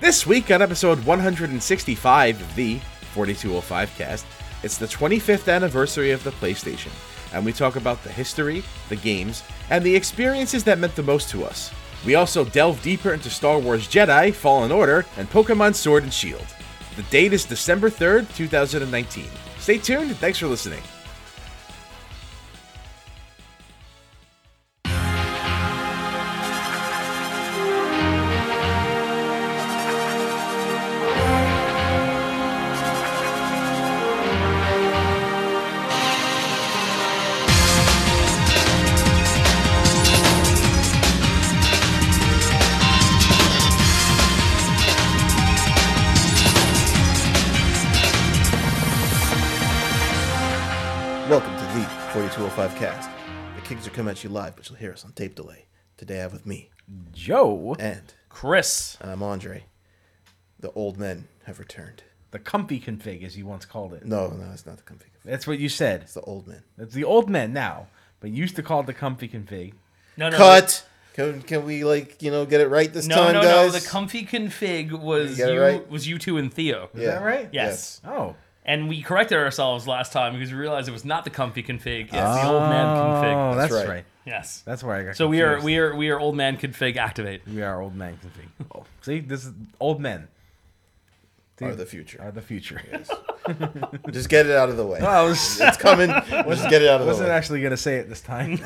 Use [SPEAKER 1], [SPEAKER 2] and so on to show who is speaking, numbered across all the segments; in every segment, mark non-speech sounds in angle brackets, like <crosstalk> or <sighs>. [SPEAKER 1] This week on episode 165 of the 4205 cast, it's the 25th anniversary of the PlayStation, and we talk about the history, the games, and the experiences that meant the most to us. We also delve deeper into Star Wars Jedi, Fallen Order, and Pokemon Sword and Shield. The date is December 3rd, 2019. Stay tuned, and thanks for listening.
[SPEAKER 2] Welcome to the 4205 cast. The kicks are coming at you live, but you'll hear us on tape delay. Today I have with me,
[SPEAKER 3] Joe.
[SPEAKER 2] and,
[SPEAKER 3] Chris.
[SPEAKER 2] and I'm Andre. The old men have returned.
[SPEAKER 3] The comfy config, as you once called it.
[SPEAKER 2] No, no, it's not the comfy. It's
[SPEAKER 3] That's what you said.
[SPEAKER 2] the old men.
[SPEAKER 3] It's the old men now, but you used to call it the comfy config.
[SPEAKER 4] No, no,
[SPEAKER 2] Cut! Can, can we, like, you know, get it right this
[SPEAKER 4] No,
[SPEAKER 2] time,
[SPEAKER 4] no,
[SPEAKER 2] guys?
[SPEAKER 4] no. The comfy config was
[SPEAKER 2] You got it
[SPEAKER 4] you,
[SPEAKER 2] right?
[SPEAKER 4] was you two and Theo.
[SPEAKER 2] Yeah.
[SPEAKER 3] Is that right?
[SPEAKER 4] Yes.
[SPEAKER 3] Oh.
[SPEAKER 4] and we corrected ourselves last time because we realized it was not the comfy config; it's the old man
[SPEAKER 3] Oh,
[SPEAKER 4] config.
[SPEAKER 3] that's,
[SPEAKER 2] right.
[SPEAKER 3] right.
[SPEAKER 4] Yes.
[SPEAKER 3] That's where I got.
[SPEAKER 4] so we are
[SPEAKER 3] confused.
[SPEAKER 4] we are we are old man config activate.
[SPEAKER 3] we are old man config. Oh, see, this is old men
[SPEAKER 2] Or the future.
[SPEAKER 4] <laughs>
[SPEAKER 3] are the future. <laughs>
[SPEAKER 2] Just get it out of the way.
[SPEAKER 3] I was
[SPEAKER 4] <laughs>
[SPEAKER 2] It's coming. Just get it out of the
[SPEAKER 3] wasn't
[SPEAKER 2] way.
[SPEAKER 3] actually gonna say it this time.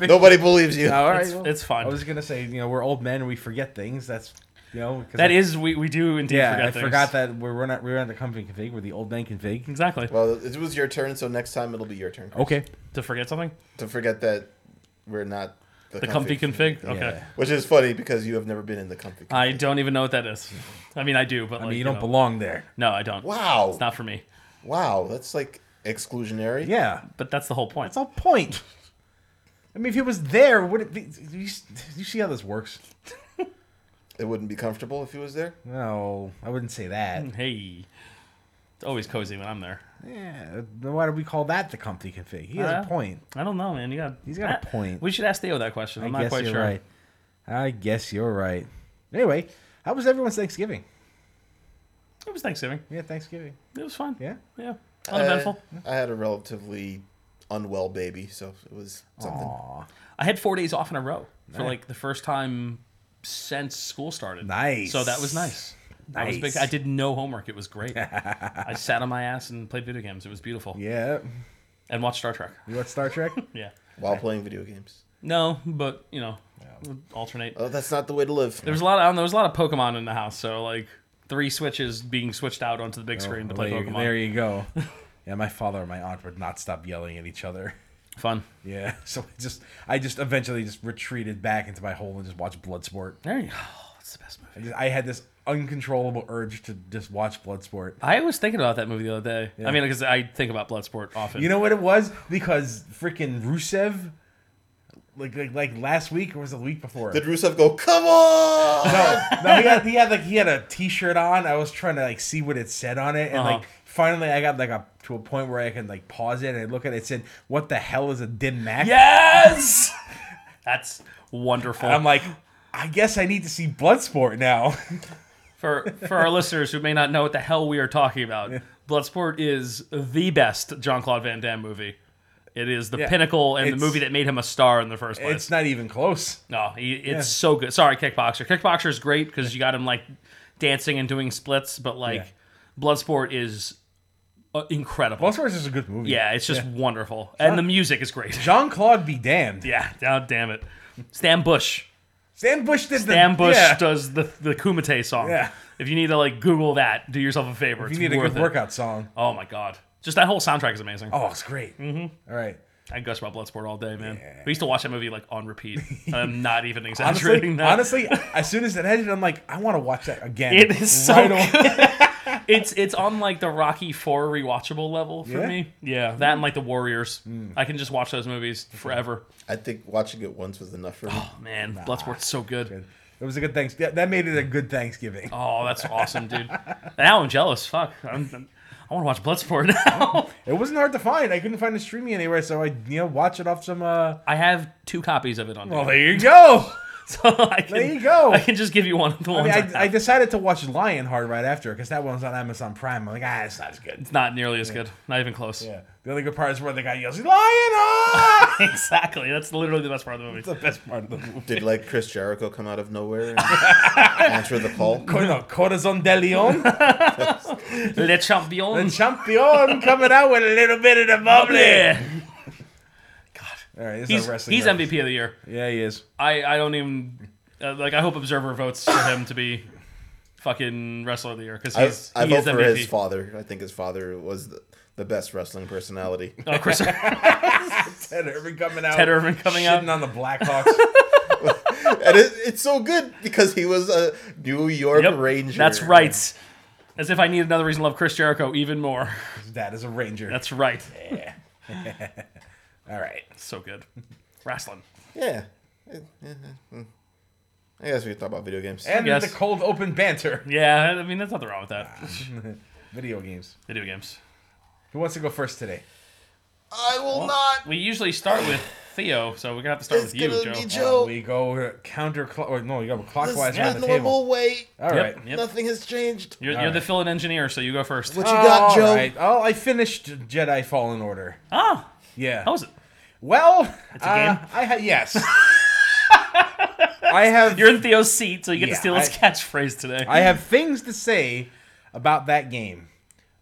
[SPEAKER 2] Nobody believes you.
[SPEAKER 3] <laughs> All right,
[SPEAKER 4] It's- it's fine.
[SPEAKER 3] I was gonna say, you know, we're old men. We forget things. That's you know, 'cause
[SPEAKER 4] That
[SPEAKER 3] I-
[SPEAKER 4] is we, we do indeed
[SPEAKER 3] Yeah,
[SPEAKER 4] forget
[SPEAKER 3] I
[SPEAKER 4] things.
[SPEAKER 3] forgot that we're, we're not we're not the comfy config. We're the old man config.
[SPEAKER 4] exactly
[SPEAKER 2] Well, it was your turn, so next time it'll be your turn.
[SPEAKER 3] Okay.
[SPEAKER 4] to forget something.
[SPEAKER 2] To forget that we're not
[SPEAKER 4] The comfy, config. Okay,
[SPEAKER 3] Yeah.
[SPEAKER 2] Which is funny because you have never been in the comfy config.
[SPEAKER 4] I don't even know what that is. I mean, I do,
[SPEAKER 3] I
[SPEAKER 4] but like,
[SPEAKER 3] mean, you
[SPEAKER 4] you
[SPEAKER 3] don't
[SPEAKER 4] know.
[SPEAKER 3] belong there.
[SPEAKER 4] No, I don't.
[SPEAKER 2] Wow.
[SPEAKER 4] It's not for me.
[SPEAKER 2] Wow, that's like exclusionary.
[SPEAKER 3] Yeah.
[SPEAKER 4] But that's the whole point.
[SPEAKER 3] That's all point. I mean, if he was there, would it be? You, you see how this works?
[SPEAKER 2] It wouldn't be comfortable if he was there.
[SPEAKER 3] No, I wouldn't say that.
[SPEAKER 4] Hey, it's always cozy when I'm there.
[SPEAKER 3] Yeah, then why do we call that the comfy config? He has
[SPEAKER 4] Uh,
[SPEAKER 3] a point.
[SPEAKER 4] I don't know, man. You got
[SPEAKER 3] He's got a
[SPEAKER 4] I-
[SPEAKER 3] point.
[SPEAKER 4] We should ask Theo that question. I'm
[SPEAKER 3] I
[SPEAKER 4] not
[SPEAKER 3] guess
[SPEAKER 4] quite
[SPEAKER 3] you're
[SPEAKER 4] sure.
[SPEAKER 3] right. I guess you're right. Anyway, how was everyone's Thanksgiving?
[SPEAKER 4] It was Thanksgiving.
[SPEAKER 3] Yeah, Thanksgiving.
[SPEAKER 4] It was fun.
[SPEAKER 3] Yeah.
[SPEAKER 4] Yeah. Uneventful.
[SPEAKER 2] I, I had a relatively unwell baby, so it was something.
[SPEAKER 3] Aw,
[SPEAKER 4] I had four days off in a row for like the first time since school started.
[SPEAKER 3] Nice.
[SPEAKER 4] So that was nice. That was
[SPEAKER 3] Nice.
[SPEAKER 4] big. I did no homework. It
[SPEAKER 3] <laughs>
[SPEAKER 4] was great. I sat on my ass and played video games. It was beautiful.
[SPEAKER 3] Yeah.
[SPEAKER 4] And watched Star Trek.
[SPEAKER 3] You watch Star
[SPEAKER 4] <laughs>
[SPEAKER 3] Trek?
[SPEAKER 4] Yeah.
[SPEAKER 2] While playing video games.
[SPEAKER 4] No, but you know, would alternate.
[SPEAKER 2] Oh, that's not the way to live.
[SPEAKER 4] There was a lot. Of, there was a lot of Pokemon in the house. So like three switches being switched out onto the big screen to play
[SPEAKER 3] Oh, there, you,
[SPEAKER 4] Pokemon.
[SPEAKER 3] there you
[SPEAKER 4] <laughs>
[SPEAKER 3] go. Yeah, my father and my aunt would not stop yelling at each other.
[SPEAKER 4] Fun.
[SPEAKER 3] Yeah, <laughs> so I just, I just eventually just retreated back into my hole and just watched Bloodsport.
[SPEAKER 4] There you go. <sighs> It's the best movie.
[SPEAKER 3] I had this uncontrollable urge to just watch Bloodsport.
[SPEAKER 4] I was thinking about that movie the other day. I mean, because I think about Bloodsport often.
[SPEAKER 3] You know what it was? Because freaking Rusev, like like, like last week or was it the week before?
[SPEAKER 2] Did Rusev go, come on?
[SPEAKER 3] no, <laughs> no, he had, he had like he had a T-shirt on. I was trying to like see what it said on it, and
[SPEAKER 4] Uh-huh.
[SPEAKER 3] like finally I got like a to a point where I can like pause it and I look at it. It said, "What the hell is a dim mac?" <laughs>
[SPEAKER 4] yes, that's wonderful.
[SPEAKER 3] And I'm like, I guess I need to see Bloodsport now. <laughs>
[SPEAKER 4] for for our listeners who may not know what the hell we are talking about, Bloodsport is the best Jean Claude Van Damme movie. It is the
[SPEAKER 3] Yeah.
[SPEAKER 4] pinnacle and the
[SPEAKER 3] It's-
[SPEAKER 4] movie that made him a star in the first place.
[SPEAKER 3] it's not even close.
[SPEAKER 4] no, he, it's so good. Sorry, Kickboxer. Kickboxer is great because you got him like dancing and doing splits, but like
[SPEAKER 3] Yeah.
[SPEAKER 4] Bloodsport is uh, incredible.
[SPEAKER 3] Bloodsport is just a good movie.
[SPEAKER 4] yeah, it's just wonderful, and the music is great.
[SPEAKER 3] Jean Claude be damned.
[SPEAKER 4] Yeah, oh, damn it. Stan Bush.
[SPEAKER 3] Stan Bush did the
[SPEAKER 4] Stan Bush
[SPEAKER 3] <laughs> yeah.
[SPEAKER 4] does the the Kumite song.
[SPEAKER 3] Yeah.
[SPEAKER 4] If you need to like Google that, do yourself a favor.
[SPEAKER 3] You
[SPEAKER 4] it's
[SPEAKER 3] need a
[SPEAKER 4] worth
[SPEAKER 3] good
[SPEAKER 4] it.
[SPEAKER 3] workout song.
[SPEAKER 4] Oh my god. Just that whole soundtrack is amazing.
[SPEAKER 3] Oh, it's great. Mm-hmm. right.
[SPEAKER 4] I gush about Bloodsport all day, man. We used to watch that movie like on
[SPEAKER 3] <laughs>
[SPEAKER 4] repeat. I'm not even exaggerating
[SPEAKER 3] Honestly,
[SPEAKER 4] that.
[SPEAKER 3] honestly, as soon as it ended, I'm like, I want to watch that again.
[SPEAKER 4] It is so
[SPEAKER 3] away.
[SPEAKER 4] It's it's on like the Rocky Four rewatchable level for
[SPEAKER 3] Yeah? Hmm.
[SPEAKER 4] me. Yeah, that and like the Warriors. I can just watch those movies forever. Oh,
[SPEAKER 2] I think watching it once was enough for
[SPEAKER 4] <gasps>
[SPEAKER 2] me.
[SPEAKER 4] Man, Bloodsport's so good.
[SPEAKER 3] <laughs> It was a good thanks. That, that made it a good Thanksgiving.
[SPEAKER 4] Oh, that's
[SPEAKER 3] <laughs>
[SPEAKER 4] awesome, dude. now I'm jealous. Fuck. I'm, I want to watch Bloodsport <laughs> now.
[SPEAKER 3] It wasn't hard to find. I couldn't find it streaming anywhere, so I you know watch it off some. uh
[SPEAKER 4] I have two copies of it on. <laughs>
[SPEAKER 3] Well,
[SPEAKER 4] DVD.
[SPEAKER 3] there you go.
[SPEAKER 4] So I can,
[SPEAKER 3] There you go.
[SPEAKER 4] I can just give you one of the
[SPEAKER 3] I,
[SPEAKER 4] ones.
[SPEAKER 3] mean,
[SPEAKER 4] I
[SPEAKER 3] I, I
[SPEAKER 4] have.
[SPEAKER 3] decided to watch Lionheart right after because that one's on Amazon Prime. I'm like, ah, it's not as good.
[SPEAKER 4] It's not nearly as good. Not even close.
[SPEAKER 3] Yeah. The only good part is where the guy yells, Lionheart!
[SPEAKER 4] <laughs> exactly. That's literally the best part of <laughs> the
[SPEAKER 3] <laughs>
[SPEAKER 4] movie.
[SPEAKER 3] the best part of the movie.
[SPEAKER 2] Did like Chris Jericho come out of nowhere and
[SPEAKER 4] <laughs>
[SPEAKER 2] answer the call?
[SPEAKER 3] No, Corazon de Leon, the
[SPEAKER 4] Le Champion.
[SPEAKER 3] champion, coming out with a little bit of the bubbly.
[SPEAKER 4] Yeah.
[SPEAKER 3] All right, this is
[SPEAKER 4] He's,
[SPEAKER 3] our wrestling
[SPEAKER 4] he's
[SPEAKER 3] reference.
[SPEAKER 4] MVP of the year.
[SPEAKER 3] Yeah, he is.
[SPEAKER 4] I, I don't even uh, like. I hope Observer votes for him to be fucking wrestler of the year because
[SPEAKER 2] I,
[SPEAKER 4] he's
[SPEAKER 2] I
[SPEAKER 4] he
[SPEAKER 2] vote
[SPEAKER 4] is
[SPEAKER 2] for
[SPEAKER 4] MVP.
[SPEAKER 2] his father. I think his father was the, the best wrestling personality. <laughs>
[SPEAKER 4] Oh, Chris,
[SPEAKER 3] Ted Irvin coming out.
[SPEAKER 4] Ted Irvin coming out.
[SPEAKER 3] shitting on the
[SPEAKER 4] <laughs>
[SPEAKER 3] Blackhawks.
[SPEAKER 2] and it, it's so good because he was a New York
[SPEAKER 4] <laughs> Yep,
[SPEAKER 2] Ranger.
[SPEAKER 4] That's right. As if I need another reason to love Chris Jericho even more.
[SPEAKER 3] that is a Ranger.
[SPEAKER 4] That's right.
[SPEAKER 3] All right.
[SPEAKER 4] So good. Wrestling.
[SPEAKER 2] Yeah. I guess we could talk about video games.
[SPEAKER 3] And
[SPEAKER 4] guess.
[SPEAKER 3] the cold open banter.
[SPEAKER 4] Yeah, I mean, there's nothing wrong with that.
[SPEAKER 3] Video games.
[SPEAKER 4] Video games.
[SPEAKER 3] Who wants to go first today?
[SPEAKER 2] I will not.
[SPEAKER 4] We usually start with Theo, so we're going to have to start
[SPEAKER 2] It's
[SPEAKER 4] with you,
[SPEAKER 2] gonna
[SPEAKER 4] Joe.
[SPEAKER 2] be
[SPEAKER 3] Oh,
[SPEAKER 2] Joe.
[SPEAKER 3] we go counterclock. Or no, you go
[SPEAKER 2] this
[SPEAKER 3] clockwise
[SPEAKER 2] is
[SPEAKER 3] around
[SPEAKER 2] the
[SPEAKER 3] the
[SPEAKER 2] normal
[SPEAKER 3] table.
[SPEAKER 2] way.
[SPEAKER 3] All right.
[SPEAKER 4] Yep, yep.
[SPEAKER 2] Nothing has changed.
[SPEAKER 4] You're,
[SPEAKER 3] All
[SPEAKER 4] you're the
[SPEAKER 3] right.
[SPEAKER 4] fill-in engineer, so you go first.
[SPEAKER 2] What you got,
[SPEAKER 3] All
[SPEAKER 2] Joe?
[SPEAKER 3] right. Oh, I finished Jedi Fallen Order.
[SPEAKER 4] Ah,
[SPEAKER 3] Yeah.
[SPEAKER 4] how was it?
[SPEAKER 3] Well,
[SPEAKER 4] a
[SPEAKER 3] uh,
[SPEAKER 4] game?
[SPEAKER 3] I ha-
[SPEAKER 4] <laughs>
[SPEAKER 3] yes. I have
[SPEAKER 4] You're in Theo's seat, so you get
[SPEAKER 3] Yeah,
[SPEAKER 4] to steal his
[SPEAKER 3] I-
[SPEAKER 4] catchphrase today.
[SPEAKER 3] I have things to say about that game.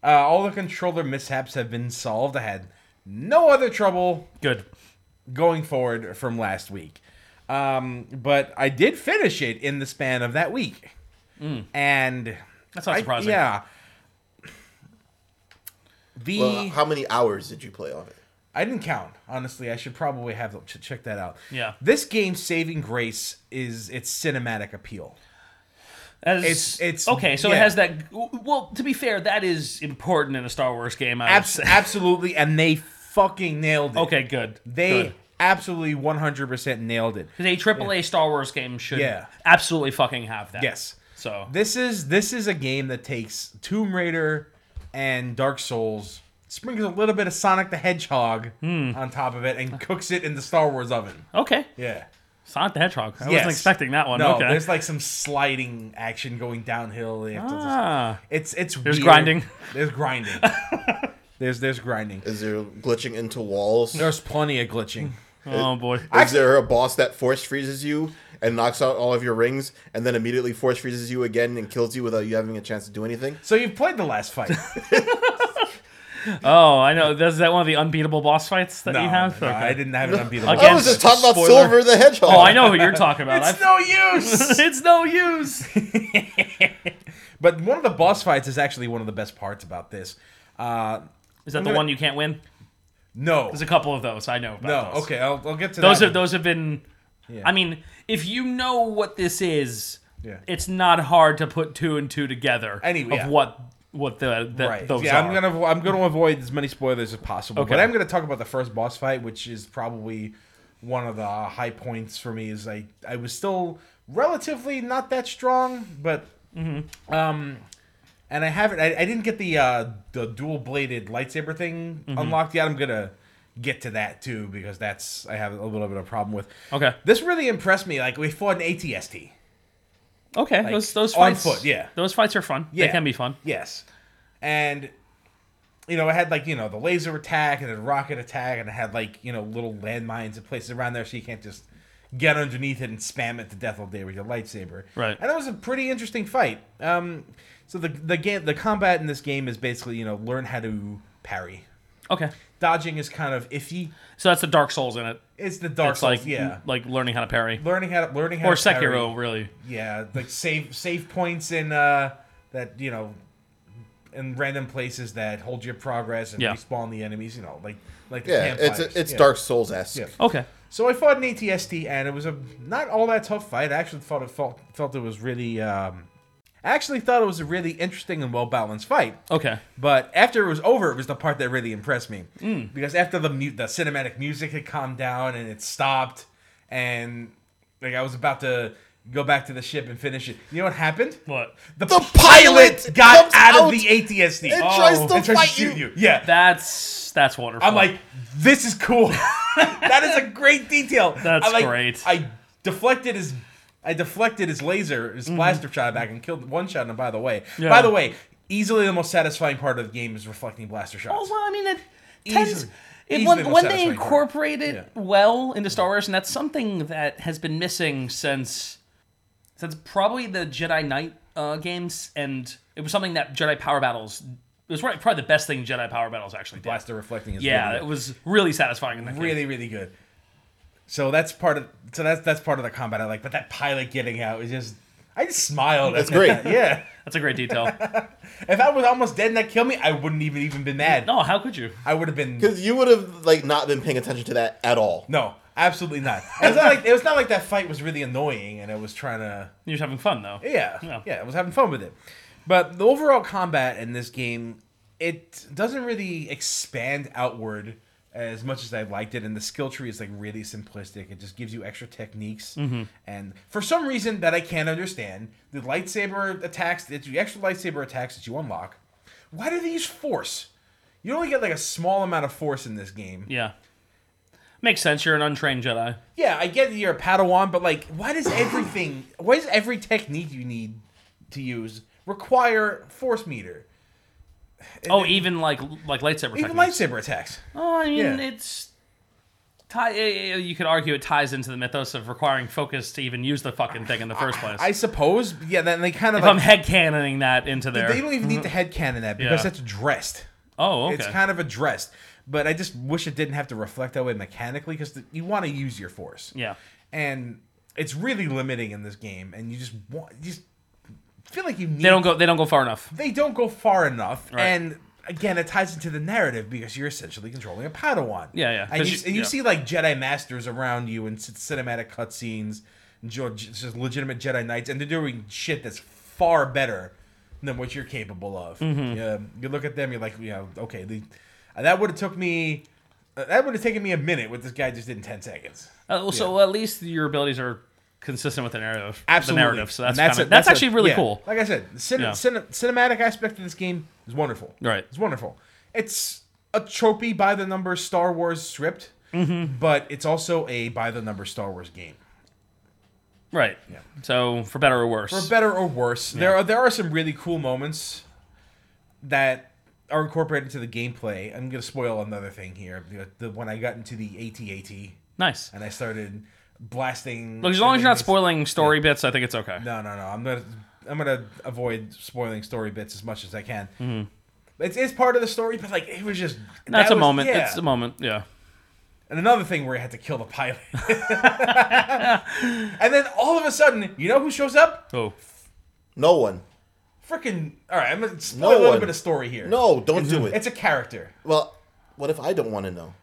[SPEAKER 3] Uh, all the controller mishaps have been solved. I had no other trouble
[SPEAKER 4] Good.
[SPEAKER 3] going forward from last week. Um, but I did finish it in the span of that week. And
[SPEAKER 4] That's Mm. not
[SPEAKER 3] I-
[SPEAKER 4] surprising.
[SPEAKER 3] yeah. The
[SPEAKER 2] Well, how many hours did you play on it?
[SPEAKER 3] I didn't count. Honestly, I should probably have to check that out.
[SPEAKER 4] Yeah.
[SPEAKER 3] This game's saving grace is its cinematic appeal.
[SPEAKER 4] Oh, As-
[SPEAKER 3] It's- it's-
[SPEAKER 4] okay, so
[SPEAKER 3] yeah.
[SPEAKER 4] it has that. Well, to be fair, that is important in a Star Wars game. I would
[SPEAKER 3] Abs-
[SPEAKER 4] say.
[SPEAKER 3] absolutely, and they fucking nailed it.
[SPEAKER 4] Okay, good.
[SPEAKER 3] They
[SPEAKER 4] Good.
[SPEAKER 3] absolutely 100% nailed it.
[SPEAKER 4] 'Cause a AAA Star Wars game should
[SPEAKER 3] Yeah.
[SPEAKER 4] absolutely fucking have that.
[SPEAKER 3] Yes.
[SPEAKER 4] So
[SPEAKER 3] This is this is a game that takes Tomb Raider and Dark Souls, sprinkles a little bit of Sonic the Hedgehog
[SPEAKER 4] Hmm.
[SPEAKER 3] on top of it, and cooks it in the Star Wars oven.
[SPEAKER 4] okay,
[SPEAKER 3] Yeah.
[SPEAKER 4] Sonic the Hedgehog. I
[SPEAKER 3] Yes.
[SPEAKER 4] wasn't expecting that one.
[SPEAKER 3] No,
[SPEAKER 4] okay.
[SPEAKER 3] there's like some sliding action going downhill. They have to just-
[SPEAKER 4] ah,
[SPEAKER 3] it's it's
[SPEAKER 4] There's
[SPEAKER 3] weird.
[SPEAKER 4] grinding.
[SPEAKER 3] There's grinding.
[SPEAKER 4] <laughs>
[SPEAKER 3] there's there's grinding.
[SPEAKER 2] Is there glitching into walls? Is
[SPEAKER 3] There's plenty of glitching.
[SPEAKER 4] oh boy.
[SPEAKER 2] there a boss that force freezes you and knocks out all of your rings and then immediately force freezes you again and kills you without you having a chance to do anything?
[SPEAKER 3] So you've played the last
[SPEAKER 4] <laughs>
[SPEAKER 3] fight.
[SPEAKER 4] Oh, I know. Is that one of the unbeatable boss fights that
[SPEAKER 3] No,
[SPEAKER 4] you have?
[SPEAKER 3] no,
[SPEAKER 4] Okay.
[SPEAKER 3] I didn't have an unbeatable.
[SPEAKER 4] Again,
[SPEAKER 2] I was just
[SPEAKER 4] Spoiler.
[SPEAKER 2] talking about Silver the Hedgehog.
[SPEAKER 4] Oh, I know who you're talking about.
[SPEAKER 3] Oh, It's
[SPEAKER 4] I've- <laughs>
[SPEAKER 3] no use.
[SPEAKER 4] it's no use.
[SPEAKER 3] But one of the boss fights is actually one of the best parts about this. Uh,
[SPEAKER 4] Is that the
[SPEAKER 3] gonna-
[SPEAKER 4] one you can't win?
[SPEAKER 3] no,
[SPEAKER 4] There's a couple of those. I know about
[SPEAKER 3] no.
[SPEAKER 4] those.
[SPEAKER 3] Okay, I'll, I'll get to
[SPEAKER 4] Those
[SPEAKER 3] that.
[SPEAKER 4] have
[SPEAKER 3] one.
[SPEAKER 4] those have been. I mean, if you know what this is,
[SPEAKER 3] Yeah.
[SPEAKER 4] it's not hard to put two and two together
[SPEAKER 3] Anyway,
[SPEAKER 4] of
[SPEAKER 3] yeah.
[SPEAKER 4] what what the, the
[SPEAKER 3] right.
[SPEAKER 4] those
[SPEAKER 3] yeah,
[SPEAKER 4] are.
[SPEAKER 3] I'm gonna avo- I'm gonna avoid as many spoilers as possible. But
[SPEAKER 4] Okay.
[SPEAKER 3] I'm gonna talk about the first boss fight, which is probably one of the high points for me. Is I I was still relatively not that strong, but
[SPEAKER 4] Mm-hmm.
[SPEAKER 3] um, and I haven't I, I didn't get the uh the dual bladed lightsaber thing
[SPEAKER 4] Mm-hmm.
[SPEAKER 3] unlocked yet. I'm gonna get to that too because that's I have a little bit of a problem with.
[SPEAKER 4] Okay.
[SPEAKER 3] This really impressed me. Like we fought an ATST.
[SPEAKER 4] Okay, those those
[SPEAKER 3] on
[SPEAKER 4] fights,
[SPEAKER 3] foot, yeah.
[SPEAKER 4] those fights are fun.
[SPEAKER 3] Yeah.
[SPEAKER 4] They can be fun.
[SPEAKER 3] Yes. And you know, I had like, you know, the laser attack and the rocket attack and I had like, you know, little landmines and places around there so you can't just get underneath it and spam it to death all day with your lightsaber.
[SPEAKER 4] Right.
[SPEAKER 3] And that was a pretty interesting fight. Um so the the game the combat in this game is basically, you know, learn how to parry.
[SPEAKER 4] Okay,
[SPEAKER 3] Dodging is kind of iffy.
[SPEAKER 4] so that's the Dark Souls in it.
[SPEAKER 3] It's the dark
[SPEAKER 4] It's
[SPEAKER 3] Souls,
[SPEAKER 4] like
[SPEAKER 3] yeah.
[SPEAKER 4] like learning how to parry
[SPEAKER 3] Learning how to learning how
[SPEAKER 4] or
[SPEAKER 3] to parry.
[SPEAKER 4] Sekiro, really.
[SPEAKER 3] Yeah, like save save points in uh that you know in random places that hold your progress and
[SPEAKER 4] Yeah.
[SPEAKER 3] respawn the enemies. You know, like like the
[SPEAKER 2] Yeah, it's
[SPEAKER 3] campfires.
[SPEAKER 2] it's
[SPEAKER 3] Yeah.
[SPEAKER 2] Dark Souls esque.
[SPEAKER 3] Yeah.
[SPEAKER 4] Okay,
[SPEAKER 3] So I fought an ATST, and it was a not all that tough fight. I actually thought it felt felt it was really. Um, I actually thought it was a really interesting and well balanced fight.
[SPEAKER 4] okay,
[SPEAKER 3] But after it was over, it was the part that really impressed me
[SPEAKER 2] Mm.
[SPEAKER 3] because after the mu- the cinematic music had calmed down and it stopped, and like I was about to go back to the ship and finish it. You know what happened?
[SPEAKER 4] what?
[SPEAKER 2] The pilot
[SPEAKER 3] got
[SPEAKER 2] comes
[SPEAKER 3] out,
[SPEAKER 2] out
[SPEAKER 3] of the ATSD
[SPEAKER 2] and tries to
[SPEAKER 3] Oh. and tries
[SPEAKER 2] fight
[SPEAKER 3] to shoot
[SPEAKER 2] you.
[SPEAKER 3] you. Yeah,
[SPEAKER 4] That's that's wonderful.
[SPEAKER 3] I'm like, this is cool. <laughs> that is a great detail.
[SPEAKER 4] That's
[SPEAKER 3] I'm like,
[SPEAKER 4] great.
[SPEAKER 3] I deflected as I deflected his laser, his blaster shot back, and killed one shot him. By the way,
[SPEAKER 4] Mm-hmm. Yeah.
[SPEAKER 3] by the way, easily the most satisfying part of the game is reflecting blaster
[SPEAKER 4] Oh
[SPEAKER 3] shots.
[SPEAKER 4] well, I mean, it tends.
[SPEAKER 3] Easily-
[SPEAKER 4] It,
[SPEAKER 3] easily the
[SPEAKER 4] when
[SPEAKER 3] most
[SPEAKER 4] when they
[SPEAKER 3] satisfying part.
[SPEAKER 4] incorporate it
[SPEAKER 3] Yeah.
[SPEAKER 4] well into Star Wars, and that's something that has been missing since since probably the Jedi Knight uh, games, and it was something that Jedi Power Battles. It was probably probably the best thing Jedi Power Battles actually did.
[SPEAKER 3] Blaster reflecting is
[SPEAKER 4] yeah,
[SPEAKER 3] really
[SPEAKER 4] it was really satisfying in that game.
[SPEAKER 3] really really good. So that's part of so that's that's part of the combat I like. But that pilot getting out is just I just smiled.
[SPEAKER 2] That's
[SPEAKER 3] at
[SPEAKER 2] great.
[SPEAKER 3] that. <laughs> Yeah,
[SPEAKER 4] That's a
[SPEAKER 3] <laughs>
[SPEAKER 4] great detail.
[SPEAKER 3] if I was almost dead and that killed me, I wouldn't even even been mad.
[SPEAKER 4] no, how could you?
[SPEAKER 3] I would have been
[SPEAKER 2] Because you would have like not been paying attention to that at all.
[SPEAKER 3] no, absolutely not. It's not like it was not like that fight was really annoying and I was trying to
[SPEAKER 4] You're just having fun though.
[SPEAKER 3] yeah
[SPEAKER 4] Yeah.
[SPEAKER 3] yeah, I was having fun with it. But the overall combat in this game it doesn't really expand outward as much as I liked it, and the skill tree is like really simplistic. It just gives you extra techniques, and for some reason that I can't understand, the lightsaber attacks that you extra lightsaber attacks that you unlock. Why do they use force? You only get like a small amount of force in this game.
[SPEAKER 4] Yeah. Makes sense. You're an untrained Jedi.
[SPEAKER 3] Yeah, I get that you're a Padawan, but like, why does
[SPEAKER 4] <sighs>
[SPEAKER 3] everything, why does every technique you need to use require force meter?
[SPEAKER 4] Oh, even like like lightsaber.
[SPEAKER 3] Even
[SPEAKER 4] techniques.
[SPEAKER 3] lightsaber attacks.
[SPEAKER 4] Oh, I mean,
[SPEAKER 3] Yeah.
[SPEAKER 4] it's tie. eh, eh, You could argue it ties into the mythos of requiring focus to even use the fucking thing in the first place.
[SPEAKER 3] I suppose. but Yeah, then they kind of
[SPEAKER 4] if I'm
[SPEAKER 3] like,
[SPEAKER 4] headcanoning that into there. Mm-hmm.
[SPEAKER 3] they don't even need to headcanon that because
[SPEAKER 4] Yeah.
[SPEAKER 3] that's dressed.
[SPEAKER 4] oh, okay.
[SPEAKER 3] It's kind of addressed, but I just wish it didn't have to reflect that way mechanically because you want to use your force.
[SPEAKER 4] yeah.
[SPEAKER 3] and it's really limiting in this game, and you just want you just feel like you need
[SPEAKER 4] They don't go. They don't go far enough.
[SPEAKER 3] they don't go far enough
[SPEAKER 4] Right.
[SPEAKER 3] and again it ties into the narrative because you're essentially controlling a padawan
[SPEAKER 4] Yeah, yeah.
[SPEAKER 3] and
[SPEAKER 4] 'Cause
[SPEAKER 3] you,
[SPEAKER 4] you-
[SPEAKER 3] and you
[SPEAKER 4] yeah.
[SPEAKER 3] see like jedi masters around you and c- cinematic cutscenes and jo- it's just legitimate jedi knights and they're doing shit that's far better than what you're capable of
[SPEAKER 4] Mm-hmm.
[SPEAKER 3] yeah you look at them you're like you know okay the, uh, that would have took me uh, that would have taken me a minute what this guy just did in 10 seconds
[SPEAKER 4] Uh, well, So at least your abilities are consistent with the narrative.
[SPEAKER 3] absolutely
[SPEAKER 4] The narrative. So that's
[SPEAKER 3] And
[SPEAKER 4] kinda,
[SPEAKER 3] a-
[SPEAKER 4] that's,
[SPEAKER 3] a-
[SPEAKER 4] actually really
[SPEAKER 3] yeah.
[SPEAKER 4] cool.
[SPEAKER 3] Like I said, the cine,
[SPEAKER 4] Yeah.
[SPEAKER 3] cine- cinematic aspect of this game is wonderful.
[SPEAKER 4] Right.
[SPEAKER 3] it's wonderful. It's a tropey by the number Star Wars script,
[SPEAKER 4] Mm-hmm.
[SPEAKER 3] but it's also a by the number Star Wars game.
[SPEAKER 4] Right. So for better or worse.
[SPEAKER 3] For better or worse, there are there are some really cool moments that are incorporated to the gameplay. I'm gonna spoil another thing here. The, the when I got into the ATAT
[SPEAKER 4] nice.
[SPEAKER 3] and I started blasting.
[SPEAKER 4] Look, as long as you're not
[SPEAKER 3] things-
[SPEAKER 4] spoiling story bits, I think it's okay.
[SPEAKER 3] No, no, no. I'm gonna I'm gonna avoid spoiling story bits as much as I can. It's, it's part of the story, but like it was just
[SPEAKER 4] Mm-hmm. That's
[SPEAKER 3] that
[SPEAKER 4] a
[SPEAKER 3] was-
[SPEAKER 4] moment.
[SPEAKER 3] yeah.
[SPEAKER 4] It's a moment. Yeah.
[SPEAKER 3] And another thing where I had to kill the pilot, <laughs> and then all of a sudden, you know who shows up?
[SPEAKER 4] Oh.
[SPEAKER 2] No one.
[SPEAKER 3] Freaking! All right, I'm gonna spoil
[SPEAKER 2] No
[SPEAKER 3] a little
[SPEAKER 2] one.
[SPEAKER 3] bit of story here.
[SPEAKER 2] No, don't do it.
[SPEAKER 3] it's a character.
[SPEAKER 2] well, what if I don't want to know?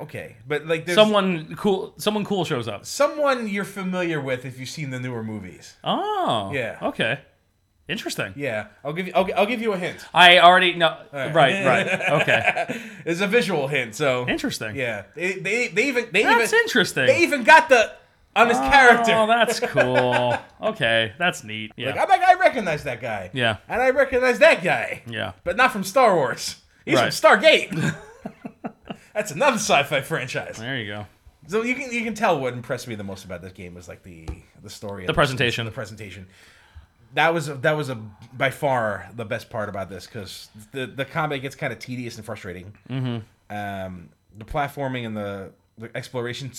[SPEAKER 3] Okay, but like there's
[SPEAKER 4] Someone cool. Someone cool shows up.
[SPEAKER 3] someone you're familiar with if you've seen the newer movies.
[SPEAKER 4] Oh.
[SPEAKER 3] Yeah.
[SPEAKER 4] Okay. Interesting.
[SPEAKER 3] Yeah, I'll give you. I'll, I'll give you a hint.
[SPEAKER 4] I already know. Right,
[SPEAKER 3] <laughs>
[SPEAKER 4] right. Okay.
[SPEAKER 3] It's a visual hint, so
[SPEAKER 4] Interesting.
[SPEAKER 3] yeah. They they, they even they
[SPEAKER 4] That's
[SPEAKER 3] even
[SPEAKER 4] interesting.
[SPEAKER 3] They even got the on his character. <laughs>
[SPEAKER 4] Oh, that's cool. Okay, that's neat. Yeah.
[SPEAKER 3] like, I'm like, I recognize that guy.
[SPEAKER 4] Yeah.
[SPEAKER 3] And I recognize that guy.
[SPEAKER 4] yeah.
[SPEAKER 3] But not from Star Wars. He's
[SPEAKER 4] Right.
[SPEAKER 3] from
[SPEAKER 4] <laughs>
[SPEAKER 3] Stargate. That's another sci-fi franchise.
[SPEAKER 4] There you go.
[SPEAKER 3] So you can you can tell what impressed me the most about this game was like the the story, the
[SPEAKER 4] presentation.
[SPEAKER 3] the presentation. That was a, that was a by far the best part about this because the the combat gets kind of tedious and frustrating.
[SPEAKER 4] Mm-hmm.
[SPEAKER 3] Um, the platforming and the, the exploration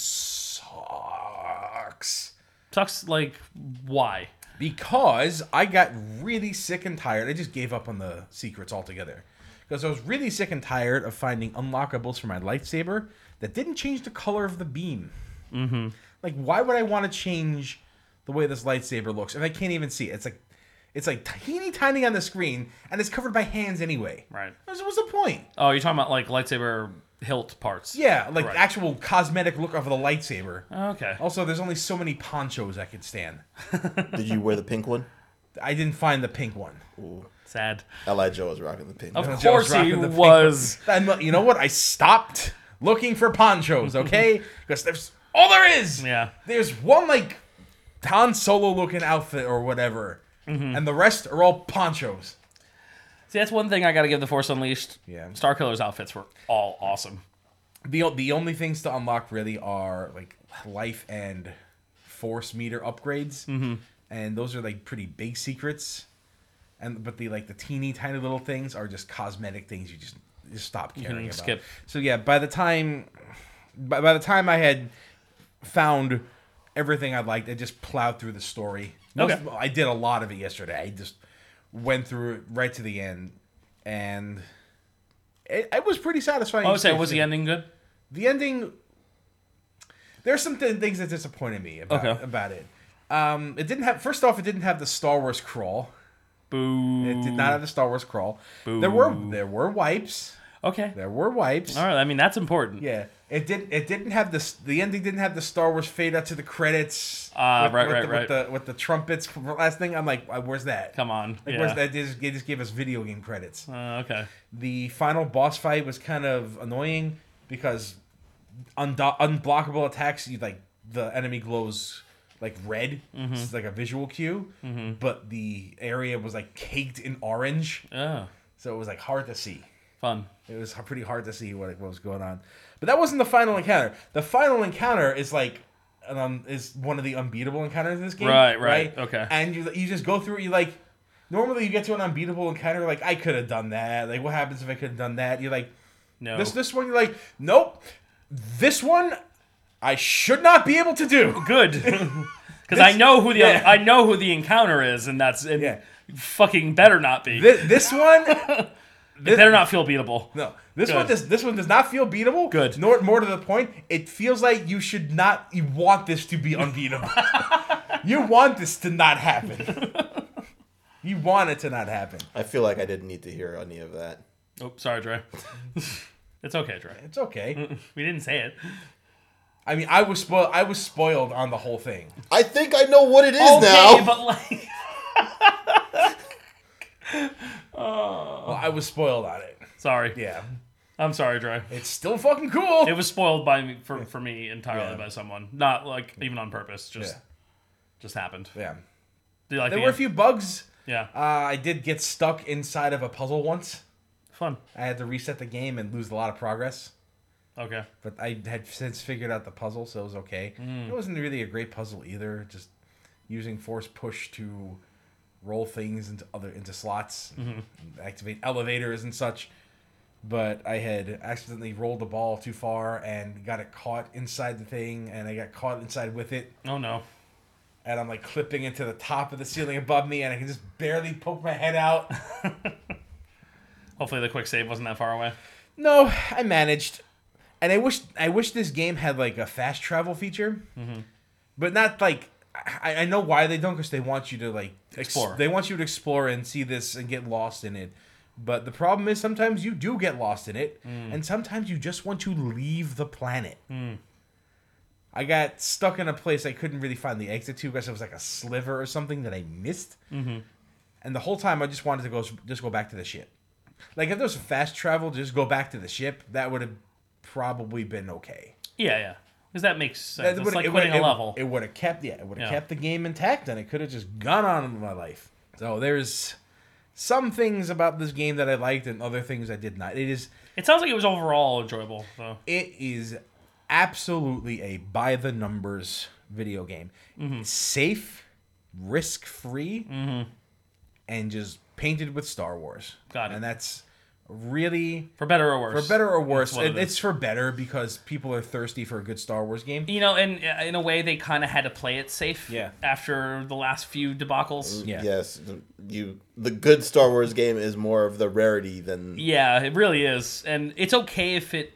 [SPEAKER 3] sucks.
[SPEAKER 4] Sucks. Like, why?
[SPEAKER 3] because I got really sick and tired. I just gave up on the secrets altogether because I was really sick and tired of finding unlockables for my lightsaber that didn't change the color of the beam. Mm-hmm. Like, why would I want to change the way this lightsaber looks? And I can't even see it. It's like it's like teeny tiny on the screen, and it's covered by hands anyway.
[SPEAKER 4] Right.
[SPEAKER 3] What's what's the point?
[SPEAKER 4] Oh, you're talking about like lightsaber hilt parts.
[SPEAKER 3] Yeah, like
[SPEAKER 4] Right.
[SPEAKER 3] actual cosmetic look of the lightsaber.
[SPEAKER 4] Okay.
[SPEAKER 3] Also, there's only so many ponchos I could stand.
[SPEAKER 2] Did you wear the pink one?
[SPEAKER 3] I didn't find the pink one.
[SPEAKER 4] Sad.
[SPEAKER 2] Li Joe is rocking the pink.
[SPEAKER 4] Of
[SPEAKER 2] one.
[SPEAKER 3] Joe's
[SPEAKER 4] course he
[SPEAKER 3] rocking the pink
[SPEAKER 4] was.
[SPEAKER 3] And you know what? I stopped looking for <laughs> ponchos, okay? Because there's all there is.
[SPEAKER 4] Yeah.
[SPEAKER 3] There's one like Han Solo looking outfit or whatever, and the rest are all ponchos.
[SPEAKER 4] See, that's one thing I got to give the Force Unleashed.
[SPEAKER 3] Yeah.
[SPEAKER 4] Star Killer's outfits were all awesome.
[SPEAKER 3] the The only things to unlock really are like life and force meter upgrades,
[SPEAKER 4] Mm-hmm.
[SPEAKER 3] and those are like pretty big secrets. And but the like the teeny tiny little things are just cosmetic things you just just stop caring about.
[SPEAKER 4] skip.
[SPEAKER 3] So yeah, by the time by, by the time I had found everything I liked, I just plowed through the story. Most-
[SPEAKER 4] Okay.
[SPEAKER 3] I did a lot of it yesterday. I just went through it right to the end, and it, it was pretty satisfying.
[SPEAKER 4] I would say, was the ending good?
[SPEAKER 3] The ending. There's some th- things that disappointed me about
[SPEAKER 4] Okay.
[SPEAKER 3] about it. Um, it didn't have. First off, it didn't have the Star Wars crawl.
[SPEAKER 4] Boo.
[SPEAKER 3] It did not have the Star Wars crawl. There were there were wipes.
[SPEAKER 4] Okay.
[SPEAKER 3] There were wipes.
[SPEAKER 4] All right. I mean, that's important.
[SPEAKER 3] Yeah. It didn't. It didn't have this. The ending didn't have the Star Wars fade out to the credits.
[SPEAKER 4] Ah, right,
[SPEAKER 3] with
[SPEAKER 4] right,
[SPEAKER 3] the,
[SPEAKER 4] right.
[SPEAKER 3] With the, with the trumpets for last thing, I'm like, "Why- where's that?
[SPEAKER 4] Come on.
[SPEAKER 3] Like,
[SPEAKER 4] yeah.
[SPEAKER 3] where's that? They just, they just gave us video game credits.
[SPEAKER 4] Uh, okay.
[SPEAKER 3] The final boss fight was kind of annoying because undo- unblockable attacks, you like the enemy glows like red. It's like a visual cue, but the area was like caked in orange,
[SPEAKER 4] Oh,
[SPEAKER 3] so it was like hard to see.
[SPEAKER 4] fun.
[SPEAKER 3] It was h- pretty hard to see what, what was going on. But that wasn't the final encounter. The final encounter is like an um, is one of the unbeatable encounters in this game.
[SPEAKER 4] Right, right, okay.
[SPEAKER 3] And you you just go through it, you like normally you get to an unbeatable encounter like I could have done that. Like what happens if I could have done that? You're like
[SPEAKER 4] No.
[SPEAKER 3] this this one you're like nope. This one I should not be able to do. <laughs>
[SPEAKER 4] good. Because I know who the
[SPEAKER 3] yeah.
[SPEAKER 4] I know who the encounter is, and that's and
[SPEAKER 3] Yeah.
[SPEAKER 4] fucking better not be.
[SPEAKER 3] This, this one
[SPEAKER 4] it better not feel beatable.
[SPEAKER 3] No, this
[SPEAKER 4] Good.
[SPEAKER 3] one does. This one does not feel beatable.
[SPEAKER 4] Good.
[SPEAKER 3] Nor more to the point, it feels like you should not. You want this to be unbeatable.
[SPEAKER 4] <laughs>
[SPEAKER 3] you want this to not happen. you want it to not happen.
[SPEAKER 2] I feel like I didn't need to hear any of that.
[SPEAKER 4] Oh, sorry, Dre. <laughs> it's okay, Dre.
[SPEAKER 3] It's okay.
[SPEAKER 4] We didn't say it.
[SPEAKER 3] I mean, I was spoiled. I was spoiled on the whole thing.
[SPEAKER 2] I think I know what it is
[SPEAKER 4] Okay,
[SPEAKER 2] now.
[SPEAKER 4] but like, <laughs> Oh.
[SPEAKER 3] Well, I was spoiled on it.
[SPEAKER 4] sorry.
[SPEAKER 3] Yeah,
[SPEAKER 4] I'm sorry, Dre.
[SPEAKER 3] it's still fucking cool.
[SPEAKER 4] It was spoiled by me for, for me entirely
[SPEAKER 3] Yeah.
[SPEAKER 4] by someone, not like even on purpose. Just
[SPEAKER 3] Yeah.
[SPEAKER 4] just happened.
[SPEAKER 3] yeah,
[SPEAKER 4] Do you like
[SPEAKER 3] there
[SPEAKER 4] the
[SPEAKER 3] were a
[SPEAKER 4] game?
[SPEAKER 3] few bugs.
[SPEAKER 4] Yeah,
[SPEAKER 3] Uh, I did get stuck inside of a puzzle once.
[SPEAKER 4] fun.
[SPEAKER 3] I had to reset the game and lose a lot of progress.
[SPEAKER 4] Okay.
[SPEAKER 3] but I had since figured out the puzzle, so it was okay. It wasn't really a great puzzle either. Just using force push to roll things into other into slots, and activate elevators and such. But I had accidentally rolled the ball too far and got it caught inside the thing, and I got caught inside with it.
[SPEAKER 4] Oh no.
[SPEAKER 3] And I'm like clipping into the top of the ceiling above me, and I can just barely poke my head out.
[SPEAKER 4] Hopefully the quick save wasn't that far away.
[SPEAKER 3] No, I managed, and I wish I wish this game had like a fast travel feature, but not like I, I know why they don't because they want you to like ex-
[SPEAKER 4] Explore.
[SPEAKER 3] they want you to explore and see this and get lost in it. But the problem is sometimes you do get lost in it, and sometimes you just want to leave the planet. I got stuck in a place I couldn't really find the exit to because it was like a sliver or something that I missed, and the whole time I just wanted to go just go back to the ship. Like if there was fast travel, just go back to the ship. That would have probably been okay.
[SPEAKER 4] Yeah, yeah. Because that makes sense.
[SPEAKER 3] That
[SPEAKER 4] it's
[SPEAKER 3] would've-
[SPEAKER 4] like
[SPEAKER 3] it
[SPEAKER 4] quitting
[SPEAKER 3] would've-
[SPEAKER 4] a level.
[SPEAKER 3] It, would have kept yeah, it would have
[SPEAKER 4] Yeah.
[SPEAKER 3] kept the game intact, and it could have just gone on in my life. So there's some things about this game that I liked, and other things I did not. It is
[SPEAKER 4] it sounds like it was overall enjoyable, though.
[SPEAKER 3] it is absolutely a by the numbers video game.
[SPEAKER 4] Mm-hmm.
[SPEAKER 3] Safe, risk free, and just painted with Star Wars.
[SPEAKER 4] Got it.
[SPEAKER 3] And that's really
[SPEAKER 4] For better or worse.
[SPEAKER 3] for better or worse.
[SPEAKER 4] what
[SPEAKER 3] it-
[SPEAKER 4] it is.
[SPEAKER 3] it's for better because people are thirsty for a good Star Wars game.
[SPEAKER 4] You know, and uh, in a way, they kind of had to play it safe.
[SPEAKER 3] Yeah. Mm.
[SPEAKER 4] After the last few debacles.
[SPEAKER 3] Yeah.
[SPEAKER 2] Yes, the- you. The good Star Wars game is more of the rarity than
[SPEAKER 4] Yeah, it really is, and it's okay if it.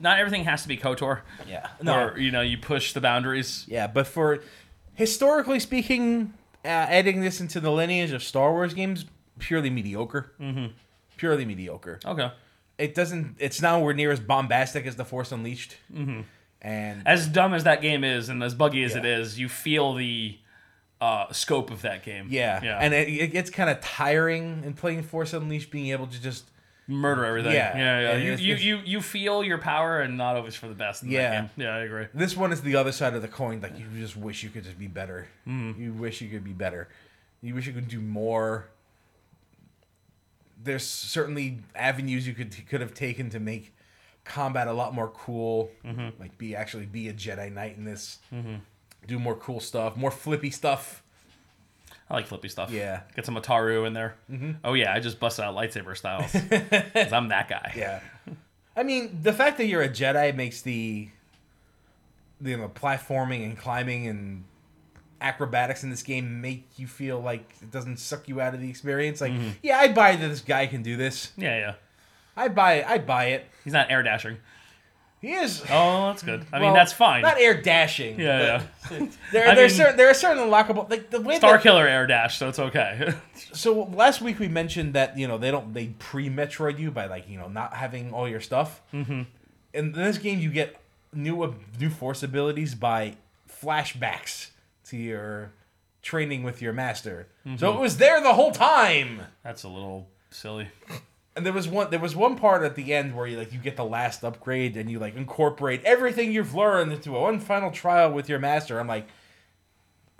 [SPEAKER 4] Not everything has to be Kotor.
[SPEAKER 3] Yeah.
[SPEAKER 4] No.
[SPEAKER 3] No.
[SPEAKER 4] Or you know, you push the boundaries.
[SPEAKER 3] Yeah, but for historically speaking, uh, adding this into the lineage of Star Wars games, purely mediocre. Mm-hmm. Purely mediocre.
[SPEAKER 4] Okay.
[SPEAKER 3] It doesn't. It's nowhere near as bombastic as the Force Unleashed. Mm-hmm. And
[SPEAKER 4] As dumb as that game is, and as buggy as it
[SPEAKER 3] Yeah.
[SPEAKER 4] is, you feel the uh, scope of that game.
[SPEAKER 3] yeah,
[SPEAKER 4] Yeah.
[SPEAKER 3] and it, it gets kind of tiring in playing Force Unleashed, being able to just
[SPEAKER 4] murder everything.
[SPEAKER 3] Yeah.
[SPEAKER 4] Yeah. Yeah.
[SPEAKER 3] And
[SPEAKER 4] You,
[SPEAKER 3] it's-
[SPEAKER 4] you
[SPEAKER 3] it's-
[SPEAKER 4] you you feel your power, and not always for the best. In That
[SPEAKER 3] Yeah.
[SPEAKER 4] game. Yeah, I agree.
[SPEAKER 3] this one is the other side of the coin. Like you just wish you could just be better. You wish you could be better. You wish you could do more. There's certainly avenues you could could have taken to make combat a lot more cool. Like be actually be a Jedi Knight in this. do more cool stuff, more flippy stuff.
[SPEAKER 4] I like flippy stuff.
[SPEAKER 3] Yeah. Mm-hmm.
[SPEAKER 4] Get some Ataru in there. Oh, yeah. I just bust out
[SPEAKER 3] <laughs>
[SPEAKER 4] lightsaber styles. 'Cause I'm that guy.
[SPEAKER 3] Yeah. I mean, the fact that you're a Jedi makes the you know, platforming and climbing and acrobatics in this game make you feel like it doesn't suck you out of the experience. Like,
[SPEAKER 4] Mm-hmm.
[SPEAKER 3] yeah, I buy that this guy can do this.
[SPEAKER 4] Yeah, yeah.
[SPEAKER 3] I buy I buy it.
[SPEAKER 4] He's not air dashing.
[SPEAKER 3] He is
[SPEAKER 4] Oh, that's good. I mean,
[SPEAKER 3] well,
[SPEAKER 4] that's fine.
[SPEAKER 3] Not air dashing.
[SPEAKER 4] yeah, yeah.
[SPEAKER 3] There,
[SPEAKER 4] I
[SPEAKER 3] there are
[SPEAKER 4] mean-
[SPEAKER 3] certain there are certain unlockable like the way
[SPEAKER 4] Star
[SPEAKER 3] that,
[SPEAKER 4] Killer air dash, so it's okay. <laughs>
[SPEAKER 3] so last week we mentioned that you know they don't they pre Metroid you by like you know not having all your stuff. Mm-hmm. In this game, you get new ab- new force abilities by flashbacks to your training with your master. So it was there the whole time.
[SPEAKER 4] that's a little silly.
[SPEAKER 3] And there was one there was one part at the end where you like you get the last upgrade and you like incorporate everything you've learned into one final trial with your master. I'm like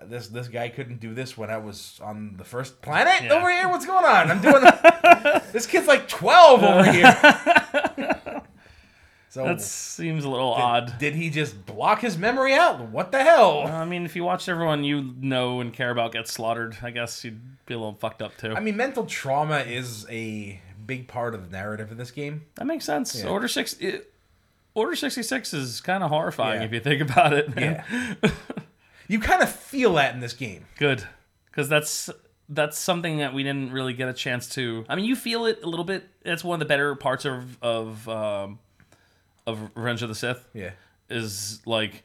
[SPEAKER 3] this this guy couldn't do this when I was on the first planet
[SPEAKER 4] Yeah.
[SPEAKER 3] over here. What's going on? I'm doing <laughs> this kid's like 12 over
[SPEAKER 4] <laughs>
[SPEAKER 3] here. so
[SPEAKER 4] That seems a little odd.
[SPEAKER 3] did he just block his memory out? What the hell?
[SPEAKER 4] I mean, if you watched everyone you know and care about get slaughtered, I guess you'd be a little fucked up too.
[SPEAKER 3] I mean, mental trauma is a big part of the narrative of this game.
[SPEAKER 4] that makes sense. Order six, it- Order sixty six is kind of horrifying
[SPEAKER 3] Yeah.
[SPEAKER 4] if you think about it. man. <laughs>
[SPEAKER 3] You kind of feel that in this game.
[SPEAKER 4] good, because that's that's something that we didn't really get a chance to. I mean, you feel it a little bit. That's one of the better parts of of um, of Revenge of the Sith.
[SPEAKER 3] Yeah.
[SPEAKER 4] is like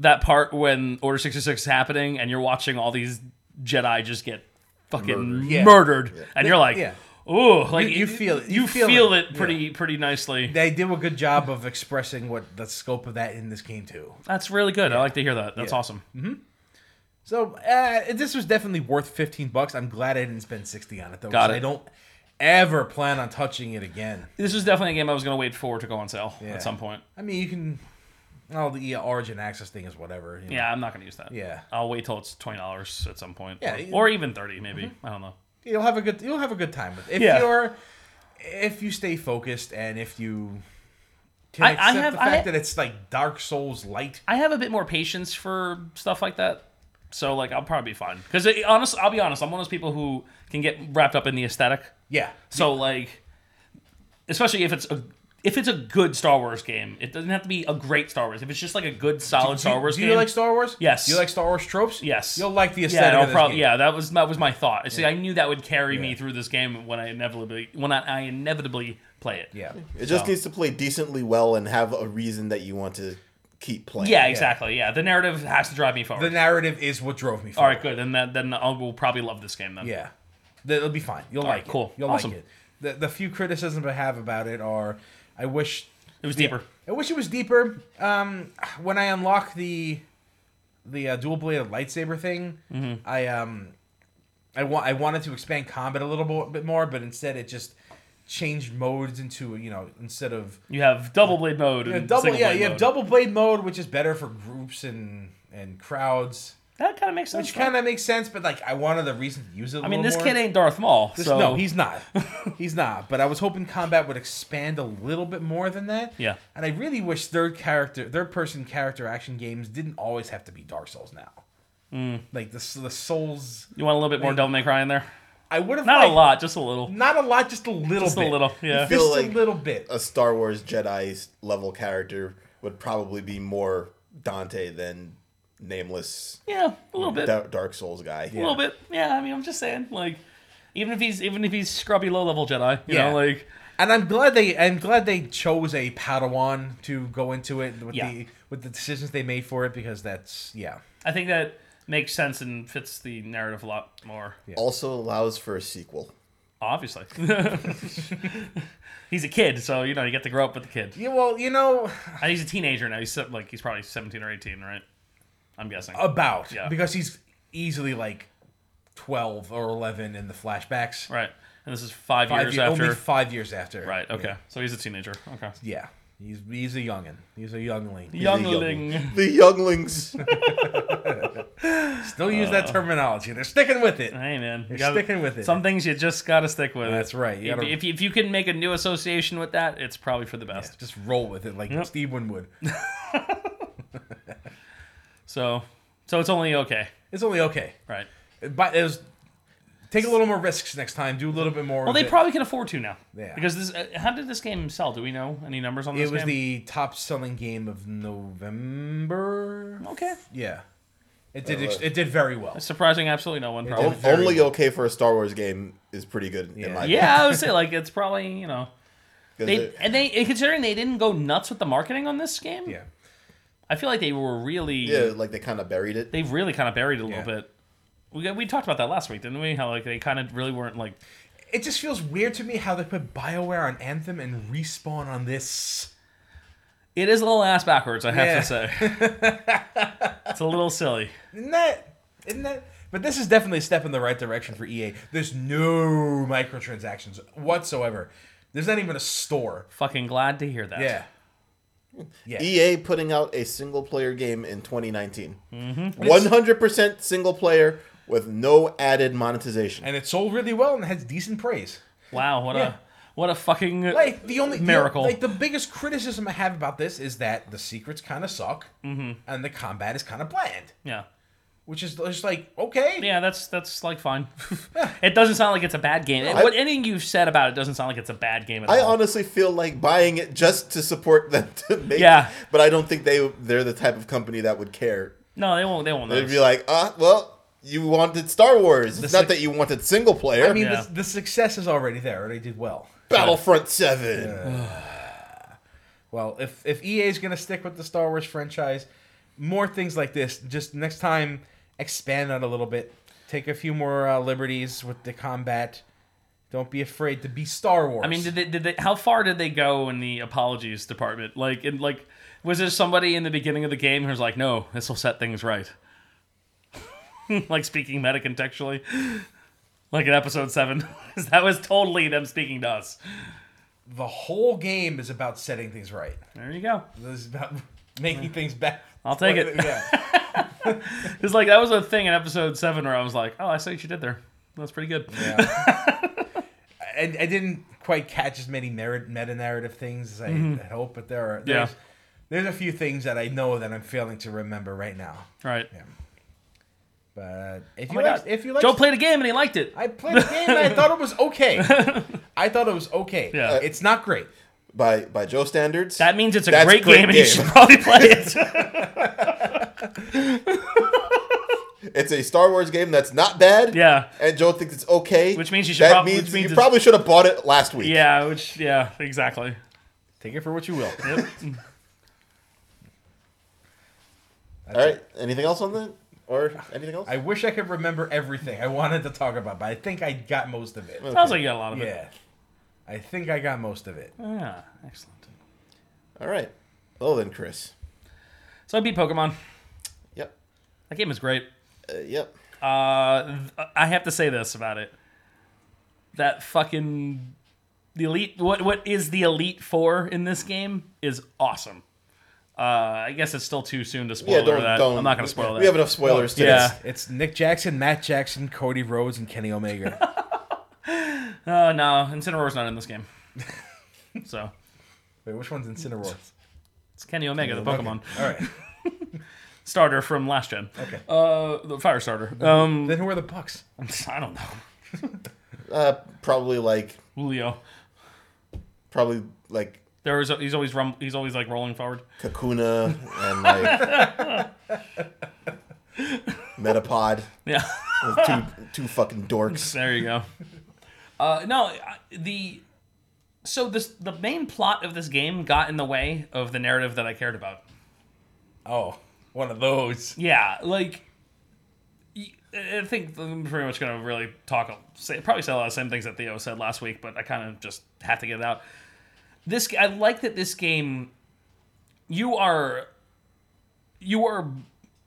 [SPEAKER 4] that part when Order 66 is happening and you're watching all these Jedi just get fucking murdered,
[SPEAKER 3] Yeah.
[SPEAKER 4] and you're like,
[SPEAKER 3] Yeah.
[SPEAKER 4] ooh, like
[SPEAKER 3] You- you feel it.
[SPEAKER 4] You,
[SPEAKER 3] You
[SPEAKER 4] feel,
[SPEAKER 3] feel
[SPEAKER 4] it,
[SPEAKER 3] it.
[SPEAKER 4] pretty pretty nicely.
[SPEAKER 3] they did a good job of expressing what the scope of that in this game too.
[SPEAKER 4] That's really good. I like to hear that. That's awesome.
[SPEAKER 3] So uh, this was definitely worth fifteen bucks. I'm glad I didn't spend sixty on it though.
[SPEAKER 4] Got
[SPEAKER 3] 'cause
[SPEAKER 4] it.
[SPEAKER 3] I don't ever plan on touching it again.
[SPEAKER 4] This is definitely a game I was gonna wait for to go on sale
[SPEAKER 3] Yeah.
[SPEAKER 4] at some point.
[SPEAKER 3] I mean, you can. Oh, the uh, origin access thing is whatever. you know.
[SPEAKER 4] Yeah, I'm not gonna use that.
[SPEAKER 3] Yeah.
[SPEAKER 4] I'll wait till it's twenty dollars at some point.
[SPEAKER 3] Yeah,
[SPEAKER 4] or,
[SPEAKER 3] you- Mm-hmm.
[SPEAKER 4] or even thirty maybe. I don't know.
[SPEAKER 3] You'll have a good. You'll have a good time with it. If
[SPEAKER 4] Yeah.
[SPEAKER 3] you're, if you stay focused and if you can
[SPEAKER 4] I- I
[SPEAKER 3] accept
[SPEAKER 4] have-
[SPEAKER 3] the
[SPEAKER 4] I
[SPEAKER 3] fact
[SPEAKER 4] ha-
[SPEAKER 3] that it's like Dark Souls light.
[SPEAKER 4] I have a bit more patience for stuff like that. So like I'll probably be fine. Because honestly, I'll be honest, I'm one of those people who can get wrapped up in the aesthetic.
[SPEAKER 3] Yeah.
[SPEAKER 4] So like, especially if it's a if it's a good Star Wars game, it doesn't have to be a great Star Wars. If it's just like a good solid Star Wars
[SPEAKER 3] Do
[SPEAKER 4] game,
[SPEAKER 3] you like Star Wars?
[SPEAKER 4] Yes.
[SPEAKER 3] Do you like Star Wars tropes?
[SPEAKER 4] yes,
[SPEAKER 3] You'll like the
[SPEAKER 4] yeah,
[SPEAKER 3] aesthetic.
[SPEAKER 4] I'll
[SPEAKER 3] of this
[SPEAKER 4] prob-
[SPEAKER 3] game.
[SPEAKER 4] yeah. That was that was my thought. See, I knew that would carry me through this game when I inevitably when I, I inevitably play it.
[SPEAKER 3] Yeah.
[SPEAKER 2] It just needs to play decently well and have a reason that you want to keep playing.
[SPEAKER 4] yeah, exactly. Yeah, the narrative has to drive me forward.
[SPEAKER 3] The narrative is what drove me.
[SPEAKER 4] All
[SPEAKER 3] Forward.
[SPEAKER 4] right, good. And that, then I will probably love this game then.
[SPEAKER 3] Yeah, Th- it'll be fine. You'll
[SPEAKER 4] right,
[SPEAKER 3] like it.
[SPEAKER 4] cool.
[SPEAKER 3] You'll
[SPEAKER 4] Awesome.
[SPEAKER 3] like it. The, the few criticisms I have about it are, I wish
[SPEAKER 4] it was deeper.
[SPEAKER 3] I wish it was deeper. Um, when I unlock the the uh, dual bladed lightsaber thing,
[SPEAKER 4] Mm-hmm.
[SPEAKER 3] I um I want I wanted to expand combat a little bo- bit more, but instead it just changed modes into you know instead of
[SPEAKER 4] You have double blade mode.
[SPEAKER 3] you know,
[SPEAKER 4] and
[SPEAKER 3] double
[SPEAKER 4] single
[SPEAKER 3] yeah
[SPEAKER 4] blade
[SPEAKER 3] you have
[SPEAKER 4] mode.
[SPEAKER 3] double blade mode, which is better for groups and and crowds,
[SPEAKER 4] That kind of makes sense.
[SPEAKER 3] which
[SPEAKER 4] though.
[SPEAKER 3] kind of makes sense. But like I wanted the reason to use it. I
[SPEAKER 4] I mean, this kid ain't Darth Maul.
[SPEAKER 3] This-
[SPEAKER 4] so
[SPEAKER 3] no, he's
[SPEAKER 4] <laughs>
[SPEAKER 3] not. he's not. But I was hoping combat would expand a little bit more than that.
[SPEAKER 4] Yeah.
[SPEAKER 3] And I really wish third character, third person character action games didn't always have to be Dark Souls now.
[SPEAKER 4] Mm.
[SPEAKER 3] Like the the Souls,
[SPEAKER 4] You want a little bit more Devil May Cry in there?
[SPEAKER 3] I would have
[SPEAKER 4] Not a
[SPEAKER 3] liked-
[SPEAKER 4] lot, just a little.
[SPEAKER 3] Not a lot, just a little
[SPEAKER 4] Just a
[SPEAKER 3] bit.
[SPEAKER 4] little, yeah.
[SPEAKER 3] Just
[SPEAKER 2] Feel like-
[SPEAKER 3] a little bit.
[SPEAKER 2] A Star Wars Jedi level character would probably be more Dante than nameless
[SPEAKER 4] Yeah, a little bit.
[SPEAKER 2] Da- Dark Souls guy.
[SPEAKER 4] A little bit. Yeah, I mean, I'm just saying, like, even if he's even if he's scrubby low level Jedi, you
[SPEAKER 3] Yeah.
[SPEAKER 4] know, like,
[SPEAKER 3] And I'm glad they I'm glad they chose a Padawan to go into it with
[SPEAKER 4] Yeah.
[SPEAKER 3] the with the decisions they made for it because that's yeah.
[SPEAKER 4] I think that makes sense and fits the narrative a lot more.
[SPEAKER 2] Also allows for a sequel.
[SPEAKER 4] Obviously, <laughs> he's a kid, so you know you get to grow up with the kid.
[SPEAKER 3] Yeah, well, you know,
[SPEAKER 4] And he's a teenager now. He's se- like he's probably 17 or 18, right? I'm guessing.
[SPEAKER 3] Oh. about
[SPEAKER 4] Yeah.
[SPEAKER 3] because he's easily like 12 or 11 in the flashbacks
[SPEAKER 4] right. And this is five,
[SPEAKER 3] five
[SPEAKER 4] years
[SPEAKER 3] ye- oh,
[SPEAKER 4] after.
[SPEAKER 3] only five years after
[SPEAKER 4] right. Okay. So he's a teenager. Okay.
[SPEAKER 3] yeah he's he's a youngin he's a youngling
[SPEAKER 4] Youngling.
[SPEAKER 2] The younglings.
[SPEAKER 3] still use
[SPEAKER 4] Uh.
[SPEAKER 3] that terminology they're sticking with it
[SPEAKER 4] Hey man, you
[SPEAKER 3] sticking with it.
[SPEAKER 4] Some things you just gotta stick with.
[SPEAKER 3] That's right, you
[SPEAKER 4] If,
[SPEAKER 3] gotta-
[SPEAKER 4] if, you, if you can make a new association with that, it's probably for the best.
[SPEAKER 3] just roll with it like Steve Winwood
[SPEAKER 4] So So it's only okay,
[SPEAKER 3] It's only okay.
[SPEAKER 4] right?
[SPEAKER 3] But it was, take a little more risks next time. Do a little bit more.
[SPEAKER 4] Well,
[SPEAKER 3] of
[SPEAKER 4] they
[SPEAKER 3] it.
[SPEAKER 4] probably can afford to now.
[SPEAKER 3] Yeah.
[SPEAKER 4] Because this, uh, how did this game sell? Do we know any numbers on this
[SPEAKER 3] It was
[SPEAKER 4] game?
[SPEAKER 3] the top selling game of November.
[SPEAKER 4] okay.
[SPEAKER 3] Yeah, it did. Ex- it did very well.
[SPEAKER 4] Surprising, absolutely no one.
[SPEAKER 2] O-
[SPEAKER 4] Probably.
[SPEAKER 3] did very
[SPEAKER 2] Only
[SPEAKER 3] well.
[SPEAKER 2] okay for a Star Wars game is pretty good in my
[SPEAKER 4] Yeah, I would say like it's probably you know
[SPEAKER 2] opinion. 'Cause
[SPEAKER 4] they
[SPEAKER 2] it-
[SPEAKER 4] and they and considering they didn't go nuts with the marketing on this game.
[SPEAKER 3] Yeah,
[SPEAKER 4] I feel like they were really
[SPEAKER 2] yeah, like they kind of buried it.
[SPEAKER 4] they've really kind of buried it a little
[SPEAKER 3] Yeah.
[SPEAKER 4] bit. We got- we talked about that last week, didn't we? How like they kind of really weren't like
[SPEAKER 3] it just feels weird to me how they put Bioware on Anthem and respawn on this.
[SPEAKER 4] it is a little ass backwards. I have
[SPEAKER 3] Yeah.
[SPEAKER 4] to say,
[SPEAKER 3] <laughs>
[SPEAKER 4] it's a little silly.
[SPEAKER 3] Isn't that? Isn't that? But this is definitely a step in the right direction for EA. There's no microtransactions whatsoever. There's not even a store.
[SPEAKER 4] Fucking glad to hear that.
[SPEAKER 3] Yeah.
[SPEAKER 2] EA putting out E a single player game in 2019.
[SPEAKER 4] Mm-hmm.
[SPEAKER 2] 100% single player with no added monetization.
[SPEAKER 3] And it sold really well and has decent praise.
[SPEAKER 4] Wow. What
[SPEAKER 3] Yeah.
[SPEAKER 4] a what a fucking
[SPEAKER 3] Like the only the-
[SPEAKER 4] Miracle.
[SPEAKER 3] like the biggest criticism I have about this is that the secrets kind of suck,
[SPEAKER 4] Mm-hmm.
[SPEAKER 3] and the combat is kind of bland.
[SPEAKER 4] yeah.
[SPEAKER 3] Which is just like okay,
[SPEAKER 4] Yeah, that's that's like fine. <laughs> it doesn't sound like it's a bad game. what anything you've said about it doesn't sound like it's a bad game at
[SPEAKER 2] I
[SPEAKER 4] all.
[SPEAKER 2] honestly feel like buying it just to support them <laughs> to make
[SPEAKER 4] Yeah.
[SPEAKER 2] but I don't think they they're the type of company that would care.
[SPEAKER 4] no, they won't. They won't.
[SPEAKER 2] They'd
[SPEAKER 4] Notice.
[SPEAKER 2] be like, "Ah, well, you wanted Star Wars. It's
[SPEAKER 3] The
[SPEAKER 2] not
[SPEAKER 3] six-
[SPEAKER 2] that you wanted single player.
[SPEAKER 3] I mean
[SPEAKER 4] Yeah.
[SPEAKER 3] the, the success is already there. They did well.
[SPEAKER 2] Battlefront 7."
[SPEAKER 3] Well, if if EA is gonna stick with the Star Wars franchise, more things like this. Just next time, expand on it a little bit. Take a few more uh, liberties with the combat. Don't be afraid to be Star Wars.
[SPEAKER 4] I mean, did they, did they? How far did they go in the apologies department? Like, and like, was there somebody in the beginning of the game who's like, "No, this will set things right," <laughs> like speaking meta contextually, like in episode seven? <laughs> 'Cause that was totally them speaking to us.
[SPEAKER 3] the whole game is about setting things right.
[SPEAKER 4] There you go.
[SPEAKER 3] This is about <laughs> making things better.
[SPEAKER 4] I'll take it. <laughs>
[SPEAKER 3] Yeah.
[SPEAKER 4] It's like that was a thing in episode seven where I was like, "Oh, I see what you did there. That's pretty good."
[SPEAKER 3] I, I didn't quite catch as many merit, meta narrative things as I had hoped, but there are
[SPEAKER 4] Mm-hmm. Yeah.
[SPEAKER 3] there's, there's a few things that I know that I'm failing to remember right now.
[SPEAKER 4] Right.
[SPEAKER 3] But if
[SPEAKER 4] Oh
[SPEAKER 3] you
[SPEAKER 4] my
[SPEAKER 3] like,
[SPEAKER 4] God.
[SPEAKER 3] if you like
[SPEAKER 4] Joe played a game and he liked it.
[SPEAKER 3] I played the game and I thought it was
[SPEAKER 4] <laughs>
[SPEAKER 3] okay. I thought it was okay.
[SPEAKER 4] Yeah.
[SPEAKER 3] It's not great.
[SPEAKER 2] By by Joe standards.
[SPEAKER 4] That means it's a
[SPEAKER 2] That's
[SPEAKER 4] great,
[SPEAKER 2] great
[SPEAKER 4] game, and you
[SPEAKER 2] game.
[SPEAKER 4] should probably
[SPEAKER 2] <laughs>
[SPEAKER 4] play it.
[SPEAKER 2] It's a Star Wars game that's not bad.
[SPEAKER 4] yeah.
[SPEAKER 2] And Joe thinks it's okay.
[SPEAKER 4] Which means you should prob- which means
[SPEAKER 2] you
[SPEAKER 4] it's-
[SPEAKER 2] probably should have bought it last week.
[SPEAKER 4] Yeah, which yeah, exactly.
[SPEAKER 3] Take it for what you will.
[SPEAKER 4] Yep.
[SPEAKER 2] All right. Anything else on that? Or anything else?
[SPEAKER 3] I wish I could remember everything I wanted to talk about, but I think I got most of it.
[SPEAKER 4] Sounds like you got a lot of it.
[SPEAKER 3] Yeah. I think I got most of it.
[SPEAKER 4] Yeah, Ah, excellent.
[SPEAKER 2] All right. Well then, Chris.
[SPEAKER 4] So I beat Pokemon.
[SPEAKER 2] Yep.
[SPEAKER 4] That game is great.
[SPEAKER 2] Uh, yep.
[SPEAKER 4] Uh, th- I have to say this about it. That fucking the elite. What what is the elite four in this game is awesome. Uh, I guess it's still too soon to spoil that. I'm not going to
[SPEAKER 2] we,
[SPEAKER 4] spoil that.
[SPEAKER 2] We have enough spoilers to
[SPEAKER 4] Yeah.
[SPEAKER 2] this.
[SPEAKER 3] It's Nick Jackson, Matt Jackson, Cody Rhodes, and Kenny Omega.
[SPEAKER 4] Oh no, Incineroar's not in this game. so
[SPEAKER 3] Wait, which one's Incineroar?
[SPEAKER 4] <laughs> it's Kenny Omega, the Pokemon
[SPEAKER 3] All right.
[SPEAKER 4] starter from last gen.
[SPEAKER 3] Okay.
[SPEAKER 4] Uh, the fire starter. Um, <laughs>
[SPEAKER 3] Then who are the Bucks?
[SPEAKER 4] I don't know.
[SPEAKER 2] Uh, probably like
[SPEAKER 4] Julio.
[SPEAKER 2] probably like
[SPEAKER 4] There is he's always rum, he's always like rolling forward.
[SPEAKER 2] Kakuna and like
[SPEAKER 4] <laughs>
[SPEAKER 2] Metapod.
[SPEAKER 4] Yeah, <laughs>
[SPEAKER 2] Those two two fucking dorks.
[SPEAKER 4] there you go. <laughs> Uh, no, I- the so this the main plot of this game got in the way of the narrative that I cared about.
[SPEAKER 3] Oh, one of those.
[SPEAKER 4] Yeah, like y- I think I'm pretty much gonna really talk say, probably say a lot of the same things that Theo said last week, but I kind of just have to get it out. This I like that this game you are you are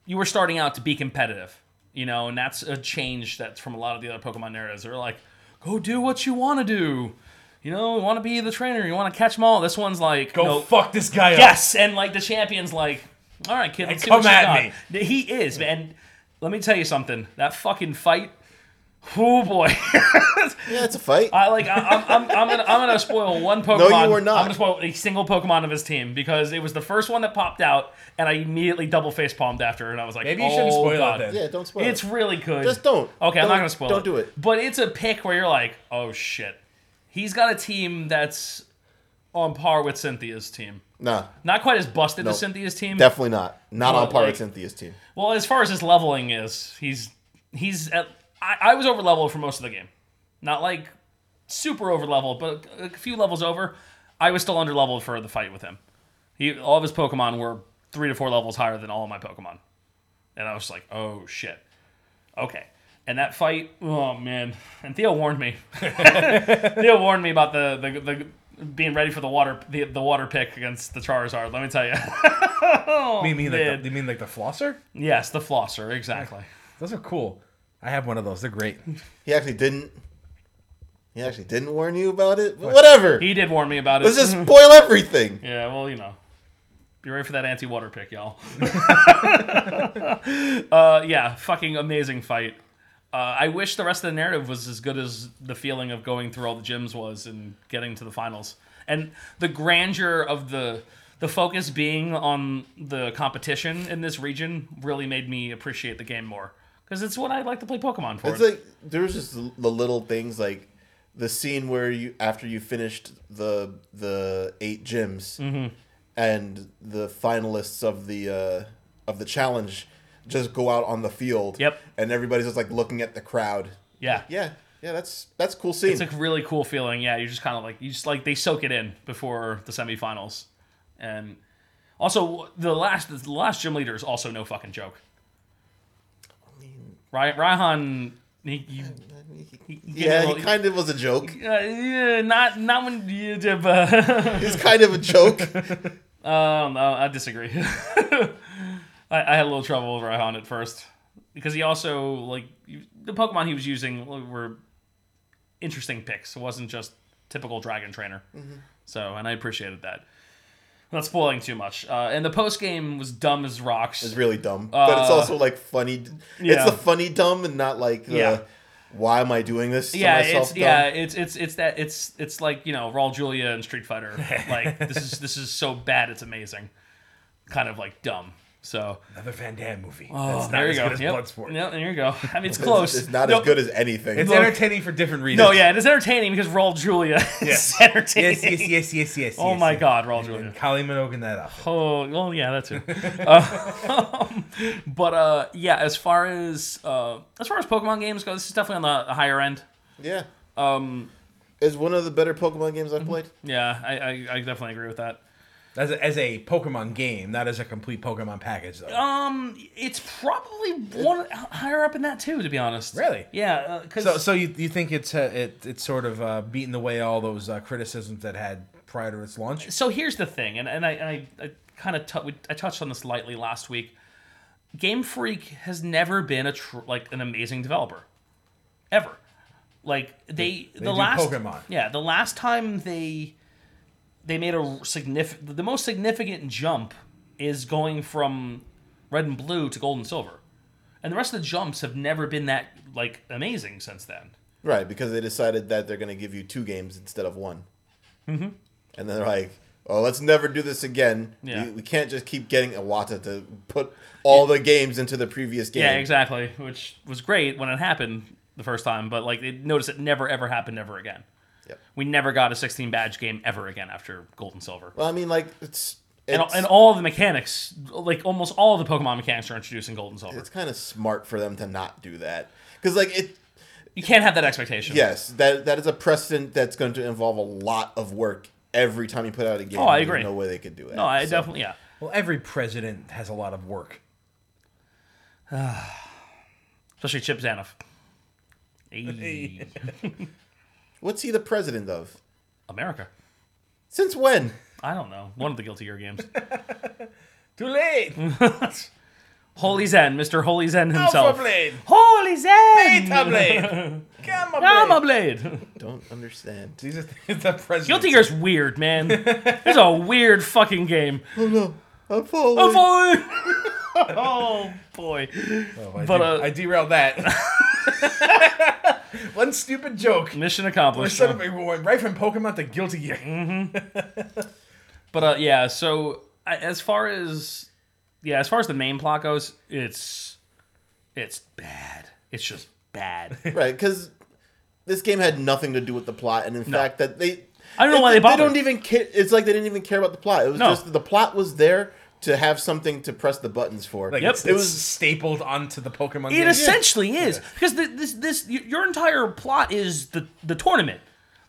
[SPEAKER 4] you were starting out to be competitive, you know, and that's a change that's from a lot of the other Pokemon narratives. They're like, go do what you want to do. You know, you want to be the trainer, you want to catch them all. This one's like,
[SPEAKER 3] Go
[SPEAKER 4] no,
[SPEAKER 3] fuck this guy up.
[SPEAKER 4] Yes, and like the champion's like, all right, kid, let's see
[SPEAKER 3] come
[SPEAKER 4] what you
[SPEAKER 3] at
[SPEAKER 4] got." He is, man. Let me tell you something. That fucking fight Oh boy. <laughs>
[SPEAKER 2] Yeah, it's a fight.
[SPEAKER 4] I like. I, I'm, I'm, I'm gonna. I'm gonna spoil one Pokemon.
[SPEAKER 2] are not.
[SPEAKER 4] I'm gonna spoil a single Pokemon of his team because it was the first one that popped out, and I immediately double face palmed after, and I was like,
[SPEAKER 3] Maybe you shouldn't
[SPEAKER 4] "Oh,
[SPEAKER 3] spoil it
[SPEAKER 4] God."
[SPEAKER 3] then.
[SPEAKER 2] yeah, don't spoil
[SPEAKER 4] It's
[SPEAKER 2] it.
[SPEAKER 4] really good.
[SPEAKER 2] Just don't.
[SPEAKER 4] Okay, I'm
[SPEAKER 2] Don't-
[SPEAKER 4] not gonna spoil.
[SPEAKER 2] Don't do it.
[SPEAKER 4] But it's a pick where you're like, oh shit, he's got a team that's on par with Cynthia's team.
[SPEAKER 2] Nah,
[SPEAKER 4] Not quite as busted
[SPEAKER 2] No.
[SPEAKER 4] as Cynthia's team.
[SPEAKER 2] definitely not. Not on
[SPEAKER 4] But,
[SPEAKER 2] par
[SPEAKER 4] like-
[SPEAKER 2] with Cynthia's team.
[SPEAKER 4] well, as far as his leveling is, he's he's at. I, I was over leveled for most of the game, not like super over leveled, but a, a few levels over. I was still under leveled for the fight with him. He all of his Pokemon were three to four levels higher than all of my Pokemon, and I was like, oh shit, okay. And that fight, oh man! And Theo warned me. <laughs> Theo warned me about the the, the being ready for the water the, the water pick against the Charizard. Let me tell you.
[SPEAKER 3] you mean like
[SPEAKER 4] man.
[SPEAKER 3] the, you mean like the flosser?
[SPEAKER 4] yes, the flosser exactly.
[SPEAKER 3] Those are cool. I have one of those. They're great.
[SPEAKER 2] He actually didn't. He actually didn't warn you about it. But whatever.
[SPEAKER 4] He did warn me about it.
[SPEAKER 2] Let's
[SPEAKER 4] <laughs>
[SPEAKER 2] just spoil everything.
[SPEAKER 4] Yeah, well, you know. Be ready for that anti water
[SPEAKER 2] <laughs>
[SPEAKER 4] pick, y'all. uh, yeah, fucking amazing fight. Uh, I wish the rest of the narrative was as good as the feeling of going through all the gyms was and getting to the finals. And the grandeur of the the focus being on the competition in this region really made me appreciate the game more because it's what I like to play Pokemon for.
[SPEAKER 2] It's like there's just the the little things like the scene where you after you finished the the eight gyms
[SPEAKER 4] Mm-hmm.
[SPEAKER 2] and the finalists of the uh, of the challenge just go out on the field.
[SPEAKER 4] Yep.
[SPEAKER 2] And everybody's just like looking at the crowd.
[SPEAKER 4] yeah,
[SPEAKER 2] Yeah, yeah, that's that's cool scene.
[SPEAKER 4] It's a really cool feeling. Yeah, you're just kind of like you just like they soak it in before the semifinals, and also the last the last gym leader is also no fucking joke. Ryan Raihan, he, you,
[SPEAKER 2] yeah, he kind of was a
[SPEAKER 4] <laughs>
[SPEAKER 2] joke.
[SPEAKER 4] uh, yeah, not not when you did, uh, <laughs> but
[SPEAKER 2] It's kind of a joke.
[SPEAKER 4] Um, no, I disagree. <laughs> I, I had a little trouble with Raihan at first because he also like you- the Pokemon he was using were interesting picks. It wasn't just typical Dragon Trainer. So, and I appreciated that. Not spoiling too much. Uh, and the post game was dumb as rocks.
[SPEAKER 2] It's really dumb, but it's
[SPEAKER 4] Uh,
[SPEAKER 2] also like funny.
[SPEAKER 4] yeah.
[SPEAKER 2] It's the funny dumb and not like the
[SPEAKER 4] Yeah.
[SPEAKER 2] why am I doing this to
[SPEAKER 4] yeah,
[SPEAKER 2] myself
[SPEAKER 4] it's
[SPEAKER 2] dumb.
[SPEAKER 4] yeah, it's it's it's that it's it's like you know Raul Julia and Street Fighter. Like this is this is so bad, it's amazing. Kind of like dumb. So
[SPEAKER 3] Another Van Damme movie.
[SPEAKER 4] oh,
[SPEAKER 3] That's not
[SPEAKER 4] there you
[SPEAKER 3] as
[SPEAKER 4] go.
[SPEAKER 3] good as
[SPEAKER 4] Yep.
[SPEAKER 3] Bloodsport.
[SPEAKER 4] Yep, there you go. I mean, it's close.
[SPEAKER 2] It's not
[SPEAKER 4] Nope.
[SPEAKER 2] as good as anything.
[SPEAKER 3] It's
[SPEAKER 4] Look.
[SPEAKER 3] entertaining for different reasons.
[SPEAKER 4] No, yeah, it is entertaining because Raul Julia
[SPEAKER 3] Yes.
[SPEAKER 4] is <laughs> entertaining.
[SPEAKER 3] Yes, yes, yes, yes, yes.
[SPEAKER 4] Oh
[SPEAKER 3] yes,
[SPEAKER 4] my
[SPEAKER 3] yes.
[SPEAKER 4] God, Raul Julia.
[SPEAKER 3] And Kylie Minogue in that outfit.
[SPEAKER 4] Oh, well, yeah,
[SPEAKER 3] <laughs>
[SPEAKER 4] that too. Uh, <laughs> but uh, yeah, as far as uh, as far as Pokemon games go, this is definitely on the, the higher end.
[SPEAKER 2] yeah.
[SPEAKER 4] Um, Mm-hmm.
[SPEAKER 2] It's one of the better Pokemon games I've played.
[SPEAKER 4] yeah, I, I, I definitely agree with that.
[SPEAKER 3] As a, as a Pokemon game, not as a complete Pokemon package though.
[SPEAKER 4] Um, it's probably one higher up in that too, to be honest.
[SPEAKER 3] Really?
[SPEAKER 4] Yeah, uh, because
[SPEAKER 3] so so you, you think it's uh, it it's sort of uh, beaten away all those uh, criticisms that had prior to its launch?
[SPEAKER 4] so here's the thing, and, and I, and I, I kind of t- I touched on this lightly last week. Game Freak has never been a tr- like an amazing developer, ever. Like they, the
[SPEAKER 3] do
[SPEAKER 4] last
[SPEAKER 3] Pokemon.
[SPEAKER 4] yeah the last time they they made a significant the most significant jump is going from red and blue to gold and silver, and the rest of the jumps have never been that like amazing since then.
[SPEAKER 2] Right, because they decided that they're going to give you two games instead of one. Mm-hmm. And then they're like, oh, let's never do this again.
[SPEAKER 4] Yeah.
[SPEAKER 2] We, we can't just keep getting Iwata to put all the games into the previous game.
[SPEAKER 4] Yeah, exactly. Which was great when it happened the first time, but like they noticed it never ever happened ever again.
[SPEAKER 2] Yep.
[SPEAKER 4] We never got a 16 badge game ever again after Gold and Silver.
[SPEAKER 2] Well, I mean, like, it's. It's,
[SPEAKER 4] and, and all the mechanics, like almost all of the Pokemon mechanics, are introduced in Gold and Silver.
[SPEAKER 2] it's kind of smart for them to not do that. Because, like, it.
[SPEAKER 4] You can't have that expectation.
[SPEAKER 2] Yes, that that is a precedent that's going to involve a lot of work every time you put out a game.
[SPEAKER 4] Oh, I
[SPEAKER 2] There's
[SPEAKER 4] agree.
[SPEAKER 2] no way they could do that.
[SPEAKER 4] No, I
[SPEAKER 2] So,
[SPEAKER 4] definitely, yeah.
[SPEAKER 3] Well, every president has a lot of work.
[SPEAKER 4] Especially Chip Zanoff. Hey.
[SPEAKER 2] What's he the president of?
[SPEAKER 4] America.
[SPEAKER 2] Since when?
[SPEAKER 4] I don't know. One of the Guilty Gear games.
[SPEAKER 3] Too late.
[SPEAKER 4] Mm-hmm. Holy Zen, Mr. Holy Zen himself.
[SPEAKER 3] Blade.
[SPEAKER 4] Holy Zen! <laughs>
[SPEAKER 3] Blade. Gamma
[SPEAKER 4] Gamma Blade!
[SPEAKER 2] Don't understand.
[SPEAKER 3] These <laughs> are things the president.
[SPEAKER 4] Guilty Gear's weird, man. It's a weird fucking game.
[SPEAKER 2] I'm falling.
[SPEAKER 4] <laughs> Oh boy.
[SPEAKER 3] Oh, I,
[SPEAKER 4] But,
[SPEAKER 3] de-
[SPEAKER 4] uh, <laughs>
[SPEAKER 3] I derailed that. <laughs> One stupid joke.
[SPEAKER 4] Mission
[SPEAKER 3] We're
[SPEAKER 4] accomplished.
[SPEAKER 3] suddenly we went right from Pokemon to Guilty Gear.
[SPEAKER 4] But uh, yeah, so I, as far as yeah, as far as the main plot goes, it's it's bad. It's just bad.
[SPEAKER 2] right? Because this game had nothing to do with the plot, and in fact, that they
[SPEAKER 4] I don't know
[SPEAKER 2] it-
[SPEAKER 4] why they bothered.
[SPEAKER 2] don't even care. It's like they didn't even care about the plot. It was
[SPEAKER 4] No.
[SPEAKER 2] just that the plot was there to have something to press the buttons for.
[SPEAKER 3] Like
[SPEAKER 4] Yep.
[SPEAKER 3] it's,
[SPEAKER 4] It
[SPEAKER 3] it
[SPEAKER 4] was-
[SPEAKER 3] was stapled onto the Pokemon.
[SPEAKER 4] It
[SPEAKER 3] game.
[SPEAKER 4] essentially is because the, this this y- your entire plot is the the tournament.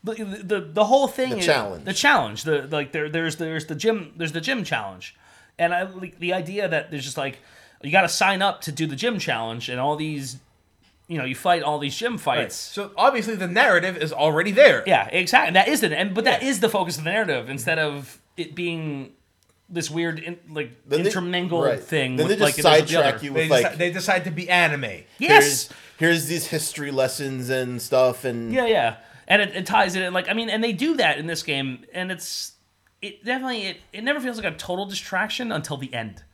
[SPEAKER 4] The, the, the whole thing the is
[SPEAKER 2] challenge.
[SPEAKER 4] the challenge the like there there's there's the gym there's the gym challenge and i like the idea that there's just like you got to sign up to do the gym challenge and all these you know you fight all these gym fights
[SPEAKER 3] So obviously the narrative is already there.
[SPEAKER 4] yeah exactly and that is the and but that is the focus of the narrative instead of it being this weird in, like
[SPEAKER 2] Then they-
[SPEAKER 4] intermingled
[SPEAKER 2] right.
[SPEAKER 4] thing
[SPEAKER 2] Then
[SPEAKER 4] with,
[SPEAKER 2] they just
[SPEAKER 4] like, it is with the
[SPEAKER 2] sidetrack
[SPEAKER 4] other.
[SPEAKER 2] you
[SPEAKER 3] They,
[SPEAKER 2] with
[SPEAKER 3] deci-
[SPEAKER 2] like
[SPEAKER 3] they decide to be anime.
[SPEAKER 4] yes
[SPEAKER 2] Here's, here's these history lessons and stuff, and
[SPEAKER 4] Yeah, yeah, and it, it ties it in. Like, I mean, and they do that in this game, and it's it definitely it, it never feels like a total distraction until the end.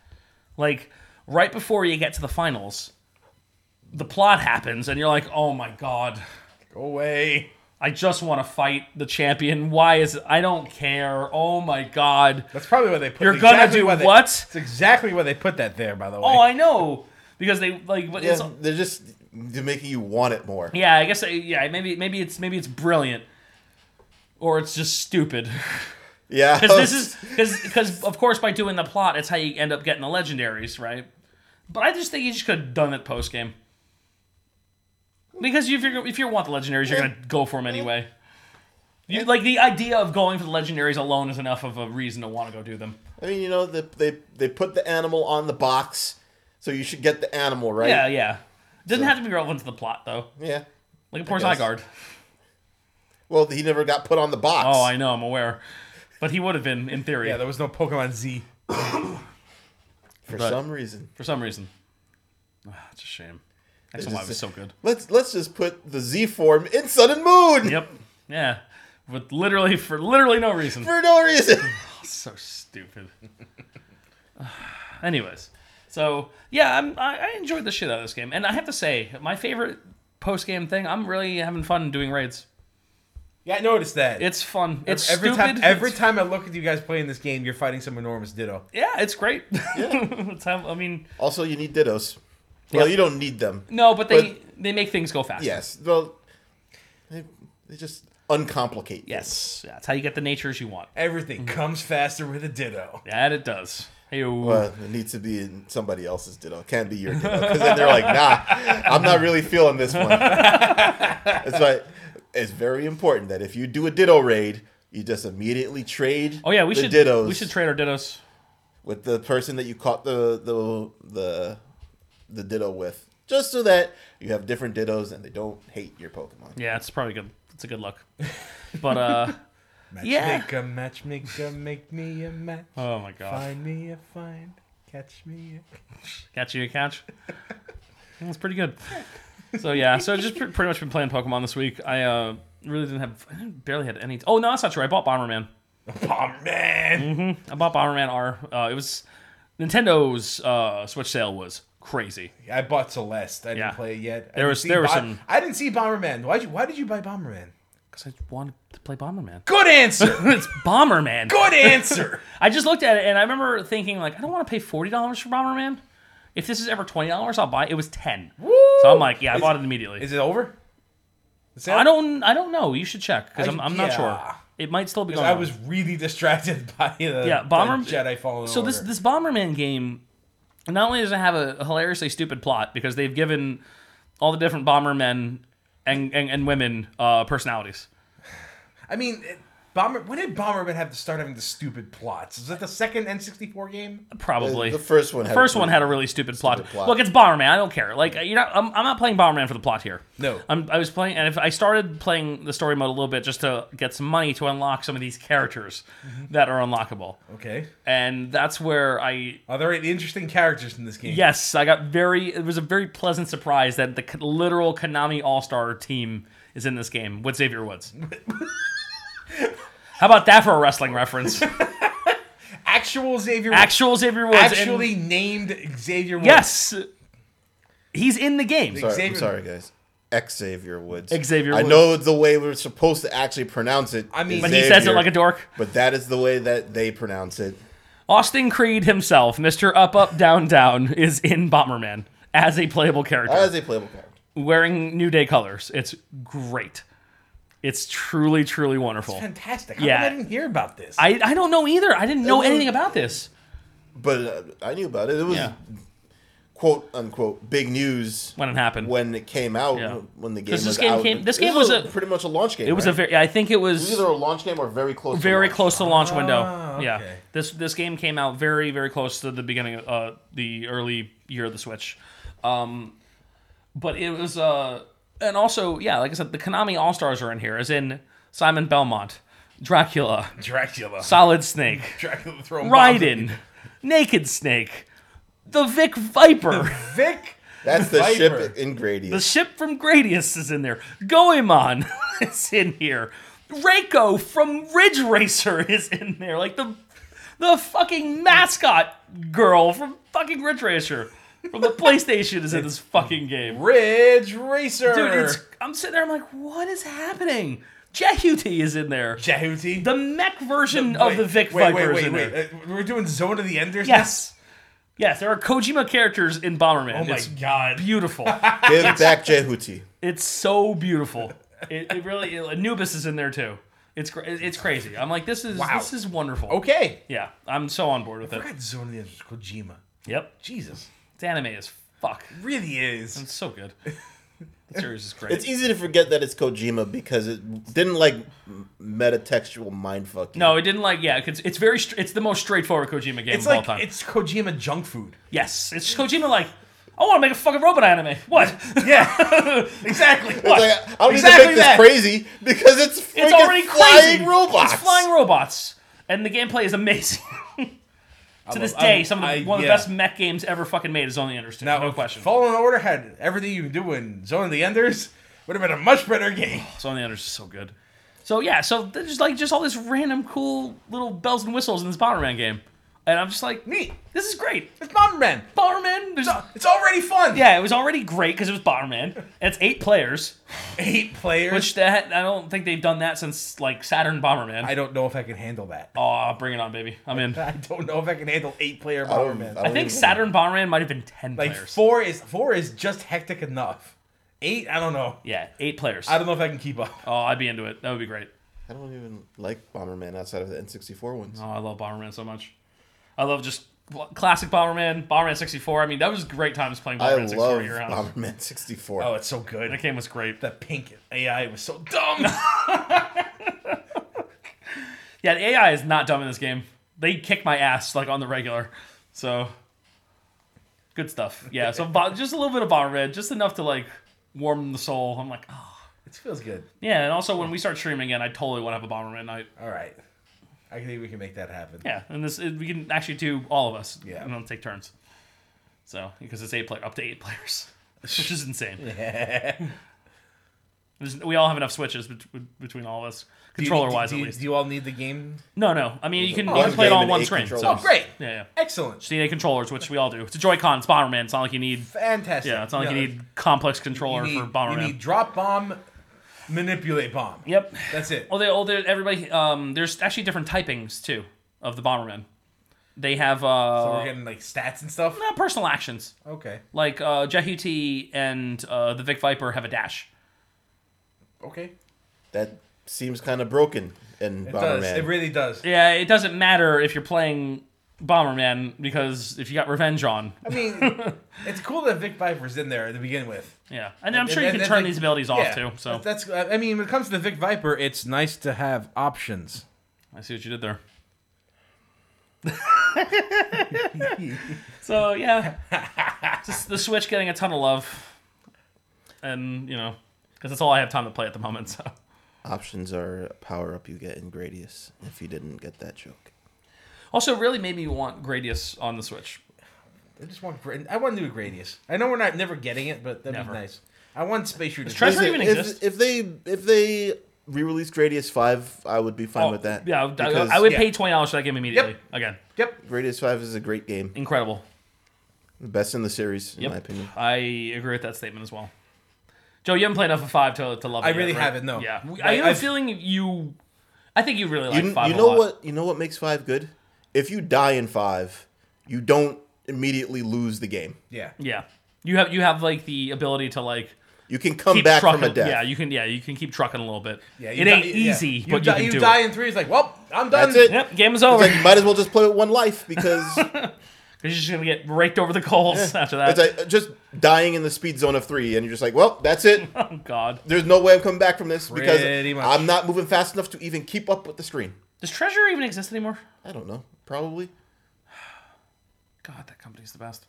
[SPEAKER 4] Like right before you get to the finals, the plot happens, and you're like, oh my god,
[SPEAKER 3] Go away.
[SPEAKER 4] I just want to fight the champion. Why is I don't care. Oh my god.
[SPEAKER 3] That's probably where they put.
[SPEAKER 4] You're
[SPEAKER 3] exactly
[SPEAKER 4] gonna do
[SPEAKER 3] why they-
[SPEAKER 4] what?
[SPEAKER 3] It's exactly where they put that there. By the way.
[SPEAKER 4] Oh, I know because they like. but It's,
[SPEAKER 2] yeah, they're just they're making you want it more.
[SPEAKER 4] yeah, I guess. I, yeah, maybe maybe it's maybe it's brilliant. Or it's just stupid. <laughs>
[SPEAKER 2] Yeah,
[SPEAKER 4] Because this is because because of course by doing the plot, it's how you end up getting the legendaries, right? But I just think you just could have done it post game. Because if you if you want the legendaries, you're gonna go for them anyway. You, like the idea of going for the legendaries alone is enough of a reason to want to go do them.
[SPEAKER 2] <laughs> I mean, you know, the, they they put the animal on the box, so you should get the animal, right?
[SPEAKER 4] Yeah, yeah. Doesn't have to be relevant to the plot though.
[SPEAKER 2] Yeah.
[SPEAKER 4] Like poor
[SPEAKER 2] guess.
[SPEAKER 4] Zygarde.
[SPEAKER 2] Well, he never got put on the box.
[SPEAKER 4] Oh, I know, I'm aware. But he would have been in theory
[SPEAKER 3] Yeah, there was no Pokemon Z.
[SPEAKER 2] for
[SPEAKER 4] but-
[SPEAKER 2] some reason.
[SPEAKER 4] for some reason. Ah, <sighs> it's a shame. XMY was so good.
[SPEAKER 2] Let's let's just put the Z form in Sun and Moon
[SPEAKER 4] Yep. Yeah. With literally for literally no
[SPEAKER 2] <laughs>
[SPEAKER 4] reason.
[SPEAKER 2] for no reason.
[SPEAKER 4] So stupid. <sighs> Anyways, so yeah, I'm, I, I enjoyed the shit out of this game, and I have to say, my favorite post game thing. I'm really having fun doing raids.
[SPEAKER 3] Yeah, I noticed that.
[SPEAKER 4] It's fun. It's
[SPEAKER 3] every
[SPEAKER 4] stupid.
[SPEAKER 3] time every
[SPEAKER 4] It's-
[SPEAKER 3] time I look at you guys playing this game, you're fighting some enormous Ditto.
[SPEAKER 4] yeah, it's great. <laughs> It's have- I mean,
[SPEAKER 2] also, you need dittos. Well,
[SPEAKER 4] Yep.
[SPEAKER 2] you don't need them.
[SPEAKER 4] no, but they they make things go faster.
[SPEAKER 2] Yes. Well, they, they just uncomplicate.
[SPEAKER 4] Yes. Yeah, that's how you get the natures you want.
[SPEAKER 3] Everything comes faster with a Ditto.
[SPEAKER 4] That it does. Hey,
[SPEAKER 2] Well, it needs to be in somebody else's ditto. It can't be your ditto. Because then they're like, nah, I'm not really feeling this
[SPEAKER 4] <laughs>
[SPEAKER 2] one. That's why it's very important that if you do a ditto raid, you just immediately trade
[SPEAKER 4] oh yeah, we
[SPEAKER 2] the
[SPEAKER 4] should
[SPEAKER 2] dittos
[SPEAKER 4] we should trade our dittos.
[SPEAKER 2] with the person that you caught the, the the the ditto with. Just so that you have different dittos and they don't hate your Pokemon.
[SPEAKER 4] Yeah, it's probably good. It's a good look. But uh, Yeah.
[SPEAKER 3] Matchmaker, matchmaker, make me a match.
[SPEAKER 4] oh my god.
[SPEAKER 3] Find me a find. Catch me. A...
[SPEAKER 4] Got you a couch. <laughs> That's pretty good. So yeah, so I've just pr- pretty much been playing Pokemon this week. I uh, really didn't have, I barely had any. Oh no, that's not true. I bought Bomberman.
[SPEAKER 3] Oh man!
[SPEAKER 4] I bought Bomberman R. Uh, it was Nintendo's uh, Switch sale was crazy.
[SPEAKER 3] I bought Celeste. I didn't
[SPEAKER 4] Yeah.
[SPEAKER 3] play it yet. I
[SPEAKER 4] There
[SPEAKER 3] didn't
[SPEAKER 4] was-
[SPEAKER 3] see
[SPEAKER 4] there was some-
[SPEAKER 3] I didn't see Bomberman. Why? Why did you buy Bomberman?
[SPEAKER 4] Cause I wanted to play Bomberman.
[SPEAKER 3] Good answer. <laughs>
[SPEAKER 4] <laughs> it's Bomberman.
[SPEAKER 3] Good answer.
[SPEAKER 4] I just looked at it and I remember thinking like, I don't want to pay forty dollars for Bomberman. If this is ever twenty dollars, I'll buy. It. it was ten. <laughs> So I'm like, yeah, I bought it immediately.
[SPEAKER 3] Is it over? The sale?
[SPEAKER 4] I don't, I don't know. You should check because
[SPEAKER 3] I-
[SPEAKER 4] I'm, I'm not
[SPEAKER 3] yeah.
[SPEAKER 4] sure. It might still be going.
[SPEAKER 3] I
[SPEAKER 4] on.
[SPEAKER 3] was really distracted <laughs> by the
[SPEAKER 4] Yeah, Bomber-
[SPEAKER 3] the Jedi Fallen
[SPEAKER 4] So this
[SPEAKER 3] Order.
[SPEAKER 4] this Bomberman game, not only does it have a hilariously stupid plot because they've given all the different Bombermen and and, and women uh, personalities.
[SPEAKER 3] I mean, it, Bomber. When did Bomberman have to start having the stupid plots? Is that the second N64 game?
[SPEAKER 4] Probably
[SPEAKER 2] The first one had
[SPEAKER 4] first one had a really stupid, plot.
[SPEAKER 2] plot.
[SPEAKER 4] Look, it's Bomberman. I don't care. Like you know, I'm, I'm not playing Bomberman for the plot here.
[SPEAKER 3] No.
[SPEAKER 4] I'm, I was playing, and if I started playing the story mode a little bit just to get some money to unlock some of these characters that are unlockable,
[SPEAKER 3] Okay.
[SPEAKER 4] and that's where I
[SPEAKER 3] Are there any interesting characters in this game?
[SPEAKER 4] Yes, I got very. It was a very pleasant surprise that the k- literal Konami All Star team is in this game with
[SPEAKER 2] <laughs>
[SPEAKER 4] Xavier Woods. How about that for a wrestling reference?
[SPEAKER 3] Actual Xavier. Woods.
[SPEAKER 4] Actual Xavier Woods. and-
[SPEAKER 3] actually named Xavier. Woods.
[SPEAKER 4] yes, he's in the game.
[SPEAKER 2] Sorry, I'm
[SPEAKER 3] Xavier-
[SPEAKER 2] sorry, guys. Xavier Woods.
[SPEAKER 4] Xavier
[SPEAKER 2] I
[SPEAKER 4] Woods.
[SPEAKER 2] know the way we're supposed to actually pronounce it.
[SPEAKER 3] I mean-
[SPEAKER 2] is
[SPEAKER 4] But he says it
[SPEAKER 2] Xavier,
[SPEAKER 4] like a dork.
[SPEAKER 2] But that is the way that they pronounce it.
[SPEAKER 4] Austin Creed himself, Mr. Up Up Down Down, is in Bomberman as a playable character,
[SPEAKER 2] As a playable card.
[SPEAKER 4] wearing New Day colors. It's great. It's truly, truly wonderful.
[SPEAKER 3] Fantastic.
[SPEAKER 4] Yeah.
[SPEAKER 3] Yeah. I didn't hear about this.
[SPEAKER 4] I, I don't know either. I didn't know
[SPEAKER 2] It was-
[SPEAKER 4] anything about this.
[SPEAKER 2] But uh, I knew about it. It was
[SPEAKER 4] Yeah.
[SPEAKER 2] quote unquote big news
[SPEAKER 4] When it happened.
[SPEAKER 2] when it came out.
[SPEAKER 4] Yeah.
[SPEAKER 2] When the game
[SPEAKER 4] 'Cause
[SPEAKER 2] was
[SPEAKER 4] this game
[SPEAKER 2] out.
[SPEAKER 4] came- this
[SPEAKER 2] It
[SPEAKER 4] game was
[SPEAKER 2] a,
[SPEAKER 4] a-
[SPEAKER 2] pretty much a launch game.
[SPEAKER 4] It was a very, I think it
[SPEAKER 2] either
[SPEAKER 4] was
[SPEAKER 2] a launch game or very close.
[SPEAKER 4] very
[SPEAKER 2] to launch.
[SPEAKER 4] close to launch window. Yeah.
[SPEAKER 3] okay.
[SPEAKER 4] This this game came out very, very close to the beginning of uh, the early year of the Switch. Um, but it was, uh, and also, yeah, like I said, the Konami All Stars are in here, as in Simon Belmont, Dracula,
[SPEAKER 3] Dracula.
[SPEAKER 4] Solid Snake.
[SPEAKER 3] Dracula throwing bombs at
[SPEAKER 4] Raiden, Naked Snake, the Vic Viper,
[SPEAKER 3] people. Vic.
[SPEAKER 2] That's the
[SPEAKER 3] Viper.
[SPEAKER 2] ship in
[SPEAKER 4] the
[SPEAKER 2] Gradius.
[SPEAKER 4] ship from Gradius is in there. Goemon <laughs> is in here. Reiko from Ridge Racer <laughs> is in there. Like the the fucking mascot girl from fucking Ridge Racer from the PlayStation is in this fucking game.
[SPEAKER 3] Ridge Racer.
[SPEAKER 4] Dude, it's I'm sitting there. I'm like, what is happening? Jehuti is in there.
[SPEAKER 3] Jahuti.
[SPEAKER 4] The mech version of the Vic
[SPEAKER 3] wait,
[SPEAKER 4] Viper
[SPEAKER 3] wait,
[SPEAKER 4] is
[SPEAKER 3] wait,
[SPEAKER 4] in there.
[SPEAKER 3] wait. Uh, we're doing Zone of the Enders.
[SPEAKER 4] Yes. Yes, there are Kojima characters in Bomberman.
[SPEAKER 3] now? Oh my
[SPEAKER 4] it's
[SPEAKER 3] god. <laughs>
[SPEAKER 4] beautiful.
[SPEAKER 2] Give back Jehuti.
[SPEAKER 4] it's so beautiful. It, it really Anubis is in there too. It's cra- it's crazy. I'm like this is
[SPEAKER 3] Wow.
[SPEAKER 4] this is wonderful.
[SPEAKER 3] Okay.
[SPEAKER 4] Yeah, I'm so on board with it.
[SPEAKER 3] God, Zone of the Enders. is Kojima.
[SPEAKER 4] Yep,
[SPEAKER 3] Jesus.
[SPEAKER 4] it's anime as fuck.
[SPEAKER 3] Really is.
[SPEAKER 4] It's so good. The series is great.
[SPEAKER 2] It's
[SPEAKER 3] e-
[SPEAKER 2] easy to forget that it's Kojima because it didn't like m- metatextual mindfuck. you.
[SPEAKER 4] no, it didn't like yeah. It's, it's very str- it's the most straightforward Kojima game
[SPEAKER 3] It's
[SPEAKER 4] of all
[SPEAKER 3] like
[SPEAKER 4] time.
[SPEAKER 3] it's Kojima junk food.
[SPEAKER 4] yes, it's just Kojima like I want to make a fucking robot anime. What?
[SPEAKER 3] <laughs>
[SPEAKER 4] <laughs>
[SPEAKER 3] Yeah. exactly.
[SPEAKER 2] It's
[SPEAKER 3] What?
[SPEAKER 2] like, I don't
[SPEAKER 3] Exactly
[SPEAKER 2] need to make
[SPEAKER 3] that.
[SPEAKER 2] this crazy because it's freaking
[SPEAKER 4] it's already
[SPEAKER 2] flying
[SPEAKER 4] crazy.
[SPEAKER 2] robots.
[SPEAKER 4] It's flying robots, and the gameplay is amazing. <laughs> to this
[SPEAKER 3] love-
[SPEAKER 4] day,
[SPEAKER 3] I-
[SPEAKER 4] some of the,
[SPEAKER 3] I-
[SPEAKER 4] one of the
[SPEAKER 3] yeah.
[SPEAKER 4] best mech games ever fucking made is only Understand.
[SPEAKER 3] Now,
[SPEAKER 4] no
[SPEAKER 3] if
[SPEAKER 4] question.
[SPEAKER 3] Fallen Order had everything you can do in Zone of the Enders. Would have been a much better
[SPEAKER 4] <sighs>
[SPEAKER 3] game.
[SPEAKER 4] It's only Unders is so good. So yeah, so there's just like just all this random cool little bells and whistles in this Bomberman game, and I'm just like,
[SPEAKER 3] Neat.
[SPEAKER 4] this is great.
[SPEAKER 3] It's Bomberman.
[SPEAKER 4] Bomberman, there's
[SPEAKER 3] It's already fun.
[SPEAKER 4] yeah, it was already great because it was Bomberman. And it's eight players,
[SPEAKER 3] Eight players.
[SPEAKER 4] which that I don't think they've done that since like Saturn Bomberman.
[SPEAKER 3] I don't know if I can handle that. <laughs>
[SPEAKER 4] oh, bring it on, baby! I'm in.
[SPEAKER 3] I don't know if I can handle eight player
[SPEAKER 2] I don't-
[SPEAKER 3] Bomberman.
[SPEAKER 4] I think
[SPEAKER 2] even-
[SPEAKER 4] Saturn Bomberman might have been ten
[SPEAKER 3] like
[SPEAKER 4] players.
[SPEAKER 3] four is four is just hectic enough. Eight, I don't know.
[SPEAKER 4] yeah, eight players.
[SPEAKER 3] I don't know if I can keep up.
[SPEAKER 4] Oh, I'd be into it. That would be great.
[SPEAKER 2] I don't even like Bomberman outside of the N64 ones.
[SPEAKER 4] Oh, I love Bomberman so much. I love just cl- classic Bomberman, Bomberman 64. I mean, that was great times playing
[SPEAKER 2] I
[SPEAKER 4] Bomberman 64
[SPEAKER 2] love
[SPEAKER 4] year round.
[SPEAKER 2] Bomberman 64.
[SPEAKER 3] Oh, it's so good.
[SPEAKER 4] That game was great.
[SPEAKER 3] that pink AI was so dumb. <laughs>
[SPEAKER 4] Yeah, the AI is not dumb in this game. They kick my ass like on the regular. So good stuff. Yeah, so bo- just a little bit of Bomberman, just enough to like warm the soul. I'm like, oh.
[SPEAKER 3] it feels good.
[SPEAKER 4] Yeah, and also when we start streaming again, I totally want to have a Bomberman night.
[SPEAKER 3] All right, I think we can make that happen. <laughs>
[SPEAKER 4] Yeah, and this we can actually do all of us.
[SPEAKER 3] Yeah.
[SPEAKER 4] and then take turns. So because it's eight player, up to eight
[SPEAKER 3] <laughs>
[SPEAKER 4] players, which is insane. There's- we all have enough switches bet- between all of us,
[SPEAKER 3] Do you-
[SPEAKER 4] controller
[SPEAKER 3] do-
[SPEAKER 4] wise
[SPEAKER 3] do
[SPEAKER 4] at
[SPEAKER 3] you-
[SPEAKER 4] least.
[SPEAKER 3] Do you Oh, all need the game?
[SPEAKER 4] no, no. I mean, you can, you
[SPEAKER 2] One
[SPEAKER 4] can play it
[SPEAKER 2] game
[SPEAKER 4] all on
[SPEAKER 2] and
[SPEAKER 4] one
[SPEAKER 2] eight
[SPEAKER 4] screen. So.
[SPEAKER 2] controllers.
[SPEAKER 3] Great,
[SPEAKER 4] Oh, Yeah, yeah.
[SPEAKER 3] excellent,
[SPEAKER 4] Just need eight controllers, which we all do. It's a Joy-Con. It's Bomberman. It's not like you need.
[SPEAKER 3] fantastic.
[SPEAKER 4] Yeah, it's not like
[SPEAKER 3] No,
[SPEAKER 4] you need complex controller
[SPEAKER 3] you
[SPEAKER 4] for
[SPEAKER 3] need-
[SPEAKER 4] Bomberman.
[SPEAKER 3] You need drop bomb, manipulate bomb.
[SPEAKER 4] yep.
[SPEAKER 3] That's it.
[SPEAKER 4] Well, they, oh, they, everybody. Um, there's actually different typings too of the Bomberman. They have uh,
[SPEAKER 3] So we're getting like stats and stuff.
[SPEAKER 4] no, personal actions.
[SPEAKER 3] Okay,
[SPEAKER 4] Like uh, Jehuti and uh, the Vic Viper have a dash.
[SPEAKER 3] okay,
[SPEAKER 2] That seems kind of broken in
[SPEAKER 3] it
[SPEAKER 2] Bomberman.
[SPEAKER 3] does. It really does.
[SPEAKER 4] Yeah, it doesn't matter if you're playing Bomberman because if you got revenge on,
[SPEAKER 3] I
[SPEAKER 4] <laughs>
[SPEAKER 3] mean, it's cool that Vic Viper's in there to begin with.
[SPEAKER 4] yeah, and I'm sure
[SPEAKER 3] And-
[SPEAKER 4] you can
[SPEAKER 3] and-
[SPEAKER 4] turn
[SPEAKER 3] and-
[SPEAKER 4] these abilities off
[SPEAKER 3] yeah.
[SPEAKER 4] too. So
[SPEAKER 3] that's. uh, I mean, when it comes to the Vic Viper, it's nice to have options.
[SPEAKER 4] I see what you
[SPEAKER 3] <laughs>
[SPEAKER 4] did there. so yeah, just the Switch getting a ton of love, and you know, because that's all I have time to play at the moment. So
[SPEAKER 2] Options are a power up you get in Gradius if you didn't get that joke.
[SPEAKER 4] also, it really made me want Gradius on the Switch.
[SPEAKER 3] I just want. Gra- I want new Gradius. I know we're not never getting it, but that'd
[SPEAKER 4] Never.
[SPEAKER 3] be nice. I want Space Shooter.
[SPEAKER 4] try- Does
[SPEAKER 2] If
[SPEAKER 4] it
[SPEAKER 2] it-
[SPEAKER 4] even
[SPEAKER 2] if,
[SPEAKER 4] exist?
[SPEAKER 2] If they if they re-release Gradius 5, I would be fine
[SPEAKER 4] Oh,
[SPEAKER 2] with that.
[SPEAKER 4] Yeah, I-
[SPEAKER 2] because
[SPEAKER 4] I, would
[SPEAKER 3] yeah.
[SPEAKER 4] pay twenty dollars for that game immediately. Again,
[SPEAKER 3] Yep.
[SPEAKER 2] Gradius 5 is a great game,
[SPEAKER 4] incredible.
[SPEAKER 2] the best in the series in
[SPEAKER 4] Yep.
[SPEAKER 2] my opinion.
[SPEAKER 4] I agree with that statement as well. Joe, you haven't played Alpha Five to, to love.
[SPEAKER 3] I
[SPEAKER 4] it yet,
[SPEAKER 3] really
[SPEAKER 4] right?
[SPEAKER 3] haven't, no.
[SPEAKER 4] Yeah,
[SPEAKER 3] Like,
[SPEAKER 4] I, have a
[SPEAKER 3] I've-
[SPEAKER 4] feeling you. I think you really like
[SPEAKER 2] You,
[SPEAKER 4] Five.
[SPEAKER 2] you
[SPEAKER 4] a
[SPEAKER 2] know
[SPEAKER 4] lot.
[SPEAKER 2] what? You know what makes five good? If you die in five, you don't immediately lose the game.
[SPEAKER 3] Yeah.
[SPEAKER 4] Yeah, you have you have like the ability to like
[SPEAKER 2] You can come
[SPEAKER 4] keep
[SPEAKER 2] back
[SPEAKER 4] trucking.
[SPEAKER 2] from a death.
[SPEAKER 4] Yeah, you can. Yeah, you can keep trucking a little bit.
[SPEAKER 3] Yeah,
[SPEAKER 4] it
[SPEAKER 3] di-
[SPEAKER 4] ain't
[SPEAKER 3] yeah.
[SPEAKER 4] easy,
[SPEAKER 3] You
[SPEAKER 4] but
[SPEAKER 3] di-
[SPEAKER 4] you can do
[SPEAKER 3] die
[SPEAKER 4] it.
[SPEAKER 3] in three. It's like, well, I'm done.
[SPEAKER 2] That's it.
[SPEAKER 4] Yep, game is over.
[SPEAKER 2] It's
[SPEAKER 3] <laughs>
[SPEAKER 2] like you might as well just play with one life because
[SPEAKER 4] <laughs> You're just gonna get raked over the coals after that.
[SPEAKER 2] it's like just dying in the speed zone of three, and you're just like, well, that's it.
[SPEAKER 4] <laughs> oh God,
[SPEAKER 2] There's no way I'm coming back from this because
[SPEAKER 3] Pretty much.
[SPEAKER 2] I'm not moving fast enough to even keep up with the screen.
[SPEAKER 4] does Treasure even exist anymore?
[SPEAKER 2] I don't know. Probably.
[SPEAKER 4] God, that company's the best.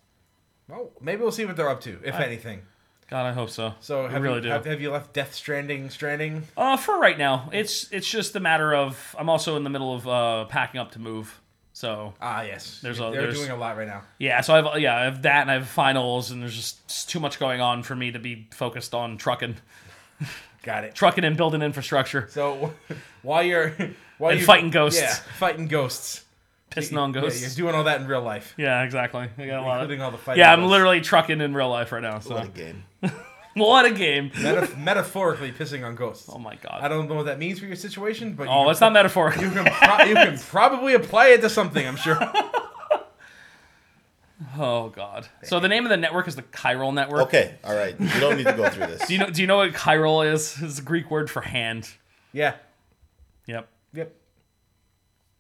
[SPEAKER 3] Well, maybe we'll see what they're up to, if anything.
[SPEAKER 4] God, I hope so.
[SPEAKER 3] So
[SPEAKER 4] I
[SPEAKER 3] have
[SPEAKER 4] really
[SPEAKER 3] you,
[SPEAKER 4] do.
[SPEAKER 3] Have, have you left Death Stranding stranding?
[SPEAKER 4] Uh, for right now, it's it's just a matter of I'm also in the middle of uh, packing up to move. So
[SPEAKER 3] Ah, yes.
[SPEAKER 4] There's a-
[SPEAKER 3] they're
[SPEAKER 4] there's-
[SPEAKER 3] doing a lot right now.
[SPEAKER 4] yeah, so I've yeah I have that and I have finals and there's just it's too much going on for me to be focused on trucking,
[SPEAKER 3] Got it.
[SPEAKER 4] trucking and building infrastructure,
[SPEAKER 3] So <laughs> while you're while
[SPEAKER 4] And
[SPEAKER 3] you
[SPEAKER 4] fighting ghosts.
[SPEAKER 3] yeah, fighting ghosts,
[SPEAKER 4] pissing on ghosts.
[SPEAKER 3] Yeah,
[SPEAKER 4] Yeah,
[SPEAKER 3] you're doing all that in real life,
[SPEAKER 4] <laughs> exactly. I got a lot of,
[SPEAKER 3] including all the fighting.
[SPEAKER 4] yeah, I'm
[SPEAKER 3] ghosts.
[SPEAKER 4] literally trucking in real life right now. So
[SPEAKER 2] What a game.
[SPEAKER 4] <laughs> what
[SPEAKER 3] <laughs>
[SPEAKER 4] a game!
[SPEAKER 3] Metaf- metaphorically pissing on ghosts.
[SPEAKER 4] Oh my
[SPEAKER 3] I
[SPEAKER 4] god.
[SPEAKER 3] don't know what that means for your situation, but
[SPEAKER 4] Oh,
[SPEAKER 3] you,
[SPEAKER 4] it's not
[SPEAKER 3] <laughs>
[SPEAKER 4] metaphorical.
[SPEAKER 3] you can pro- you can probably apply it to something. I'm sure.
[SPEAKER 4] <laughs> Oh god. So the name of the network is the chiral network.
[SPEAKER 2] Okay. All right. You don't need to go through this.
[SPEAKER 3] <laughs>
[SPEAKER 4] Do you know? Do you know what chiral is? It's a Greek word for hand.
[SPEAKER 3] Yeah.
[SPEAKER 4] Yep.
[SPEAKER 3] Yep.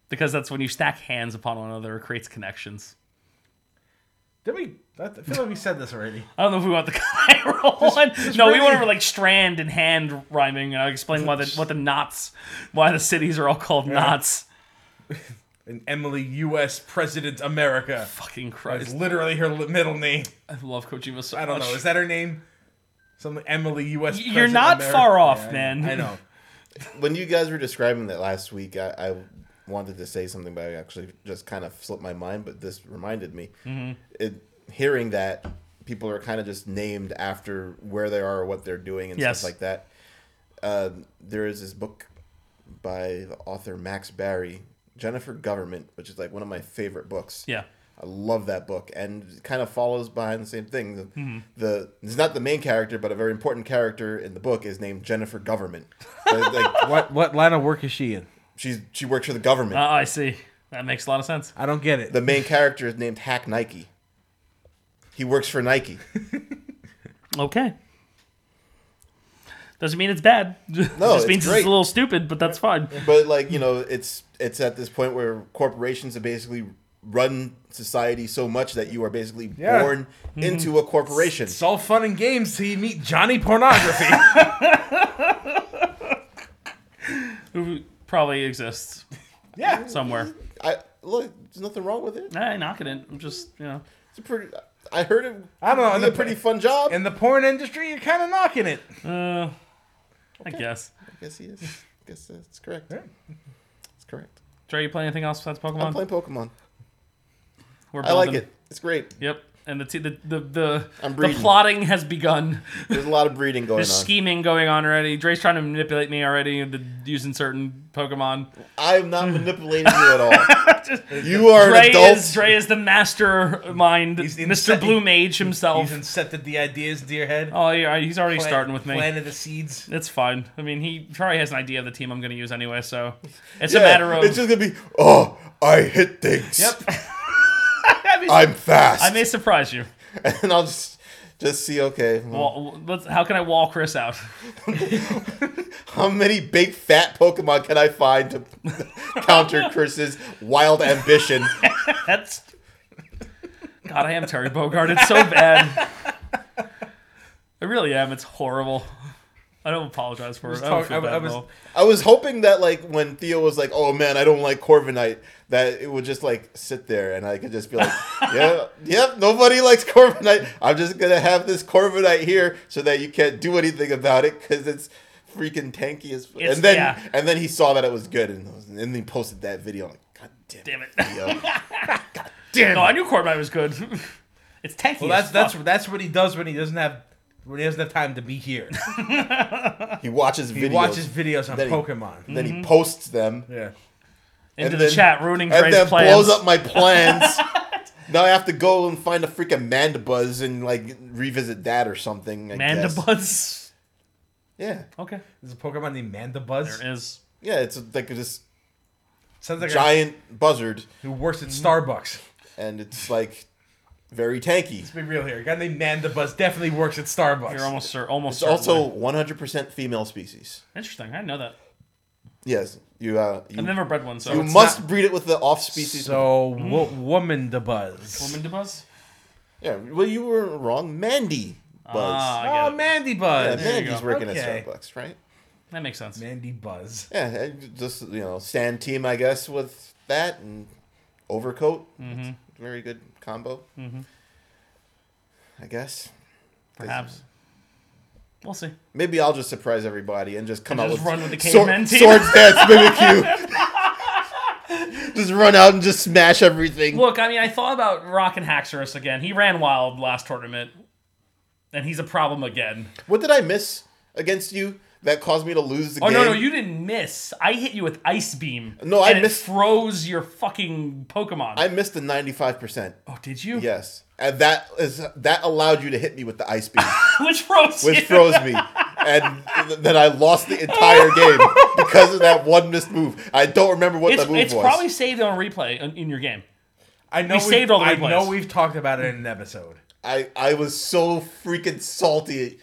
[SPEAKER 4] Because that's when you stack hands upon one another, it creates connections.
[SPEAKER 3] Did we? I feel like we said this already.
[SPEAKER 4] I don't know if we want the <laughs> chiral one. no, we
[SPEAKER 3] really-
[SPEAKER 4] went over like strand and hand rhyming, and I explained why the what the knots, why the cities are all called knots.
[SPEAKER 3] And Emily, U.S. President America,
[SPEAKER 4] Fucking
[SPEAKER 3] is
[SPEAKER 4] Christ!
[SPEAKER 3] literally her li- middle name.
[SPEAKER 4] I love Kojima so
[SPEAKER 3] I don't
[SPEAKER 4] much.
[SPEAKER 3] know. Is that her name? Something Emily U.S.
[SPEAKER 4] You're
[SPEAKER 3] President
[SPEAKER 4] not
[SPEAKER 3] Ameri-
[SPEAKER 4] far off,
[SPEAKER 3] I-
[SPEAKER 4] man.
[SPEAKER 3] I
[SPEAKER 4] <laughs>
[SPEAKER 3] know.
[SPEAKER 2] when you guys were describing that last week, I, I wanted to say something, but I actually just kind of slipped my mind. But this reminded me.
[SPEAKER 4] Mm-hmm.
[SPEAKER 2] It, hearing that people are kind of just named after where they are or what they're doing and
[SPEAKER 4] Yes.
[SPEAKER 2] stuff like that. Um, there is this book by the author Max Barry, Jennifer Government, which is like one of my favorite books.
[SPEAKER 4] yeah.
[SPEAKER 2] I love that book, and it kind of follows behind the same thing. The,
[SPEAKER 4] Mm-hmm.
[SPEAKER 2] the it's not the main character, but a very important character in the book is named Jennifer Government. <laughs> But, like,
[SPEAKER 3] What what line of work is she in?
[SPEAKER 2] she's she works for the government.
[SPEAKER 4] Uh, I see. That makes a lot of sense.
[SPEAKER 3] I don't get it.
[SPEAKER 2] the main character is named Hack Nike. He works for Nike.
[SPEAKER 4] Okay. Doesn't mean it's bad. <laughs> No, just
[SPEAKER 2] it's
[SPEAKER 4] means
[SPEAKER 2] great.
[SPEAKER 4] it's a little stupid, but that's fine.
[SPEAKER 2] But like you know, it's it's at this point where corporations have basically run society so much that you are basically
[SPEAKER 3] Yeah. Mm-hmm.
[SPEAKER 2] born into a corporation.
[SPEAKER 3] It's all fun and games till you meet Johnny
[SPEAKER 4] <laughs>
[SPEAKER 3] Pornography.
[SPEAKER 4] Who probably exists
[SPEAKER 3] yeah.
[SPEAKER 4] somewhere. <laughs>
[SPEAKER 2] I look, there's nothing wrong with it.
[SPEAKER 4] I ain't knocking it. I'm just, you know.
[SPEAKER 2] It's a pretty. I heard it.
[SPEAKER 3] I don't know, and
[SPEAKER 2] It's a
[SPEAKER 3] the-
[SPEAKER 2] pretty fun job.
[SPEAKER 3] In the porn industry, you're kind of knocking it.
[SPEAKER 4] Uh, I guess.
[SPEAKER 2] Yes, he is. Guess that's correct.
[SPEAKER 3] Yeah.
[SPEAKER 2] That's correct.
[SPEAKER 4] Dre, you play anything else besides
[SPEAKER 2] I'm
[SPEAKER 4] Pokemon?
[SPEAKER 2] playing Pokemon.
[SPEAKER 4] We're
[SPEAKER 2] I like
[SPEAKER 4] building.
[SPEAKER 2] it. It's great.
[SPEAKER 4] Yep. And the t- the the the,
[SPEAKER 2] I'm
[SPEAKER 4] the
[SPEAKER 2] breeding.
[SPEAKER 4] plotting has begun.
[SPEAKER 2] There's a lot of breeding going on.
[SPEAKER 4] <laughs> There's scheming going on already. Dre's trying to manipulate me already the, using certain Pokemon.
[SPEAKER 2] I'm not manipulating you at
[SPEAKER 4] <laughs>
[SPEAKER 2] all. you are an
[SPEAKER 4] Hmm. Dre
[SPEAKER 2] adult.
[SPEAKER 4] is Dre is the mastermind,
[SPEAKER 3] He's in-
[SPEAKER 4] Mr. Blue
[SPEAKER 3] He's
[SPEAKER 4] Mage himself.
[SPEAKER 3] incepted the ideas into your head.
[SPEAKER 4] oh, yeah, he's already
[SPEAKER 3] Plant-
[SPEAKER 4] starting with me.
[SPEAKER 3] Planted the seeds.
[SPEAKER 4] It's fine. I mean, he probably has an idea of the team I'm going to use anyway, so it's
[SPEAKER 2] Yeah,
[SPEAKER 4] a matter of.
[SPEAKER 2] It's just gonna be. Oh, I hit things.
[SPEAKER 3] Yep.
[SPEAKER 4] I, may,
[SPEAKER 2] I'm fast.
[SPEAKER 4] I may surprise you.
[SPEAKER 2] <laughs> and I'll just just see. Okay,
[SPEAKER 4] Well, let's, how can I wall Chris out?
[SPEAKER 2] how many big fat Pokemon can I find to <laughs>
[SPEAKER 4] <laughs>
[SPEAKER 2] counter Chris's wild ambition?
[SPEAKER 4] That's. God, I am Terry Bogard. It's so bad. I really am. It's horrible. I don't apologize for it. I don't
[SPEAKER 3] talk- I-
[SPEAKER 4] feel bad
[SPEAKER 3] I
[SPEAKER 4] at
[SPEAKER 3] was-
[SPEAKER 4] all.
[SPEAKER 2] I was hoping that like when Theo was like, "Oh man, I don't like Corviknight," that it would just like sit there and I could just be
[SPEAKER 4] <laughs>
[SPEAKER 2] like, "Yeah, yep, nobody likes Corviknight. I'm just gonna have this Corviknight here so that you can't do anything about it because it's freaking tanky as."
[SPEAKER 4] It's-
[SPEAKER 2] and then
[SPEAKER 4] yeah. and
[SPEAKER 2] and then he saw that it was good and and he posted that video. I'm like, God damn,
[SPEAKER 4] Damn it.
[SPEAKER 2] <laughs> Theo.
[SPEAKER 3] Damn.
[SPEAKER 4] No, I knew Corbett was good. <laughs> It's tanky.
[SPEAKER 3] well, that's that's that's what he does when he doesn't have when he doesn't have time to be
[SPEAKER 2] <laughs>
[SPEAKER 3] here.
[SPEAKER 2] he watches
[SPEAKER 3] He
[SPEAKER 2] videos.
[SPEAKER 3] watches videos on
[SPEAKER 2] Then he-
[SPEAKER 3] Pokemon.
[SPEAKER 2] Then
[SPEAKER 4] Mm-hmm.
[SPEAKER 2] he posts them.
[SPEAKER 3] yeah.
[SPEAKER 2] and
[SPEAKER 4] into the
[SPEAKER 2] then-
[SPEAKER 4] chat, ruining
[SPEAKER 2] and
[SPEAKER 4] Dre's
[SPEAKER 2] then
[SPEAKER 4] plans.
[SPEAKER 2] blows
[SPEAKER 4] <laughs>
[SPEAKER 2] up my plans. now I have to go and find a freaking Mandibuzz and like revisit that or something. I guess. <laughs>
[SPEAKER 4] Mandibuzz.
[SPEAKER 2] Yeah,
[SPEAKER 4] Okay.
[SPEAKER 3] There's a Pokemon named Mandibuzz.
[SPEAKER 4] There is.
[SPEAKER 2] yeah. It's like this
[SPEAKER 3] Sounds like a
[SPEAKER 2] giant buzzard,
[SPEAKER 3] who works
[SPEAKER 4] Mm.
[SPEAKER 3] at Starbucks.
[SPEAKER 2] and it's like very tanky.
[SPEAKER 3] Let's be real here. A guy named Mandibuzz definitely works at Starbucks.
[SPEAKER 4] You're almost cer- almost
[SPEAKER 2] It's also 100% female species.
[SPEAKER 4] interesting. I know that.
[SPEAKER 2] Yes, you. Uh, you
[SPEAKER 4] I've never bred one, so
[SPEAKER 2] you
[SPEAKER 4] it's
[SPEAKER 2] must breed it with the off species.
[SPEAKER 3] so wo- woman the buzz.
[SPEAKER 4] woman to buzz.
[SPEAKER 2] yeah, well, you were wrong. Mandy Buzz.
[SPEAKER 4] Ah, I
[SPEAKER 3] Oh,
[SPEAKER 4] get it.
[SPEAKER 3] Mandy
[SPEAKER 2] yeah,
[SPEAKER 3] Buzz.
[SPEAKER 4] there you
[SPEAKER 2] Mandy's
[SPEAKER 4] go.
[SPEAKER 2] working
[SPEAKER 3] Okay.
[SPEAKER 2] at Starbucks, right?
[SPEAKER 4] that makes sense.
[SPEAKER 3] Mandy Buzz.
[SPEAKER 2] Yeah, and just you know, stand team, I guess, with that and overcoat.
[SPEAKER 4] Mm-hmm.
[SPEAKER 2] It's a Very good combo. Mm-hmm. I guess.
[SPEAKER 4] Perhaps. We'll see.
[SPEAKER 2] Maybe I'll just surprise everybody and just come
[SPEAKER 4] And
[SPEAKER 2] out
[SPEAKER 4] just
[SPEAKER 2] with
[SPEAKER 4] run with the
[SPEAKER 2] sword,
[SPEAKER 4] caveman team.
[SPEAKER 2] sword
[SPEAKER 4] <laughs>
[SPEAKER 2] dance mimicyu. just run out and just smash everything.
[SPEAKER 4] Look, I mean, I thought about Rockin' Haxorus again. He ran wild last tournament, and he's a problem again.
[SPEAKER 2] What did I miss against you that caused me to lose the
[SPEAKER 4] Oh
[SPEAKER 2] game?
[SPEAKER 4] no, no, you didn't miss. I hit you with ice beam.
[SPEAKER 2] No, I
[SPEAKER 4] and it
[SPEAKER 2] missed-
[SPEAKER 4] froze your fucking Pokemon.
[SPEAKER 2] I missed the ninety-five percent.
[SPEAKER 4] oh, did you?
[SPEAKER 2] Yes, and that is that allowed you to hit me with the ice
[SPEAKER 4] <laughs>
[SPEAKER 2] beam,
[SPEAKER 4] <laughs> Which froze
[SPEAKER 2] which
[SPEAKER 4] you.
[SPEAKER 2] froze me, and th- then I lost the entire game because of that one missed move. I don't remember what
[SPEAKER 4] It's,
[SPEAKER 2] the move
[SPEAKER 4] it's
[SPEAKER 2] was.
[SPEAKER 4] probably saved on replay in, in your game.
[SPEAKER 3] I know
[SPEAKER 4] We
[SPEAKER 3] we've-
[SPEAKER 4] saved all the
[SPEAKER 3] I
[SPEAKER 4] replays.
[SPEAKER 3] know we've talked about it in an episode.
[SPEAKER 2] I I was so freaking salty.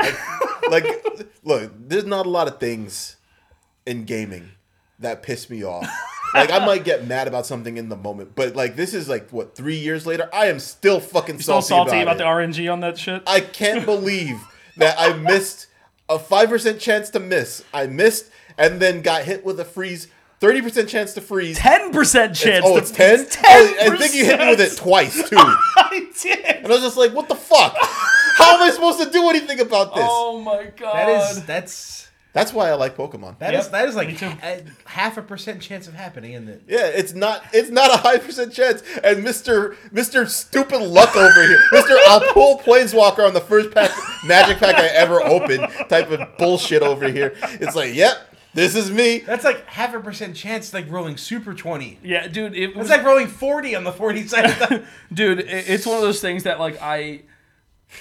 [SPEAKER 2] I, like, look, there's not a lot of things in gaming that piss me off. Like I might get mad about something in the moment, but like this is like what three years later, I am still fucking
[SPEAKER 4] Still
[SPEAKER 2] salty,
[SPEAKER 4] salty
[SPEAKER 2] about,
[SPEAKER 4] about,
[SPEAKER 2] it.
[SPEAKER 4] the RNG on that shit.
[SPEAKER 2] I can't believe that I missed a five percent chance to miss. I missed and then got hit with a freeze, thirty percent chance to freeze.
[SPEAKER 4] Ten percent chance.
[SPEAKER 2] oh,
[SPEAKER 4] to- <laughs>
[SPEAKER 2] it's ten. Oh, I think you hit me with it
[SPEAKER 4] 10%.
[SPEAKER 2] twice too.
[SPEAKER 4] I did.
[SPEAKER 2] And I was just like, what the fuck? How am I supposed to do anything about this?
[SPEAKER 4] Oh my god.
[SPEAKER 3] That is that's
[SPEAKER 2] That's why I like Pokemon.
[SPEAKER 3] that
[SPEAKER 4] Yep,
[SPEAKER 3] is- that is
[SPEAKER 4] me
[SPEAKER 3] like
[SPEAKER 4] too.
[SPEAKER 3] a, half a percent chance of happening, isn't it?
[SPEAKER 2] yeah, it's not it's not a high percent chance. And Mr. Mr. Stupid Luck over here, Mr. I'll pull Planeswalker on the first pack magic pack I ever open type of bullshit over here. It's like, yep, this is me.
[SPEAKER 3] That's like half a percent chance, like rolling super twenty.
[SPEAKER 4] Yeah, dude. It was
[SPEAKER 3] It's like rolling forty on the forty <laughs> side. Of the,
[SPEAKER 4] dude i- it's one of those things that like i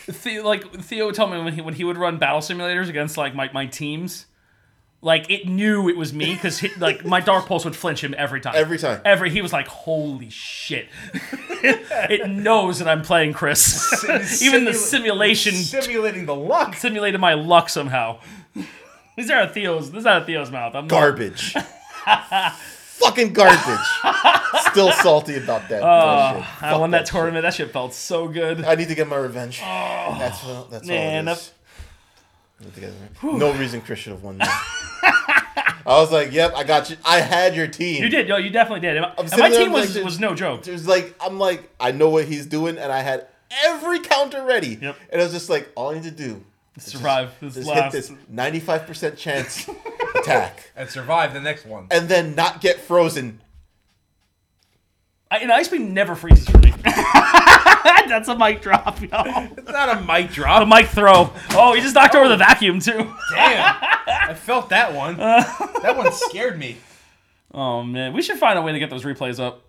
[SPEAKER 4] the, like theo would tell me when he, when he would run battle simulators against like my, my teams like it knew it was me because like my dark pulse would flinch him every time
[SPEAKER 2] Every time.
[SPEAKER 4] every he was like holy shit <laughs> it knows that i'm playing
[SPEAKER 2] <laughs>
[SPEAKER 4] chris even the
[SPEAKER 3] Simula-
[SPEAKER 4] simulation
[SPEAKER 3] simulating the luck.
[SPEAKER 4] simulated my luck somehow these are theo's this is out of theo's mouth i'm not, <laughs>
[SPEAKER 2] Garbage. Fucking garbage. Still salty about that. bullshit.
[SPEAKER 4] Oh, i
[SPEAKER 2] Fuck
[SPEAKER 4] won that,
[SPEAKER 2] shit. Uh,
[SPEAKER 4] tournament that shit felt so good
[SPEAKER 2] I need to get my revenge. that's what, that's
[SPEAKER 4] man,
[SPEAKER 2] all it is. No reason Chris should have won that. I was like, "Yep, I got you. I had your team."
[SPEAKER 4] you did yo you definitely did and my- and
[SPEAKER 2] sitting
[SPEAKER 4] my
[SPEAKER 2] there,
[SPEAKER 4] team
[SPEAKER 2] I'm
[SPEAKER 4] was,
[SPEAKER 2] like,
[SPEAKER 4] was no joke
[SPEAKER 2] It was like, I'm like, I know what he's doing, and I had every counter ready.
[SPEAKER 4] Yep.
[SPEAKER 2] And I was just like, all I need to do is
[SPEAKER 4] survive this
[SPEAKER 2] just, just hit
[SPEAKER 4] last
[SPEAKER 2] this 95 percent chance attack,
[SPEAKER 3] and survive the next one.
[SPEAKER 2] and then not get frozen.
[SPEAKER 4] I, and Ice Beam never freezes for me. <laughs> That's a mic drop, y'all.
[SPEAKER 3] It's not a mic
[SPEAKER 4] A
[SPEAKER 3] drop.
[SPEAKER 4] mic throw. Oh, he just knocked over the vacuum too.
[SPEAKER 3] Damn, I felt that <laughs> one. that one scared me.
[SPEAKER 4] Oh man, we should find a way to get those replays up.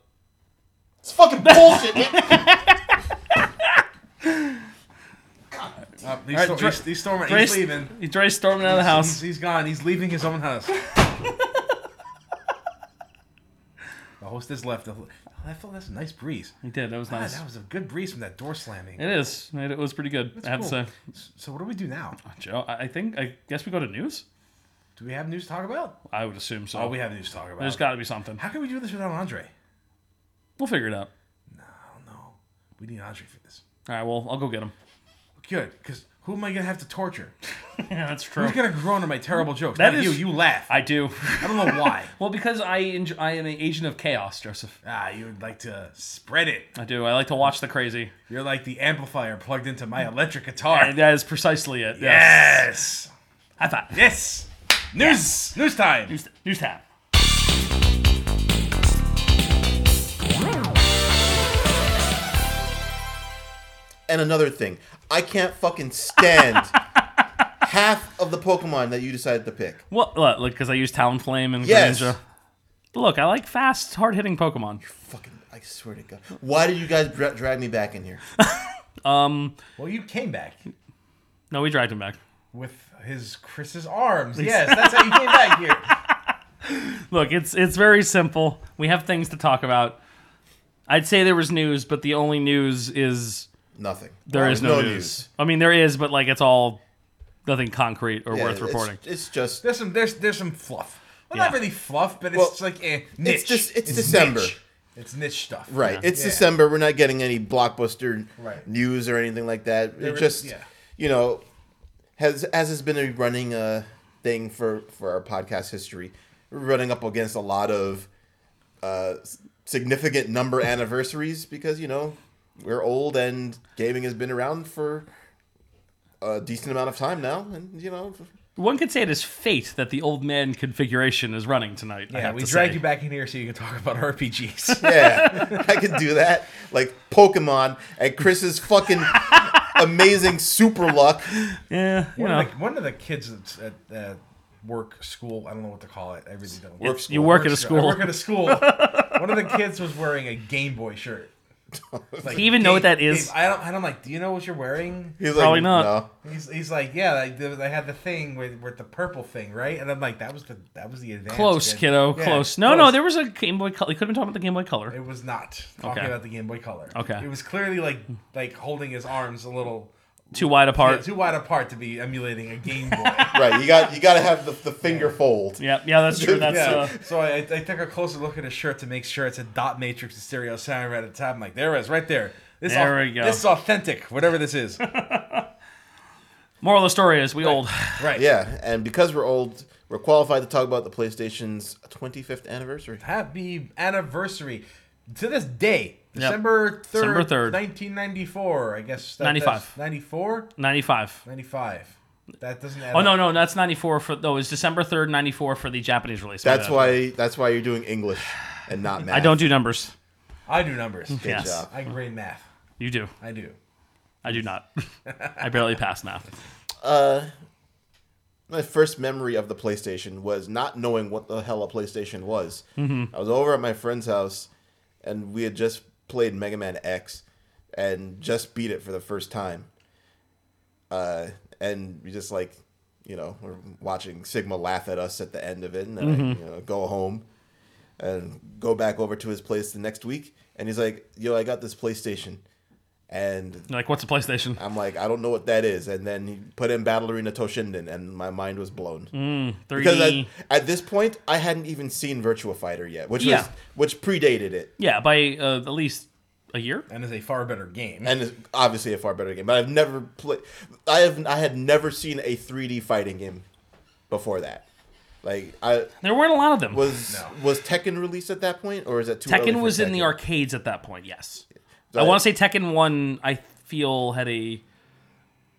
[SPEAKER 2] It's fucking bullshit. man.
[SPEAKER 3] Uh, these,
[SPEAKER 4] right,
[SPEAKER 3] sto-
[SPEAKER 4] Dre-
[SPEAKER 3] these- these storm-
[SPEAKER 4] Dre's,
[SPEAKER 3] he's leaving.
[SPEAKER 4] He Dre's storming out of the
[SPEAKER 3] He's-
[SPEAKER 4] house.
[SPEAKER 3] he's gone. He's leaving his own <laughs> house. the host has left. The ho- Oh, I felt that's a nice breeze.
[SPEAKER 4] He did. That was
[SPEAKER 3] Ah,
[SPEAKER 4] nice.
[SPEAKER 3] that was a good breeze from that door slamming.
[SPEAKER 4] It is. It, it was pretty good. I have
[SPEAKER 3] Cool.
[SPEAKER 4] to say,
[SPEAKER 3] S- So what do we do now?
[SPEAKER 4] Joe. I I think. I guess we go to news.
[SPEAKER 3] Do we have news to talk about?
[SPEAKER 4] I would assume so.
[SPEAKER 3] Oh, we have news to talk about.
[SPEAKER 4] There's got to be something.
[SPEAKER 3] How can we do this without Andre? Oh,
[SPEAKER 4] We'll figure it out.
[SPEAKER 3] No, we need Andre for this.
[SPEAKER 4] All right. Well, I'll
[SPEAKER 3] <laughs>
[SPEAKER 4] go get him.
[SPEAKER 3] Good, because who am I gonna have to torture?
[SPEAKER 4] yeah, that's true.
[SPEAKER 3] Who's gonna groan at my terrible jokes?
[SPEAKER 4] That
[SPEAKER 3] Not
[SPEAKER 4] is-
[SPEAKER 3] you. You laugh.
[SPEAKER 4] I do.
[SPEAKER 3] I don't know why.
[SPEAKER 4] <laughs> well, because I enjoy, I am an agent of chaos, Joseph.
[SPEAKER 3] ah, you would like to spread it.
[SPEAKER 4] I do. I like to watch the crazy.
[SPEAKER 3] You're like the amplifier plugged into my electric guitar.
[SPEAKER 4] And that is precisely it. Yes.
[SPEAKER 3] Yes.
[SPEAKER 4] High five.
[SPEAKER 3] Yes. News. News time.
[SPEAKER 4] News, news tab.
[SPEAKER 2] and another thing, I can't fucking
[SPEAKER 4] <laughs>
[SPEAKER 2] stand half of the Pokemon that you decided to pick.
[SPEAKER 4] What? Look, because I use Talonflame and
[SPEAKER 2] Yes.
[SPEAKER 4] Greninja. Look, I like fast, hard-hitting Pokemon.
[SPEAKER 2] Fucking, I swear to God. Why did you guys dra- drag me back in here?
[SPEAKER 3] Well, you came back.
[SPEAKER 4] No, we dragged him back.
[SPEAKER 3] with his Chris's arms. Yes, that's how you came back here.
[SPEAKER 4] Look, it's it's very simple. We have things to talk about. I'd say there was news, but the only news is
[SPEAKER 2] Nothing.
[SPEAKER 4] there is no,
[SPEAKER 2] no
[SPEAKER 4] news.
[SPEAKER 2] news.
[SPEAKER 4] I mean, there is, but like it's all nothing concrete or worth
[SPEAKER 2] Yeah,
[SPEAKER 4] reporting.
[SPEAKER 2] It's, it's just
[SPEAKER 3] There's some there's there's some fluff. Well, not
[SPEAKER 4] Yeah.
[SPEAKER 3] really fluff, but it's
[SPEAKER 2] Well,
[SPEAKER 3] just like eh, niche.
[SPEAKER 2] just- it's December.
[SPEAKER 3] niche. It's niche stuff.
[SPEAKER 2] right. It's
[SPEAKER 3] Yeah.
[SPEAKER 2] December. We're not getting any blockbuster
[SPEAKER 3] Right.
[SPEAKER 2] news or anything like that.
[SPEAKER 3] There
[SPEAKER 2] it
[SPEAKER 3] is-
[SPEAKER 2] just
[SPEAKER 3] yeah.
[SPEAKER 2] you know has as has been a running uh, thing for for our podcast history. We're running up against a lot of uh, s- significant number anniversaries because you know we're old and gaming has been around for a decent amount of time now, and you know
[SPEAKER 4] One could say it is fate that the old man configuration is running tonight. I
[SPEAKER 3] Yeah,
[SPEAKER 4] have
[SPEAKER 3] we
[SPEAKER 4] to
[SPEAKER 3] dragged
[SPEAKER 4] say.
[SPEAKER 3] you back in here so you can talk about <laughs> RPGs.
[SPEAKER 2] Yeah, <laughs> I could do that. Like Pokemon and Chris's fucking amazing super luck.
[SPEAKER 4] Yeah,
[SPEAKER 3] <laughs>
[SPEAKER 4] you
[SPEAKER 3] one,
[SPEAKER 4] know,
[SPEAKER 3] of the, one of the kids that's at uh, work school. I don't know what to call it. I really don't.
[SPEAKER 2] Work
[SPEAKER 4] you work at a
[SPEAKER 3] I
[SPEAKER 4] school.
[SPEAKER 3] work at a school.
[SPEAKER 4] <laughs>
[SPEAKER 3] one of the kids was wearing a Game Boy shirt. Like,
[SPEAKER 4] Do you even know what that
[SPEAKER 3] "Dave,
[SPEAKER 4] is?"
[SPEAKER 3] Dave, I don't. And I'm like, do you know what you're wearing?
[SPEAKER 2] He's
[SPEAKER 4] Probably not.
[SPEAKER 2] No.
[SPEAKER 3] He's, he's like, yeah, I, did- I had the thing with, with the purple thing, right? And I'm like, that was the that was the advance.
[SPEAKER 4] Close,
[SPEAKER 3] kid.
[SPEAKER 4] kiddo.
[SPEAKER 3] Yeah,
[SPEAKER 4] close. No, no, there was a Game Boy Color. You could have been talking about the Game Boy Color.
[SPEAKER 3] It was not talking
[SPEAKER 4] Okay.
[SPEAKER 3] about the Game Boy Color.
[SPEAKER 4] Okay.
[SPEAKER 3] It was clearly like like holding his arms a little
[SPEAKER 4] Too wide
[SPEAKER 3] yeah,
[SPEAKER 4] apart.
[SPEAKER 3] too wide apart to be emulating a Game
[SPEAKER 4] <laughs>
[SPEAKER 3] Boy.
[SPEAKER 2] Right, you got you got to have the, the finger fold.
[SPEAKER 4] Yeah, yeah, that's
[SPEAKER 2] <laughs>
[SPEAKER 4] true. That's
[SPEAKER 3] yeah.
[SPEAKER 4] uh,
[SPEAKER 3] So I, I took a closer look at his shirt to make sure it's a dot matrix and stereo sound right at the top. I'm like, there it is, right there. This
[SPEAKER 4] There
[SPEAKER 3] au-
[SPEAKER 4] we go.
[SPEAKER 3] This is authentic, whatever this is. <laughs>
[SPEAKER 4] moral of the story is we old.
[SPEAKER 3] Right.
[SPEAKER 2] Yeah, and because we're old, we're qualified to talk about the PlayStation's 25th anniversary.
[SPEAKER 3] Happy anniversary. To this day, December 3rd,
[SPEAKER 4] December 3rd.
[SPEAKER 3] 1994, I guess. that-
[SPEAKER 4] 95.
[SPEAKER 3] that's 94?
[SPEAKER 4] Ninety five.
[SPEAKER 3] 95. That doesn't add
[SPEAKER 4] Oh no,
[SPEAKER 3] up.
[SPEAKER 4] no, that's ninety four for. No, it was December third, ninety four for the Japanese release. My
[SPEAKER 2] That's
[SPEAKER 4] bad.
[SPEAKER 2] why that's why you're doing English and not math.
[SPEAKER 4] I don't do numbers.
[SPEAKER 3] I do
[SPEAKER 4] <laughs>
[SPEAKER 3] numbers.
[SPEAKER 2] Good
[SPEAKER 4] yes.
[SPEAKER 2] job.
[SPEAKER 3] I grade math.
[SPEAKER 4] You do.
[SPEAKER 3] I do.
[SPEAKER 4] I do not. <laughs> I barely pass math.
[SPEAKER 2] My first memory of the PlayStation was not knowing what the hell a PlayStation was. I was over at my friend's house, and we had just played Mega Man X, and just beat it for the first time. Uh, and we just like, you know, we're watching Sigma laugh at us at the end of it, and then I, you know, go home, and go back over to his place the next week, and he's like, "Yo, I got this PlayStation," and
[SPEAKER 4] You're like, what's a PlayStation?
[SPEAKER 2] I'm like, I don't know what that is. And then he put in Battle Arena Toshinden, and my mind was blown.
[SPEAKER 4] Mm. Three
[SPEAKER 2] Because
[SPEAKER 4] D.
[SPEAKER 2] at, at this point, I hadn't even seen Virtua Fighter yet, which
[SPEAKER 4] Yeah.
[SPEAKER 2] was which predated it,
[SPEAKER 4] Yeah, by uh, at least a year.
[SPEAKER 3] And is a far better game.
[SPEAKER 2] and is obviously a far better game. But I've never played. I have I had never seen a 3D fighting game before that. Like I
[SPEAKER 4] There weren't a lot of them.
[SPEAKER 2] was
[SPEAKER 3] No.
[SPEAKER 2] was Tekken released at that point, or is that too early
[SPEAKER 4] Tekken
[SPEAKER 2] for
[SPEAKER 4] was in the
[SPEAKER 2] Tekken?
[SPEAKER 4] arcades at that point. Yes,
[SPEAKER 2] So
[SPEAKER 4] I want to say Tekken One. I feel had a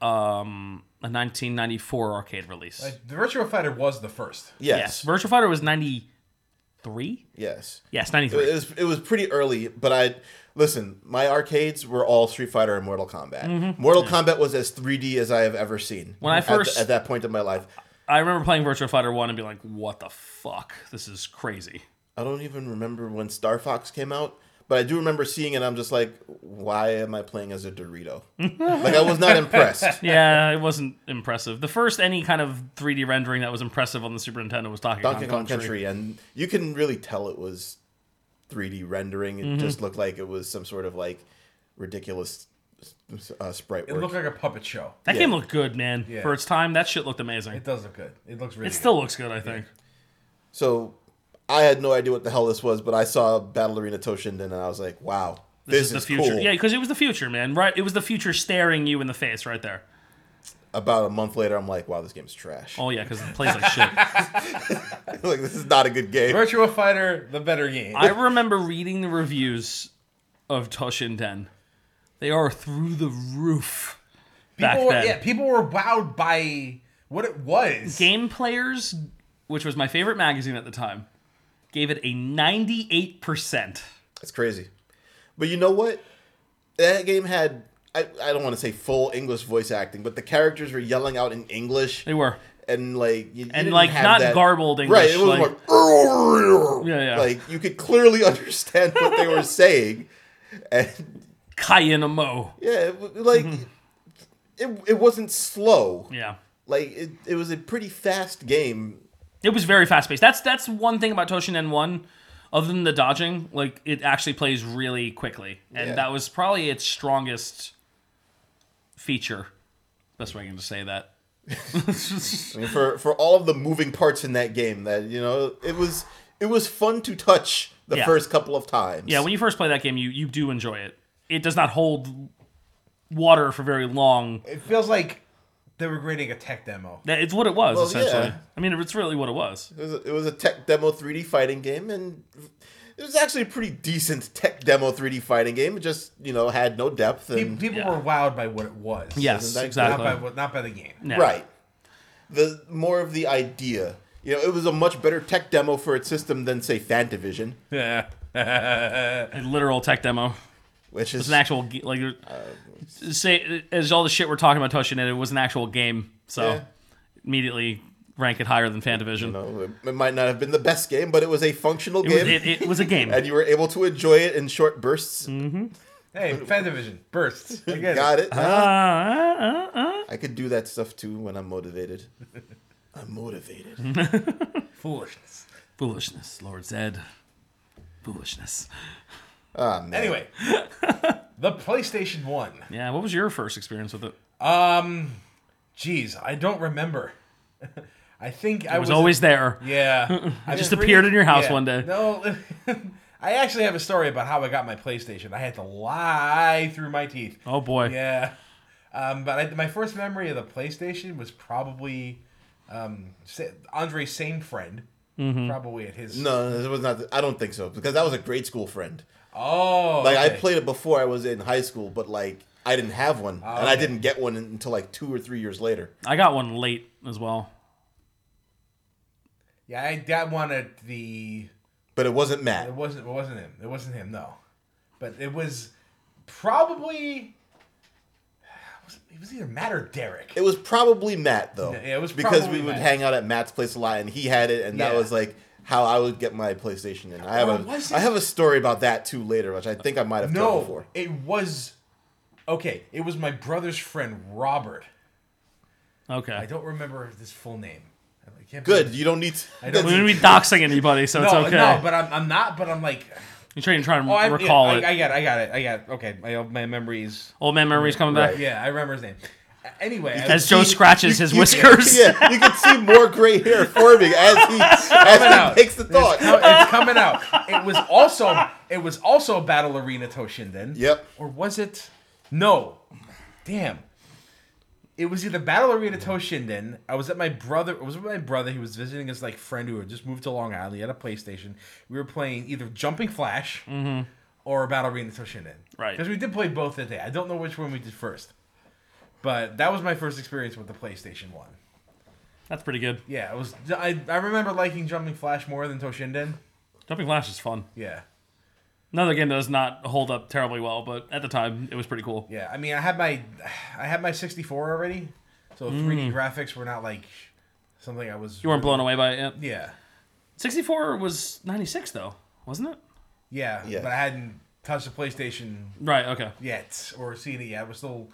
[SPEAKER 4] um a 1994 arcade release.
[SPEAKER 3] Like, the Virtual Fighter was the first.
[SPEAKER 4] yes,
[SPEAKER 2] yes, yes.
[SPEAKER 4] Virtual Fighter was 93. Yes,
[SPEAKER 2] It
[SPEAKER 4] 93.
[SPEAKER 2] was it was pretty early, but I listen. My arcades were all Street Fighter and Mortal Kombat. Mortal Kombat was as 3D as I have ever seen.
[SPEAKER 4] Mm-hmm. When I
[SPEAKER 2] at th-
[SPEAKER 4] first-
[SPEAKER 2] at, that point in my life,
[SPEAKER 4] I remember playing Virtual Fighter One and being like, "What the fuck? This is crazy."
[SPEAKER 2] I don't even remember when Star Fox came out, but I do remember seeing it. I'm just like, why am I playing as a
[SPEAKER 4] <laughs>
[SPEAKER 2] Dorito? like I was not impressed.
[SPEAKER 4] Yeah, it wasn't impressive. The first any kind of 3D rendering that was impressive on the Super Nintendo was Donkey,
[SPEAKER 2] Donkey Kong
[SPEAKER 4] Country.
[SPEAKER 2] Country, and you can really tell it was 3D rendering. It
[SPEAKER 4] Mm-hmm.
[SPEAKER 2] just looked like it was some sort of like ridiculous uh, sprite
[SPEAKER 3] It
[SPEAKER 2] work.
[SPEAKER 3] looked like a puppet show.
[SPEAKER 4] That game looked good, man.
[SPEAKER 3] Yeah.
[SPEAKER 4] For its time, that shit looked amazing.
[SPEAKER 3] It does look good. It looks really
[SPEAKER 4] It still looks good, I think.
[SPEAKER 2] So I had no idea what the hell this was, but I saw Battle Arena Toshinden and I was like, wow, this,
[SPEAKER 4] the
[SPEAKER 2] is,
[SPEAKER 4] future.
[SPEAKER 2] cool.
[SPEAKER 4] Yeah, because it was the future, man. Right? It was the future staring you in the face right there.
[SPEAKER 2] About a month later, I'm like, wow, this game's trash.
[SPEAKER 4] Oh yeah, because it plays like shit.
[SPEAKER 2] <laughs> like, this is not a good game.
[SPEAKER 3] good. Virtua Fighter, the better game.
[SPEAKER 4] I remember reading the reviews of Toshinden. They are through the roof. Back
[SPEAKER 3] people were,
[SPEAKER 4] then,
[SPEAKER 3] yeah, people were wowed by what it was.
[SPEAKER 4] Game Players, which was my favorite magazine at the time, gave it a ninety-eight percent.
[SPEAKER 2] It's crazy. But you know what? That game had, I, I don't want to say full English voice acting, but the characters were yelling out in English.
[SPEAKER 4] They were.
[SPEAKER 2] And like, you, you didn't
[SPEAKER 4] like,
[SPEAKER 2] have
[SPEAKER 4] not
[SPEAKER 2] that-
[SPEAKER 4] garbled
[SPEAKER 2] Right.
[SPEAKER 4] English,
[SPEAKER 2] It was
[SPEAKER 4] like-
[SPEAKER 2] more,
[SPEAKER 4] Yeah, yeah.
[SPEAKER 2] Like, you could clearly <laughs> understand what they
[SPEAKER 4] <laughs>
[SPEAKER 2] were saying. And
[SPEAKER 4] Kai and a Mo. Mm-hmm.
[SPEAKER 2] Yeah, it w- like it, it wasn't slow.
[SPEAKER 4] Yeah.
[SPEAKER 2] Like it, it was a pretty fast game.
[SPEAKER 4] It was very fast paced. That's that's one thing about Toshin N1. Other than the dodging, like it actually plays really quickly, and
[SPEAKER 2] Yeah.
[SPEAKER 4] that was probably its strongest feature. Best way I can just say that.
[SPEAKER 2] I mean, for for all of the moving parts in that game, that you know, it was it was fun to touch the
[SPEAKER 4] Yeah.
[SPEAKER 2] first couple of times.
[SPEAKER 4] Yeah, when you first play that game, you you do enjoy it. It does not hold water for very long.
[SPEAKER 3] It feels like they were grading a tech demo.
[SPEAKER 4] That- It's what it was
[SPEAKER 2] Well,
[SPEAKER 4] essentially.
[SPEAKER 2] yeah.
[SPEAKER 4] I mean, it's really what it was.
[SPEAKER 2] It was, a, it was a tech demo 3D fighting game, and it was actually a pretty decent tech demo 3D fighting game. It just, you know, had no depth.
[SPEAKER 3] Pe-
[SPEAKER 2] And,
[SPEAKER 3] People
[SPEAKER 4] yeah.
[SPEAKER 3] were wowed by what it was.
[SPEAKER 4] Yes,
[SPEAKER 2] that-
[SPEAKER 3] Not
[SPEAKER 4] exactly.
[SPEAKER 3] by, what- not by the game.
[SPEAKER 4] Yeah.
[SPEAKER 2] Right. The More of the idea. You know, it was a much better tech demo for its system than, say, Fantavision,
[SPEAKER 4] Yeah. a literal tech demo.
[SPEAKER 2] which is.
[SPEAKER 4] It's an actual ge- like say as all the shit we're talking about touching it, it was an actual game. So
[SPEAKER 2] Yeah.
[SPEAKER 4] immediately rank it higher than Fantavision.
[SPEAKER 2] you know, it- it might not have been the best game, but it was a functional
[SPEAKER 4] It, was,
[SPEAKER 2] game,
[SPEAKER 4] it, it was
[SPEAKER 3] <laughs>
[SPEAKER 4] a game.
[SPEAKER 2] and you were able to enjoy it in short bursts.
[SPEAKER 3] Mm. Hey, Fantavision bursts. You get
[SPEAKER 2] Got it.
[SPEAKER 3] Uh-huh.
[SPEAKER 4] Uh, uh, uh, uh.
[SPEAKER 2] I could do that stuff too when
[SPEAKER 3] <laughs>
[SPEAKER 2] I'm motivated. I'm motivated.
[SPEAKER 3] Foolishness.
[SPEAKER 4] Foolishness, Lord Zed. Foolishness.
[SPEAKER 2] Ah, man.
[SPEAKER 4] <laughs>
[SPEAKER 3] Anyway, the PlayStation One.
[SPEAKER 4] Yeah. What was your first experience with it?
[SPEAKER 3] Um, geez, I don't remember. <laughs> I think I
[SPEAKER 4] It was always there.
[SPEAKER 3] <laughs>
[SPEAKER 4] <laughs>
[SPEAKER 3] Yeah. I
[SPEAKER 4] just
[SPEAKER 3] was
[SPEAKER 4] appeared in your house
[SPEAKER 3] yeah.
[SPEAKER 4] one day.
[SPEAKER 3] No. <laughs> I actually have a story about how I got my PlayStation. I had to lie through my teeth.
[SPEAKER 4] Oh boy.
[SPEAKER 3] Yeah. Um, but I, my first memory of the PlayStation was probably um, Sa- Andre's same friend. Probably at his.
[SPEAKER 2] No, no, it was not. I don't think so because that was a grade school friend.
[SPEAKER 3] Oh.
[SPEAKER 2] Like I
[SPEAKER 3] okay.
[SPEAKER 2] played it before I was in high school, but like I didn't have one, and I
[SPEAKER 3] Ah, okay.
[SPEAKER 2] didn't get one until like two or three years later.
[SPEAKER 4] I got one late as well.
[SPEAKER 3] Yeah, I got one at the.
[SPEAKER 2] But it wasn't
[SPEAKER 3] It
[SPEAKER 2] Matt.
[SPEAKER 3] wasn't. It wasn't him. It wasn't him. No, but it was probably. Was it was either Matt or Derek.
[SPEAKER 2] It was probably Matt though.
[SPEAKER 3] Yeah, it was
[SPEAKER 2] because
[SPEAKER 3] probably
[SPEAKER 2] we would
[SPEAKER 3] Matt.
[SPEAKER 2] hang out at Matt's place a lot, and he had it, and that
[SPEAKER 3] Yeah.
[SPEAKER 2] was like how I would get my PlayStation. And I have
[SPEAKER 3] Or was
[SPEAKER 2] a
[SPEAKER 3] it-
[SPEAKER 2] I have a story about that too later, which I think I might have told
[SPEAKER 3] no,
[SPEAKER 2] before.
[SPEAKER 3] it was. Okay, it was my brother's friend Robert.
[SPEAKER 4] Okay.
[SPEAKER 3] I don't remember his full name. I can't
[SPEAKER 2] Good,
[SPEAKER 3] believe-
[SPEAKER 2] you don't need. To,
[SPEAKER 3] I
[SPEAKER 2] <laughs>
[SPEAKER 3] don't-
[SPEAKER 4] We wouldn't be doxing anybody, so it's
[SPEAKER 3] No,
[SPEAKER 4] okay.
[SPEAKER 3] no, but I'm, I'm not. But I'm like,
[SPEAKER 4] You're trying to try and
[SPEAKER 3] oh, I yeah,
[SPEAKER 4] recall
[SPEAKER 3] I-
[SPEAKER 4] it.
[SPEAKER 3] I, got, it, I got it, I got. it. Okay, my my memories.
[SPEAKER 4] Old man memories coming back.
[SPEAKER 2] Right.
[SPEAKER 3] Yeah, I remember his name. A- Anyway, I
[SPEAKER 4] As
[SPEAKER 3] was-
[SPEAKER 4] Joe scratches his
[SPEAKER 2] you can-
[SPEAKER 4] whiskers.
[SPEAKER 2] <laughs> yeah, you can see more gray hair forming as <laughs> he as
[SPEAKER 3] out.
[SPEAKER 2] he takes the thought.
[SPEAKER 3] No, it's coming out. It was also it was also Battle Arena Toshinden.
[SPEAKER 2] Yep.
[SPEAKER 3] Or was it? No. Damn. It was either Battle Arena Toshinden. I was at my brother. I was with my brother. He was visiting his like friend who had just moved to Long Island. He had a PlayStation. We were playing either Jumping Flash or Battle Arena Toshinden.
[SPEAKER 4] Right.
[SPEAKER 3] Because we did play both that day. I don't know which one we did first. But that was my first experience with the PlayStation One.
[SPEAKER 4] That's pretty good.
[SPEAKER 3] Yeah, it was. I, I remember liking Jumping Flash more than Toshinden.
[SPEAKER 4] Jumping Flash is fun.
[SPEAKER 3] Yeah.
[SPEAKER 4] Another game that does not hold up terribly well, but at the time it was pretty cool.
[SPEAKER 3] Yeah, I mean, I had my, I had my 64 already, so 3D graphics were not like something I was.
[SPEAKER 4] Mm. You weren't blown away by it. yeah.
[SPEAKER 3] Yeah,
[SPEAKER 4] 64 was 96 though, wasn't it?
[SPEAKER 3] yeah,
[SPEAKER 2] Yeah.
[SPEAKER 3] but I hadn't touched the PlayStation
[SPEAKER 4] Right. Okay.
[SPEAKER 3] yet or seen it yet. I was still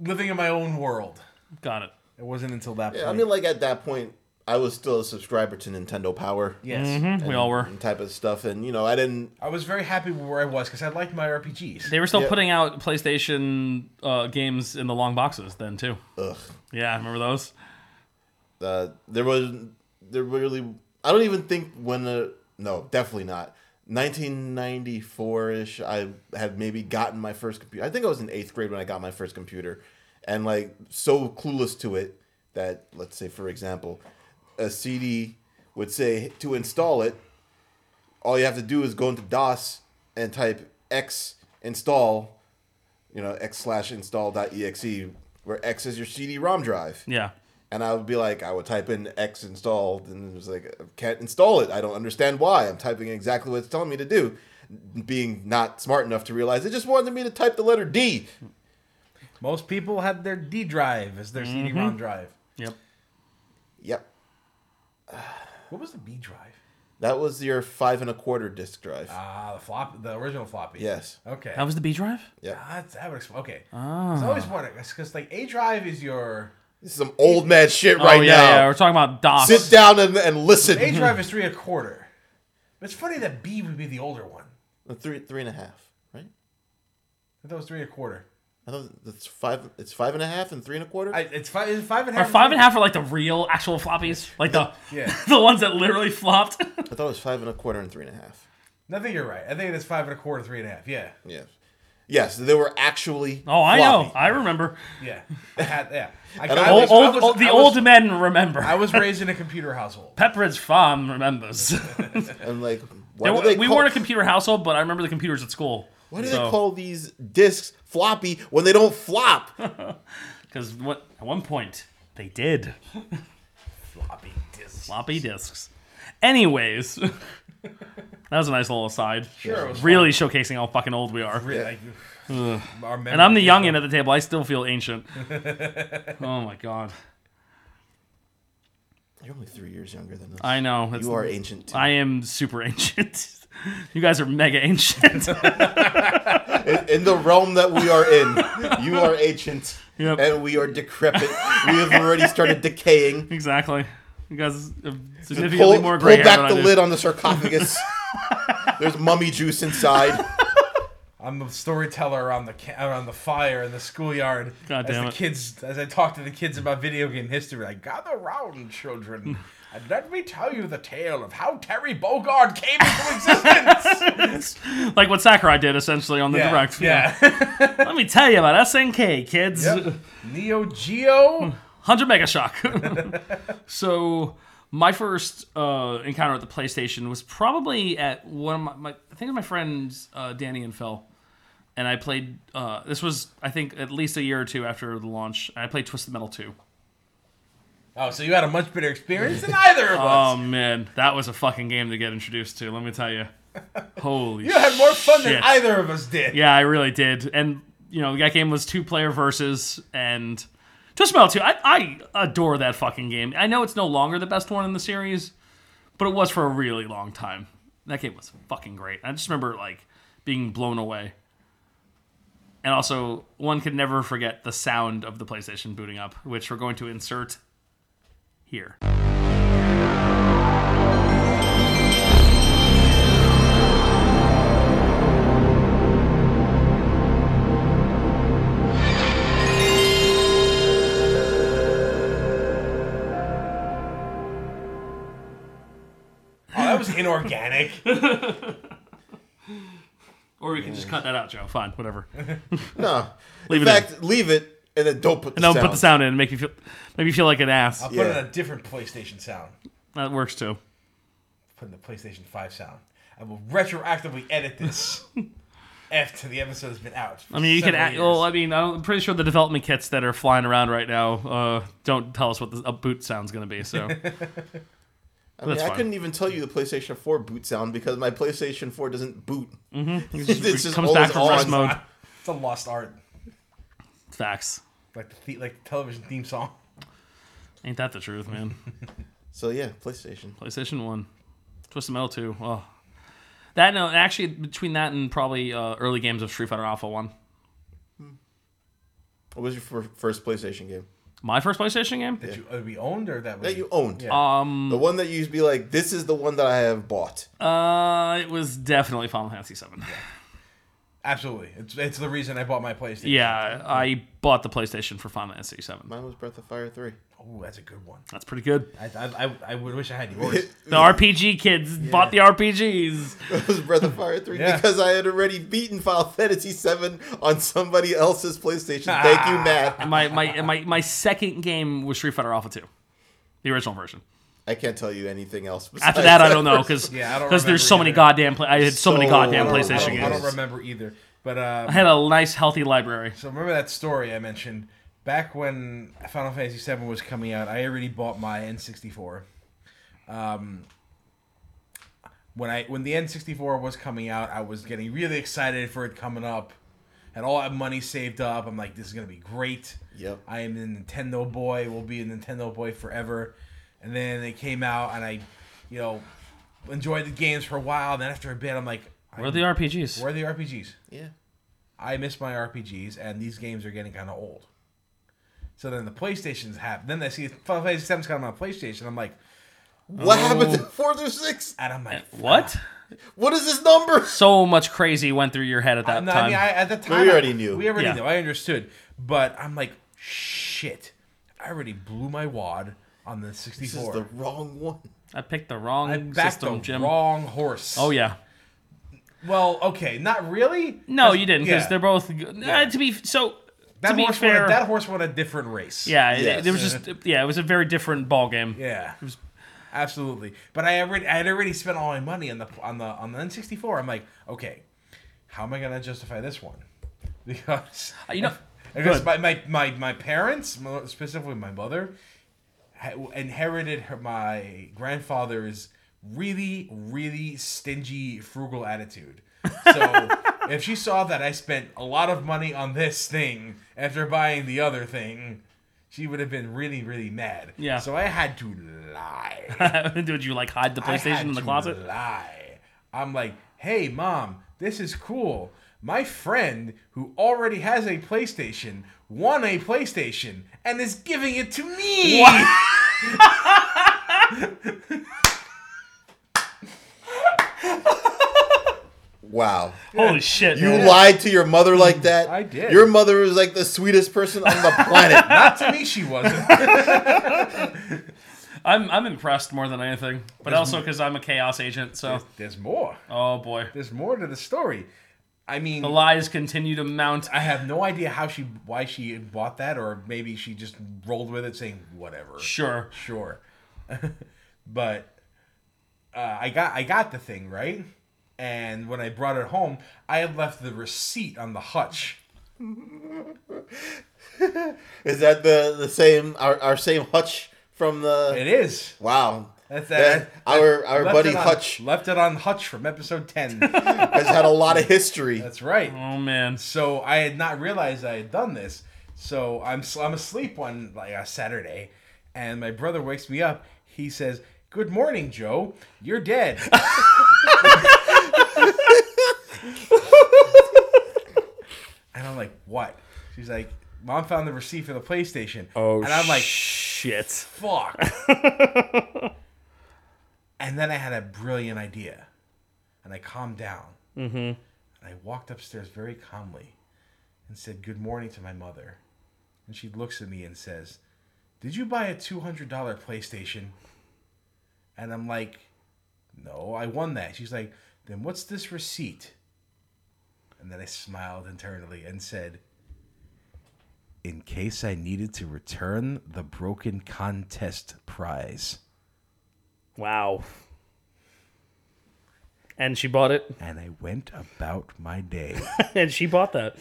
[SPEAKER 3] living in my own world.
[SPEAKER 4] Got it.
[SPEAKER 3] It wasn't until that
[SPEAKER 2] Yeah, I
[SPEAKER 3] point.
[SPEAKER 2] mean, like at that point, I was still a subscriber to Nintendo Power.
[SPEAKER 3] yes,
[SPEAKER 4] Mhm, We all were.
[SPEAKER 2] and type of stuff, and you know, I didn't.
[SPEAKER 3] I was very happy with where I was because I liked my RPGs.
[SPEAKER 4] They were still
[SPEAKER 2] Yeah.
[SPEAKER 4] putting out PlayStation uh, games in the long boxes then too.
[SPEAKER 2] Ugh,
[SPEAKER 4] Yeah, remember those?
[SPEAKER 2] uh, there was there really. I don't even think when. Uh, no, definitely not. 1994 ish. I had maybe gotten my first computer. I think I was in eighth grade when I got my first computer, and like so clueless to it that let's say for example, a CD would say to install it. All you have to do is go into DOS and type X install, you know X slash install dot exe, where X is your CD-ROM drive.
[SPEAKER 4] Yeah.
[SPEAKER 2] And I would be like, I would type in X installed, and it was like, I can't install it. I don't understand why. I'm typing exactly what it's telling me to do. Being not smart enough to realize it just wanted me to type the letter D.
[SPEAKER 3] Most people had their D drive as their
[SPEAKER 4] Mm-hmm.
[SPEAKER 3] CD-ROM drive.
[SPEAKER 4] Yep.
[SPEAKER 2] Yep.
[SPEAKER 3] What was the B drive?
[SPEAKER 2] That was your five and a quarter disk drive.
[SPEAKER 3] Ah, the flop, the original floppy.
[SPEAKER 2] yes.
[SPEAKER 3] Okay.
[SPEAKER 4] That was Ah. the B drive.
[SPEAKER 2] Yeah.
[SPEAKER 3] Ah, that's, that would explain. Okay. So I always wondered because like A drive is your
[SPEAKER 2] This is some old man shit right
[SPEAKER 4] oh yeah,
[SPEAKER 2] now.
[SPEAKER 4] yeah. We're talking about DOS.
[SPEAKER 2] Sit down and, and listen.
[SPEAKER 4] Mm-hmm.
[SPEAKER 3] Age drive is three a quarter. But it's funny that B would be the older one.
[SPEAKER 2] <laughs> Three three and a half, right?
[SPEAKER 3] I thought it was three and a quarter.
[SPEAKER 2] I thought it's five. It's five and a half and three and a quarter.
[SPEAKER 3] I, it's five. It's five and a
[SPEAKER 4] Are
[SPEAKER 3] half.
[SPEAKER 4] five and a half are like the real actual floppies, like the <laughs>
[SPEAKER 3] Yeah.
[SPEAKER 4] the ones that literally flopped. <laughs>
[SPEAKER 2] I thought it was five and a quarter and three and a half.
[SPEAKER 3] I think you're right. I think it's five and a quarter, three and a half. Yeah,
[SPEAKER 2] Yes. Yes, they were actually.
[SPEAKER 4] Oh, I know,
[SPEAKER 2] floppy.
[SPEAKER 4] I remember. <laughs>
[SPEAKER 3] yeah. I had, yeah. I,
[SPEAKER 2] don't
[SPEAKER 3] I
[SPEAKER 2] know.
[SPEAKER 3] was,
[SPEAKER 4] Old,
[SPEAKER 3] I
[SPEAKER 4] old,
[SPEAKER 3] was-
[SPEAKER 4] old- the
[SPEAKER 3] I
[SPEAKER 4] old
[SPEAKER 3] Was,
[SPEAKER 4] men remember.
[SPEAKER 3] I was raised in a computer household.
[SPEAKER 4] Pepperidge Farm remembers. <laughs>
[SPEAKER 2] And like, why do
[SPEAKER 4] There were-
[SPEAKER 2] they
[SPEAKER 4] we
[SPEAKER 2] call,
[SPEAKER 4] weren't a computer household, but I remember the computers at school.
[SPEAKER 2] Why do they call these discs floppy when they don't
[SPEAKER 4] <laughs>
[SPEAKER 2] flop?
[SPEAKER 4] Because what at one point they did
[SPEAKER 3] Floppy disks.
[SPEAKER 4] floppy disks. Anyways, <laughs> that was a nice little aside.
[SPEAKER 3] Sure, it was
[SPEAKER 4] <laughs> really showcasing how fucking old we are.
[SPEAKER 3] Really, like, our
[SPEAKER 4] And I'm the youngin' at the table. I still feel ancient. oh my god,
[SPEAKER 2] You're only three years younger than us.
[SPEAKER 4] I know. It's,
[SPEAKER 2] you are ancient too.
[SPEAKER 4] I am super <laughs> ancient. you guys are mega ancient. <laughs>
[SPEAKER 2] in, in the realm that we are
[SPEAKER 4] <laughs>
[SPEAKER 2] in, you are ancient.
[SPEAKER 4] Yep.
[SPEAKER 2] And we are decrepit. we have already started
[SPEAKER 4] <laughs>
[SPEAKER 2] decaying.
[SPEAKER 4] exactly. You guys have significantly
[SPEAKER 2] Pull,
[SPEAKER 4] more
[SPEAKER 2] pull
[SPEAKER 4] gray hair
[SPEAKER 2] back
[SPEAKER 4] than
[SPEAKER 2] the
[SPEAKER 4] I do.
[SPEAKER 2] lid on the
[SPEAKER 4] <laughs>
[SPEAKER 2] sarcophagus. There's mummy juice inside.
[SPEAKER 3] I'm the storyteller around the ca- around the fire in the schoolyard.
[SPEAKER 4] God
[SPEAKER 3] as
[SPEAKER 4] damn
[SPEAKER 3] the
[SPEAKER 4] it.
[SPEAKER 3] kids, as I talk to the kids about video game history, like gather round,
[SPEAKER 4] <laughs>
[SPEAKER 3] children, and let me tell you the tale of how Terry Bogard came
[SPEAKER 4] <laughs>
[SPEAKER 3] into existence.
[SPEAKER 4] Like what Sakurai did essentially on the
[SPEAKER 3] yeah,
[SPEAKER 4] direct.
[SPEAKER 3] yeah.
[SPEAKER 4] <laughs> Let me tell you about SNK, kids.
[SPEAKER 3] Yep. Neo
[SPEAKER 4] Hmm.
[SPEAKER 3] Geo.
[SPEAKER 4] 100 Mega Shock. <laughs> so, my first uh, encounter with the PlayStation was probably at one of my, my I think it was my friends uh, Danny and Phil. And I played, uh, this was, I think, at least a year or two after the launch. And I played Twisted Metal 2.
[SPEAKER 3] Oh, so you had a much better experience
[SPEAKER 4] <laughs>
[SPEAKER 3] than either of us.
[SPEAKER 4] Oh, man. That was a fucking game to get introduced to, let me tell you. Holy
[SPEAKER 3] you had more fun than
[SPEAKER 4] shit.
[SPEAKER 3] either of us did.
[SPEAKER 4] Yeah, I really did. And you know, that game was two player versus and Twisted Metal 2. I, I adore that fucking game. I know it's no longer the best one in the series, but it was for a really long time. That game was fucking great. I just remember like being blown away. And also, one could never forget the sound of the PlayStation booting up, which we're going to insert here.
[SPEAKER 3] Oh, that was inorganic.
[SPEAKER 4] Or we can just cut that out, Joe. Fine, whatever.
[SPEAKER 2] No.
[SPEAKER 4] Leave
[SPEAKER 2] in
[SPEAKER 4] it in.
[SPEAKER 2] fact, leave it and then don't put the
[SPEAKER 4] No,
[SPEAKER 2] sound.
[SPEAKER 4] put the sound in and make me feel make me feel like an ass.
[SPEAKER 3] I'll put
[SPEAKER 2] Yeah.
[SPEAKER 3] in a different PlayStation sound.
[SPEAKER 4] That works too.
[SPEAKER 3] Put in the PlayStation 5 sound. I will retroactively edit
[SPEAKER 4] <laughs>
[SPEAKER 3] this after the episode has been out.
[SPEAKER 4] I mean, you can. Add,
[SPEAKER 3] Add,
[SPEAKER 4] well, I mean, I'm pretty sure the development kits that are flying around right now uh, don't tell us what the, a boot sound's going to be. So
[SPEAKER 2] I, mean,
[SPEAKER 4] That's
[SPEAKER 2] I
[SPEAKER 4] fine.
[SPEAKER 2] couldn't even tell you the PlayStation 4 boot sound because my PlayStation 4 doesn't boot.
[SPEAKER 4] Mm-hmm.
[SPEAKER 2] <laughs>
[SPEAKER 4] it
[SPEAKER 2] It's just
[SPEAKER 4] comes back
[SPEAKER 2] always
[SPEAKER 4] from rest
[SPEAKER 2] on.
[SPEAKER 4] mode.
[SPEAKER 3] it's a lost art,
[SPEAKER 4] Facts.
[SPEAKER 3] like the, the like the television theme song.
[SPEAKER 4] Ain't that the truth, man?
[SPEAKER 2] So yeah, PlayStation.
[SPEAKER 4] PlayStation One, Twisted Metal Two. Oh, that no. Actually, between that and probably uh, early games of Street Fighter Alpha One,
[SPEAKER 2] What was your fir- first PlayStation game
[SPEAKER 4] my first PlayStation game.
[SPEAKER 3] That you uh, we owned or that was
[SPEAKER 2] that you owned?
[SPEAKER 3] Yeah.
[SPEAKER 4] Um,
[SPEAKER 2] The one that you used to be like, this is the one that I have bought.
[SPEAKER 4] uh, it was definitely Final Fantasy Seven.
[SPEAKER 3] absolutely. It's it's the reason I bought my PlayStation.
[SPEAKER 4] Yeah, I bought the PlayStation for Final Fantasy Seven.
[SPEAKER 2] Mine was Breath of Fire 3.
[SPEAKER 3] Oh, that's a good one.
[SPEAKER 4] That's pretty good.
[SPEAKER 3] I I, I, I would wish I had
[SPEAKER 4] <laughs>
[SPEAKER 3] yours.
[SPEAKER 4] The RPG kids bought the RPGs.
[SPEAKER 2] It was Breath of Fire 3
[SPEAKER 3] Yeah.
[SPEAKER 2] because I had already beaten Final Fantasy 7 on somebody else's PlayStation. Thank you, Matt.
[SPEAKER 4] my, my my my second game was Street Fighter Alpha 2, the original version.
[SPEAKER 2] I can't tell you anything else.
[SPEAKER 4] After
[SPEAKER 2] besides
[SPEAKER 4] that, I don't know
[SPEAKER 3] <laughs>
[SPEAKER 4] because
[SPEAKER 3] Yeah, I don't
[SPEAKER 4] there's so
[SPEAKER 3] remember
[SPEAKER 4] many
[SPEAKER 3] either.
[SPEAKER 4] goddamn play. I had so, many
[SPEAKER 2] So-
[SPEAKER 4] goddamn
[SPEAKER 3] I
[SPEAKER 2] I
[SPEAKER 3] don't- I
[SPEAKER 4] PlayStation
[SPEAKER 3] don't, I don't
[SPEAKER 4] games.
[SPEAKER 3] remember either. But uh,
[SPEAKER 4] I had a nice healthy library.
[SPEAKER 3] So remember that story I mentioned back when Final Fantasy VII was coming out. I already bought my N64. Um, when I when the N64 was coming out, I was getting really excited for it coming up. Had all that money saved up. I'm like, this is gonna be great.
[SPEAKER 2] Yep.
[SPEAKER 3] I am a Nintendo boy. Will be a Nintendo boy forever. And then it came out, and I, you know, enjoyed the games for a while. Then after a bit, I'm like,
[SPEAKER 4] Where are the RPGs?
[SPEAKER 3] where are the RPGs?
[SPEAKER 2] <laughs> Yeah.
[SPEAKER 3] I miss my RPGs, and these games are getting kind of old. So then the PlayStation's happen. Then I see Final Fantasy VII's coming on PlayStation. I'm like,
[SPEAKER 2] What happened to four through six?
[SPEAKER 3] and I'm like,
[SPEAKER 4] What?
[SPEAKER 2] What is this number?
[SPEAKER 4] So much crazy went through your head at that
[SPEAKER 3] no,
[SPEAKER 4] time.
[SPEAKER 3] I mean, I, at the time,
[SPEAKER 2] we
[SPEAKER 3] I-
[SPEAKER 2] already knew.
[SPEAKER 3] We already
[SPEAKER 4] Yeah.
[SPEAKER 3] knew. I understood, but I'm like, shit. I already blew my wad on the 64.
[SPEAKER 2] This is the wrong one.
[SPEAKER 4] I picked the wrong
[SPEAKER 3] I backed
[SPEAKER 4] system,
[SPEAKER 3] the
[SPEAKER 4] Jim.
[SPEAKER 3] wrong horse.
[SPEAKER 4] Oh yeah.
[SPEAKER 3] Well, okay, not really.
[SPEAKER 4] No, you didn't because
[SPEAKER 3] yeah.
[SPEAKER 4] they're both. Uh, to be f- so.
[SPEAKER 3] That
[SPEAKER 4] to be
[SPEAKER 3] horse
[SPEAKER 4] fair,
[SPEAKER 3] won. A, that horse won a different race.
[SPEAKER 4] yeah, it-
[SPEAKER 2] Yes.
[SPEAKER 4] it, was just yeah, it was a very different ball game.
[SPEAKER 3] Yeah. absolutely. But I already I had already spent all my money on the on the on the N64. I'm like, okay, how am I gonna justify this one? <laughs> Because
[SPEAKER 4] Uh, You know, <laughs>
[SPEAKER 3] because
[SPEAKER 4] Good.
[SPEAKER 3] my, my, my, my parents, mo- specifically my mother, ha- inherited her, my grandfather's really, really stingy, frugal attitude.
[SPEAKER 4] <laughs>
[SPEAKER 3] So if she saw that I spent a lot of money on this thing after buying the other thing, she would have been really, really mad.
[SPEAKER 4] Yeah.
[SPEAKER 3] So I had to
[SPEAKER 4] <laughs>
[SPEAKER 3] lie.
[SPEAKER 4] did you like hide the
[SPEAKER 3] I
[SPEAKER 4] PlayStation
[SPEAKER 3] had
[SPEAKER 4] in the
[SPEAKER 3] to
[SPEAKER 4] closet?
[SPEAKER 3] Lie. I'm like, hey, mom, this is cool. My friend who already has a PlayStation won a PlayStation and is giving it to me.
[SPEAKER 2] Wow.
[SPEAKER 4] Holy shit!
[SPEAKER 2] You
[SPEAKER 4] man.
[SPEAKER 2] lied to your mother like that?
[SPEAKER 3] I did.
[SPEAKER 2] Your mother was like the sweetest person on the planet.
[SPEAKER 3] Not to me, she wasn't. <laughs>
[SPEAKER 4] I'm I'm impressed more than anything, but also because I'm a chaos agent. So
[SPEAKER 3] There's more.
[SPEAKER 4] oh boy,
[SPEAKER 3] There's more to the story. I mean,
[SPEAKER 4] the lies continue to mount.
[SPEAKER 3] I have no idea how she, why she bought that, or maybe she just rolled with it, saying whatever.
[SPEAKER 4] Sure.
[SPEAKER 3] sure <laughs> but uh, i got i got the thing right and when i brought it home i had left the receipt on the hutch
[SPEAKER 2] Is that the, the same our, our same Hutch from the
[SPEAKER 3] it is
[SPEAKER 2] Wow.
[SPEAKER 3] that's
[SPEAKER 2] Yeah,
[SPEAKER 3] that
[SPEAKER 2] our our
[SPEAKER 3] left
[SPEAKER 2] buddy
[SPEAKER 3] it on-
[SPEAKER 2] Hutch
[SPEAKER 3] left it on hutch from episode
[SPEAKER 2] <laughs>
[SPEAKER 3] 10
[SPEAKER 2] has had a lot of history.
[SPEAKER 3] that's right
[SPEAKER 4] Oh man.
[SPEAKER 3] so i had not realized i had done this so i'm s- i'm asleep one like a saturday and my brother wakes me up he says good morning joe you're dead <laughs> And I'm like, what? She's like, mom found the receipt for the PlayStation.
[SPEAKER 4] Oh,
[SPEAKER 3] and I'm like,
[SPEAKER 4] shit. <laughs>
[SPEAKER 3] fuck. and then I had a brilliant idea. And I calmed down. Mm-hmm. And I walked upstairs very calmly and said good morning to my mother. And she looks at me and says, Did you buy a $200 PlayStation? And I'm like, No, I won that. She's like, Then what's this receipt? And then I smiled internally and said, in case I needed to return the broken contest prize.
[SPEAKER 4] Wow. And she bought it, <laughs>
[SPEAKER 3] And I went about my day.
[SPEAKER 4] and she bought that.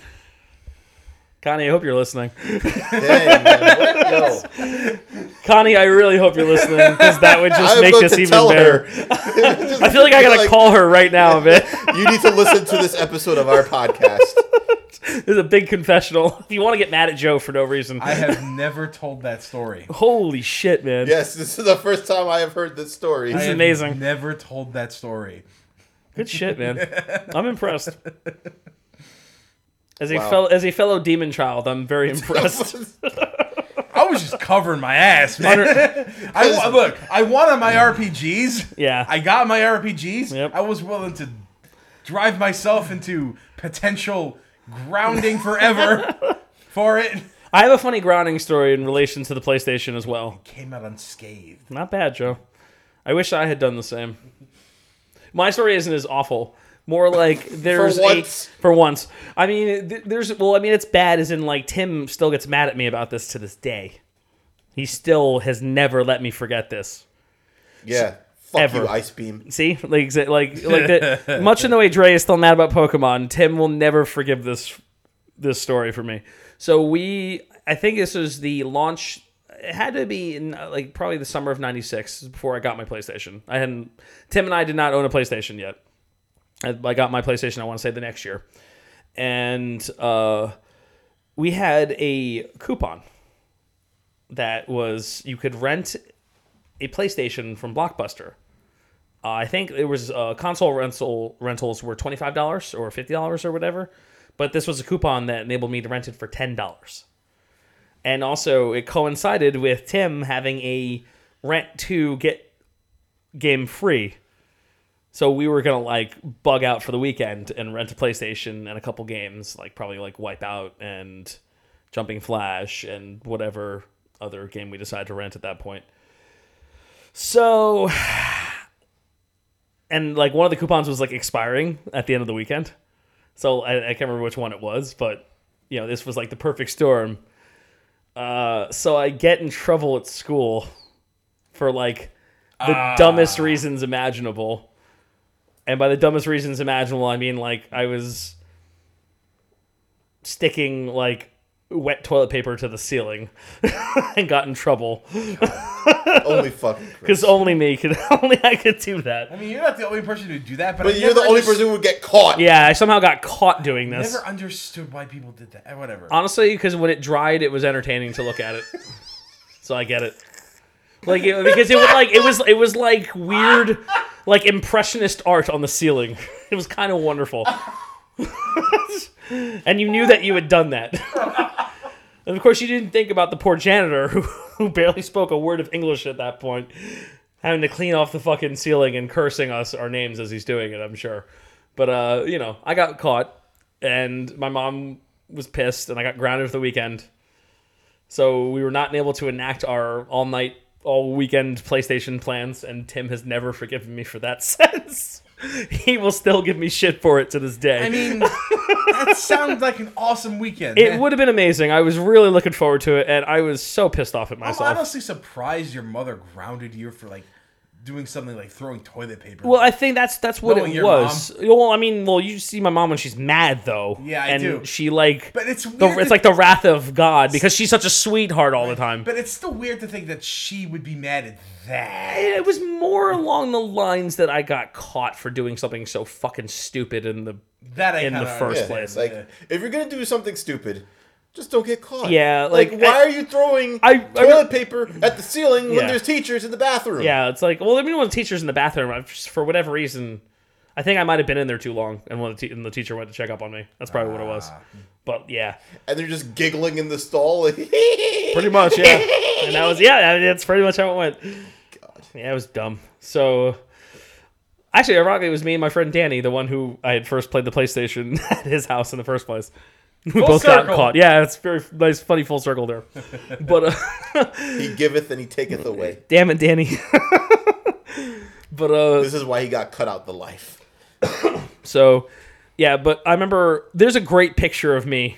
[SPEAKER 4] Connie, I hope you're listening.
[SPEAKER 2] Dang, man, what- no.
[SPEAKER 4] <laughs> Connie, I really hope you're listening because
[SPEAKER 2] <laughs>
[SPEAKER 4] that would just
[SPEAKER 2] I'm
[SPEAKER 4] make
[SPEAKER 2] about
[SPEAKER 4] this
[SPEAKER 2] to
[SPEAKER 4] even
[SPEAKER 2] tell
[SPEAKER 4] better.
[SPEAKER 2] her. <laughs>
[SPEAKER 4] I feel like I gotta call her right now, man.
[SPEAKER 2] You need to listen to this episode of our podcast.
[SPEAKER 4] this is a big confessional. If you want to get mad at Joe for no reason,
[SPEAKER 3] I have never told that story.
[SPEAKER 4] holy shit, man.
[SPEAKER 2] Yes, this is the first time I have heard this story. <laughs>
[SPEAKER 3] I have
[SPEAKER 4] amazing.
[SPEAKER 3] Never told that story.
[SPEAKER 4] Good
[SPEAKER 2] <laughs>
[SPEAKER 4] shit, man. I'm impressed. As a
[SPEAKER 2] Wow.
[SPEAKER 4] fellow, as a fellow demon child,
[SPEAKER 2] <laughs>
[SPEAKER 4] I'm very impressed.
[SPEAKER 3] I was just covering my ass,
[SPEAKER 4] <laughs>
[SPEAKER 3] man. I wa- look. I wanted my RPGs.
[SPEAKER 4] Yeah.
[SPEAKER 3] I got my RPGs.
[SPEAKER 4] Yep.
[SPEAKER 3] I was willing to drive myself into potential grounding
[SPEAKER 4] <laughs>
[SPEAKER 3] forever for it.
[SPEAKER 4] I have a funny grounding story in relation to the PlayStation as well.
[SPEAKER 3] Came out unscathed.
[SPEAKER 4] Not bad, Joe. I wish I had done the same. My story isn't as awful.
[SPEAKER 2] <laughs>
[SPEAKER 4] More like there's
[SPEAKER 2] once.
[SPEAKER 4] A, for once. I mean, th- there's well, I mean, it's bad as in like Tim still gets mad at me about this to this day. He still has never let me forget this.
[SPEAKER 2] Yeah. Fuck
[SPEAKER 4] Ever.
[SPEAKER 2] you, Ice Beam.
[SPEAKER 4] See, like exa- like like that. Much in the way Dre is still mad about Pokemon, Tim will never forgive this this story for me. So we, I think this was the launch. It had to be in uh, like probably the summer of '96 before I got my PlayStation. I hadn't. Tim and I did not own a PlayStation yet. I, I got my PlayStation. I want to say the next year, and uh, we had a coupon that was you could rent a PlayStation from Blockbuster. Uh, I think it was uh, console rental rentals were twenty five dollars or fifty dollars or whatever, but this was a coupon that enabled me to rent it for ten dollars. and also it coincided with Tim having a rent to get game free. So we were gonna like bug out for the weekend and rent a PlayStation and a couple games, like probably like Wipeout and Jumping Flash and whatever other game we decide to rent at that point. So, and like one of the coupons was like expiring at the end of the weekend. So I, I can't remember which one it was, but you know this was like the perfect storm. Uh, so I get in trouble at school for like the dumbest reasons imaginable. And by the dumbest reasons imaginable, I mean like I was sticking like wet toilet paper to the ceiling <laughs> and got in trouble
[SPEAKER 2] Only fucking
[SPEAKER 4] <laughs>
[SPEAKER 2] Chris.
[SPEAKER 4] because only me could only I could do
[SPEAKER 3] I
[SPEAKER 4] that.
[SPEAKER 3] mean, you're not the only person who do that, but,
[SPEAKER 2] But
[SPEAKER 3] I
[SPEAKER 2] you're the
[SPEAKER 3] never
[SPEAKER 2] only
[SPEAKER 3] underst-
[SPEAKER 2] person who would get caught.
[SPEAKER 4] Yeah, I somehow got caught doing this.
[SPEAKER 3] Never understood why people did that. Eh, Whatever.
[SPEAKER 4] Honestly, because when it dried, it was entertaining to look at it. so I get it. Like it, because it was like it was it was like weird, like impressionist art on the ceiling. <laughs> It was kind of wonderful. <laughs> and you knew that you had done that. <laughs> and of course, you didn't think about the poor janitor who, who barely spoke a word of English at that point, having to clean off the fucking ceiling and cursing us our names as he's doing it. I'm sure. But uh, you know, I got caught, and my mom was pissed, and I got grounded for the weekend. So we were not able to enact our all night, all weekend PlayStation plans, and Tim has never forgiven me for that <laughs> since. he will still give me shit for it to this day.
[SPEAKER 3] I
[SPEAKER 4] <laughs>
[SPEAKER 3] mean, that sounds like an awesome weekend.
[SPEAKER 4] it
[SPEAKER 3] Eh.
[SPEAKER 4] would have been amazing. I was really looking forward to it, and I was so pissed off at
[SPEAKER 3] I'm
[SPEAKER 4] myself.
[SPEAKER 3] honestly surprised your mother grounded you for like doing something like throwing toilet paper.
[SPEAKER 4] Well, I think that's that's what
[SPEAKER 3] Knowing
[SPEAKER 4] it
[SPEAKER 3] your
[SPEAKER 4] was. Well, I mean, well, you see my mom when she's mad though.
[SPEAKER 3] Yeah, I
[SPEAKER 4] and
[SPEAKER 3] do.
[SPEAKER 4] She like,
[SPEAKER 3] But it's
[SPEAKER 4] the,
[SPEAKER 3] weird
[SPEAKER 4] it's
[SPEAKER 3] to-
[SPEAKER 4] like the wrath of God because she's such a sweetheart all the time.
[SPEAKER 3] but it's still weird to think that she would be mad at that.
[SPEAKER 4] it was more along the lines that I got caught for doing something so fucking stupid in the
[SPEAKER 3] That I
[SPEAKER 4] In the
[SPEAKER 3] kinda
[SPEAKER 4] first
[SPEAKER 2] Yeah,
[SPEAKER 3] understand.
[SPEAKER 4] place.
[SPEAKER 2] Like, if you're gonna do something stupid, just don't get caught.
[SPEAKER 4] Yeah, like,
[SPEAKER 2] why
[SPEAKER 4] I-
[SPEAKER 2] are you throwing
[SPEAKER 4] I- I
[SPEAKER 2] toilet paper at the ceiling
[SPEAKER 4] Yeah.
[SPEAKER 2] when there's teachers in the bathroom?
[SPEAKER 4] yeah. It's like well, I mean, when the teacher's in the bathroom, I just, for whatever reason, I think I might have been in there too long, and one of the, te- and the teacher went to check up on me. That's probably what it
[SPEAKER 3] Ah.
[SPEAKER 4] was. But yeah,
[SPEAKER 2] and they're just giggling in the stall. <laughs> Like,
[SPEAKER 5] Pretty much, yeah.
[SPEAKER 4] <laughs> and that was yeah. I mean, that's pretty much how it went. Yeah, it was dumb. So actually, ironically, it was me and my friend Danny, the one who I had first played the PlayStation <laughs> at his house in the first place. <laughs> We both got
[SPEAKER 3] circle.
[SPEAKER 4] caught. Yeah, it's very nice, funny full
[SPEAKER 5] <laughs>
[SPEAKER 4] circle there. but uh, <laughs>
[SPEAKER 2] he giveth and he taketh away.
[SPEAKER 4] damn it, Danny. <laughs> but uh,
[SPEAKER 2] This is why he got cut out the life.
[SPEAKER 4] so yeah, but I remember there's a great picture of me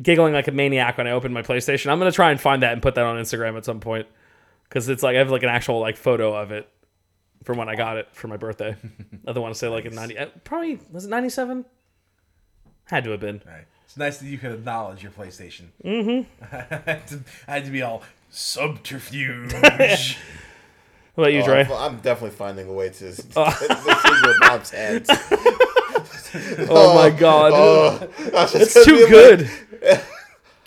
[SPEAKER 4] giggling like a maniac when I opened my PlayStation. I'm gonna try and find that and put that on Instagram at some point because it's like I have like an actual like photo of it from when I got it for
[SPEAKER 2] <laughs>
[SPEAKER 4] my birthday. I don't want to say like in ninety, uh, probably was it ninety seven? Had to have been.
[SPEAKER 3] All right. It's nice that you could acknowledge your PlayStation. Mm-hmm. <laughs> I, had to, I had to be all
[SPEAKER 4] <laughs>
[SPEAKER 3] subterfuge.
[SPEAKER 4] What about you,
[SPEAKER 2] Oh,
[SPEAKER 4] Dre?
[SPEAKER 2] I'm definitely finding a way <laughs> to
[SPEAKER 4] <laughs>
[SPEAKER 2] this is your mom's hands.
[SPEAKER 4] Oh my god,
[SPEAKER 2] Oh, I was just
[SPEAKER 4] it's
[SPEAKER 2] gonna be
[SPEAKER 4] too
[SPEAKER 2] like,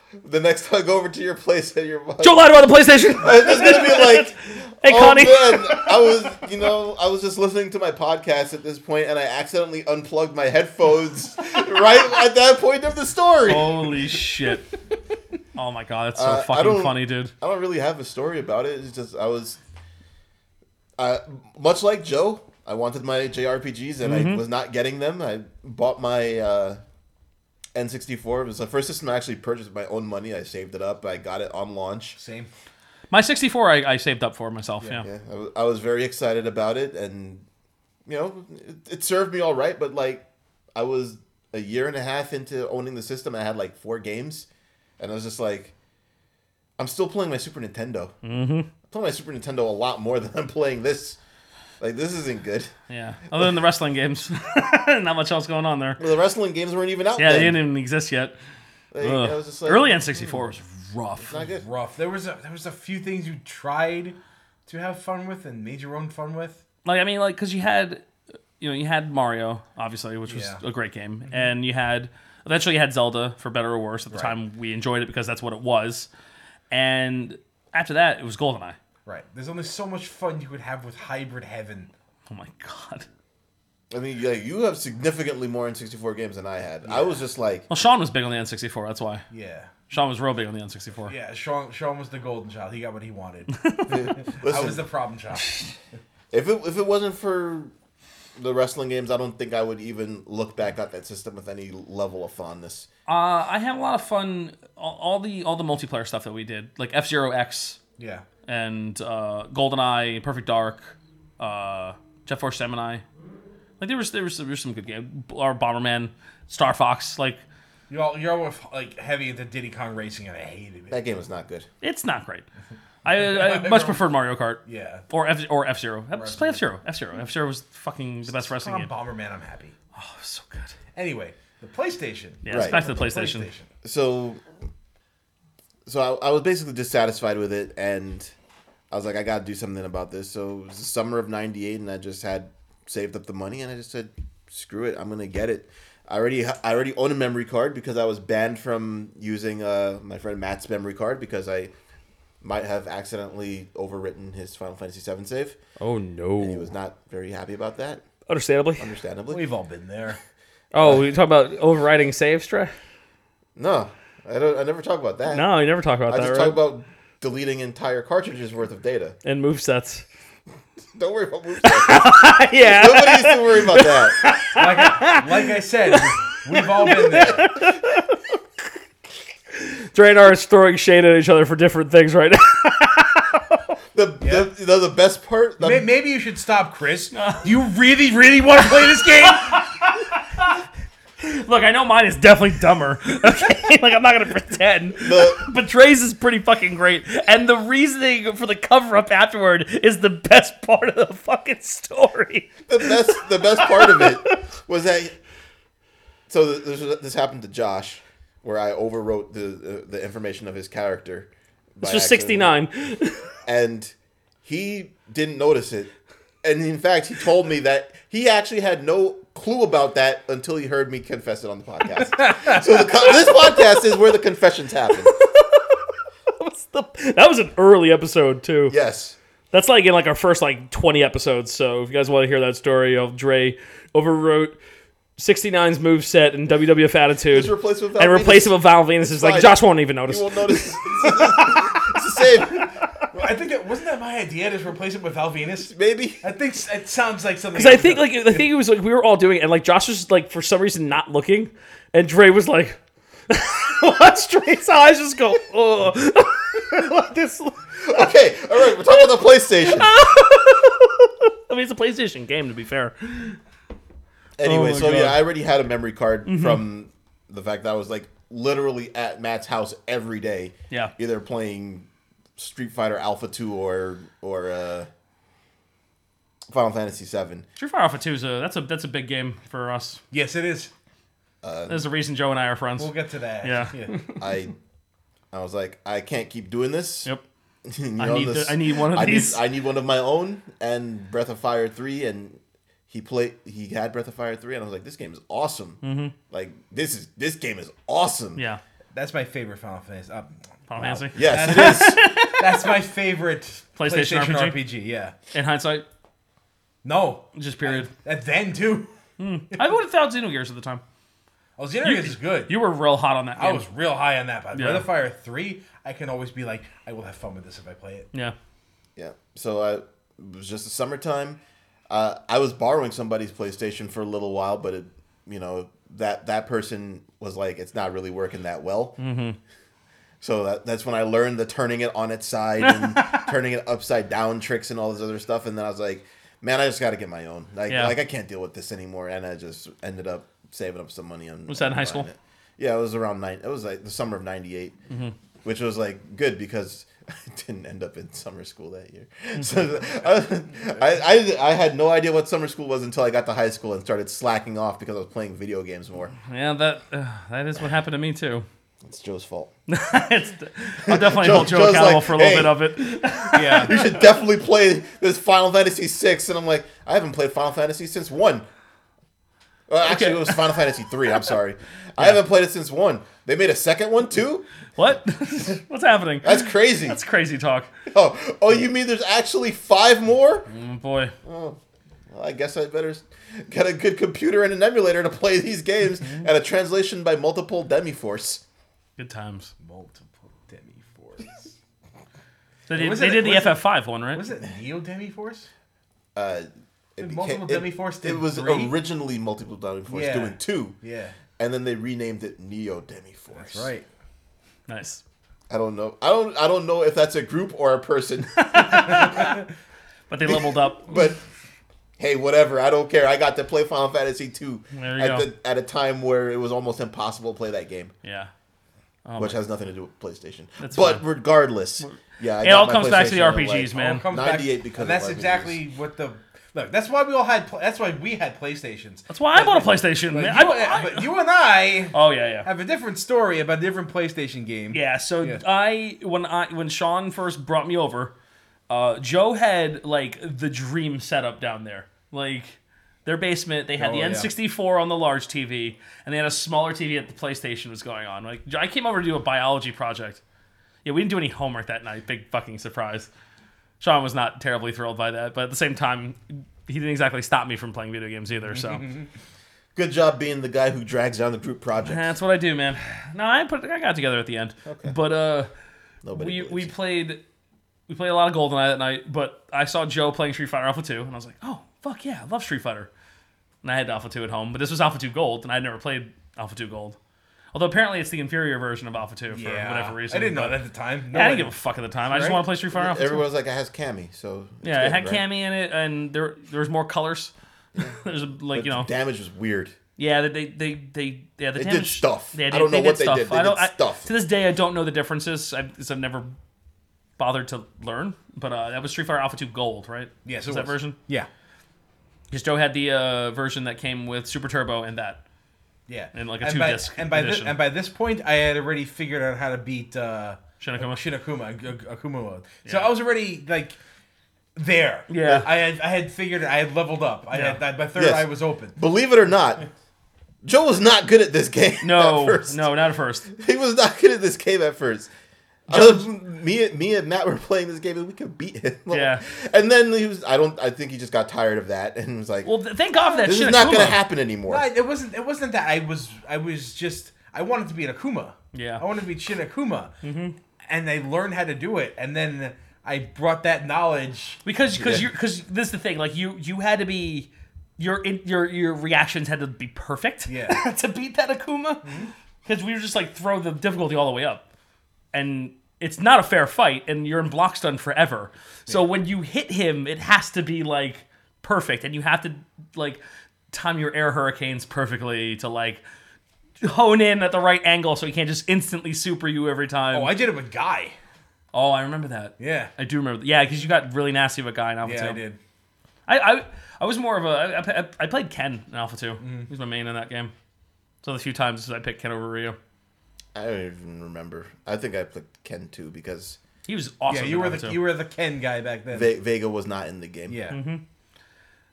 [SPEAKER 4] good.
[SPEAKER 2] the next time I go over to your place and your mom,
[SPEAKER 4] Don't lie about
[SPEAKER 2] <laughs>
[SPEAKER 4] the PlayStation.
[SPEAKER 2] it's gonna be
[SPEAKER 4] <laughs>
[SPEAKER 2] like,
[SPEAKER 4] Hey,
[SPEAKER 2] oh
[SPEAKER 4] Connie. <laughs>
[SPEAKER 2] man, I was, you know, I was just listening to my podcast at this point, and I accidentally unplugged my headphones <laughs> right at that point of the story.
[SPEAKER 6] Holy shit. Oh my god, that's so
[SPEAKER 2] Uh, I
[SPEAKER 6] fucking
[SPEAKER 2] don't-
[SPEAKER 6] funny, dude.
[SPEAKER 2] I don't really have a story about it. It's just I was, I much like Joe, I wanted my JRPGs and I was not getting them. I bought my uh, N64. It was the first system I actually purchased with my own money. I saved it up. I got it on launch.
[SPEAKER 3] Same.
[SPEAKER 6] My 64 I, I saved up for myself, yeah.
[SPEAKER 2] Yeah, I, wa- I was very excited about it, and you know, it, it served me all right. But like, I was a year and a half into owning the system. I had like four games, and I was just like, I'm still playing my Super Nintendo. Mm-hmm. I'm playing my Super Nintendo a lot more <laughs> than I'm playing this. Like, this isn't good.
[SPEAKER 6] Yeah. Other than the wrestling games. <laughs> Not much else going on there.
[SPEAKER 2] Well, the wrestling games weren't even out.
[SPEAKER 6] Yeah, they
[SPEAKER 2] then.
[SPEAKER 6] didn't even exist yet.
[SPEAKER 2] Like,
[SPEAKER 6] Ugh.
[SPEAKER 2] I was just like,
[SPEAKER 6] Early N64 was rough.
[SPEAKER 2] Not good.
[SPEAKER 3] Rough. There was a there was a few things you tried to have fun with and made your own fun with.
[SPEAKER 6] Like I mean, like because you had, you know, you had Mario obviously, which was
[SPEAKER 3] Yeah.
[SPEAKER 6] a great game,
[SPEAKER 2] Mm-hmm.
[SPEAKER 6] and you had eventually you had Zelda for better or worse. At the time, we enjoyed it because that's what it was, and after that, it was GoldenEye.
[SPEAKER 3] Right. There's only so much fun you could have with hybrid heaven.
[SPEAKER 6] Oh my god.
[SPEAKER 2] I mean, like, you have significantly more N64 games than I had. I was just like,
[SPEAKER 6] Well, Sean was big on the N64. That's why.
[SPEAKER 3] Yeah.
[SPEAKER 4] Sean was real big on the N64.
[SPEAKER 3] Yeah, Sean Sean was the golden child. He got what he wanted. I
[SPEAKER 2] Listen,
[SPEAKER 3] was the problem
[SPEAKER 4] <laughs>
[SPEAKER 3] child.
[SPEAKER 2] if it if it wasn't for the wrestling games, I don't think I would even look back at that system with any level of fondness.
[SPEAKER 4] Uh, I had a lot of fun. All, all the all the multiplayer stuff that we did, like F Zero X
[SPEAKER 3] Yeah.
[SPEAKER 4] and uh, GoldenEye, Perfect Dark, uh, Jet Force Gemini. Like there was there was there was some good game. Or Bomberman, Star Fox. Like
[SPEAKER 3] You're all, you're all like heavy into Diddy Kong Racing, and I hated it.
[SPEAKER 2] That game was not good.
[SPEAKER 4] it's not great. I,
[SPEAKER 2] <laughs>
[SPEAKER 4] I much preferred Mario Kart.
[SPEAKER 3] Yeah.
[SPEAKER 4] Or F or F Zero. Just play F Zero. F Zero. F Zero was fucking the best wrestling
[SPEAKER 3] I'm
[SPEAKER 4] game.
[SPEAKER 3] Bomberman. I'm happy.
[SPEAKER 4] Oh, so good.
[SPEAKER 3] Anyway, the PlayStation.
[SPEAKER 4] Yeah,
[SPEAKER 2] Right.
[SPEAKER 4] it's back to the PlayStation.
[SPEAKER 2] so so I, I was basically dissatisfied with it and i was like i gotta do something about this so it was the summer of 98 and i just had saved up the money and i just said screw it i'm gonna get it i already ha- i already own a memory card because i was banned from using uh, my friend matt's memory card because i might have accidentally overwritten his final fantasy 7 save
[SPEAKER 7] Oh
[SPEAKER 2] he
[SPEAKER 7] no.
[SPEAKER 2] was not very happy about that
[SPEAKER 7] Understandably.
[SPEAKER 2] understandably
[SPEAKER 3] We've all been there.
[SPEAKER 7] Oh, you talk about overriding save strat?
[SPEAKER 2] no i don't i never talk about that
[SPEAKER 7] No, you never talk about
[SPEAKER 2] i
[SPEAKER 7] that,
[SPEAKER 2] just
[SPEAKER 7] right?
[SPEAKER 2] talk about deleting entire cartridges worth of data
[SPEAKER 7] and move sets.
[SPEAKER 2] Don't worry about moves.
[SPEAKER 7] <laughs> yeah.
[SPEAKER 2] Nobody needs to worry about that.
[SPEAKER 3] Like, I- like I said, we've all been
[SPEAKER 4] <laughs>
[SPEAKER 3] there.
[SPEAKER 7] Draenor is throwing shade at each other for different things right now. <laughs>
[SPEAKER 2] The, the, the, the best part, the,
[SPEAKER 3] May- Maybe you should stop, Chris. You really, really want to play this game?
[SPEAKER 7] Look, I know mine is definitely dumber. <laughs> Okay, like I'm not gonna pretend.
[SPEAKER 2] the,
[SPEAKER 7] But Dre's is pretty fucking great, and the reasoning for the cover up afterward is the best <laughs> part of the fucking story.
[SPEAKER 2] the best the best part of it was that. So th- this, was- this happened to Josh, where I overwrote the uh, the information of his character.
[SPEAKER 7] This was '69.
[SPEAKER 2] and he didn't notice it. And in fact, he told me that he actually had no clue about that until he heard me confess it on the podcast. so the, co- this podcast is where the confessions happen.
[SPEAKER 7] That was an early episode too.
[SPEAKER 2] Yes.
[SPEAKER 7] That's like in like our first like 20 episodes. So if you guys want to hear that story of Dre overwrote 69's move set and WWF attitude
[SPEAKER 2] Just replace it with
[SPEAKER 7] and
[SPEAKER 2] Val
[SPEAKER 7] replace it
[SPEAKER 2] Venus.
[SPEAKER 7] with Val Venus is like
[SPEAKER 2] fine.
[SPEAKER 7] Josh won't even notice.
[SPEAKER 2] You won't notice. <laughs> it's the same.
[SPEAKER 3] I think that wasn't that my idea to replace it with Val Venus.
[SPEAKER 2] Maybe.
[SPEAKER 3] I think s- it sounds like something.
[SPEAKER 7] Because I think like I think it was like we were all doing it, and like Josh was like for some reason not looking, and Dre was like, <laughs> watch Dre's eyes just go, oh, <laughs> like this. I
[SPEAKER 2] Okay, all right, we're talking about the PlayStation.
[SPEAKER 7] mean, it's a PlayStation game to be fair.
[SPEAKER 2] Anyway,
[SPEAKER 7] Oh my
[SPEAKER 2] so
[SPEAKER 7] God.
[SPEAKER 2] yeah, I already had a memory card
[SPEAKER 4] Mm-hmm.
[SPEAKER 2] from the fact that I was like literally at Matt's house every day.
[SPEAKER 4] Yeah.
[SPEAKER 2] Either playing Street Fighter Alpha 2 or or uh Final Fantasy 7.
[SPEAKER 4] Street Fighter Alpha Two is a that's a that's a big game for us.
[SPEAKER 3] yes, it is.
[SPEAKER 4] There's a reason Joe and I are friends.
[SPEAKER 3] We'll get to that.
[SPEAKER 4] Yeah.
[SPEAKER 2] I I was like, I can't keep doing this.
[SPEAKER 4] yep.
[SPEAKER 2] You
[SPEAKER 4] I
[SPEAKER 2] know,
[SPEAKER 4] need
[SPEAKER 2] this-
[SPEAKER 4] the- I need one of
[SPEAKER 2] I
[SPEAKER 4] these.
[SPEAKER 2] I need one of my own and Breath of Fire 3 and he played he had Breath of Fire 3 and I was like this game is awesome. Like this is this game is awesome.
[SPEAKER 4] Mm-hmm. Yeah.
[SPEAKER 3] That's my favorite Final Fantasy. Uh,
[SPEAKER 4] Final Fantasy.
[SPEAKER 2] Yes, it is.
[SPEAKER 4] <laughs>
[SPEAKER 3] that's my favorite
[SPEAKER 4] PlayStation
[SPEAKER 3] PlayStation,
[SPEAKER 4] RPG?
[SPEAKER 3] RPG. Yeah.
[SPEAKER 4] In hindsight,
[SPEAKER 3] No.
[SPEAKER 4] just period.
[SPEAKER 3] That then too.
[SPEAKER 4] I would have thought Xenogears at the time.
[SPEAKER 3] Oh, Xenogears is good.
[SPEAKER 4] You were real hot on that game.
[SPEAKER 3] I was real high on that. But
[SPEAKER 4] Yeah.
[SPEAKER 3] Breath of Fire Three, I can always be like, I will have fun with this if I play it.
[SPEAKER 4] Yeah.
[SPEAKER 2] Yeah. So I it was just the summertime. Uh, I was borrowing somebody's PlayStation for a little while, but it, you know, that that person was like, it's not really working that well. Mm-hmm. So that, that's when I learned the turning it on its side and <laughs> turning it upside down tricks and all this other stuff. And then I was like, man, I just got to get my own. Like,
[SPEAKER 4] Yeah.
[SPEAKER 2] like I can't deal with this anymore. And I just ended up saving up some money. On,
[SPEAKER 4] Was that
[SPEAKER 2] on
[SPEAKER 4] in high
[SPEAKER 2] buying
[SPEAKER 4] school?
[SPEAKER 2] it. Yeah, it was around nine. It was like the summer of '98,
[SPEAKER 4] Mm-hmm.
[SPEAKER 2] which was like good because <laughs> I didn't end up in summer school that year.
[SPEAKER 4] Mm-hmm.
[SPEAKER 2] So I, I I had no idea what summer school was until I got to high school and started slacking off because I was playing video games more.
[SPEAKER 4] Yeah, that uh, that is what happened to me too. <laughs>
[SPEAKER 2] It's Joe's fault. <laughs>
[SPEAKER 4] it's, I'll definitely
[SPEAKER 2] Joe-
[SPEAKER 4] hold Joe
[SPEAKER 2] Joe's
[SPEAKER 4] accountable
[SPEAKER 2] like,
[SPEAKER 4] for a little
[SPEAKER 2] "Hey."
[SPEAKER 4] bit of it. <laughs>
[SPEAKER 2] You should definitely play this Final Fantasy VI, and I'm like, I haven't played Final Fantasy since one. Well, actually, it was Final Fantasy three. I'm
[SPEAKER 4] <laughs>
[SPEAKER 2] sorry, I haven't played it since one. They made a second one too.
[SPEAKER 4] What? <laughs> What's happening?
[SPEAKER 2] That's crazy.
[SPEAKER 4] That's crazy talk.
[SPEAKER 2] <laughs> oh, oh, you mean there's actually five more?
[SPEAKER 4] Oh, boy.
[SPEAKER 2] Well, I guess I better s- get a
[SPEAKER 3] Mm-hmm.
[SPEAKER 2] good computer and an emulator to play these games and a translation by multiple Demiforce.
[SPEAKER 4] Good times.
[SPEAKER 3] Multiple demi
[SPEAKER 4] <laughs>
[SPEAKER 3] force.
[SPEAKER 4] They did,
[SPEAKER 3] Was
[SPEAKER 4] they
[SPEAKER 3] it-
[SPEAKER 4] did the
[SPEAKER 3] was it-
[SPEAKER 4] FF5 one, right?
[SPEAKER 3] Was it Neo Demi Force?
[SPEAKER 2] Uh,
[SPEAKER 3] Did
[SPEAKER 2] it
[SPEAKER 3] multiple
[SPEAKER 2] became- it-
[SPEAKER 3] Demiforce did
[SPEAKER 2] It was
[SPEAKER 3] three?
[SPEAKER 2] originally multiple Demiforce
[SPEAKER 3] Yeah.
[SPEAKER 2] doing two,
[SPEAKER 3] Yeah.
[SPEAKER 2] and then they renamed it Neo Demiforce.
[SPEAKER 3] That's right.
[SPEAKER 4] Nice.
[SPEAKER 2] I don't know. I don't. I don't know if that's a group or a person. <laughs>
[SPEAKER 4] But they
[SPEAKER 3] <laughs>
[SPEAKER 4] leveled up.
[SPEAKER 2] but hey, whatever. I don't care. I got to play Final Fantasy two
[SPEAKER 4] There you
[SPEAKER 2] at
[SPEAKER 4] go.
[SPEAKER 2] the, at a time where it was almost impossible to play that game,
[SPEAKER 4] Yeah.
[SPEAKER 2] which has nothing to do with PlayStation.
[SPEAKER 4] That's
[SPEAKER 2] but
[SPEAKER 4] fine.
[SPEAKER 2] regardless, yeah, I
[SPEAKER 4] It
[SPEAKER 2] got
[SPEAKER 4] all
[SPEAKER 2] my
[SPEAKER 4] comes back to the
[SPEAKER 2] PlayStation in,
[SPEAKER 4] RPGs,
[SPEAKER 2] like,
[SPEAKER 4] man.
[SPEAKER 3] All comes back-
[SPEAKER 2] 98 because
[SPEAKER 3] and
[SPEAKER 2] of
[SPEAKER 3] that's
[SPEAKER 2] RPGs.
[SPEAKER 3] exactly what the look. That's why we all had. Pl- that's why we had PlayStations.
[SPEAKER 4] That's why I bought a PlayStation. man.
[SPEAKER 3] you,
[SPEAKER 4] I- I-
[SPEAKER 3] but you and I
[SPEAKER 4] oh, yeah, yeah.
[SPEAKER 3] have a different story about a different PlayStation game.
[SPEAKER 4] Yeah, so
[SPEAKER 3] Yeah.
[SPEAKER 4] I when I when Sean first brought me over, uh, Joe had like the dream setup down there. Like their basement, they had the
[SPEAKER 3] Oh, yeah.
[SPEAKER 4] N64 on the large TV, and they had a smaller TV at the PlayStation was going on. Like I came over to do a biology project. Yeah, we didn't do any homework that night. Big fucking surprise. Sean was not terribly thrilled by that, but at the same time, he didn't exactly stop me from playing video games either.
[SPEAKER 3] <laughs>
[SPEAKER 4] So
[SPEAKER 2] Good job being the guy who drags down the group project.
[SPEAKER 4] that's what I do, man. No, I put I got it together at the end. But uh
[SPEAKER 2] Nobody.
[SPEAKER 4] we
[SPEAKER 2] believes
[SPEAKER 4] we <laughs>
[SPEAKER 2] you.
[SPEAKER 4] played we played a lot of Goldeneye that night, but I saw Joe playing Street Fighter Alpha 2, and I was like, oh fuck yeah, I love Street Fighter. And I had Alpha 2 at home, but this was Alpha 2 Gold, and I'd never played Alpha 2 Gold. Although apparently it's the inferior version of Alpha 2 for
[SPEAKER 3] Yeah.
[SPEAKER 4] whatever reason.
[SPEAKER 3] I didn't know
[SPEAKER 4] but-
[SPEAKER 3] that at the time. No
[SPEAKER 4] Yeah, I
[SPEAKER 3] one-
[SPEAKER 4] didn't give a fuck at the time. I just
[SPEAKER 3] Right?
[SPEAKER 4] want to play Street Fighter Alpha 2.
[SPEAKER 2] Everyone's like, it has Cammy, so it's
[SPEAKER 4] Yeah, it
[SPEAKER 2] good,
[SPEAKER 4] had
[SPEAKER 2] right?
[SPEAKER 4] Cammy in it, and there there was more colors. <laughs> There's a, like you know,
[SPEAKER 2] damage was weird.
[SPEAKER 4] yeah, they they they, they yeah, the
[SPEAKER 2] They did
[SPEAKER 4] damage-
[SPEAKER 2] stuff.
[SPEAKER 4] Yeah,
[SPEAKER 2] I don't know
[SPEAKER 4] did
[SPEAKER 2] what they did. They
[SPEAKER 4] I don't,
[SPEAKER 2] did
[SPEAKER 4] I-
[SPEAKER 2] stuff.
[SPEAKER 4] to this day, I don't know the differences. I, 'cause I've never bothered to learn. But uh, that was Street Fighter Alpha 2 Gold, right?
[SPEAKER 3] Yes, it
[SPEAKER 4] was that
[SPEAKER 3] was.
[SPEAKER 4] version?
[SPEAKER 3] Yeah.
[SPEAKER 4] Because Joe had the uh, version that came with Super Turbo and that.
[SPEAKER 3] Yeah.
[SPEAKER 4] And like a
[SPEAKER 3] by,
[SPEAKER 4] two-disc
[SPEAKER 3] And by, this,
[SPEAKER 4] edition.
[SPEAKER 3] and by this point, I had already figured out how to beat uh,
[SPEAKER 4] Shinakuma?
[SPEAKER 3] Shinakuma, Ak- Ak- Akuma mode. So I was already like there.
[SPEAKER 4] Yeah.
[SPEAKER 3] I had I had figured it. I had leveled up. I
[SPEAKER 4] Yeah.
[SPEAKER 3] had I, my third
[SPEAKER 2] Yes.
[SPEAKER 3] eye was open.
[SPEAKER 2] Believe it or not, Joe was not good at this game.
[SPEAKER 4] No,
[SPEAKER 2] at first.
[SPEAKER 4] no, not at first.
[SPEAKER 2] <laughs> he was not good at this game at first. I was- me, me and Matt were playing this game and we could beat him. <laughs>
[SPEAKER 4] Yeah.
[SPEAKER 2] and then he was. I don't. I think he just got tired of that and was like,
[SPEAKER 4] Well, th- thank God for that
[SPEAKER 2] "This
[SPEAKER 4] Shinakuma.
[SPEAKER 2] is not going to happen anymore."
[SPEAKER 3] I, it wasn't. It wasn't that I was. I was just. I wanted to be an Akuma.
[SPEAKER 4] Yeah.
[SPEAKER 3] I wanted to be Shin Akuma. Mm-hmm. And I learned how to do it, and then I brought that knowledge.
[SPEAKER 4] Because because you because this is the thing. Like you you had to be your in, your your reactions had to be perfect.
[SPEAKER 3] Yeah.
[SPEAKER 4] <laughs>
[SPEAKER 3] Mm-hmm.
[SPEAKER 4] to beat that Akuma, because we were just like throw the difficulty all the way up, and it's not a fair fight, and you're in block stun forever. So when you hit him, it has to be like perfect, and you have to like time your air hurricanes perfectly to like hone in at the right angle so he can't just instantly super you every time.
[SPEAKER 3] Oh, I did it with Guy.
[SPEAKER 4] Oh, I remember that.
[SPEAKER 3] Yeah.
[SPEAKER 4] I do remember. That. Yeah, because you got really nasty with guy in Alpha
[SPEAKER 3] Yeah,
[SPEAKER 4] Two.
[SPEAKER 3] I did.
[SPEAKER 4] I, I I was more of a I, I, I played Ken in Alpha Two. He was my main in that game. So the few times I picked Ken over Ryu,
[SPEAKER 2] I don't even remember. I think I picked Ken too because
[SPEAKER 4] he was awesome.
[SPEAKER 3] Yeah, you
[SPEAKER 4] in
[SPEAKER 3] were
[SPEAKER 4] Alpha
[SPEAKER 3] the
[SPEAKER 4] 2.
[SPEAKER 3] you were the Ken guy back then.
[SPEAKER 2] Ve- Vega was not in the game.
[SPEAKER 3] yeah.
[SPEAKER 4] Mm-hmm.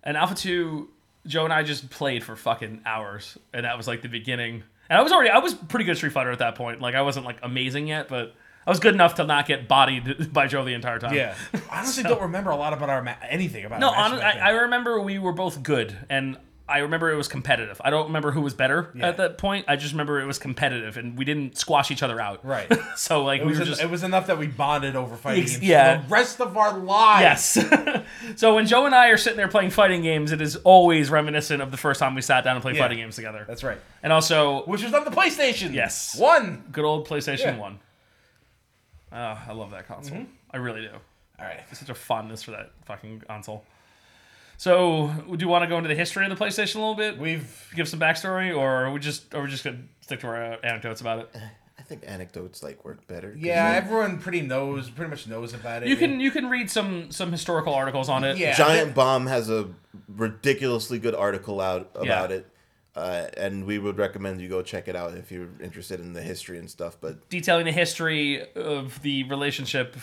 [SPEAKER 4] and Alpha Two. Joe and I just played for fucking hours, and that was like the beginning. And I was already I was pretty good Street Fighter at that point. Like I wasn't like amazing yet, but I was good enough to not get bodied <laughs> by Joe the entire time.
[SPEAKER 3] Yeah. <laughs> I honestly don't remember a lot about our ma- anything about
[SPEAKER 4] No,
[SPEAKER 3] our match
[SPEAKER 4] honestly,
[SPEAKER 3] back
[SPEAKER 4] I, I remember we were both good, and I remember it was competitive. I don't remember who was better at that point. I just remember it was competitive, and we didn't squash each other out. <laughs>
[SPEAKER 3] Right.
[SPEAKER 4] so like
[SPEAKER 3] It
[SPEAKER 4] we
[SPEAKER 3] was,
[SPEAKER 4] were
[SPEAKER 3] en-
[SPEAKER 4] just
[SPEAKER 3] it was enough that we bonded over fighting
[SPEAKER 4] Ex-
[SPEAKER 3] games
[SPEAKER 4] yeah.
[SPEAKER 3] for the rest of our lives.
[SPEAKER 4] yes. <laughs> so when Joe and I are sitting there playing fighting games, it is always reminiscent of the first time we sat down and played
[SPEAKER 3] Yeah.
[SPEAKER 4] fighting games together.
[SPEAKER 3] That's right.
[SPEAKER 4] and also
[SPEAKER 3] Which was on the PlayStation.
[SPEAKER 4] Yes.
[SPEAKER 3] One.
[SPEAKER 4] good old PlayStation
[SPEAKER 3] Yeah. Mm-hmm.
[SPEAKER 4] One. Oh, I love that console. I really do.
[SPEAKER 3] All right.
[SPEAKER 4] Such a fondness for that fucking console. So, do you want to go into the history of the PlayStation a little bit?
[SPEAKER 3] We've
[SPEAKER 4] give some backstory, or are we just are we just gonna stick to our anecdotes about it?
[SPEAKER 2] I think anecdotes like work better. 'cause
[SPEAKER 3] yeah,
[SPEAKER 2] you-
[SPEAKER 3] everyone pretty knows pretty much knows about it. <laughs>
[SPEAKER 4] You can you can read some some historical articles on it.
[SPEAKER 3] yeah.
[SPEAKER 2] Giant Bomb has a ridiculously good article out about
[SPEAKER 4] Yeah.
[SPEAKER 2] it, uh, and we would recommend you go check it out if you're interested in the history and stuff. But
[SPEAKER 4] detailing the history of the relationship.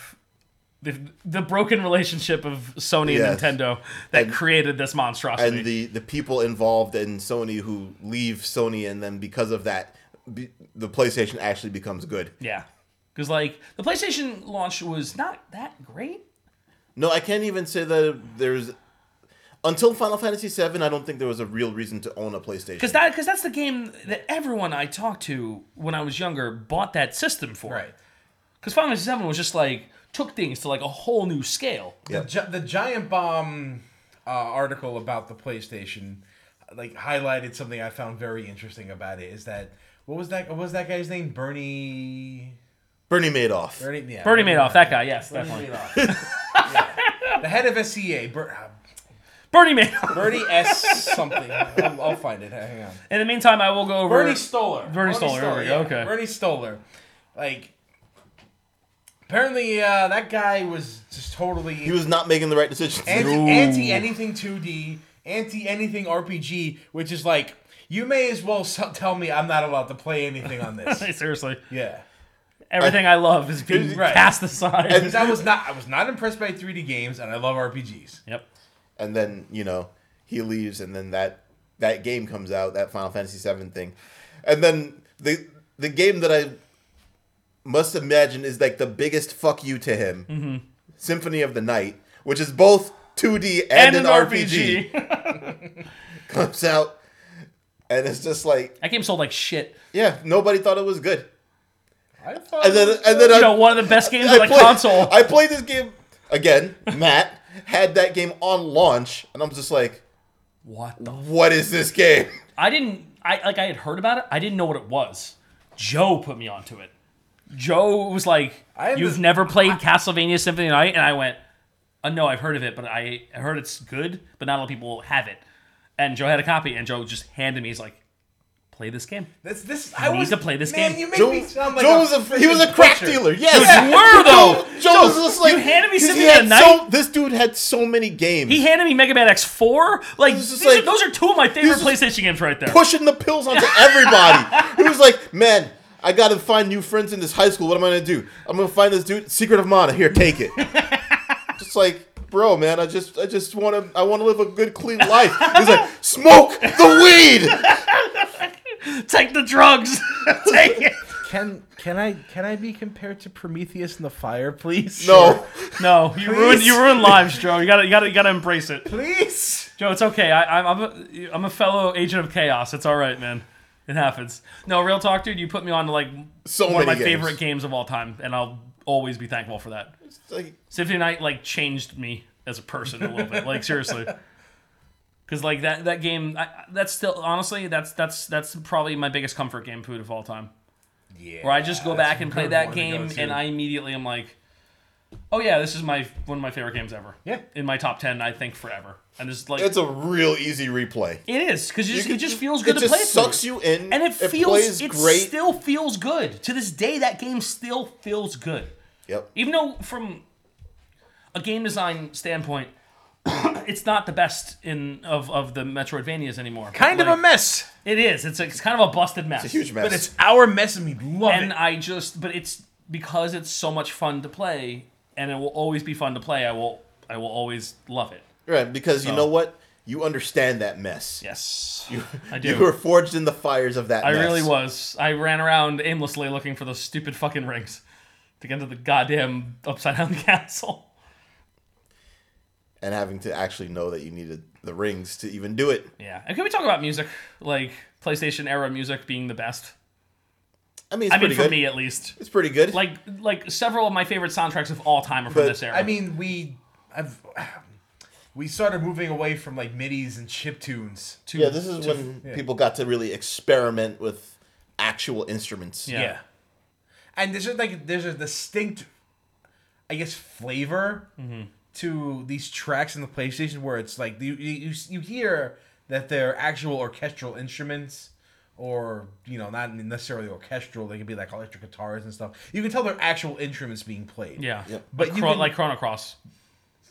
[SPEAKER 4] The, the broken relationship of Sony
[SPEAKER 2] Yes.
[SPEAKER 4] and Nintendo that
[SPEAKER 2] And-
[SPEAKER 4] created this monstrosity.
[SPEAKER 2] and the the people involved in Sony who leave Sony, and then because of that, be, the PlayStation actually becomes good.
[SPEAKER 4] yeah, because like the PlayStation launch was not that great.
[SPEAKER 2] No, I can't even say that there's. until Final Fantasy VII, I don't think there was a real reason to own a PlayStation.
[SPEAKER 4] Because that because that's the game that everyone I talked to when I was younger bought that system for.
[SPEAKER 3] Right.
[SPEAKER 4] Because Final Fantasy VII was just like took things to like a whole new scale.
[SPEAKER 3] The, gi- the giant bomb uh, article about the PlayStation like highlighted something I found very interesting about it is that what was that what was that guy's name Bernie
[SPEAKER 2] Bernie Madoff.
[SPEAKER 3] Bernie yeah
[SPEAKER 4] Bernie Madoff, that guy, yes,
[SPEAKER 3] Bernie
[SPEAKER 4] definitely.
[SPEAKER 3] Madoff. Yeah. The head of SEA Ber- uh,
[SPEAKER 4] Bernie Madoff.
[SPEAKER 3] Bernie S something I'll, I'll find it hang on
[SPEAKER 4] In the meantime, I will go over.
[SPEAKER 3] Bernie
[SPEAKER 4] <laughs>
[SPEAKER 3] Stoller.
[SPEAKER 4] Bernie Stoller, there we go, okay.
[SPEAKER 3] Bernie Stoller. Like, apparently uh, that guy was just totally
[SPEAKER 2] He was not making the right decisions.
[SPEAKER 3] anti, anti anything 2D, anti anything RPG, which is like, you may as well so- tell me I'm not allowed to play anything on this.
[SPEAKER 4] <laughs> Seriously,
[SPEAKER 3] yeah.
[SPEAKER 4] everything I, love is being
[SPEAKER 3] Right.
[SPEAKER 4] cast aside.
[SPEAKER 3] Because I was not I was not impressed by 3D games and I love RPGs.
[SPEAKER 4] yep.
[SPEAKER 2] and then you know he leaves, and then that that game comes out, that Final Fantasy VII thing, and then the the game that I must imagine is like the biggest fuck you to him,
[SPEAKER 4] Mm-hmm.
[SPEAKER 2] Symphony of the Night, which is both 2D and, an, <laughs> RPG, comes out, and it's just like
[SPEAKER 4] <laughs> that game sold like shit.
[SPEAKER 2] yeah, nobody thought it was good,
[SPEAKER 3] I thought
[SPEAKER 2] and then and then I,
[SPEAKER 4] You know, one of the best games
[SPEAKER 2] Uh, I
[SPEAKER 4] on the
[SPEAKER 2] played-
[SPEAKER 4] console.
[SPEAKER 2] I played this game again. Matt had that game on launch, and I'm just like,
[SPEAKER 4] what the?
[SPEAKER 2] what is this game?
[SPEAKER 4] I didn't. I like. I had heard about it. I didn't know what it was. Joe put me onto it. Joe was like,
[SPEAKER 3] I have
[SPEAKER 4] "You've
[SPEAKER 3] this-
[SPEAKER 4] never played Castlevania Symphony of the Night," and I went, uh, "No, I've heard of it, but I I heard it's good, but not a lot of people have it." And Joe had a copy, and Joe just handed me. He's like, "Play this game."
[SPEAKER 3] this this I
[SPEAKER 4] need
[SPEAKER 3] was
[SPEAKER 4] to play this
[SPEAKER 3] man,
[SPEAKER 4] game.
[SPEAKER 3] You make
[SPEAKER 2] Joe,
[SPEAKER 3] me sound like
[SPEAKER 2] Joe was a, he was a crack
[SPEAKER 3] preacher.
[SPEAKER 2] dealer. Yes,
[SPEAKER 4] were, though.
[SPEAKER 2] Joe, Joe was just like
[SPEAKER 4] handed me
[SPEAKER 2] he
[SPEAKER 4] Symphony
[SPEAKER 2] had
[SPEAKER 4] of the
[SPEAKER 2] so-
[SPEAKER 4] Night.
[SPEAKER 2] This dude had so many games.
[SPEAKER 4] He handed me Mega Man X four. Like,
[SPEAKER 2] This is
[SPEAKER 4] these are-
[SPEAKER 2] like-
[SPEAKER 4] those are two of my favorite
[SPEAKER 2] these
[SPEAKER 4] PlayStation games right there.
[SPEAKER 2] pushing the pills <laughs> onto everybody. he was like, man. I gotta find new friends in this high school. What am I gonna do? I'm gonna find this dude. Secret of Mana. Here, take <laughs> it. just like, bro, man. I just, I just wanna, I wanna live a good, clean life. He's like, smoke the <laughs> weed.
[SPEAKER 4] Take the drugs. <laughs> Take it.
[SPEAKER 3] Can can I can I be compared to Prometheus in the fire, please?
[SPEAKER 2] No.
[SPEAKER 4] No, you ruined you ruined lives, Joe. You gotta you gotta you gotta embrace it.
[SPEAKER 3] Please.
[SPEAKER 4] Joe, it's okay. I, I'm I'm a, I'm a fellow agent of chaos. It's all right, man. It happens. No, real talk, dude. You put me on to like
[SPEAKER 2] So
[SPEAKER 4] one of my
[SPEAKER 2] many games.
[SPEAKER 4] favorite games of all time, and I'll always be thankful for that.
[SPEAKER 2] It's like,
[SPEAKER 4] Symphony of the Night like changed me as a person a little bit. Like seriously, <laughs> because like that that game. I, I- that's still honestly that's that's that's probably my biggest comfort game food of all time.
[SPEAKER 3] Yeah.
[SPEAKER 4] Where I just go back and play
[SPEAKER 3] good
[SPEAKER 4] that
[SPEAKER 3] one to go
[SPEAKER 4] game,
[SPEAKER 3] to.
[SPEAKER 4] and I immediately am like, oh yeah, this is my one of my favorite games ever.
[SPEAKER 3] Yeah.
[SPEAKER 4] in my top ten, I think forever. And it's like
[SPEAKER 2] it's a real easy replay.
[SPEAKER 4] it is because
[SPEAKER 2] You
[SPEAKER 4] it
[SPEAKER 2] can-
[SPEAKER 4] just feels good
[SPEAKER 2] it
[SPEAKER 4] to
[SPEAKER 2] just
[SPEAKER 4] play. through.
[SPEAKER 2] sucks you in
[SPEAKER 4] and it feels
[SPEAKER 2] plays
[SPEAKER 4] it
[SPEAKER 2] great
[SPEAKER 4] still feels good to this day. That game still feels good,
[SPEAKER 2] yep
[SPEAKER 4] even though from a game design standpoint, <coughs> it's not the best in of, of the Metroidvanias anymore.
[SPEAKER 3] kind of
[SPEAKER 4] Like,
[SPEAKER 3] a mess.
[SPEAKER 4] It is. It's it's kind of a busted mess.
[SPEAKER 2] it's a huge mess
[SPEAKER 3] But it's our mess and we love
[SPEAKER 4] and
[SPEAKER 3] it.
[SPEAKER 4] I just but it's because it's so much fun to play, and it will always be fun to play. I will I will always love it.
[SPEAKER 2] right because
[SPEAKER 4] Oh.
[SPEAKER 2] you know what you understand that mess
[SPEAKER 4] Yes,
[SPEAKER 2] <laughs>
[SPEAKER 4] I do.
[SPEAKER 2] you were forged in the fires of that
[SPEAKER 4] I
[SPEAKER 2] mess.
[SPEAKER 4] really was. I ran around aimlessly looking for those stupid fucking rings to get into the goddamn upside down <laughs> castle.
[SPEAKER 2] and having to actually know that you needed the rings to even do it
[SPEAKER 4] Yeah. And can we talk about music? Like PlayStation era music being the best.
[SPEAKER 2] i mean it's
[SPEAKER 4] I mean,
[SPEAKER 2] pretty
[SPEAKER 4] for
[SPEAKER 2] good
[SPEAKER 4] me at least.
[SPEAKER 2] it's pretty good
[SPEAKER 4] Like, like several of my favorite soundtracks of all time are from
[SPEAKER 2] But,
[SPEAKER 4] this era.
[SPEAKER 3] I mean, we I've we started moving away from like midis and chip tunes to
[SPEAKER 2] yeah this is when people got to really experiment with actual instruments
[SPEAKER 4] Yeah.
[SPEAKER 3] yeah. And there's just like there's a distinct I guess flavor
[SPEAKER 4] Mm-hmm.
[SPEAKER 3] to these tracks in the PlayStation where it's like you you, you- you hear that they're actual orchestral instruments or you know not necessarily orchestral they could be like electric guitars and stuff you can tell they're actual instruments being played
[SPEAKER 4] yeah.
[SPEAKER 3] But you
[SPEAKER 4] Chro-
[SPEAKER 3] can-
[SPEAKER 4] like Chrono Cross.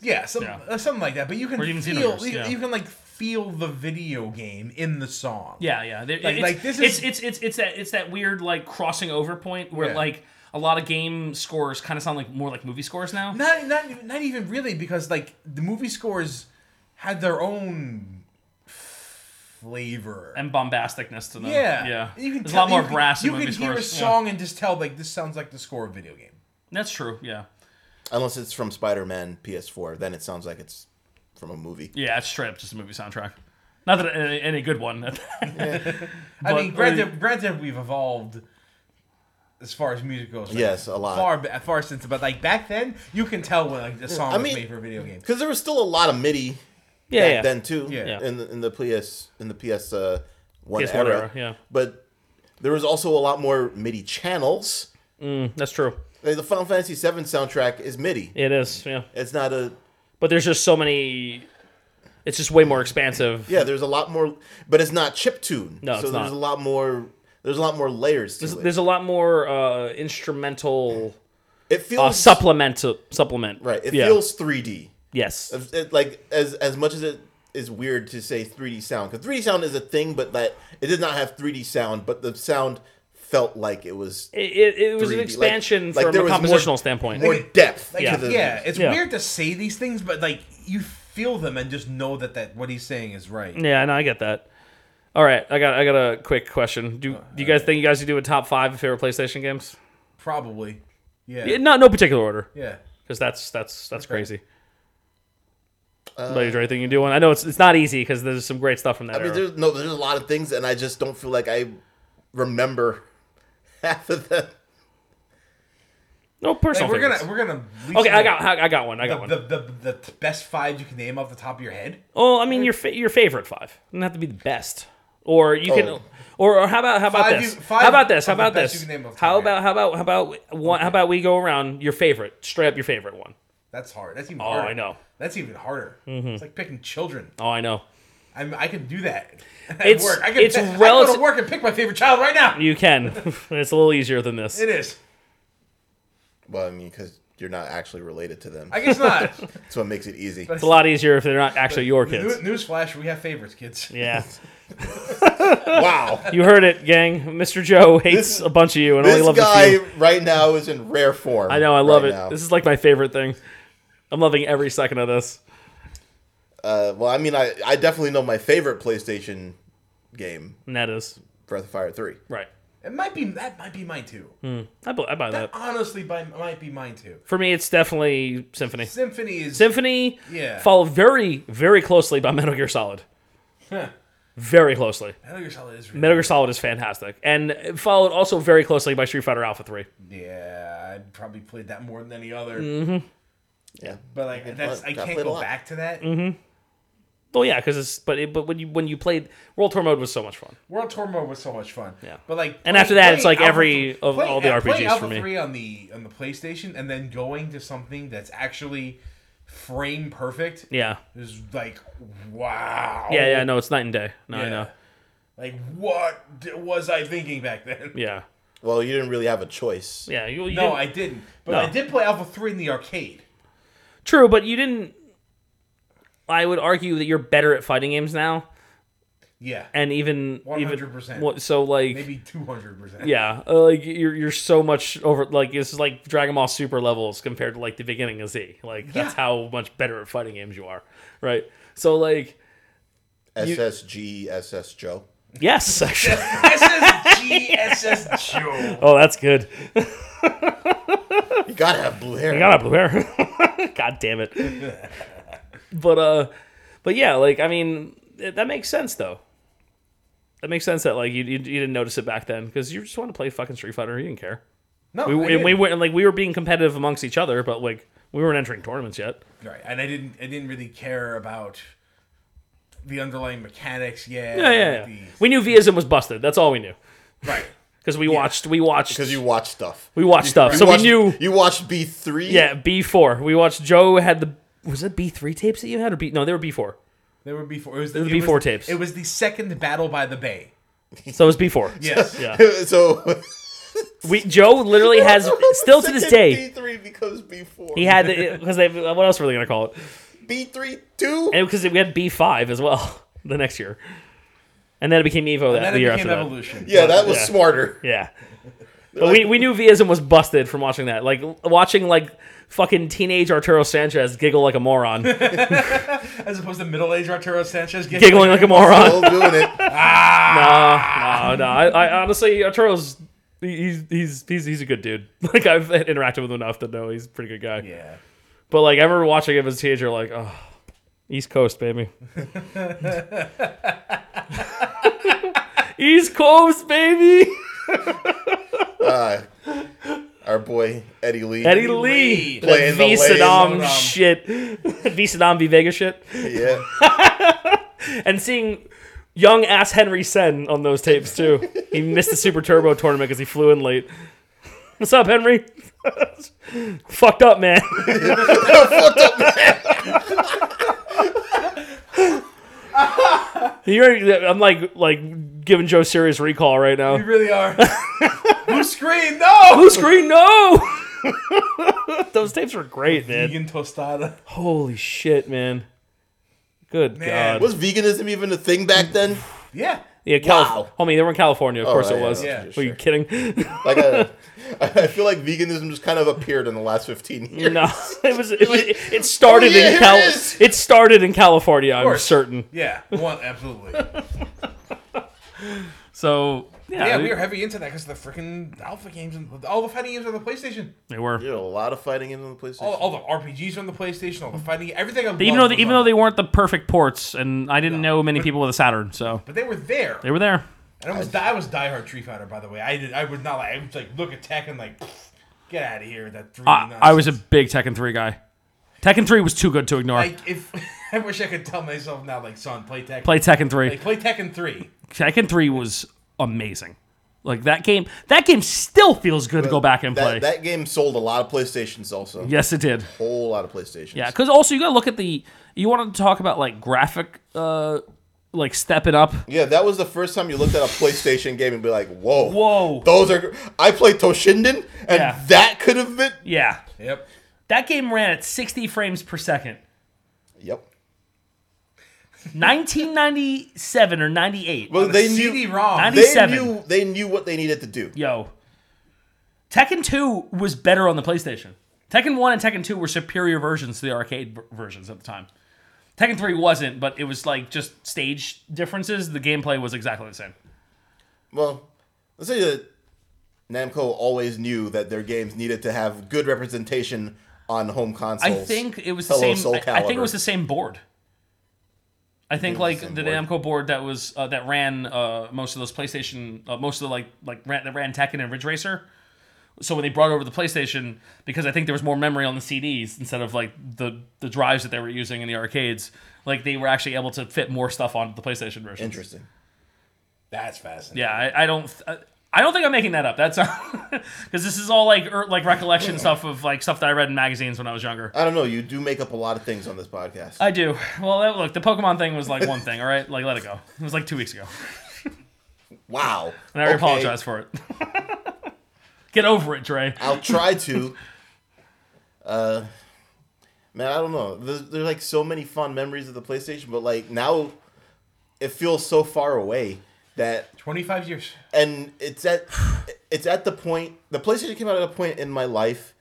[SPEAKER 3] Yeah, some,
[SPEAKER 4] Yeah.
[SPEAKER 3] uh, something like that. But you can
[SPEAKER 4] Or even
[SPEAKER 3] feel
[SPEAKER 4] Xenoverse,
[SPEAKER 3] you,
[SPEAKER 4] yeah.
[SPEAKER 3] you can like feel the video game in the song.
[SPEAKER 4] Yeah, yeah. There- it's,
[SPEAKER 3] like, this
[SPEAKER 4] it's,
[SPEAKER 3] is-
[SPEAKER 4] it's it's it's that it's that weird like crossing over point where
[SPEAKER 3] Yeah.
[SPEAKER 4] like a lot of game scores kind of sound like more like movie scores now.
[SPEAKER 3] Not not not even really because like the movie scores had their own flavor.
[SPEAKER 4] and bombasticness to them.
[SPEAKER 3] yeah,
[SPEAKER 4] yeah.
[SPEAKER 3] You can
[SPEAKER 4] There's
[SPEAKER 3] tell,
[SPEAKER 4] a lot more
[SPEAKER 3] you can-
[SPEAKER 4] brass
[SPEAKER 3] You
[SPEAKER 4] in
[SPEAKER 3] can
[SPEAKER 4] movie
[SPEAKER 3] hear a
[SPEAKER 4] scores. Yeah.
[SPEAKER 3] song and just tell like this sounds like the score of a video game.
[SPEAKER 4] That's true. Yeah.
[SPEAKER 2] unless it's from spider-man ps4 then it sounds like it's from a movie.
[SPEAKER 8] Yeah, it's straight up just a movie soundtrack. Not that any, any good
[SPEAKER 4] <laughs>
[SPEAKER 8] one.
[SPEAKER 3] I mean,
[SPEAKER 8] But-
[SPEAKER 3] granted, granted, we've evolved as far as music goes. like,
[SPEAKER 2] Yes, a lot.
[SPEAKER 3] Far, ba- far since, but like back then, you can tell when like the song
[SPEAKER 2] I
[SPEAKER 3] was
[SPEAKER 2] mean-
[SPEAKER 3] made for a video game.
[SPEAKER 2] Because there was still a lot of MIDI
[SPEAKER 4] Yeah,
[SPEAKER 2] back
[SPEAKER 4] yeah.
[SPEAKER 2] then too.
[SPEAKER 3] Yeah. Yeah.
[SPEAKER 2] In the in the PS in the PS uh, one
[SPEAKER 4] PS1
[SPEAKER 2] era.
[SPEAKER 4] era, yeah.
[SPEAKER 2] But there was also a lot more MIDI channels.
[SPEAKER 4] That's true.
[SPEAKER 2] Like, the Final Fantasy VII soundtrack is MIDI.
[SPEAKER 4] It is. Yeah.
[SPEAKER 2] It's not a
[SPEAKER 4] But there's just so many. It's just way more expansive.
[SPEAKER 2] yeah. There's a lot more, but it's not chip tune.
[SPEAKER 4] No,
[SPEAKER 2] so
[SPEAKER 4] it's
[SPEAKER 2] there's
[SPEAKER 4] not.
[SPEAKER 2] a lot more. There's a lot more layers to
[SPEAKER 4] There's,
[SPEAKER 2] it.
[SPEAKER 4] there's a lot more uh, instrumental
[SPEAKER 2] it
[SPEAKER 4] uh,
[SPEAKER 2] feels
[SPEAKER 4] supplement to supplement.
[SPEAKER 2] right. It
[SPEAKER 4] yeah.
[SPEAKER 2] feels 3D.
[SPEAKER 4] yes.
[SPEAKER 2] It- it- like as as much as it is weird to say 3D sound because 3D sound is a thing, but that it did not have 3D sound, but the sound felt like it was
[SPEAKER 4] It, it, it was
[SPEAKER 2] 3D.
[SPEAKER 4] an
[SPEAKER 2] Like-
[SPEAKER 4] expansion
[SPEAKER 2] like
[SPEAKER 4] from
[SPEAKER 2] there
[SPEAKER 4] a
[SPEAKER 2] was more-
[SPEAKER 4] compositional standpoint.
[SPEAKER 2] more
[SPEAKER 3] Like-
[SPEAKER 2] depth.
[SPEAKER 3] Like,
[SPEAKER 2] to
[SPEAKER 3] yeah,
[SPEAKER 2] the-
[SPEAKER 3] it's
[SPEAKER 4] Yeah.
[SPEAKER 3] weird to say these things, but like you feel them and just know that that what he's saying is right.
[SPEAKER 4] yeah, no, I get that. All right, I got I got a quick question. Do,
[SPEAKER 3] Uh,
[SPEAKER 4] do you guys think you guys should do a top five favorite PlayStation games?
[SPEAKER 3] Probably. Yeah.
[SPEAKER 4] Yeah,
[SPEAKER 3] Yeah.
[SPEAKER 4] no, no particular order,
[SPEAKER 3] Yeah.
[SPEAKER 4] because that's that's that's crazy. Uh, is there anything you do one? I know it's it's not easy because there's some great stuff from that
[SPEAKER 2] I mean,
[SPEAKER 4] era.
[SPEAKER 2] there's no, there's a lot of things, and I just don't feel like I remember <laughs> half of them.
[SPEAKER 4] No personal.
[SPEAKER 3] we're
[SPEAKER 4] favorites.
[SPEAKER 3] gonna we're gonna.
[SPEAKER 4] Okay, I got I got one. I got
[SPEAKER 3] The,
[SPEAKER 4] one.
[SPEAKER 3] the, the, the t- best five you can name off the top of your head.
[SPEAKER 4] Oh, I mean your fa- your favorite five. Doesn't have to be the best. Or you can,
[SPEAKER 2] Oh.
[SPEAKER 4] or, or how about how about
[SPEAKER 3] Five
[SPEAKER 4] this?
[SPEAKER 3] you- five
[SPEAKER 4] how about this? How
[SPEAKER 3] of the
[SPEAKER 4] about
[SPEAKER 3] best
[SPEAKER 4] this?
[SPEAKER 3] you can name off the top
[SPEAKER 4] How
[SPEAKER 3] of your
[SPEAKER 4] about how about how about one? How about we go around your favorite, straight up your favorite one?
[SPEAKER 3] That's hard. That's even
[SPEAKER 4] Oh,
[SPEAKER 3] harder.
[SPEAKER 4] I know. Mm-hmm.
[SPEAKER 3] That's even harder. It's like picking children.
[SPEAKER 4] Oh, I know
[SPEAKER 3] I'm, I can do that. <laughs> At
[SPEAKER 4] It's-
[SPEAKER 3] work. <laughs> I can,
[SPEAKER 4] it's
[SPEAKER 3] I go
[SPEAKER 4] relati-
[SPEAKER 3] to work and pick my favorite child right now.
[SPEAKER 4] you can. <laughs> it's a little easier than this.
[SPEAKER 3] It is.
[SPEAKER 2] Well, I mean, because you're not actually related to them,
[SPEAKER 3] I guess
[SPEAKER 4] <laughs>
[SPEAKER 3] not.
[SPEAKER 2] that's what makes it easy.
[SPEAKER 4] It's a lot easier if they're not actually
[SPEAKER 3] <laughs>
[SPEAKER 4] your kids.
[SPEAKER 3] New, newsflash: We have favorites, kids.
[SPEAKER 4] Yeah, <laughs>
[SPEAKER 2] wow,
[SPEAKER 4] you heard it, gang. Mr. Joe hates a bunch of you and only
[SPEAKER 2] this
[SPEAKER 4] loves a
[SPEAKER 2] guy
[SPEAKER 4] few.
[SPEAKER 2] right now is in rare form.
[SPEAKER 4] I know. I love
[SPEAKER 2] right
[SPEAKER 4] it.
[SPEAKER 2] now.
[SPEAKER 4] This is like my favorite thing. I'm loving every second of this.
[SPEAKER 2] Uh, well, I mean, I I definitely know my favorite PlayStation game,
[SPEAKER 4] And that is
[SPEAKER 2] Breath of Fire Three.
[SPEAKER 4] right.
[SPEAKER 3] It might be that might be mine too.
[SPEAKER 4] I, bu- I buy
[SPEAKER 3] That
[SPEAKER 4] that.
[SPEAKER 3] honestly bi- might be mine too.
[SPEAKER 4] For me, it's definitely Symphony.
[SPEAKER 3] Symphony is
[SPEAKER 4] Symphony,
[SPEAKER 3] Yeah.
[SPEAKER 4] followed very, very closely by Metal Gear Solid.
[SPEAKER 3] Huh.
[SPEAKER 4] Very closely.
[SPEAKER 3] Metal Gear Solid is
[SPEAKER 4] Metal Gear Solid is fantastic, and followed also very closely by Street Fighter Alpha Three.
[SPEAKER 3] Yeah, I probably played that more than any other.
[SPEAKER 4] Mm.
[SPEAKER 2] Yeah,
[SPEAKER 3] But like that's I
[SPEAKER 2] I
[SPEAKER 3] can't
[SPEAKER 2] played a
[SPEAKER 3] go
[SPEAKER 2] lot.
[SPEAKER 3] back to that.
[SPEAKER 4] Oh yeah, because it's but it, but when you when you played World Tour Mode was so much fun.
[SPEAKER 3] World Tour Mode was so much fun.
[SPEAKER 4] Yeah.
[SPEAKER 3] But like,
[SPEAKER 4] And after that, it's like every- of
[SPEAKER 3] playing-
[SPEAKER 4] all the
[SPEAKER 3] uh, playing
[SPEAKER 4] RPGs for
[SPEAKER 3] Alpha
[SPEAKER 4] me.
[SPEAKER 3] Three on the on the PlayStation, and then going to something that's actually frame perfect
[SPEAKER 4] Yeah,
[SPEAKER 3] is like wow.
[SPEAKER 4] yeah, yeah. No, it's night and day. No, I
[SPEAKER 3] Oh. Yeah.
[SPEAKER 4] know.
[SPEAKER 3] Like what d- was I thinking back then?
[SPEAKER 4] Yeah,
[SPEAKER 2] Well, you didn't really have a choice.
[SPEAKER 4] yeah. <laughs> You, you
[SPEAKER 3] No,
[SPEAKER 4] didn't-
[SPEAKER 3] I didn't. But
[SPEAKER 4] No.
[SPEAKER 3] I did play Alpha Three in the arcade.
[SPEAKER 4] true, but you didn't. I would argue that you're better at fighting games now,
[SPEAKER 3] Yeah.
[SPEAKER 4] and even even-
[SPEAKER 3] 100%.
[SPEAKER 4] what- So like
[SPEAKER 3] Maybe two hundred percent. <laughs>
[SPEAKER 4] Yeah, uh, like you're you're so much over. Like this is like Dragon Ball Super levels compared to like the beginning of Z. Like that's
[SPEAKER 3] Yeah.
[SPEAKER 4] how much better at fighting games you are, right? So like
[SPEAKER 2] SSG, SS Joe.
[SPEAKER 4] yes, <laughs> actually.
[SPEAKER 3] SSGSS
[SPEAKER 4] <laughs>
[SPEAKER 3] Joe.
[SPEAKER 4] oh, that's good.
[SPEAKER 2] You gotta have blue hair.
[SPEAKER 4] I got a blue hair. <laughs> God
[SPEAKER 3] <laughs>
[SPEAKER 4] damn it. but uh, but yeah, like I mean th- that makes sense though. That makes sense that like you you, you didn't notice it back then because you just want to play fucking Street Fighter. You didn't care.
[SPEAKER 3] No,
[SPEAKER 4] We
[SPEAKER 3] I
[SPEAKER 4] and we
[SPEAKER 3] didn't.
[SPEAKER 4] were like we were being competitive amongst each other, but like we weren't entering tournaments yet.
[SPEAKER 3] Right, and I didn't. I didn't really care about the underlying mechanics. Yeah,
[SPEAKER 4] Yeah, yeah, yeah. We knew Vism was busted. That's all we knew
[SPEAKER 3] The, right.
[SPEAKER 4] because we watched, we watched,
[SPEAKER 2] because you watch stuff.
[SPEAKER 4] we watched <laughs> stuff.
[SPEAKER 2] You
[SPEAKER 4] so
[SPEAKER 2] watched-
[SPEAKER 4] we knew.
[SPEAKER 2] you watched B three.
[SPEAKER 4] Yeah, B four. We watched. Joe had the was it B three tapes that you had or B? No, they were B four.
[SPEAKER 3] There were before. It was the,
[SPEAKER 4] were
[SPEAKER 3] it was-
[SPEAKER 4] before tapes.
[SPEAKER 3] It was the second battle by the bay.
[SPEAKER 4] So it was B four.
[SPEAKER 3] <laughs> Yes.
[SPEAKER 4] <laughs> Yeah.
[SPEAKER 2] <laughs> so
[SPEAKER 4] We Joe literally
[SPEAKER 3] <laughs>
[SPEAKER 4] has still
[SPEAKER 2] <laughs>
[SPEAKER 4] to this
[SPEAKER 2] B
[SPEAKER 4] day.
[SPEAKER 2] three becomes B four.
[SPEAKER 4] He had because they what else were they gonna call it?
[SPEAKER 2] B three two.
[SPEAKER 4] And because we had B five as well <laughs> the next year, and then it became Evo that
[SPEAKER 3] Then
[SPEAKER 4] the
[SPEAKER 3] it
[SPEAKER 4] year
[SPEAKER 3] became
[SPEAKER 4] after that.
[SPEAKER 3] evolution.
[SPEAKER 2] Yeah, that was
[SPEAKER 4] Yeah.
[SPEAKER 2] smarter.
[SPEAKER 4] Yeah. But we, we knew Vism was busted from watching that. Like watching like fucking teenage Arturo Sanchez giggle like
[SPEAKER 3] <laughs>
[SPEAKER 4] a moron,
[SPEAKER 3] As opposed to middle aged Arturo Sanchez getting
[SPEAKER 4] giggling like a moron.
[SPEAKER 2] Still doing it.
[SPEAKER 4] Uh, No, no. I, I honestly, Arturo's he- he's he's he's he's a good dude. <laughs> Like I've interacted with him enough to know he's a pretty good guy.
[SPEAKER 3] Yeah.
[SPEAKER 4] But like I remember watching him as a teenager, like oh, East Coast, baby. East Coast, baby.
[SPEAKER 2] Uh, our boy Eddie Lee.
[SPEAKER 4] Eddie Lee.
[SPEAKER 9] Lee.
[SPEAKER 4] That
[SPEAKER 2] Playing the lane.
[SPEAKER 4] V Saddam
[SPEAKER 3] Saddam.
[SPEAKER 4] shit. <laughs> V Saddam V Vega shit.
[SPEAKER 2] Yeah.
[SPEAKER 4] And seeing young ass Henry Sen on those tapes too. He missed the Super Turbo tournament because he flew in late. What's up, Henry? <laughs> Fucked up, man. <laughs> You're, I'm like like giving Joe serious recall right now.
[SPEAKER 3] You really
[SPEAKER 4] <laughs>
[SPEAKER 3] are. Who screamed? No.
[SPEAKER 4] Blue screen, no. <laughs> Those tapes were great, man.
[SPEAKER 3] Vegan tostada.
[SPEAKER 4] Holy shit, man. Good
[SPEAKER 3] Man.
[SPEAKER 4] god.
[SPEAKER 2] Was veganism even a thing back then?
[SPEAKER 3] Yeah.
[SPEAKER 4] Yeah, Calif-
[SPEAKER 2] Wow.
[SPEAKER 4] Homie, they were in California. Of course
[SPEAKER 2] right,
[SPEAKER 4] it
[SPEAKER 2] yeah,
[SPEAKER 4] was.
[SPEAKER 3] yeah,
[SPEAKER 4] Were you kidding?
[SPEAKER 2] Like, I, <laughs> I feel like veganism just kind of appeared in the last fifteen years. <laughs>
[SPEAKER 4] <laughs> no, it was. It, was- it started
[SPEAKER 2] Oh, yeah,
[SPEAKER 4] in
[SPEAKER 2] here
[SPEAKER 4] Cal.
[SPEAKER 2] it is.
[SPEAKER 4] It, started in California. I'm
[SPEAKER 3] course.
[SPEAKER 4] certain.
[SPEAKER 3] Yeah. One absolutely.
[SPEAKER 4] <laughs> So yeah,
[SPEAKER 3] Yeah,
[SPEAKER 4] they,
[SPEAKER 3] we were heavy into that because the freaking alpha games and all the fighting games on the PlayStation,
[SPEAKER 4] they were.
[SPEAKER 2] You know, a lot of fighting in the PlayStation.
[SPEAKER 3] all, all the RPGs on the PlayStation, all the fighting, everything. I
[SPEAKER 4] Even
[SPEAKER 3] loved
[SPEAKER 4] though, they,
[SPEAKER 3] was
[SPEAKER 4] even
[SPEAKER 3] on
[SPEAKER 4] though
[SPEAKER 3] it.
[SPEAKER 4] they weren't the perfect ports, and I didn't know many people with a Saturn, so
[SPEAKER 3] but they were there.
[SPEAKER 4] they were there.
[SPEAKER 3] And I was I was diehard Tree Fighter by the way. I did I was not like I was like look at Tekken like pfft, get out of here with that three.
[SPEAKER 4] I, I was a big Tekken three guy. Tekken three was too good to ignore.
[SPEAKER 3] <laughs> like if <laughs> I wish I could tell myself now like son play Tekken
[SPEAKER 4] Play Tekken three.
[SPEAKER 3] like, play Tekken three.
[SPEAKER 4] Tekken 3 was amazing. Like that game, that game still feels good to go back and
[SPEAKER 2] that,
[SPEAKER 4] play.
[SPEAKER 2] that game sold a lot of PlayStations, also.
[SPEAKER 4] yes, it did.
[SPEAKER 2] A whole lot of PlayStations.
[SPEAKER 4] Yeah, because also you gotta look at the. You wanted to talk about like graphic, uh, like stepping up.
[SPEAKER 2] Yeah, that was the first time you looked at a PlayStation game and be like, "Whoa,
[SPEAKER 4] Whoa.
[SPEAKER 2] those are." I played Toshinden, and
[SPEAKER 4] Yeah.
[SPEAKER 2] that could have been.
[SPEAKER 4] Yeah,
[SPEAKER 3] Yep.
[SPEAKER 4] that game ran at 60 frames per second.
[SPEAKER 2] Yep.
[SPEAKER 4] 1997 or 98.
[SPEAKER 2] Well, they
[SPEAKER 3] CD
[SPEAKER 2] knew.
[SPEAKER 3] ROM.
[SPEAKER 4] Ninety-
[SPEAKER 2] They
[SPEAKER 4] 97.
[SPEAKER 2] knew. They knew what they needed to do.
[SPEAKER 4] Yo, Tekken 2 was better on the PlayStation. Tekken 1 and Tekken 2 were superior versions to the arcade ver- versions at the time. Tekken 3 wasn't, but it was like just stage differences. The gameplay was exactly the same.
[SPEAKER 2] Well, let's say that Namco always knew that their games needed to have good representation on home
[SPEAKER 4] I
[SPEAKER 2] consoles.
[SPEAKER 4] think it was the
[SPEAKER 2] Hello,
[SPEAKER 4] same.
[SPEAKER 2] Soul
[SPEAKER 4] I, I think it
[SPEAKER 2] Calibur.
[SPEAKER 4] was the same board. I think like
[SPEAKER 2] same
[SPEAKER 4] the
[SPEAKER 2] board.
[SPEAKER 4] Namco board that was uh, that ran uh, most of those PlayStation, uh, most of the like like ran, that ran Tekken and Ridge Racer. So when they brought over the PlayStation, because I think there was more memory on the CDs instead of like the the drives that they were using in the arcades, like they were actually able to fit more stuff onto the PlayStation version.
[SPEAKER 2] Interesting.
[SPEAKER 3] That's fascinating.
[SPEAKER 4] Yeah, I, I don't. Th- I don't think I'm making that up. That's <laughs> because this is all like er, like recollection stuff of like stuff that I read in magazines when I was younger.
[SPEAKER 2] I don't know. You do make up a lot of things on this podcast.
[SPEAKER 4] I do. Well, that, look, the Pokemon thing was like one thing, all right? Like, let it go. It was like two weeks ago.
[SPEAKER 2] wow.
[SPEAKER 4] And I
[SPEAKER 2] Okay,
[SPEAKER 4] apologize for it. <laughs> Get over it, Dre.
[SPEAKER 2] I'll try to. <laughs> Uh, man, I don't know. There's, there's like so many fun memories of the PlayStation, but like now, it feels so far away that,
[SPEAKER 3] Twenty five years.
[SPEAKER 2] and it's at, it's at the point. The PlayStation came out at a point in my life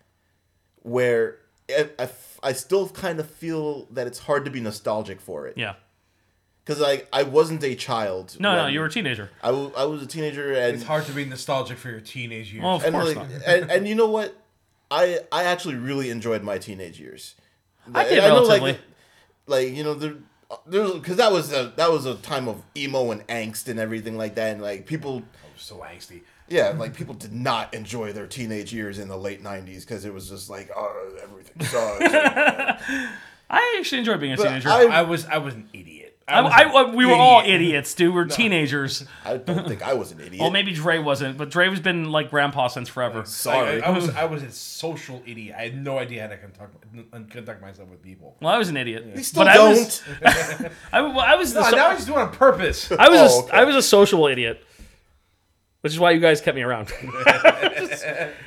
[SPEAKER 2] where I, I f- I still kind of feel that it's hard to be nostalgic for it
[SPEAKER 4] Yeah.
[SPEAKER 2] because like I wasn't a child.
[SPEAKER 4] No, no,
[SPEAKER 2] when-
[SPEAKER 4] you were a teenager.
[SPEAKER 2] I, w- I was a teenager and
[SPEAKER 3] It's hard to be nostalgic for your teenage years.
[SPEAKER 4] Well, of
[SPEAKER 2] and
[SPEAKER 4] course
[SPEAKER 2] like,
[SPEAKER 4] not.
[SPEAKER 2] and, and you know what? I I actually really enjoyed my teenage years.
[SPEAKER 4] I did
[SPEAKER 2] know, like,
[SPEAKER 4] relatively.
[SPEAKER 2] like you know there. There's, cause that was a that was a time of emo and angst and everything like that, and like people,
[SPEAKER 3] so angsty.
[SPEAKER 2] yeah, like people did not enjoy their teenage years in the late '90s because it was just like, oh, everything
[SPEAKER 4] <laughs>
[SPEAKER 2] sucks.
[SPEAKER 4] I actually enjoyed being a teenager.
[SPEAKER 2] I-
[SPEAKER 4] I,
[SPEAKER 3] I was I was an idiot. was
[SPEAKER 4] I,
[SPEAKER 3] an
[SPEAKER 4] we were all
[SPEAKER 3] idiot.
[SPEAKER 4] idiots, dude. We
[SPEAKER 2] <laughs>
[SPEAKER 4] were teenagers.
[SPEAKER 2] I don't think I was an idiot.
[SPEAKER 4] Well, maybe Dre wasn't, but Dre has been like grandpa since forever.
[SPEAKER 2] Sorry,
[SPEAKER 3] I, I was
[SPEAKER 4] <laughs>
[SPEAKER 3] I was a social idiot. I had no idea how to conduct, conduct myself with people.
[SPEAKER 4] Well, I was an idiot.
[SPEAKER 2] you still
[SPEAKER 4] but I
[SPEAKER 2] don't.
[SPEAKER 4] was, I, well, I was the.
[SPEAKER 3] No,
[SPEAKER 4] so-
[SPEAKER 3] Ah, now I just do it on purpose.
[SPEAKER 4] I was
[SPEAKER 2] Oh,
[SPEAKER 4] a,
[SPEAKER 2] okay.
[SPEAKER 4] I was a sociable idiot, which is why you guys kept me around. <laughs>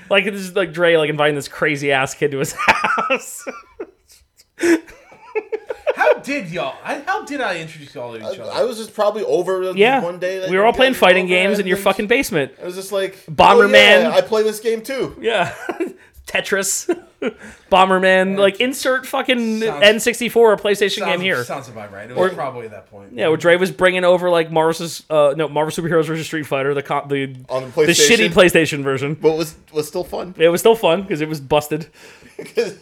[SPEAKER 4] like this is like Dre like inviting this crazy ass kid to his <laughs> house.
[SPEAKER 3] How did y'all? I, how did I introduce y'all to each other?
[SPEAKER 2] I was just probably over
[SPEAKER 4] yeah,
[SPEAKER 2] one day. that
[SPEAKER 4] we were
[SPEAKER 2] you
[SPEAKER 4] all
[SPEAKER 2] guys
[SPEAKER 4] playing
[SPEAKER 2] were
[SPEAKER 4] fighting
[SPEAKER 2] over,
[SPEAKER 4] games
[SPEAKER 2] and
[SPEAKER 4] in your
[SPEAKER 2] then
[SPEAKER 4] fucking basement.
[SPEAKER 2] It was just like oh,
[SPEAKER 4] Bomberman.
[SPEAKER 2] yeah, I play this game too.
[SPEAKER 4] Yeah, Tetris, Bomberman, like insert fucking
[SPEAKER 3] Sounds-
[SPEAKER 4] N64 or PlayStation
[SPEAKER 3] sounds,
[SPEAKER 4] game here.
[SPEAKER 3] Sounds about right. It was probably at that point.
[SPEAKER 4] Yeah, where Dre was bringing over like Marvel's uh, no Marvel superheroes versus Street Fighter the co- the
[SPEAKER 2] On the
[SPEAKER 4] the shitty
[SPEAKER 2] PlayStation?
[SPEAKER 4] PlayStation version.
[SPEAKER 2] but was was still fun. <laughs>
[SPEAKER 4] It was still fun because it was busted.
[SPEAKER 2] Because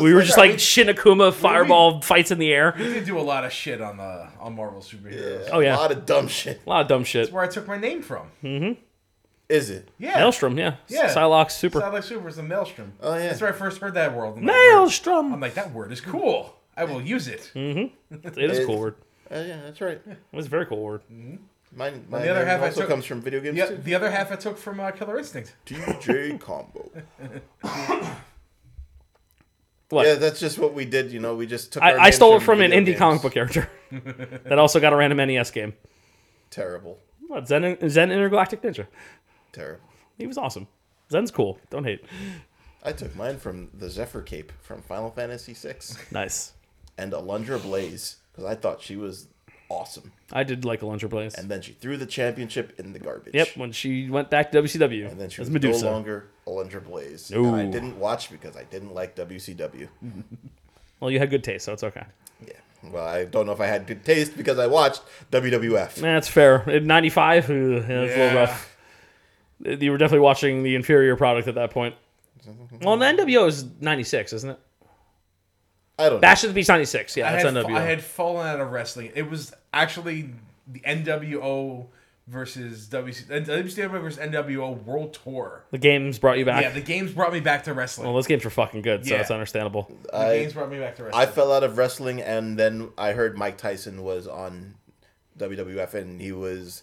[SPEAKER 4] We were just like Shinakuma fireball fights in the air.
[SPEAKER 3] We did do a lot of shit on the on Marvel superheroes.
[SPEAKER 4] Oh,
[SPEAKER 2] a
[SPEAKER 4] yeah.
[SPEAKER 2] lot of dumb shit.
[SPEAKER 4] A lot of dumb shit.
[SPEAKER 3] Where I took my name from.
[SPEAKER 2] Is it?
[SPEAKER 3] Yeah.
[SPEAKER 4] Hmm. Maelstrom, yeah.
[SPEAKER 3] Yeah.
[SPEAKER 4] Psylocke super.
[SPEAKER 3] Satellite Super is the Maelstrom.
[SPEAKER 2] Oh, yeah.
[SPEAKER 3] That's where I first heard that world. I'm like, word- I'm
[SPEAKER 4] Maelstrom.
[SPEAKER 3] like, that word is cool. I will use it.
[SPEAKER 4] Hmm. It is a cool word.
[SPEAKER 2] Uh, yeah, that's right.
[SPEAKER 4] It was a very cool word.
[SPEAKER 2] Mine, mine
[SPEAKER 3] the other half, I
[SPEAKER 2] also
[SPEAKER 3] took-
[SPEAKER 2] comes from video games
[SPEAKER 3] Yeah, <laughs>
[SPEAKER 2] too.
[SPEAKER 3] the other half I took from uh, Killer Instinct.
[SPEAKER 2] DJ
[SPEAKER 4] <coughs>
[SPEAKER 2] combo.
[SPEAKER 4] What?
[SPEAKER 2] Yeah, that's just what we did. You know, we just took.
[SPEAKER 4] I,
[SPEAKER 2] our
[SPEAKER 4] I
[SPEAKER 2] names
[SPEAKER 4] stole it from an
[SPEAKER 2] video
[SPEAKER 4] indie
[SPEAKER 2] games.
[SPEAKER 4] comic book character
[SPEAKER 2] <laughs>
[SPEAKER 4] that also got a random NES game.
[SPEAKER 2] Terrible,
[SPEAKER 4] What, Zen, Zen Intergalactic Ninja.
[SPEAKER 2] terrible.
[SPEAKER 4] He was awesome. Zen's cool. Don't hate.
[SPEAKER 2] I took mine from the Zephyr Cape from Final Fantasy VI
[SPEAKER 4] Nice.
[SPEAKER 2] and Alundra Blaze because I thought she was awesome,
[SPEAKER 4] I did like Alundra Blaze.
[SPEAKER 2] and then she threw the championship in the garbage.
[SPEAKER 4] Yep, when she went back to WCW
[SPEAKER 2] And then she
[SPEAKER 4] as
[SPEAKER 2] was
[SPEAKER 4] Medusa.
[SPEAKER 2] no longer Alundra Blaze.
[SPEAKER 4] No.
[SPEAKER 2] And I didn't watch because I didn't like WCW.
[SPEAKER 4] Well, you had good taste, so it's okay.
[SPEAKER 2] Yeah. Well, I don't know if I had good taste because I watched WWF.
[SPEAKER 4] That's fair. At 95, ooh, yeah, that's a
[SPEAKER 3] Yeah.
[SPEAKER 4] little rough. You were definitely watching the inferior product at that point. Well, the NWO is 96, isn't it?
[SPEAKER 2] I don't know.
[SPEAKER 4] Bash at the Beach 96. Yeah,
[SPEAKER 3] I
[SPEAKER 4] that's
[SPEAKER 3] had,
[SPEAKER 4] NWO.
[SPEAKER 3] I had fallen out of wrestling. It was actually the NWO versus WC, WCW versus NWO World Tour.
[SPEAKER 4] the games brought you back.
[SPEAKER 3] Yeah, the games brought me back to wrestling.
[SPEAKER 4] well, those games were fucking good, so
[SPEAKER 3] Yeah.
[SPEAKER 4] it's understandable.
[SPEAKER 3] the games brought me back to wrestling.
[SPEAKER 2] I fell out of wrestling, and then I heard Mike Tyson was on WWF, and he was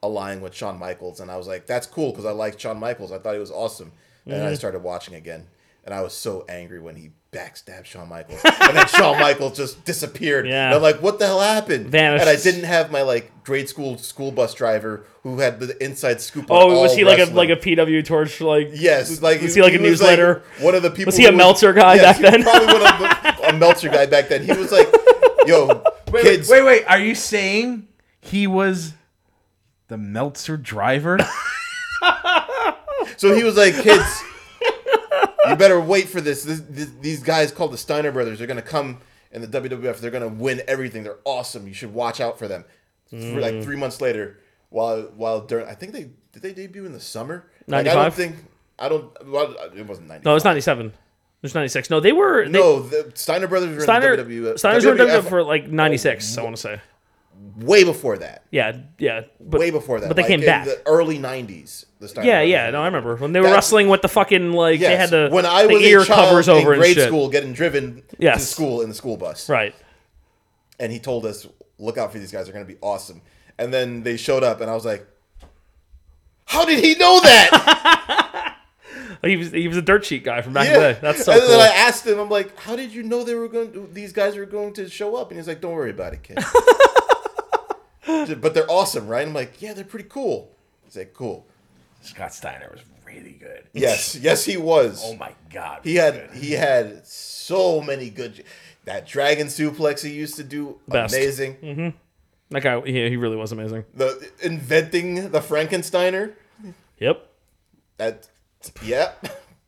[SPEAKER 2] allying with Shawn Michaels, and I was like, "That's cool," because I liked Shawn Michaels. I thought he was awesome, and
[SPEAKER 4] Mm-hmm.
[SPEAKER 2] I started watching again, and I was so angry when he backstabbed Shawn Michaels, and then
[SPEAKER 4] <laughs>
[SPEAKER 2] Shawn Michaels just disappeared.
[SPEAKER 4] Yeah.
[SPEAKER 2] And I'm like, "What the hell happened?"
[SPEAKER 4] Vanished.
[SPEAKER 2] And I didn't have my like grade school school bus driver who had the inside scoop. on
[SPEAKER 4] Oh, was
[SPEAKER 2] all
[SPEAKER 4] he like a
[SPEAKER 2] wrestling.
[SPEAKER 4] like a PW torch? Like
[SPEAKER 2] Yes, like
[SPEAKER 4] was he like a
[SPEAKER 2] was,
[SPEAKER 4] newsletter?
[SPEAKER 2] one of the people.
[SPEAKER 4] Was he a
[SPEAKER 2] who
[SPEAKER 4] Meltzer guy
[SPEAKER 2] Yes,
[SPEAKER 4] back
[SPEAKER 2] he was
[SPEAKER 4] then?
[SPEAKER 2] Probably one of the, a Meltzer guy back then. He was like,
[SPEAKER 4] <laughs>
[SPEAKER 2] "Yo,
[SPEAKER 3] wait,
[SPEAKER 2] kids,
[SPEAKER 3] wait, wait, wait. Are you saying he was the Meltzer
[SPEAKER 2] <coughs>
[SPEAKER 3] driver?
[SPEAKER 2] So he was like, "Kids, you better wait for this. This, this. These guys called the Steiner brothers. They're gonna come in the WWF. They're gonna win everything. They're awesome. You should watch out for them." For
[SPEAKER 4] Mm.
[SPEAKER 2] like three months later, while while during, I think they did they debut in the summer. Like, I don't
[SPEAKER 4] 95?
[SPEAKER 2] think I don't. Well, it wasn't ninety.
[SPEAKER 4] no, it's 97. There's 96. No, they were they,
[SPEAKER 2] No, E, the Steiner brothers were
[SPEAKER 4] Steiner
[SPEAKER 2] in the WWF.
[SPEAKER 4] Steiner's were in
[SPEAKER 2] WWF
[SPEAKER 4] WWF for like
[SPEAKER 2] Oh.
[SPEAKER 4] 96. I want to say.
[SPEAKER 2] way before that.
[SPEAKER 4] Yeah, yeah, but
[SPEAKER 2] way before that.
[SPEAKER 4] but they
[SPEAKER 2] like
[SPEAKER 4] came
[SPEAKER 2] in
[SPEAKER 4] back.
[SPEAKER 2] The early '90s. The Steiner
[SPEAKER 4] Yeah,
[SPEAKER 2] brothers.
[SPEAKER 4] yeah, no, I remember when they were
[SPEAKER 2] That's-
[SPEAKER 4] wrestling with the fucking like they
[SPEAKER 2] Yes.
[SPEAKER 4] had the
[SPEAKER 2] when I
[SPEAKER 4] the
[SPEAKER 2] was
[SPEAKER 4] ear
[SPEAKER 2] a child
[SPEAKER 4] covers over
[SPEAKER 2] in
[SPEAKER 4] and
[SPEAKER 2] grade
[SPEAKER 4] shit.
[SPEAKER 2] school, getting driven to
[SPEAKER 4] Yes.
[SPEAKER 2] school in the school bus,
[SPEAKER 4] Right.
[SPEAKER 2] and he told us, "Look out for these guys; they're going to be awesome." And then they showed up, and I was like, "How did he know
[SPEAKER 4] <laughs>
[SPEAKER 2] that?"
[SPEAKER 4] He was he was a dirt sheet guy from back in the
[SPEAKER 2] yeah,
[SPEAKER 4] day. That's so
[SPEAKER 2] and
[SPEAKER 4] cool.
[SPEAKER 2] then I asked him, "I'm like, how did you know they were going? To, these guys were going to show up?" And he's like, "Don't worry about
[SPEAKER 4] <laughs>
[SPEAKER 2] it, kid." but they're awesome, right? I'm like, "Yeah, they're pretty cool." He's like, "Cool."
[SPEAKER 3] Scott Steiner was really good.
[SPEAKER 2] Yes, yes, he was.
[SPEAKER 3] Oh my god.
[SPEAKER 2] He had he had so many good. That dragon suplex he used to do
[SPEAKER 4] Best. Mm-hmm.
[SPEAKER 2] amazing.
[SPEAKER 4] that guy, yeah, he really was amazing.
[SPEAKER 2] The inventing the Frankensteiner.
[SPEAKER 4] Yep.
[SPEAKER 2] That yeah.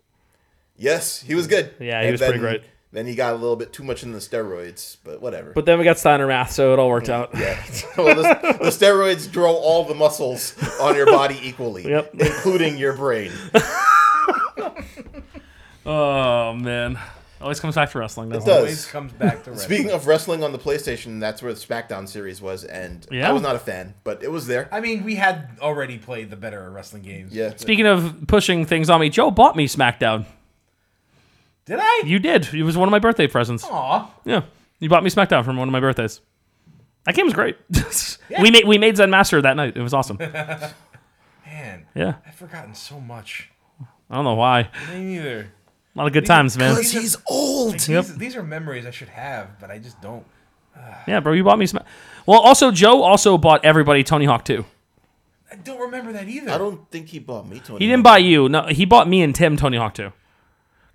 [SPEAKER 2] <laughs> yes, he was good.
[SPEAKER 4] Yeah, he
[SPEAKER 2] And
[SPEAKER 4] was
[SPEAKER 2] then,
[SPEAKER 4] pretty great.
[SPEAKER 2] Then he got a little bit too much in the steroids, but whatever.
[SPEAKER 4] But then we got Steiner math, so it all worked out.
[SPEAKER 2] yeah, <laughs> well, the, the steroids grow all the muscles on your body equally,
[SPEAKER 4] Yep.
[SPEAKER 2] including your
[SPEAKER 4] <laughs>
[SPEAKER 2] brain.
[SPEAKER 4] Oh man, always comes back to wrestling. Doesn't it
[SPEAKER 3] always
[SPEAKER 2] Does
[SPEAKER 3] comes back to wrestling.
[SPEAKER 2] speaking of wrestling on the PlayStation, that's where the SmackDown series was, and
[SPEAKER 4] Yeah.
[SPEAKER 2] I was not a fan, but it was there.
[SPEAKER 3] I mean, we had already played the better wrestling games.
[SPEAKER 2] Yeah,
[SPEAKER 4] Speaking of pushing things on me, Joe bought me SmackDown.
[SPEAKER 3] Did I?
[SPEAKER 4] You did. It was one of my birthday presents.
[SPEAKER 3] Aw.
[SPEAKER 4] Yeah, you bought me SmackDown from one of my birthdays. That game was great. <laughs> We made we made Zen Master that night. It
[SPEAKER 3] <laughs>
[SPEAKER 4] was awesome.
[SPEAKER 3] Man,
[SPEAKER 4] Yeah,
[SPEAKER 3] I've forgotten so much.
[SPEAKER 4] I don't know why.
[SPEAKER 3] Me neither.
[SPEAKER 4] A lot of good times, man.
[SPEAKER 2] he's old.
[SPEAKER 3] Like, these, these are memories I should have, but I just don't.
[SPEAKER 4] Yeah, bro, you bought me some. Well, also Joe also bought everybody Tony Hawk 2.
[SPEAKER 3] I don't remember that either.
[SPEAKER 2] I don't think he bought me Tony.
[SPEAKER 4] He didn't buy you. No, he bought me and Tim Tony Hawk 2.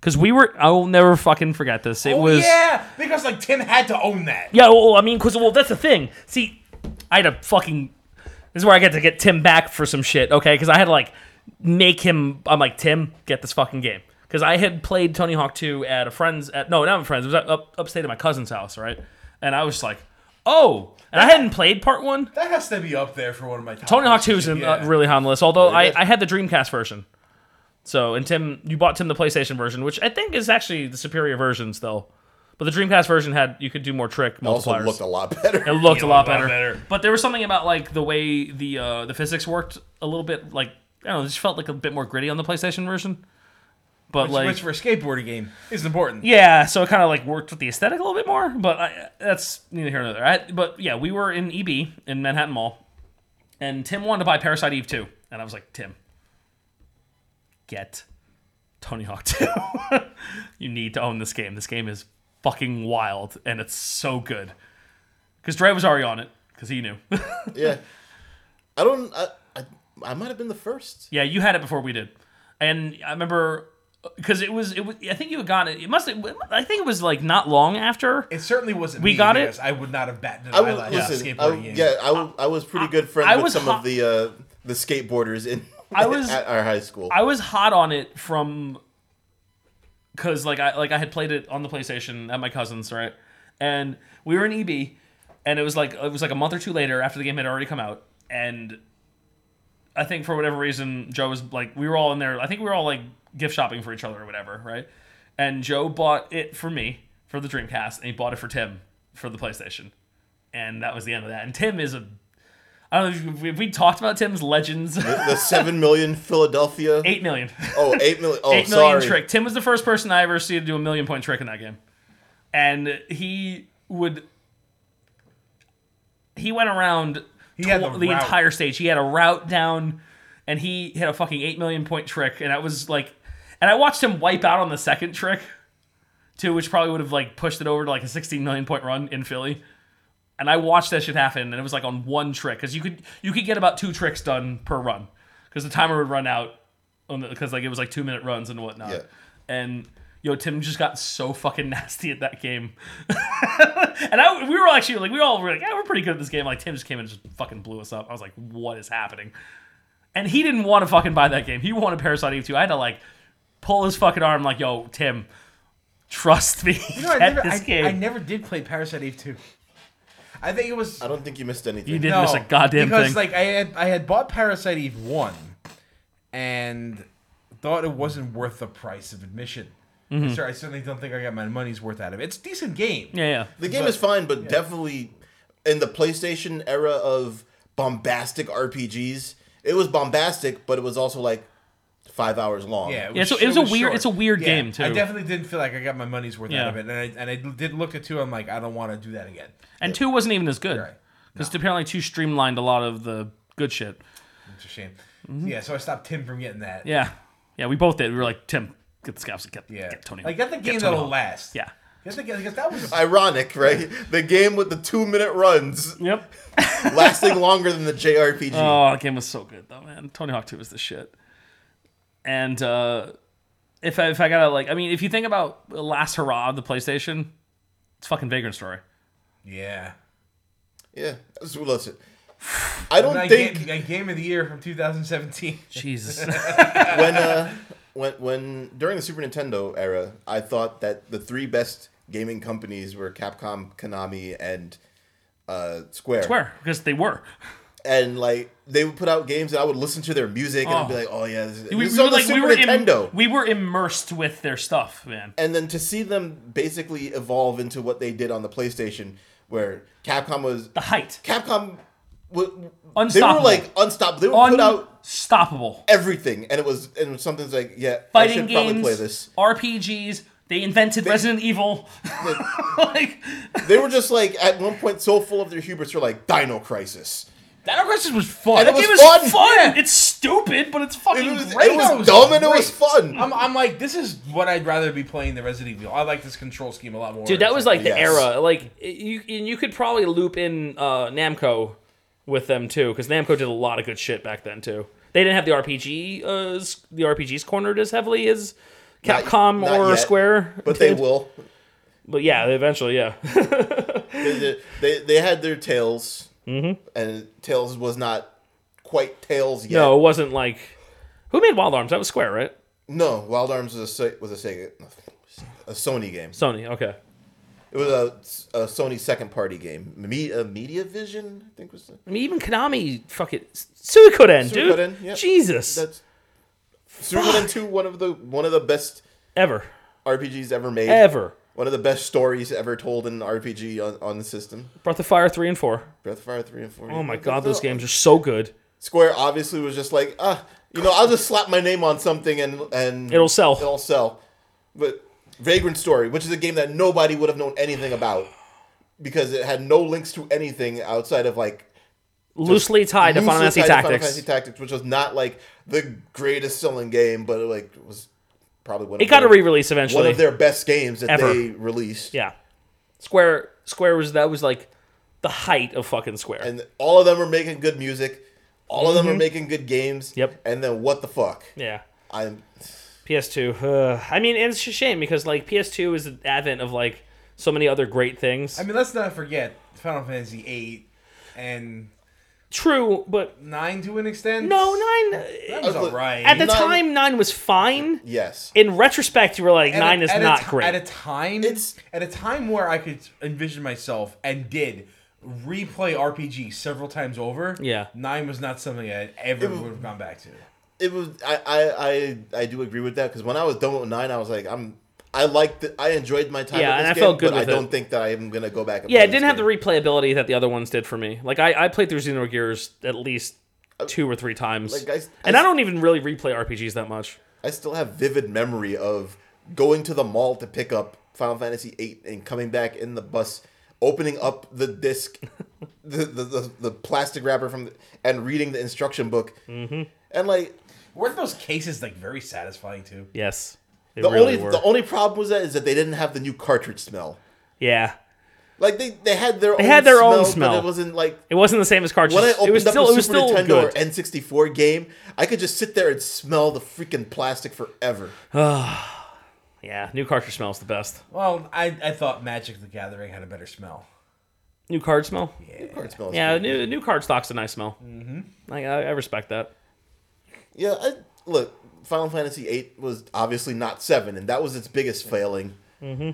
[SPEAKER 4] Cuz we were I will never fucking forget this. It
[SPEAKER 3] Oh,
[SPEAKER 4] was
[SPEAKER 3] yeah, because like Tim had to own that.
[SPEAKER 4] Yeah, well, I mean cuz well, that's the thing. See, I had a fucking This is where I get to get Tim back for some shit, okay? Cuz I had to like make him I'm like, "Tim, get this fucking game." Cuz I had played Tony Hawk 2 at a friend's at no, not a friend's. It was up, up upstate at my cousin's house, right? And I was just like, "Oh." And I hadn't played part 1.
[SPEAKER 3] That has to be up there for one of my top
[SPEAKER 4] Tony Hawk
[SPEAKER 3] lists.
[SPEAKER 4] 2 is in-
[SPEAKER 3] Yeah.
[SPEAKER 4] uh, really high on the list, although I,
[SPEAKER 2] is.
[SPEAKER 4] I had the Dreamcast version. So, and Tim, you bought Tim the PlayStation version, which I think is actually the superior version still. But the Dreamcast version had you could do more trick
[SPEAKER 2] Also
[SPEAKER 4] multipliers.
[SPEAKER 2] looked a lot better.
[SPEAKER 4] <laughs> it looked a lot better.
[SPEAKER 10] better.
[SPEAKER 4] But there was something about like the way the uh, the physics worked a little bit like I don't know, it just felt like a bit more gritty on the PlayStation version. But like
[SPEAKER 3] which for a skateboarding game is important.
[SPEAKER 4] yeah, so it kind of like worked with the aesthetic a little bit more, but I, that's neither here nor there. I, but yeah, we were in EB in Manhattan Mall, and Tim wanted to buy Parasite Eve 2. And I was like, Tim, get Tony Hawk 2. <laughs> you need to own this game. This game is fucking wild, and it's so good. Because Dre was already on it, because he knew.
[SPEAKER 2] <laughs>
[SPEAKER 4] <laughs>
[SPEAKER 2] yeah. I don't. I, I, I might have been the first.
[SPEAKER 4] Yeah, you had it before we did, and I remember because it was it was. I think you had gotten it. It must. Have, I think it was like not long after.
[SPEAKER 3] It certainly wasn't.
[SPEAKER 4] We
[SPEAKER 3] me,
[SPEAKER 4] got it?
[SPEAKER 3] because I would not have batted an
[SPEAKER 2] I
[SPEAKER 3] eyelash
[SPEAKER 2] was,
[SPEAKER 3] at a
[SPEAKER 2] listen, I,
[SPEAKER 3] skateboarding game.
[SPEAKER 2] yeah, I, w- I was pretty good friends
[SPEAKER 4] I
[SPEAKER 2] with
[SPEAKER 4] was
[SPEAKER 2] some
[SPEAKER 4] hot-
[SPEAKER 2] of the uh, the skateboarders in <laughs>
[SPEAKER 4] I was-
[SPEAKER 2] at our high school.
[SPEAKER 4] I was hot on it from because like I like I had played it on the PlayStation at my cousin's right, and we were in EB, and it was like it was like a month or two later after the game had already come out, and I think for whatever reason Joe was like we were all in there. I think we were all like gift shopping for each other or whatever, right? And Joe bought it for me for the Dreamcast, and he bought it for Tim for the PlayStation, and that was the end of that. And Tim is a I don't know if we, if we talked about Tim's legends.
[SPEAKER 2] the seven million Philadelphia.
[SPEAKER 4] <laughs> Eight million.
[SPEAKER 2] Oh, eight million. Oh,
[SPEAKER 4] Eight million
[SPEAKER 2] sorry.
[SPEAKER 4] trick. Tim was the first person I ever see to do a million point trick in that game, and he would. He went around
[SPEAKER 3] He had the
[SPEAKER 4] the,
[SPEAKER 3] route.
[SPEAKER 4] entire stage. He had a route down, and he hit a fucking eight million point trick, and that was like, and I watched him wipe out on the second trick, too, which probably would have like pushed it over to like a sixteen million point run in Philly. And I watched that shit happen, and it was like on one trick because you could you could get about two tricks done per run because the timer would run out on because like it was like two minute runs and whatnot.
[SPEAKER 2] Yeah.
[SPEAKER 4] And yo, Tim just got so fucking <laughs> nasty at that game. <laughs> and I, we were actually like, we all were like, yeah, we're pretty good at this game. Like Tim just came in and just fucking blew us up. I was like, what is happening? And he didn't want to fucking buy that game. He wanted Parasite Eve 2. I had to like pull his fucking arm, like, yo, Tim, trust me.
[SPEAKER 3] You
[SPEAKER 4] <laughs>
[SPEAKER 3] know, I
[SPEAKER 4] get
[SPEAKER 3] never,
[SPEAKER 4] this
[SPEAKER 3] I,
[SPEAKER 4] game.
[SPEAKER 3] I never did play Parasite Eve 2. I think it was
[SPEAKER 2] I don't think you missed anything.
[SPEAKER 4] You did miss a goddamn
[SPEAKER 3] because,
[SPEAKER 4] thing.
[SPEAKER 3] like I had I had bought Parasite Eve one, and thought it wasn't worth the price of admission. Sure, I certainly don't think I got my money's worth out of it. It's a decent game.
[SPEAKER 4] Mm-hmm. yeah, yeah.
[SPEAKER 2] The game is fine, but definitely in the PlayStation era of bombastic RPGs, it was bombastic, but it was also like five hours long.
[SPEAKER 3] Yeah, it was,
[SPEAKER 4] Yeah, so it was a weird-
[SPEAKER 3] short.
[SPEAKER 4] it's a weird
[SPEAKER 3] Yeah,
[SPEAKER 4] game, too.
[SPEAKER 3] I definitely didn't feel like I got my money's worth
[SPEAKER 4] Yeah.
[SPEAKER 3] out of it, and I and I did look at two. I'm like, I don't want to do that again.
[SPEAKER 4] And 2 wasn't even as good.
[SPEAKER 3] Right.
[SPEAKER 4] Because apparently 2 streamlined a lot of the good shit.
[SPEAKER 3] It's a shame.
[SPEAKER 4] Mm-hmm.
[SPEAKER 3] Yeah, so I stopped Tim from getting that.
[SPEAKER 4] Yeah. Yeah, we both did. We were like, Tim, get the scouts, get,
[SPEAKER 3] yeah.
[SPEAKER 4] get Tony.
[SPEAKER 3] Like, get the
[SPEAKER 4] Get
[SPEAKER 3] game
[SPEAKER 4] Tony
[SPEAKER 3] that'll
[SPEAKER 4] Hawk.
[SPEAKER 3] last.
[SPEAKER 4] Yeah.
[SPEAKER 3] Get the game because that was
[SPEAKER 2] Ironic, right? The game with the two minute runs
[SPEAKER 3] <laughs>
[SPEAKER 4] Yep. <laughs>
[SPEAKER 2] lasting longer than the JRPG.
[SPEAKER 4] Oh, that game was so good though, man. Tony Hawk 2 is the shit. And uh, if I, if I gotta like, I mean, if you think about the last hurrah of the PlayStation, it's fucking Vagrant Story.
[SPEAKER 3] yeah.
[SPEAKER 2] yeah. So listen, I don't
[SPEAKER 3] My
[SPEAKER 2] think
[SPEAKER 3] game, my game of the year from 2017. <laughs>
[SPEAKER 4] Jesus.
[SPEAKER 2] when uh, when when during the Super Nintendo era, I thought that the three best gaming companies were Capcom, Konami, and uh, Square.
[SPEAKER 4] Swear, because they were.
[SPEAKER 2] And like they would put out games, and I would listen to their music, and I'd be like, "Oh yeah, this, this
[SPEAKER 4] We,
[SPEAKER 2] is
[SPEAKER 4] we
[SPEAKER 2] on
[SPEAKER 4] were
[SPEAKER 2] the
[SPEAKER 4] like, we
[SPEAKER 2] Super
[SPEAKER 4] were, im-
[SPEAKER 2] Nintendo."
[SPEAKER 4] we were immersed with their stuff, man.
[SPEAKER 2] and then to see them basically evolve into what they did on the PlayStation, where Capcom was
[SPEAKER 4] The height.
[SPEAKER 2] Capcom. w- They were
[SPEAKER 4] Unstoppable.
[SPEAKER 2] like unstoppable. They would put out
[SPEAKER 4] Unstoppable.
[SPEAKER 2] everything, and it was and something's like, yeah, I
[SPEAKER 4] Fighting
[SPEAKER 2] should
[SPEAKER 4] games,
[SPEAKER 2] probably play this.
[SPEAKER 4] RPGs. They invented Resident
[SPEAKER 2] <laughs>
[SPEAKER 4] Evil. <laughs> like,
[SPEAKER 2] They were just like at one point so full of their hubris, they're like Dino Crisis.
[SPEAKER 4] Dino Crisis was fun.
[SPEAKER 2] And
[SPEAKER 4] That
[SPEAKER 2] it
[SPEAKER 4] game
[SPEAKER 2] was
[SPEAKER 4] is
[SPEAKER 2] fun.
[SPEAKER 4] fun.
[SPEAKER 2] Yeah.
[SPEAKER 4] It's stupid, but it's
[SPEAKER 2] It
[SPEAKER 4] fucking
[SPEAKER 2] was,
[SPEAKER 4] great.
[SPEAKER 2] it was
[SPEAKER 3] That was
[SPEAKER 2] dumb and it was
[SPEAKER 3] great.
[SPEAKER 2] fun.
[SPEAKER 3] I'm, I'm like, this is what I'd rather be playing the Resident Evil. I like this control scheme a lot more.
[SPEAKER 11] Dude, that was like the
[SPEAKER 2] Yes.
[SPEAKER 11] era. Like you, and you could probably loop in uh, Namco with them too, because Namco did a lot of good shit back then too. They didn't have the RPG, uh, s- the RPGs cornered as heavily as
[SPEAKER 2] Not-
[SPEAKER 11] Capcom
[SPEAKER 2] not
[SPEAKER 11] or
[SPEAKER 2] yet,
[SPEAKER 11] Square.
[SPEAKER 2] but they
[SPEAKER 11] did.
[SPEAKER 2] will.
[SPEAKER 11] But yeah, eventually, yeah. <laughs>
[SPEAKER 2] They, they, they had their tails, and tails was not quite tails yet.
[SPEAKER 11] No, it wasn't like who made Wild Arms. That was Square, right?
[SPEAKER 2] No, Wild Arms was a Se- was a Sega, a Sony game.
[SPEAKER 11] Sony. Okay.
[SPEAKER 2] It was a, a Sony second party game. Me, uh, Media Vision, I think was the,
[SPEAKER 11] I mean, even Konami, fuck it, Suikoden, dude.
[SPEAKER 2] Suikoden, yeah.
[SPEAKER 11] Jesus,
[SPEAKER 2] that's Suikoden two, one of the one of the best
[SPEAKER 4] Ever.
[SPEAKER 2] RPGs ever made.
[SPEAKER 4] Ever.
[SPEAKER 2] One of the best stories ever told in an RPG on, on the system.
[SPEAKER 4] Brought the Fire 3 and 4.
[SPEAKER 2] Breath of Fire three and four.
[SPEAKER 4] Oh my god, those games are so good.
[SPEAKER 2] Square obviously was just like, ah, you know, I'll just slap my name on something and and
[SPEAKER 4] It'll sell.
[SPEAKER 2] It'll sell. But Vagrant Story, which is a game that nobody would have known anything about because it had no links to anything outside of like
[SPEAKER 4] Loosely tied to
[SPEAKER 2] loosely
[SPEAKER 4] Final Fantasy
[SPEAKER 2] tied to Final
[SPEAKER 4] Tactics.
[SPEAKER 2] Fantasy Tactics, which was not like the greatest selling game, but it, like was probably one.
[SPEAKER 4] It
[SPEAKER 2] of
[SPEAKER 4] got a
[SPEAKER 2] their-
[SPEAKER 4] re-release eventually.
[SPEAKER 2] One of their best games that
[SPEAKER 4] Ever.
[SPEAKER 2] they released,
[SPEAKER 4] yeah. Square Square was that was like the height of fucking Square.
[SPEAKER 2] and all of them are making good music. All of them are making good games.
[SPEAKER 4] Mm-hmm. Yep.
[SPEAKER 2] And then what the fuck?
[SPEAKER 4] yeah.
[SPEAKER 2] I'm
[SPEAKER 4] PS2. Uh, I mean, and it's a shame because like PS2 is the advent of like so many other great things.
[SPEAKER 3] I mean, let's not forget Final Fantasy VIII and
[SPEAKER 4] True, but
[SPEAKER 3] nine to an extent.
[SPEAKER 4] no, nine.
[SPEAKER 3] that was all right.
[SPEAKER 4] At the
[SPEAKER 2] Nine-
[SPEAKER 4] time, nine was fine.
[SPEAKER 2] yes.
[SPEAKER 4] In retrospect, you were like,
[SPEAKER 3] At a-
[SPEAKER 4] nine is
[SPEAKER 3] at a
[SPEAKER 4] not
[SPEAKER 3] ti-
[SPEAKER 4] great.
[SPEAKER 3] At a time,
[SPEAKER 2] It's-
[SPEAKER 3] at a time where I could envision myself and did replay RPG several times over.
[SPEAKER 4] Yeah.
[SPEAKER 3] nine was not something I ever would have gone back to.
[SPEAKER 2] it was I I I, I do agree with that because when I was done with nine, I was like I'm I liked it. I enjoyed my time.
[SPEAKER 4] Yeah,
[SPEAKER 2] with this
[SPEAKER 4] and I
[SPEAKER 2] game,
[SPEAKER 4] felt good
[SPEAKER 2] but
[SPEAKER 4] with
[SPEAKER 2] I don't
[SPEAKER 4] it.
[SPEAKER 2] think that I am gonna go back. And
[SPEAKER 4] yeah,
[SPEAKER 2] play
[SPEAKER 4] it didn't
[SPEAKER 2] this
[SPEAKER 4] have the
[SPEAKER 2] game.
[SPEAKER 4] replayability that the other ones did for me. Like I, I played through Xenogears at least two or three times,
[SPEAKER 2] Uh, Like, I s- I
[SPEAKER 4] and I
[SPEAKER 2] s-
[SPEAKER 4] don't even really replay RPGs that much.
[SPEAKER 2] I still have vivid memory of going to the mall to pick up Final Fantasy VIII and coming back in the bus, opening up the
[SPEAKER 4] <laughs>
[SPEAKER 2] disc, the, the the the plastic wrapper from, the, and reading the instruction book, mm-hmm. and like
[SPEAKER 3] Weren't those cases like very satisfying too?
[SPEAKER 4] Yes, they
[SPEAKER 2] the
[SPEAKER 4] really
[SPEAKER 2] only
[SPEAKER 4] were.
[SPEAKER 2] the only problem was that is that they didn't have the new cartridge smell.
[SPEAKER 4] yeah,
[SPEAKER 2] Like they, they had their they own
[SPEAKER 4] had their
[SPEAKER 2] smell,
[SPEAKER 4] own
[SPEAKER 2] but
[SPEAKER 4] smell.
[SPEAKER 2] it wasn't like
[SPEAKER 4] it wasn't the same as cartridges.
[SPEAKER 2] when I opened
[SPEAKER 4] it was
[SPEAKER 2] up
[SPEAKER 4] still,
[SPEAKER 2] a
[SPEAKER 4] it was
[SPEAKER 2] Super
[SPEAKER 4] still
[SPEAKER 2] Nintendo or
[SPEAKER 4] good.
[SPEAKER 2] N64 game, I could just sit there and smell the freaking plastic
[SPEAKER 4] <laughs>
[SPEAKER 2] forever.
[SPEAKER 4] yeah, new cartridge smells the best.
[SPEAKER 3] Well, I, I thought Magic the Gathering had a better smell.
[SPEAKER 4] New card smell.
[SPEAKER 2] Card smells
[SPEAKER 4] Yeah,
[SPEAKER 2] good.
[SPEAKER 4] new new card stock's a nice smell. Mm-hmm. I, I I respect that.
[SPEAKER 2] yeah. I, look, Final Fantasy VIII was obviously not seven, and that was its biggest failing.
[SPEAKER 4] Mm-hmm.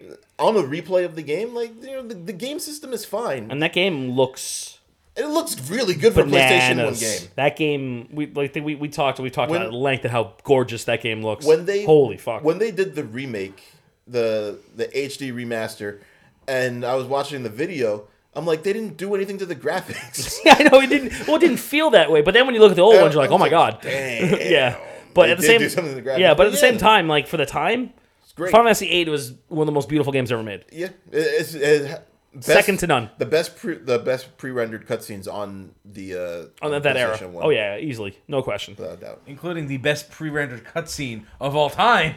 [SPEAKER 2] Uh, on the replay of the game, like you know, the, the game system is fine.
[SPEAKER 4] And that game looks
[SPEAKER 2] It looks really good for PlayStation One
[SPEAKER 4] bananas.
[SPEAKER 2] game.
[SPEAKER 4] That game, we like we we talked we talked
[SPEAKER 2] When-
[SPEAKER 4] about at length at how gorgeous that game looks.
[SPEAKER 2] when they
[SPEAKER 4] holy fuck,
[SPEAKER 2] when they did the remake the the HD remaster and I was watching the video I'm like they didn't do anything to the
[SPEAKER 4] <laughs>
[SPEAKER 2] graphics
[SPEAKER 4] yeah, I know it didn't. Well, it didn't feel that way. But then when you look at the old ones, you're like,
[SPEAKER 2] I
[SPEAKER 4] oh
[SPEAKER 2] was
[SPEAKER 4] my
[SPEAKER 2] <laughs>
[SPEAKER 4] god, <laughs>
[SPEAKER 2] damn.
[SPEAKER 4] yeah. But
[SPEAKER 2] They
[SPEAKER 4] at the
[SPEAKER 2] did
[SPEAKER 4] same,
[SPEAKER 2] do something to the graphics,
[SPEAKER 4] yeah. But
[SPEAKER 2] but
[SPEAKER 4] at the
[SPEAKER 2] yeah.
[SPEAKER 4] same time, like for the time,
[SPEAKER 2] great.
[SPEAKER 4] Final Fantasy VIII was one of the most beautiful games ever made.
[SPEAKER 2] yeah it- it's, it- best-
[SPEAKER 4] Second to none.
[SPEAKER 2] the best pre, the best pre-rendered cutscenes on the uh
[SPEAKER 4] On that, that era.
[SPEAKER 2] PlayStation
[SPEAKER 4] Oh yeah, easily, no question.
[SPEAKER 2] without a doubt
[SPEAKER 3] including the best pre-rendered cutscene of all
[SPEAKER 4] <laughs>
[SPEAKER 3] time.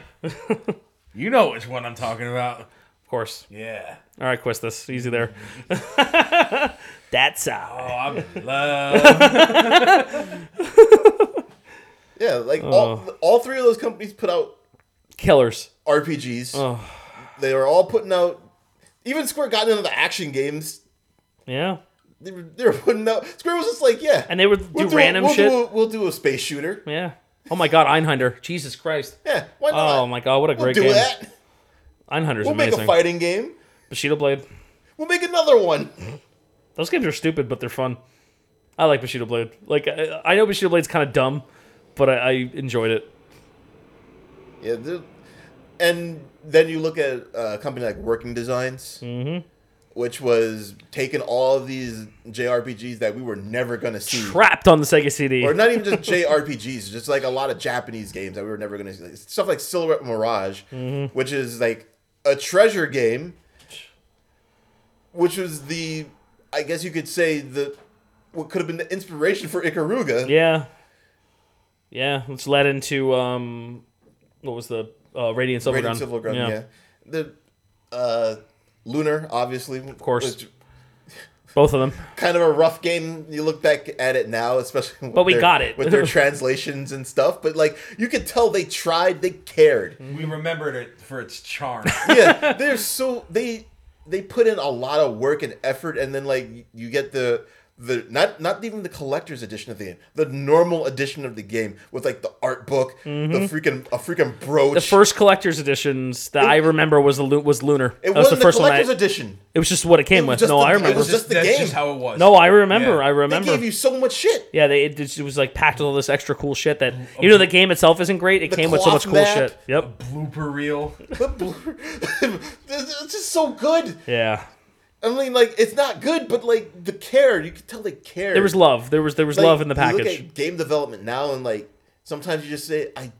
[SPEAKER 3] you know which one I'm talking about.
[SPEAKER 4] Of course.
[SPEAKER 3] Yeah.
[SPEAKER 4] All right, Quistis,
[SPEAKER 2] <laughs>
[SPEAKER 4] easy there. That's
[SPEAKER 3] Oh,
[SPEAKER 4] how.
[SPEAKER 3] I'm <laughs> in love.
[SPEAKER 2] yeah like all all three of those companies put out
[SPEAKER 4] Killers.
[SPEAKER 2] RPGs they were all putting out even Square got into the action games
[SPEAKER 4] Yeah.
[SPEAKER 2] they were, they were putting out Square was just like yeah
[SPEAKER 4] And they would do
[SPEAKER 2] a-
[SPEAKER 4] random
[SPEAKER 2] we'll
[SPEAKER 4] shit.
[SPEAKER 2] Do a, we'll do a space shooter.
[SPEAKER 4] Yeah. Oh my god, Einhinder. Jesus Christ.
[SPEAKER 2] Yeah, why not?
[SPEAKER 4] Oh my god, what a
[SPEAKER 2] we'll
[SPEAKER 4] great
[SPEAKER 2] do
[SPEAKER 4] game.
[SPEAKER 2] that.
[SPEAKER 4] Einhinder's
[SPEAKER 2] We'll make a
[SPEAKER 4] amazing.
[SPEAKER 2] fighting game.
[SPEAKER 4] Bushido Blade.
[SPEAKER 2] We'll make another one.
[SPEAKER 4] Those games are stupid, but they're fun. I like Bushido Blade. Like I, I know Bushido Blade's kind of dumb, but I, I enjoyed it.
[SPEAKER 2] Yeah, the- and then you look at a company like Working Designs, which was taking all of these JRPGs that we were never going to see.
[SPEAKER 4] Trapped on the Sega CD.
[SPEAKER 2] or not even just JRPGs, just like a lot of Japanese games that we were never going to see. Like, stuff like Silhouette Mirage, which is like a treasure game, which was the, I guess you could say, the what could have been the inspiration for Ikaruga.
[SPEAKER 4] yeah. Yeah, which led into um, what was the uh, Radiant Silvergun?
[SPEAKER 2] Radiant Silvergun, yeah. The uh, Lunar, obviously. Of
[SPEAKER 4] course. Both of them.
[SPEAKER 2] Kind of a rough game. You look back at it now, especially with
[SPEAKER 4] But we
[SPEAKER 2] their-
[SPEAKER 4] got it.
[SPEAKER 2] with
[SPEAKER 4] <laughs>
[SPEAKER 2] their translations and stuff. But like, you could tell they tried, they cared.
[SPEAKER 4] Mm-hmm.
[SPEAKER 3] we remembered <laughs> it for its charm.
[SPEAKER 4] <laughs>
[SPEAKER 2] yeah, they're so they they put in a lot of work and effort, and then like you get the the not not even the collector's edition of the game, the normal edition of the game with like the art book, the freaking a freaking brooch.
[SPEAKER 4] Mm-hmm. The first collector's editions that I remember was the Lu- was Lunar.
[SPEAKER 2] it
[SPEAKER 4] that was
[SPEAKER 2] wasn't
[SPEAKER 4] the
[SPEAKER 2] the,
[SPEAKER 4] first one. I,
[SPEAKER 2] collector's edition.
[SPEAKER 4] it was just what it came
[SPEAKER 2] It was
[SPEAKER 4] with.
[SPEAKER 2] just
[SPEAKER 4] No,
[SPEAKER 2] the-
[SPEAKER 4] I
[SPEAKER 2] it
[SPEAKER 4] remember.
[SPEAKER 2] was just the
[SPEAKER 3] That's
[SPEAKER 2] game.
[SPEAKER 3] just how it was.
[SPEAKER 4] no, I remember.
[SPEAKER 3] Yeah. They
[SPEAKER 2] They
[SPEAKER 4] I remember.
[SPEAKER 2] gave you so much shit.
[SPEAKER 4] yeah, they it, just- it was like packed with all this extra cool shit that you know the game itself isn't great. It
[SPEAKER 2] Oh, The
[SPEAKER 4] came with so
[SPEAKER 2] cloth
[SPEAKER 4] much cool
[SPEAKER 2] map.
[SPEAKER 4] shit. Yep.
[SPEAKER 3] Blooper reel.
[SPEAKER 2] The <laughs> blur- it's just so good.
[SPEAKER 4] Yeah.
[SPEAKER 2] I mean, like it's not good, but like the care you could tell they care.
[SPEAKER 4] There was love. There was there was
[SPEAKER 2] Like,
[SPEAKER 4] love in the
[SPEAKER 2] you
[SPEAKER 4] package.
[SPEAKER 2] Look at game development now, and like sometimes you just say, "I,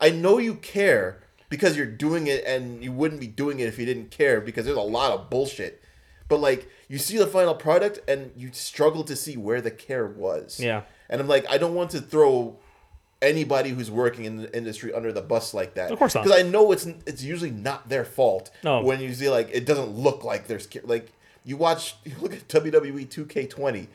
[SPEAKER 2] I know you care because you're doing it, and you wouldn't be doing it if you didn't care." Because there's a lot of bullshit, but like you see the final product, and you struggle to see where the care was.
[SPEAKER 4] Yeah.
[SPEAKER 2] and I'm like, I don't want to throw anybody who's working in the industry under the bus like that. Of
[SPEAKER 4] course not.
[SPEAKER 2] because I know it's it's usually not their fault.
[SPEAKER 4] No.
[SPEAKER 2] when you see like it doesn't look like there's ki- like you watch <laughs> you look at E WWE 2K20,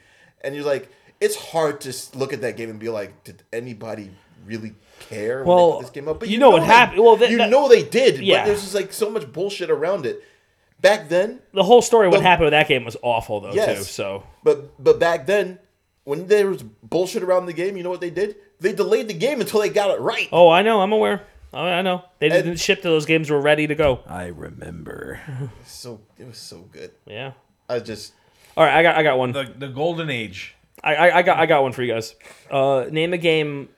[SPEAKER 2] and you're like, it's hard to s- look at that game and be like, did anybody really care? when they
[SPEAKER 4] Well,
[SPEAKER 2] put this game up, but
[SPEAKER 4] you know what
[SPEAKER 2] they-
[SPEAKER 4] hap- well, that-
[SPEAKER 2] you
[SPEAKER 4] that-
[SPEAKER 2] know they did.
[SPEAKER 4] Yeah.
[SPEAKER 2] but there's just like so much bullshit around it. Back then,
[SPEAKER 4] the whole story what
[SPEAKER 2] Well-
[SPEAKER 4] happened with that game was awful though
[SPEAKER 2] Yes.
[SPEAKER 4] too. So
[SPEAKER 2] But but back then, when there was bullshit around the game, you know what they did? They delayed the game until they got it right.
[SPEAKER 4] oh, I know. I'm aware. I, I know. They
[SPEAKER 2] And-
[SPEAKER 4] didn't ship till those games were ready to go.
[SPEAKER 3] I remember.
[SPEAKER 2] So it was so good.
[SPEAKER 4] Yeah.
[SPEAKER 2] I just
[SPEAKER 4] All right. I got I got one.
[SPEAKER 3] The the golden age.
[SPEAKER 4] I, I, I got I got one for you guys. Uh, name a game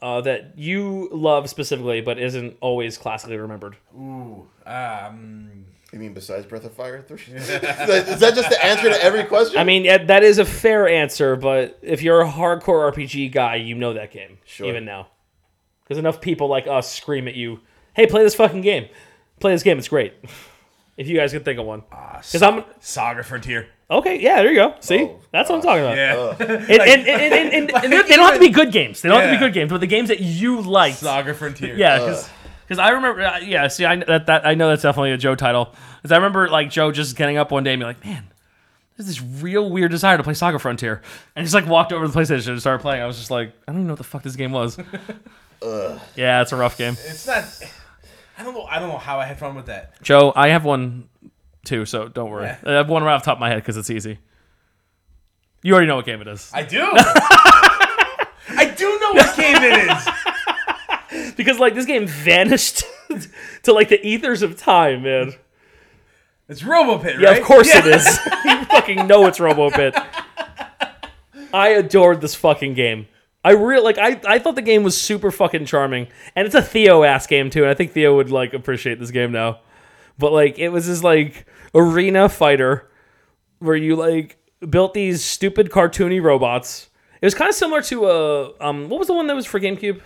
[SPEAKER 4] uh, that you love specifically, but isn't always classically remembered.
[SPEAKER 3] Ooh. Um.
[SPEAKER 2] you mean besides Breath of Fire three? is that just the answer to every question?
[SPEAKER 4] I mean, yeah, that is a fair answer, but if you're a hardcore RPG guy, you know that game
[SPEAKER 2] Sure.
[SPEAKER 4] even now, because enough people like us scream at you, "Hey, play this fucking game! Play this game! It's great." <laughs> if you guys can think of one, because I'm
[SPEAKER 3] Saga Frontier.
[SPEAKER 4] okay. Yeah, there you go. See,
[SPEAKER 2] Oh,
[SPEAKER 4] that's what I'm talking about.
[SPEAKER 3] Yeah.
[SPEAKER 4] And, and, and, and, and- and they don't have to be good games. They don't have to be
[SPEAKER 3] Yeah.
[SPEAKER 4] good games, but the games that you
[SPEAKER 3] <laughs>
[SPEAKER 4] like.
[SPEAKER 3] Saga Frontier.
[SPEAKER 4] Yeah, because I remember. Uh, yeah, see, I that, that I know that's definitely a Joe title. Because I remember like Joe just getting up one day and be like, "Man, there's this real weird desire to play Saga Frontier," and he just like walked over to the PlayStation and started playing. I was just like, I don't even know what the fuck this game <laughs> was. yeah, it's a rough game.
[SPEAKER 3] It's not. I don't know. I don't know how I had fun with that.
[SPEAKER 4] Joe, I have one too, so don't worry. I have one right off the top of my head because it's easy. You already know what game it is
[SPEAKER 3] I
[SPEAKER 4] <laughs>
[SPEAKER 3] do. I do know what game it is.
[SPEAKER 4] because like this game vanished <laughs> to like the ethers of time, man.
[SPEAKER 3] It's RoboPit,
[SPEAKER 4] Yeah,
[SPEAKER 3] right?
[SPEAKER 4] of course
[SPEAKER 3] <laughs>
[SPEAKER 4] it is. <laughs> you fucking know it's RoboPit. I adored this fucking game. I real like I, I thought the game was super fucking charming, and it's a Theo ass game too. And I think Theo would like appreciate this game now. But like it was this like arena fighter where you like built these stupid cartoony robots. It was kind of similar to uh um what was the one that was for GameCube?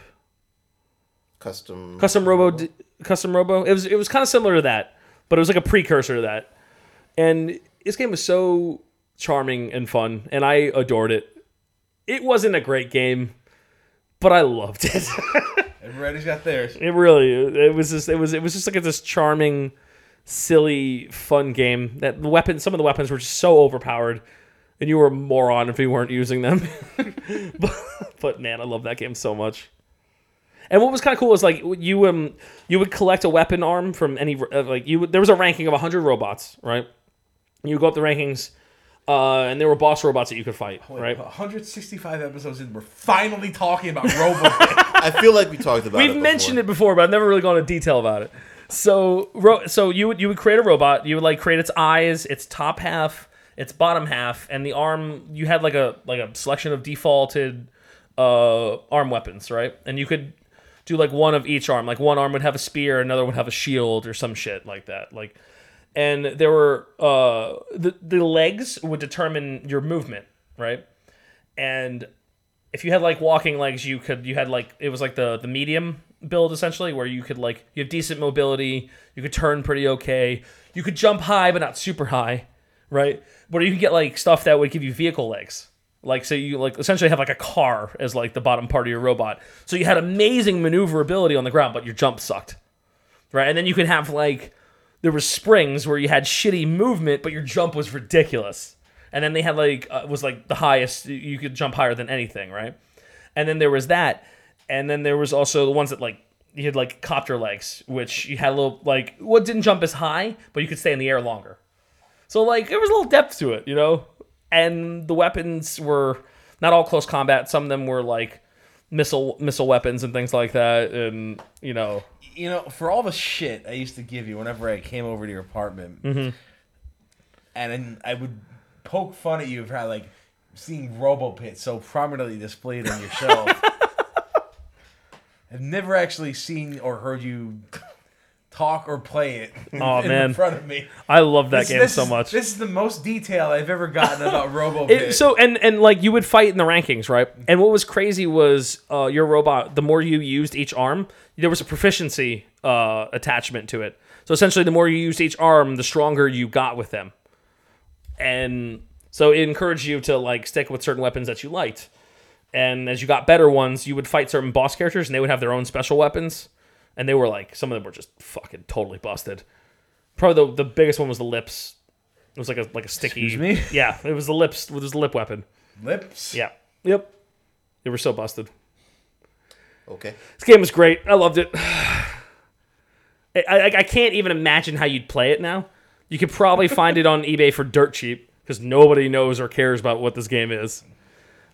[SPEAKER 2] custom.
[SPEAKER 4] Custom Robo, D- Custom Robo. It was it was kind of similar to that, but it was like a precursor to that. And this game was so charming and fun, and I adored it. It wasn't a great game, but I loved it. <laughs>
[SPEAKER 3] Everybody's got theirs.
[SPEAKER 4] it really it was just it was it was just like this charming, silly, fun game that the weapons some of the weapons were just so overpowered. And you were a moron if you weren't using them. <laughs> but, but man, I love that game so much. And what was kind of cool was like you um you would collect a weapon arm from any uh, like you would- there was a ranking of 100 robots, right? You would go up the rankings uh, and there were boss robots that you could fight, right?
[SPEAKER 3] 165 episodes in, we're finally talking about RoboPit.
[SPEAKER 2] I feel like we talked about.
[SPEAKER 4] We've mentioned it before, but I've never really gone into detail about it. So, ro- so you would you would create a robot. You would like create its eyes, its top half, its bottom half, and the arm. You had like a like a selection of defaulted uh, arm weapons, right? And you could do like one of each arm. Like one arm would have a spear, another would have a shield, or some shit like that. Like, and there were uh, the the legs would determine your movement, right? And if you had like walking legs, you could you had like it was like the the medium build essentially, where you could like you have decent mobility, you could turn pretty okay, you could jump high but not super high, right? But you could get like stuff that would give you vehicle legs, like so you like essentially have like a car as like the bottom part of your robot. So you had amazing maneuverability on the ground, but your jump sucked, right? And then you could have like there were springs where you had shitty movement, but your jump was ridiculous. And then they had like uh, was like the highest you could jump higher than anything, right? And then there was that, and then there was also the ones that like you had like copter legs, which you had a little like what didn't jump as high, but you could stay in the air longer. So like there was a little depth to it, you know. and the weapons were not all close combat. Some of them were like missile missile weapons and things like that, and you know,
[SPEAKER 3] You know, for all the shit I used to give you whenever I came over to your apartment,
[SPEAKER 4] Mm-hmm.
[SPEAKER 3] and then I would poke fun at you for how, like seeing RoboPit so prominently displayed on your
[SPEAKER 4] <laughs>
[SPEAKER 3] shelf. I've never actually seen or heard you talk or play it
[SPEAKER 4] Aw,
[SPEAKER 3] in
[SPEAKER 4] man.
[SPEAKER 3] front of me.
[SPEAKER 4] I love that game
[SPEAKER 3] this
[SPEAKER 4] so
[SPEAKER 3] is-
[SPEAKER 4] much.
[SPEAKER 3] This is the most detail I've ever gotten about RoboPit.
[SPEAKER 4] <laughs> It- so and and like you would fight in the rankings, right? And what was crazy was uh, your robot. The more you used each arm, there was a proficiency uh, attachment to it. So essentially, the more you used each arm, the stronger you got with them. And so it encouraged you to like stick with certain weapons that you liked. And as you got better ones, you would fight certain boss characters, and they would have their own special weapons. And they were like, some of them were just fucking totally busted. Probably the, the biggest one was the lips. It was like a like a sticky.
[SPEAKER 3] Excuse me?
[SPEAKER 4] Yeah, it was the lips. It was the lip weapon.
[SPEAKER 3] Lips.
[SPEAKER 4] Yeah. Yep. They were so busted.
[SPEAKER 2] Okay.
[SPEAKER 4] This game was great. I loved it. <sighs> I, I, I can't even imagine how you'd play it now. You could probably find it on <laughs> eBay for dirt cheap because nobody knows or cares about what this game is.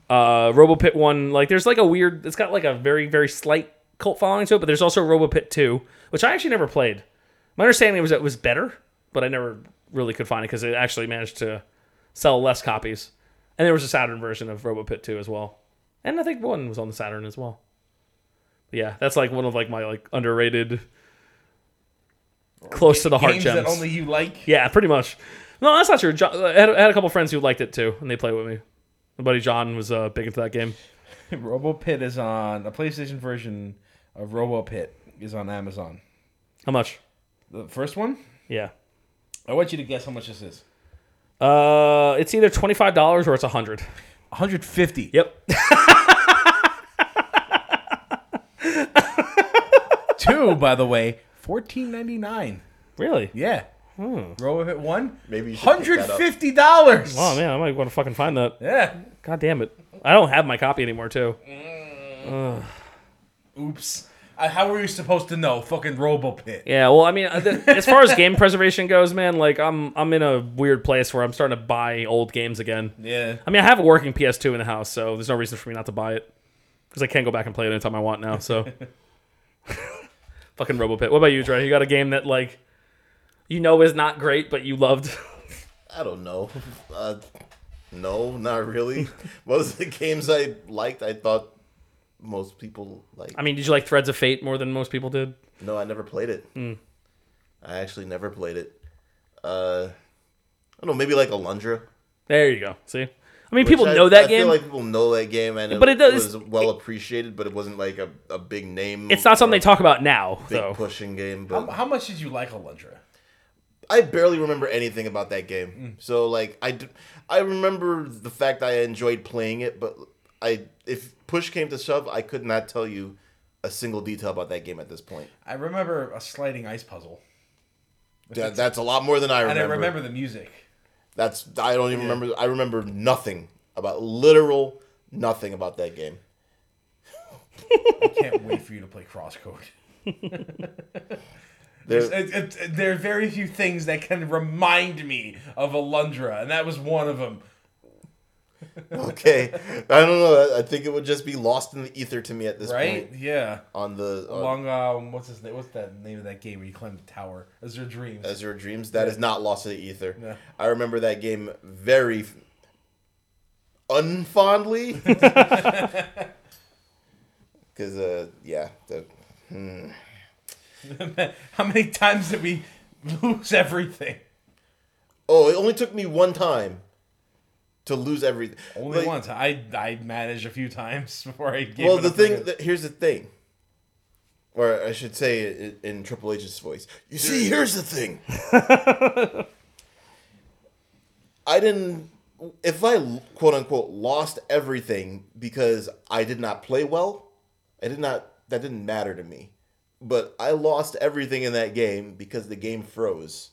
[SPEAKER 4] Uh, RoboPit 1, like, there's like a weird, it's got like a very, very slight cult following to it, but there's also RoboPit 2, which I actually never played. My understanding was that it was better, but I never really could find it because it actually managed to sell less copies. And there was a Saturn version of RoboPit 2 as well. And I think 1 was on the Saturn as well yeah, that's like one of like my like underrated, close to the heart
[SPEAKER 3] Games
[SPEAKER 4] gems.
[SPEAKER 3] that only you like.
[SPEAKER 4] yeah, pretty much. No, that's not true. John, I, had, I had a couple friends who liked it too, and they played with me. My buddy John was uh, big into that game.
[SPEAKER 3] RoboPit is on a PlayStation version of RoboPit is on Amazon.
[SPEAKER 4] How much?
[SPEAKER 3] The first one?
[SPEAKER 4] Yeah,
[SPEAKER 3] I want you to guess how much this is.
[SPEAKER 4] uh, it's either twenty five dollars or it's a hundred.
[SPEAKER 3] 150.
[SPEAKER 4] Yep.
[SPEAKER 3] Two, by the way, 14.99.
[SPEAKER 4] <laughs> really?
[SPEAKER 3] Yeah.
[SPEAKER 4] Hmm.
[SPEAKER 3] RoboPit one.
[SPEAKER 2] Maybe you should pick that up.
[SPEAKER 3] $150.
[SPEAKER 4] Oh man, I might want to fucking find that.
[SPEAKER 3] Yeah.
[SPEAKER 4] God damn it! I don't have my copy anymore too.
[SPEAKER 3] Oops. Uh, how were you supposed to know? Fucking RoboPit.
[SPEAKER 4] Yeah, well, I mean, uh, th- as far as game preservation goes, man, like I'm I'm in a weird place where I'm starting to buy old games again.
[SPEAKER 3] Yeah.
[SPEAKER 4] I mean, I have a working PS2 in the house, so there's no reason for me not to buy it because I can go back and play it anytime I want now.
[SPEAKER 2] <laughs>
[SPEAKER 4] So, fucking RoboPit. What about you, Dre? You got a game that like you know is not great, but you loved? <laughs>
[SPEAKER 2] I don't know. Uh, no, not really. Most of the games I liked, I thought most people like.
[SPEAKER 4] I mean, did you like Threads of Fate more than most people did?
[SPEAKER 2] No, I never played it.
[SPEAKER 4] Hmm.
[SPEAKER 2] I actually never played it. Uh, I don't know. Maybe like Alundra.
[SPEAKER 4] There you go. See, I mean,
[SPEAKER 2] which
[SPEAKER 4] people
[SPEAKER 2] I-
[SPEAKER 4] know that
[SPEAKER 2] I
[SPEAKER 4] game.
[SPEAKER 2] Feel like people know that game, and
[SPEAKER 4] But
[SPEAKER 2] but
[SPEAKER 4] it
[SPEAKER 2] it,
[SPEAKER 4] does-
[SPEAKER 2] was well appreciated. But it wasn't like a, a big name.
[SPEAKER 4] it's not something
[SPEAKER 2] or
[SPEAKER 4] they talk about now,
[SPEAKER 2] Big
[SPEAKER 4] though.
[SPEAKER 2] pushing game,
[SPEAKER 3] How,
[SPEAKER 2] but
[SPEAKER 3] how much did you like Alundra?
[SPEAKER 2] I barely remember anything about that
[SPEAKER 3] Mm.
[SPEAKER 2] game. So like I, d- I remember the fact I enjoyed playing it, but I if push came to shove, I could not tell you a single detail about that game at this point.
[SPEAKER 3] I remember a sliding ice puzzle.
[SPEAKER 2] That, that's a lot more than I
[SPEAKER 3] And
[SPEAKER 2] remember.
[SPEAKER 3] I remember the music.
[SPEAKER 2] That's I don't even remember. I remember nothing about literal nothing about that game.
[SPEAKER 3] I can't wait for you to play Crosscode.
[SPEAKER 2] There,
[SPEAKER 3] It- it- it- there are very few things that can remind me of Alundra, and that was one of them.
[SPEAKER 2] okay, I don't know. I- I think it would just be lost in the ether to me at this
[SPEAKER 3] Right?
[SPEAKER 2] point.
[SPEAKER 3] Yeah.
[SPEAKER 2] On the on
[SPEAKER 3] Long, um, what's his name? What's that name of that game where you climb the tower? Is your dreams?
[SPEAKER 2] Azure Dreams, that is not lost to the ether.
[SPEAKER 3] Yeah.
[SPEAKER 2] I remember that game very f- unfondly. <laughs> Because uh, yeah, the,
[SPEAKER 3] How many times did we <laughs> lose everything?
[SPEAKER 2] oh, it only took me one time to lose everything.
[SPEAKER 3] Only
[SPEAKER 2] Like,
[SPEAKER 3] once. I I managed a few times <laughs> before I gave.
[SPEAKER 2] Well,
[SPEAKER 3] it
[SPEAKER 2] the
[SPEAKER 3] up
[SPEAKER 2] thing
[SPEAKER 3] because-
[SPEAKER 2] that here's the thing, or I should say it in Triple H's voice. You see, here's
[SPEAKER 3] <laughs>
[SPEAKER 2] the thing. I didn't. If I quote unquote lost everything because I did not play well, I did not. That didn't matter to me. But I lost everything in that game because the game froze,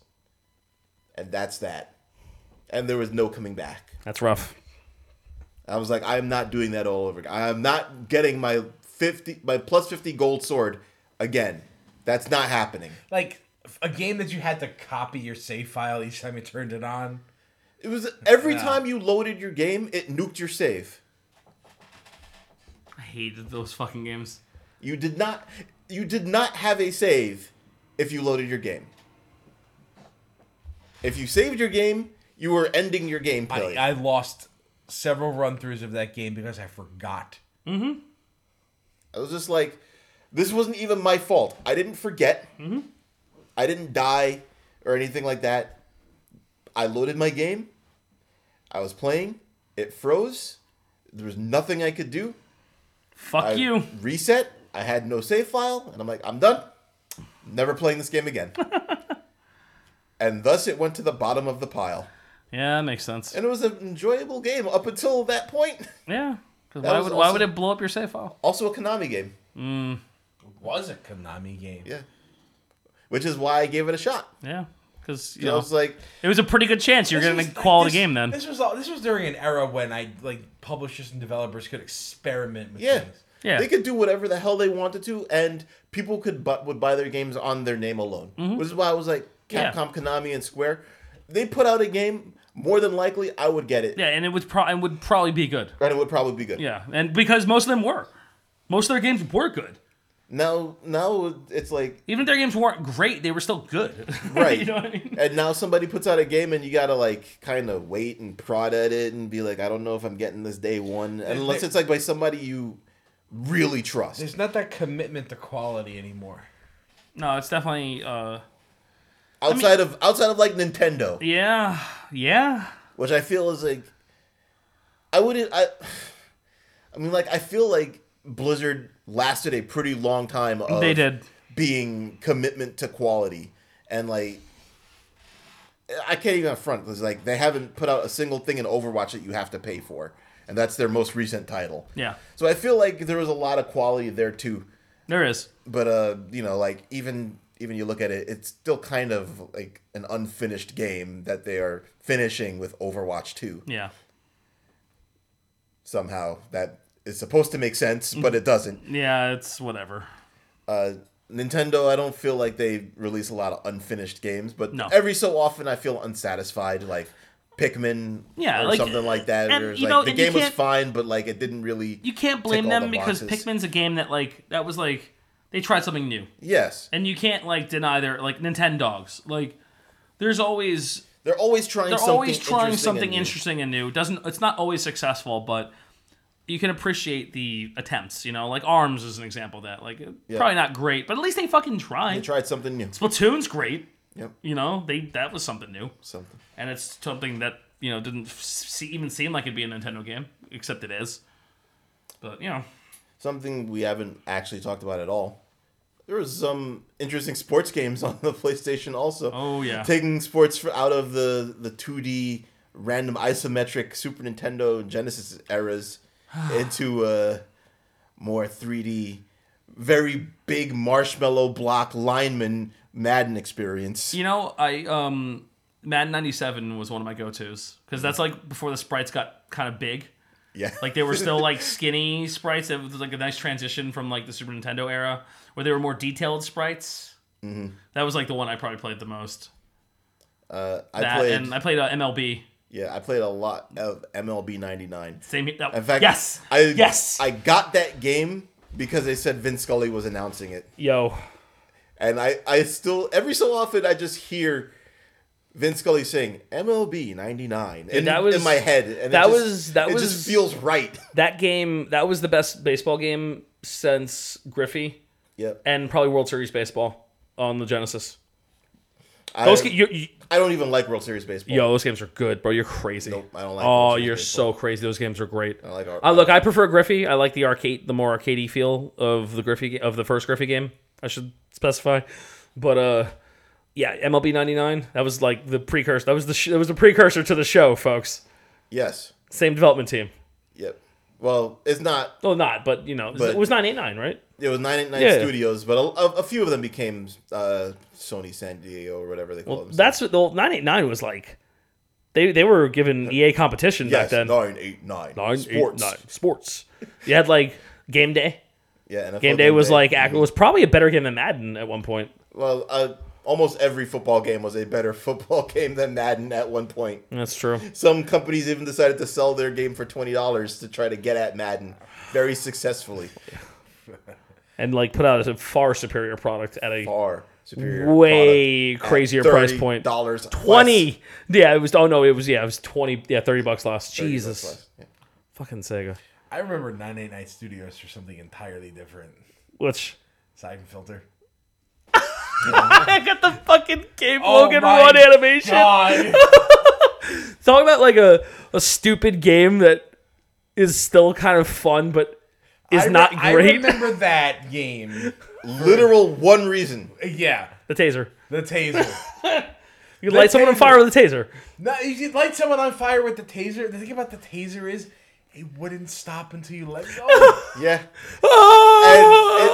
[SPEAKER 2] and that's that. And there was no coming back.
[SPEAKER 4] That's rough.
[SPEAKER 2] I was like, I'm not doing that all over again. I'm not getting my fifty, my plus fifty gold sword again. That's not happening.
[SPEAKER 3] like a game that you had to copy your save file each time you turned it on.
[SPEAKER 2] It was every time you loaded your game, it nuked your save.
[SPEAKER 12] I hated those fucking games.
[SPEAKER 2] You did not you did not have a save if you loaded your game. If you saved your game, you were ending your gameplay.
[SPEAKER 3] I, I lost several run throughs of that game because I forgot.
[SPEAKER 2] I was just like, this wasn't even my fault. I didn't forget. I didn't die or anything like that. I loaded my game. I was playing. It froze. There was nothing I could do.
[SPEAKER 4] Fuck
[SPEAKER 2] I
[SPEAKER 4] you.
[SPEAKER 2] reset. I had no save file, and I'm like, I'm done. Never playing this game again. and thus it went to the bottom of the pile.
[SPEAKER 4] Yeah, that makes sense.
[SPEAKER 2] And it was an enjoyable game up until that point.
[SPEAKER 4] Yeah. 'Cause Why
[SPEAKER 2] was
[SPEAKER 4] would, why
[SPEAKER 2] also-
[SPEAKER 4] would it blow up your save file?
[SPEAKER 2] Also a Konami game.
[SPEAKER 3] Was a Konami game.
[SPEAKER 2] Yeah. Which is why I gave it a shot.
[SPEAKER 4] Yeah, because you
[SPEAKER 2] I
[SPEAKER 4] know,
[SPEAKER 2] was like,
[SPEAKER 4] it was a pretty good chance you're getting
[SPEAKER 3] This
[SPEAKER 4] a
[SPEAKER 3] was-
[SPEAKER 4] quality
[SPEAKER 3] this-
[SPEAKER 4] game then.
[SPEAKER 3] This was all, this was during an era when I like publishers and developers could experiment with
[SPEAKER 2] yeah.
[SPEAKER 3] things.
[SPEAKER 4] Yeah.
[SPEAKER 2] They could do whatever the hell they wanted to, and people could but would buy their games on their name alone. Which is why I was like,
[SPEAKER 4] Mm-hmm. Yeah.
[SPEAKER 2] Capcom, Konami, and Square. They put out a game, more than likely I would get it.
[SPEAKER 4] Yeah, and it would pro- and would probably be good.
[SPEAKER 2] And it would probably be good.
[SPEAKER 4] Yeah, and because most of them were, most of their games were good.
[SPEAKER 2] Now now it's like
[SPEAKER 4] Even if their games weren't great, they were still good.
[SPEAKER 2] Right.
[SPEAKER 4] <laughs> you know what I mean?
[SPEAKER 2] And now somebody puts out a game and you gotta like kind of wait and prod at it and be like, I don't know if I'm getting this day one, unless it's like by somebody you really trust.
[SPEAKER 3] There's not that commitment to quality anymore.
[SPEAKER 4] No, it's definitely. uh
[SPEAKER 2] Outside of outside of like Nintendo,
[SPEAKER 4] Yeah, yeah.
[SPEAKER 2] which I feel is like, I wouldn't. I, I mean, like I feel like Blizzard lasted a pretty long time. Of
[SPEAKER 4] They did.
[SPEAKER 2] being commitment to quality and like. I can't even front because like they haven't put out a single thing in Overwatch that you have to pay for, and that's their most recent title.
[SPEAKER 4] Yeah.
[SPEAKER 2] So I feel like there was a lot of quality there too,
[SPEAKER 4] There is.
[SPEAKER 2] but uh, you know, like even even you look at it, it's still kind of like an unfinished game that they are finishing with Overwatch two
[SPEAKER 4] Yeah.
[SPEAKER 2] somehow that is supposed to make sense,
[SPEAKER 4] Mm-hmm.
[SPEAKER 2] but it doesn't.
[SPEAKER 4] Yeah, it's whatever.
[SPEAKER 2] Uh, Nintendo, I don't feel like they release a lot of unfinished games, but
[SPEAKER 4] No.
[SPEAKER 2] every so often I feel unsatisfied, like Pikmin
[SPEAKER 4] Yeah,
[SPEAKER 2] or
[SPEAKER 4] like-
[SPEAKER 2] something like that.
[SPEAKER 4] and,
[SPEAKER 2] where it's
[SPEAKER 4] you
[SPEAKER 2] like
[SPEAKER 4] know,
[SPEAKER 2] the
[SPEAKER 4] and you
[SPEAKER 2] game was
[SPEAKER 4] can't-
[SPEAKER 2] fine, but like it didn't really.
[SPEAKER 4] You can't blame
[SPEAKER 2] all
[SPEAKER 4] them
[SPEAKER 2] the
[SPEAKER 4] because
[SPEAKER 2] boxes.
[SPEAKER 4] Pikmin's a game that like that was like they tried something new,
[SPEAKER 2] yes,
[SPEAKER 4] and you can't like deny their like Nintendo dogs. Like, there's always
[SPEAKER 2] they're always trying.
[SPEAKER 4] they're
[SPEAKER 2] something
[SPEAKER 4] always trying
[SPEAKER 2] interesting
[SPEAKER 4] something
[SPEAKER 2] and new.
[SPEAKER 4] interesting and new. It Doesn't it's not always successful, but you can appreciate the attempts. You know, like Arms is an example of that like probably not great, but at least they fucking tried.
[SPEAKER 2] They tried something new.
[SPEAKER 4] Splatoon's great.
[SPEAKER 2] Yep.
[SPEAKER 4] You know, they that was something new,
[SPEAKER 2] Something.
[SPEAKER 4] and it's something that you know didn't f- see, even seem like it'd be a Nintendo game, except it is. But you know,
[SPEAKER 2] Something we haven't actually talked about at all. There was some interesting sports games <laughs> on the PlayStation also.
[SPEAKER 4] Oh, yeah.
[SPEAKER 2] Taking sports for, out of the the 2D random isometric Super Nintendo and Genesis
[SPEAKER 4] <sighs>
[SPEAKER 2] eras into uh more 3D very big marshmallow block lineman Madden experience.
[SPEAKER 4] you know, I um, Madden '97 was one of my go-to's because that's like before the sprites got kind of big.
[SPEAKER 2] Yeah.
[SPEAKER 4] Like they were still like skinny sprites. It was like a nice transition from like the Super Nintendo era where they were more detailed sprites.
[SPEAKER 2] Mm-hmm.
[SPEAKER 4] That was like the one I probably played the most.
[SPEAKER 2] uh, <laughs> I
[SPEAKER 4] That
[SPEAKER 2] played
[SPEAKER 4] and I played uh, MLB.
[SPEAKER 2] yeah, I played a lot of MLB 99.
[SPEAKER 4] Same. That,
[SPEAKER 2] In fact,
[SPEAKER 4] yes.
[SPEAKER 2] I
[SPEAKER 4] yes.
[SPEAKER 2] I got that game because they said Vince Scully was announcing it,
[SPEAKER 13] Yo,
[SPEAKER 2] and I I still every so often I just hear Vince Scully saying MLB '99 in,
[SPEAKER 13] that was-
[SPEAKER 2] in my head, and
[SPEAKER 13] that
[SPEAKER 2] it just,
[SPEAKER 13] was- that
[SPEAKER 2] it
[SPEAKER 13] was-
[SPEAKER 2] just
[SPEAKER 13] <laughs>
[SPEAKER 2] feels right.
[SPEAKER 13] that game that was the best baseball game since Griffey
[SPEAKER 2] yep.
[SPEAKER 13] and probably World Series baseball on the Genesis.
[SPEAKER 2] I,
[SPEAKER 13] Those ga- you, you,
[SPEAKER 2] I don't even like World Series baseball.
[SPEAKER 13] yo, those games are good, bro. You're crazy.
[SPEAKER 2] Nope, I don't like
[SPEAKER 13] Oh,
[SPEAKER 2] World Series
[SPEAKER 13] you're
[SPEAKER 2] baseball.
[SPEAKER 13] so crazy. Those games are great. I
[SPEAKER 2] like our-
[SPEAKER 13] look, I prefer Griffey. I like the arcade, the more arcadey feel of the Griffey ga- of the first Griffey game. I should specify, but uh, yeah, MLB '99. That was like the precursor. That was the sh- that was the precursor to the show, folks.
[SPEAKER 2] yes.
[SPEAKER 13] Same development team.
[SPEAKER 2] Yep. Well, it's not.
[SPEAKER 13] Well, not, but you know,
[SPEAKER 2] But-
[SPEAKER 13] it was nine eight nine, right?
[SPEAKER 2] It was 989
[SPEAKER 13] Yeah.
[SPEAKER 2] Studios, but a, a, a few of them became uh, Sony San Diego or whatever they call them.
[SPEAKER 13] That's what the nine eight nine was like. They they were given EA competition
[SPEAKER 2] yes,
[SPEAKER 13] back then.
[SPEAKER 2] 989
[SPEAKER 13] Nine, eight,
[SPEAKER 2] Sports.
[SPEAKER 13] nine. sports. You had like game day.
[SPEAKER 2] Yeah, NFL
[SPEAKER 13] Game day was like
[SPEAKER 2] Mhm.
[SPEAKER 13] it was probably a better game than Madden at one point.
[SPEAKER 2] Well, uh, almost every football game was a better <laughs> football game than Madden at one point.
[SPEAKER 4] That's true.
[SPEAKER 2] Some companies even decided to sell their game for twenty dollars to try to get at Madden, very successfully.
[SPEAKER 4] And like put out a far superior product at a
[SPEAKER 2] Far superior,
[SPEAKER 4] way crazier price point.
[SPEAKER 2] Dollars
[SPEAKER 4] Twenty. Yeah, it was. Oh no, it was. Yeah, it was twenty. Yeah, thirty bucks less. Jesus, fucking Sega.
[SPEAKER 3] I remember 989 Studios for something entirely different.
[SPEAKER 4] Which
[SPEAKER 3] Siphon filter.
[SPEAKER 4] I got the fucking Gabe Logan
[SPEAKER 3] Oh my
[SPEAKER 4] one animation. <laughs>
[SPEAKER 3] God.
[SPEAKER 4] Talk about like a, a stupid game that is still kind of fun, but is
[SPEAKER 3] I re-
[SPEAKER 4] not
[SPEAKER 3] I
[SPEAKER 4] great.
[SPEAKER 3] remember that game. <laughs>
[SPEAKER 2] Literal one reason.
[SPEAKER 3] Yeah,
[SPEAKER 4] the taser.
[SPEAKER 3] the
[SPEAKER 4] <laughs>
[SPEAKER 3] taser.
[SPEAKER 4] You light someone on
[SPEAKER 3] taser.
[SPEAKER 4] fire with a taser.
[SPEAKER 3] no, you could light someone on fire with the taser. The thing about the taser is it wouldn't stop until you let
[SPEAKER 4] <laughs>
[SPEAKER 3] go.
[SPEAKER 2] Yeah,
[SPEAKER 4] Ah!
[SPEAKER 2] And it,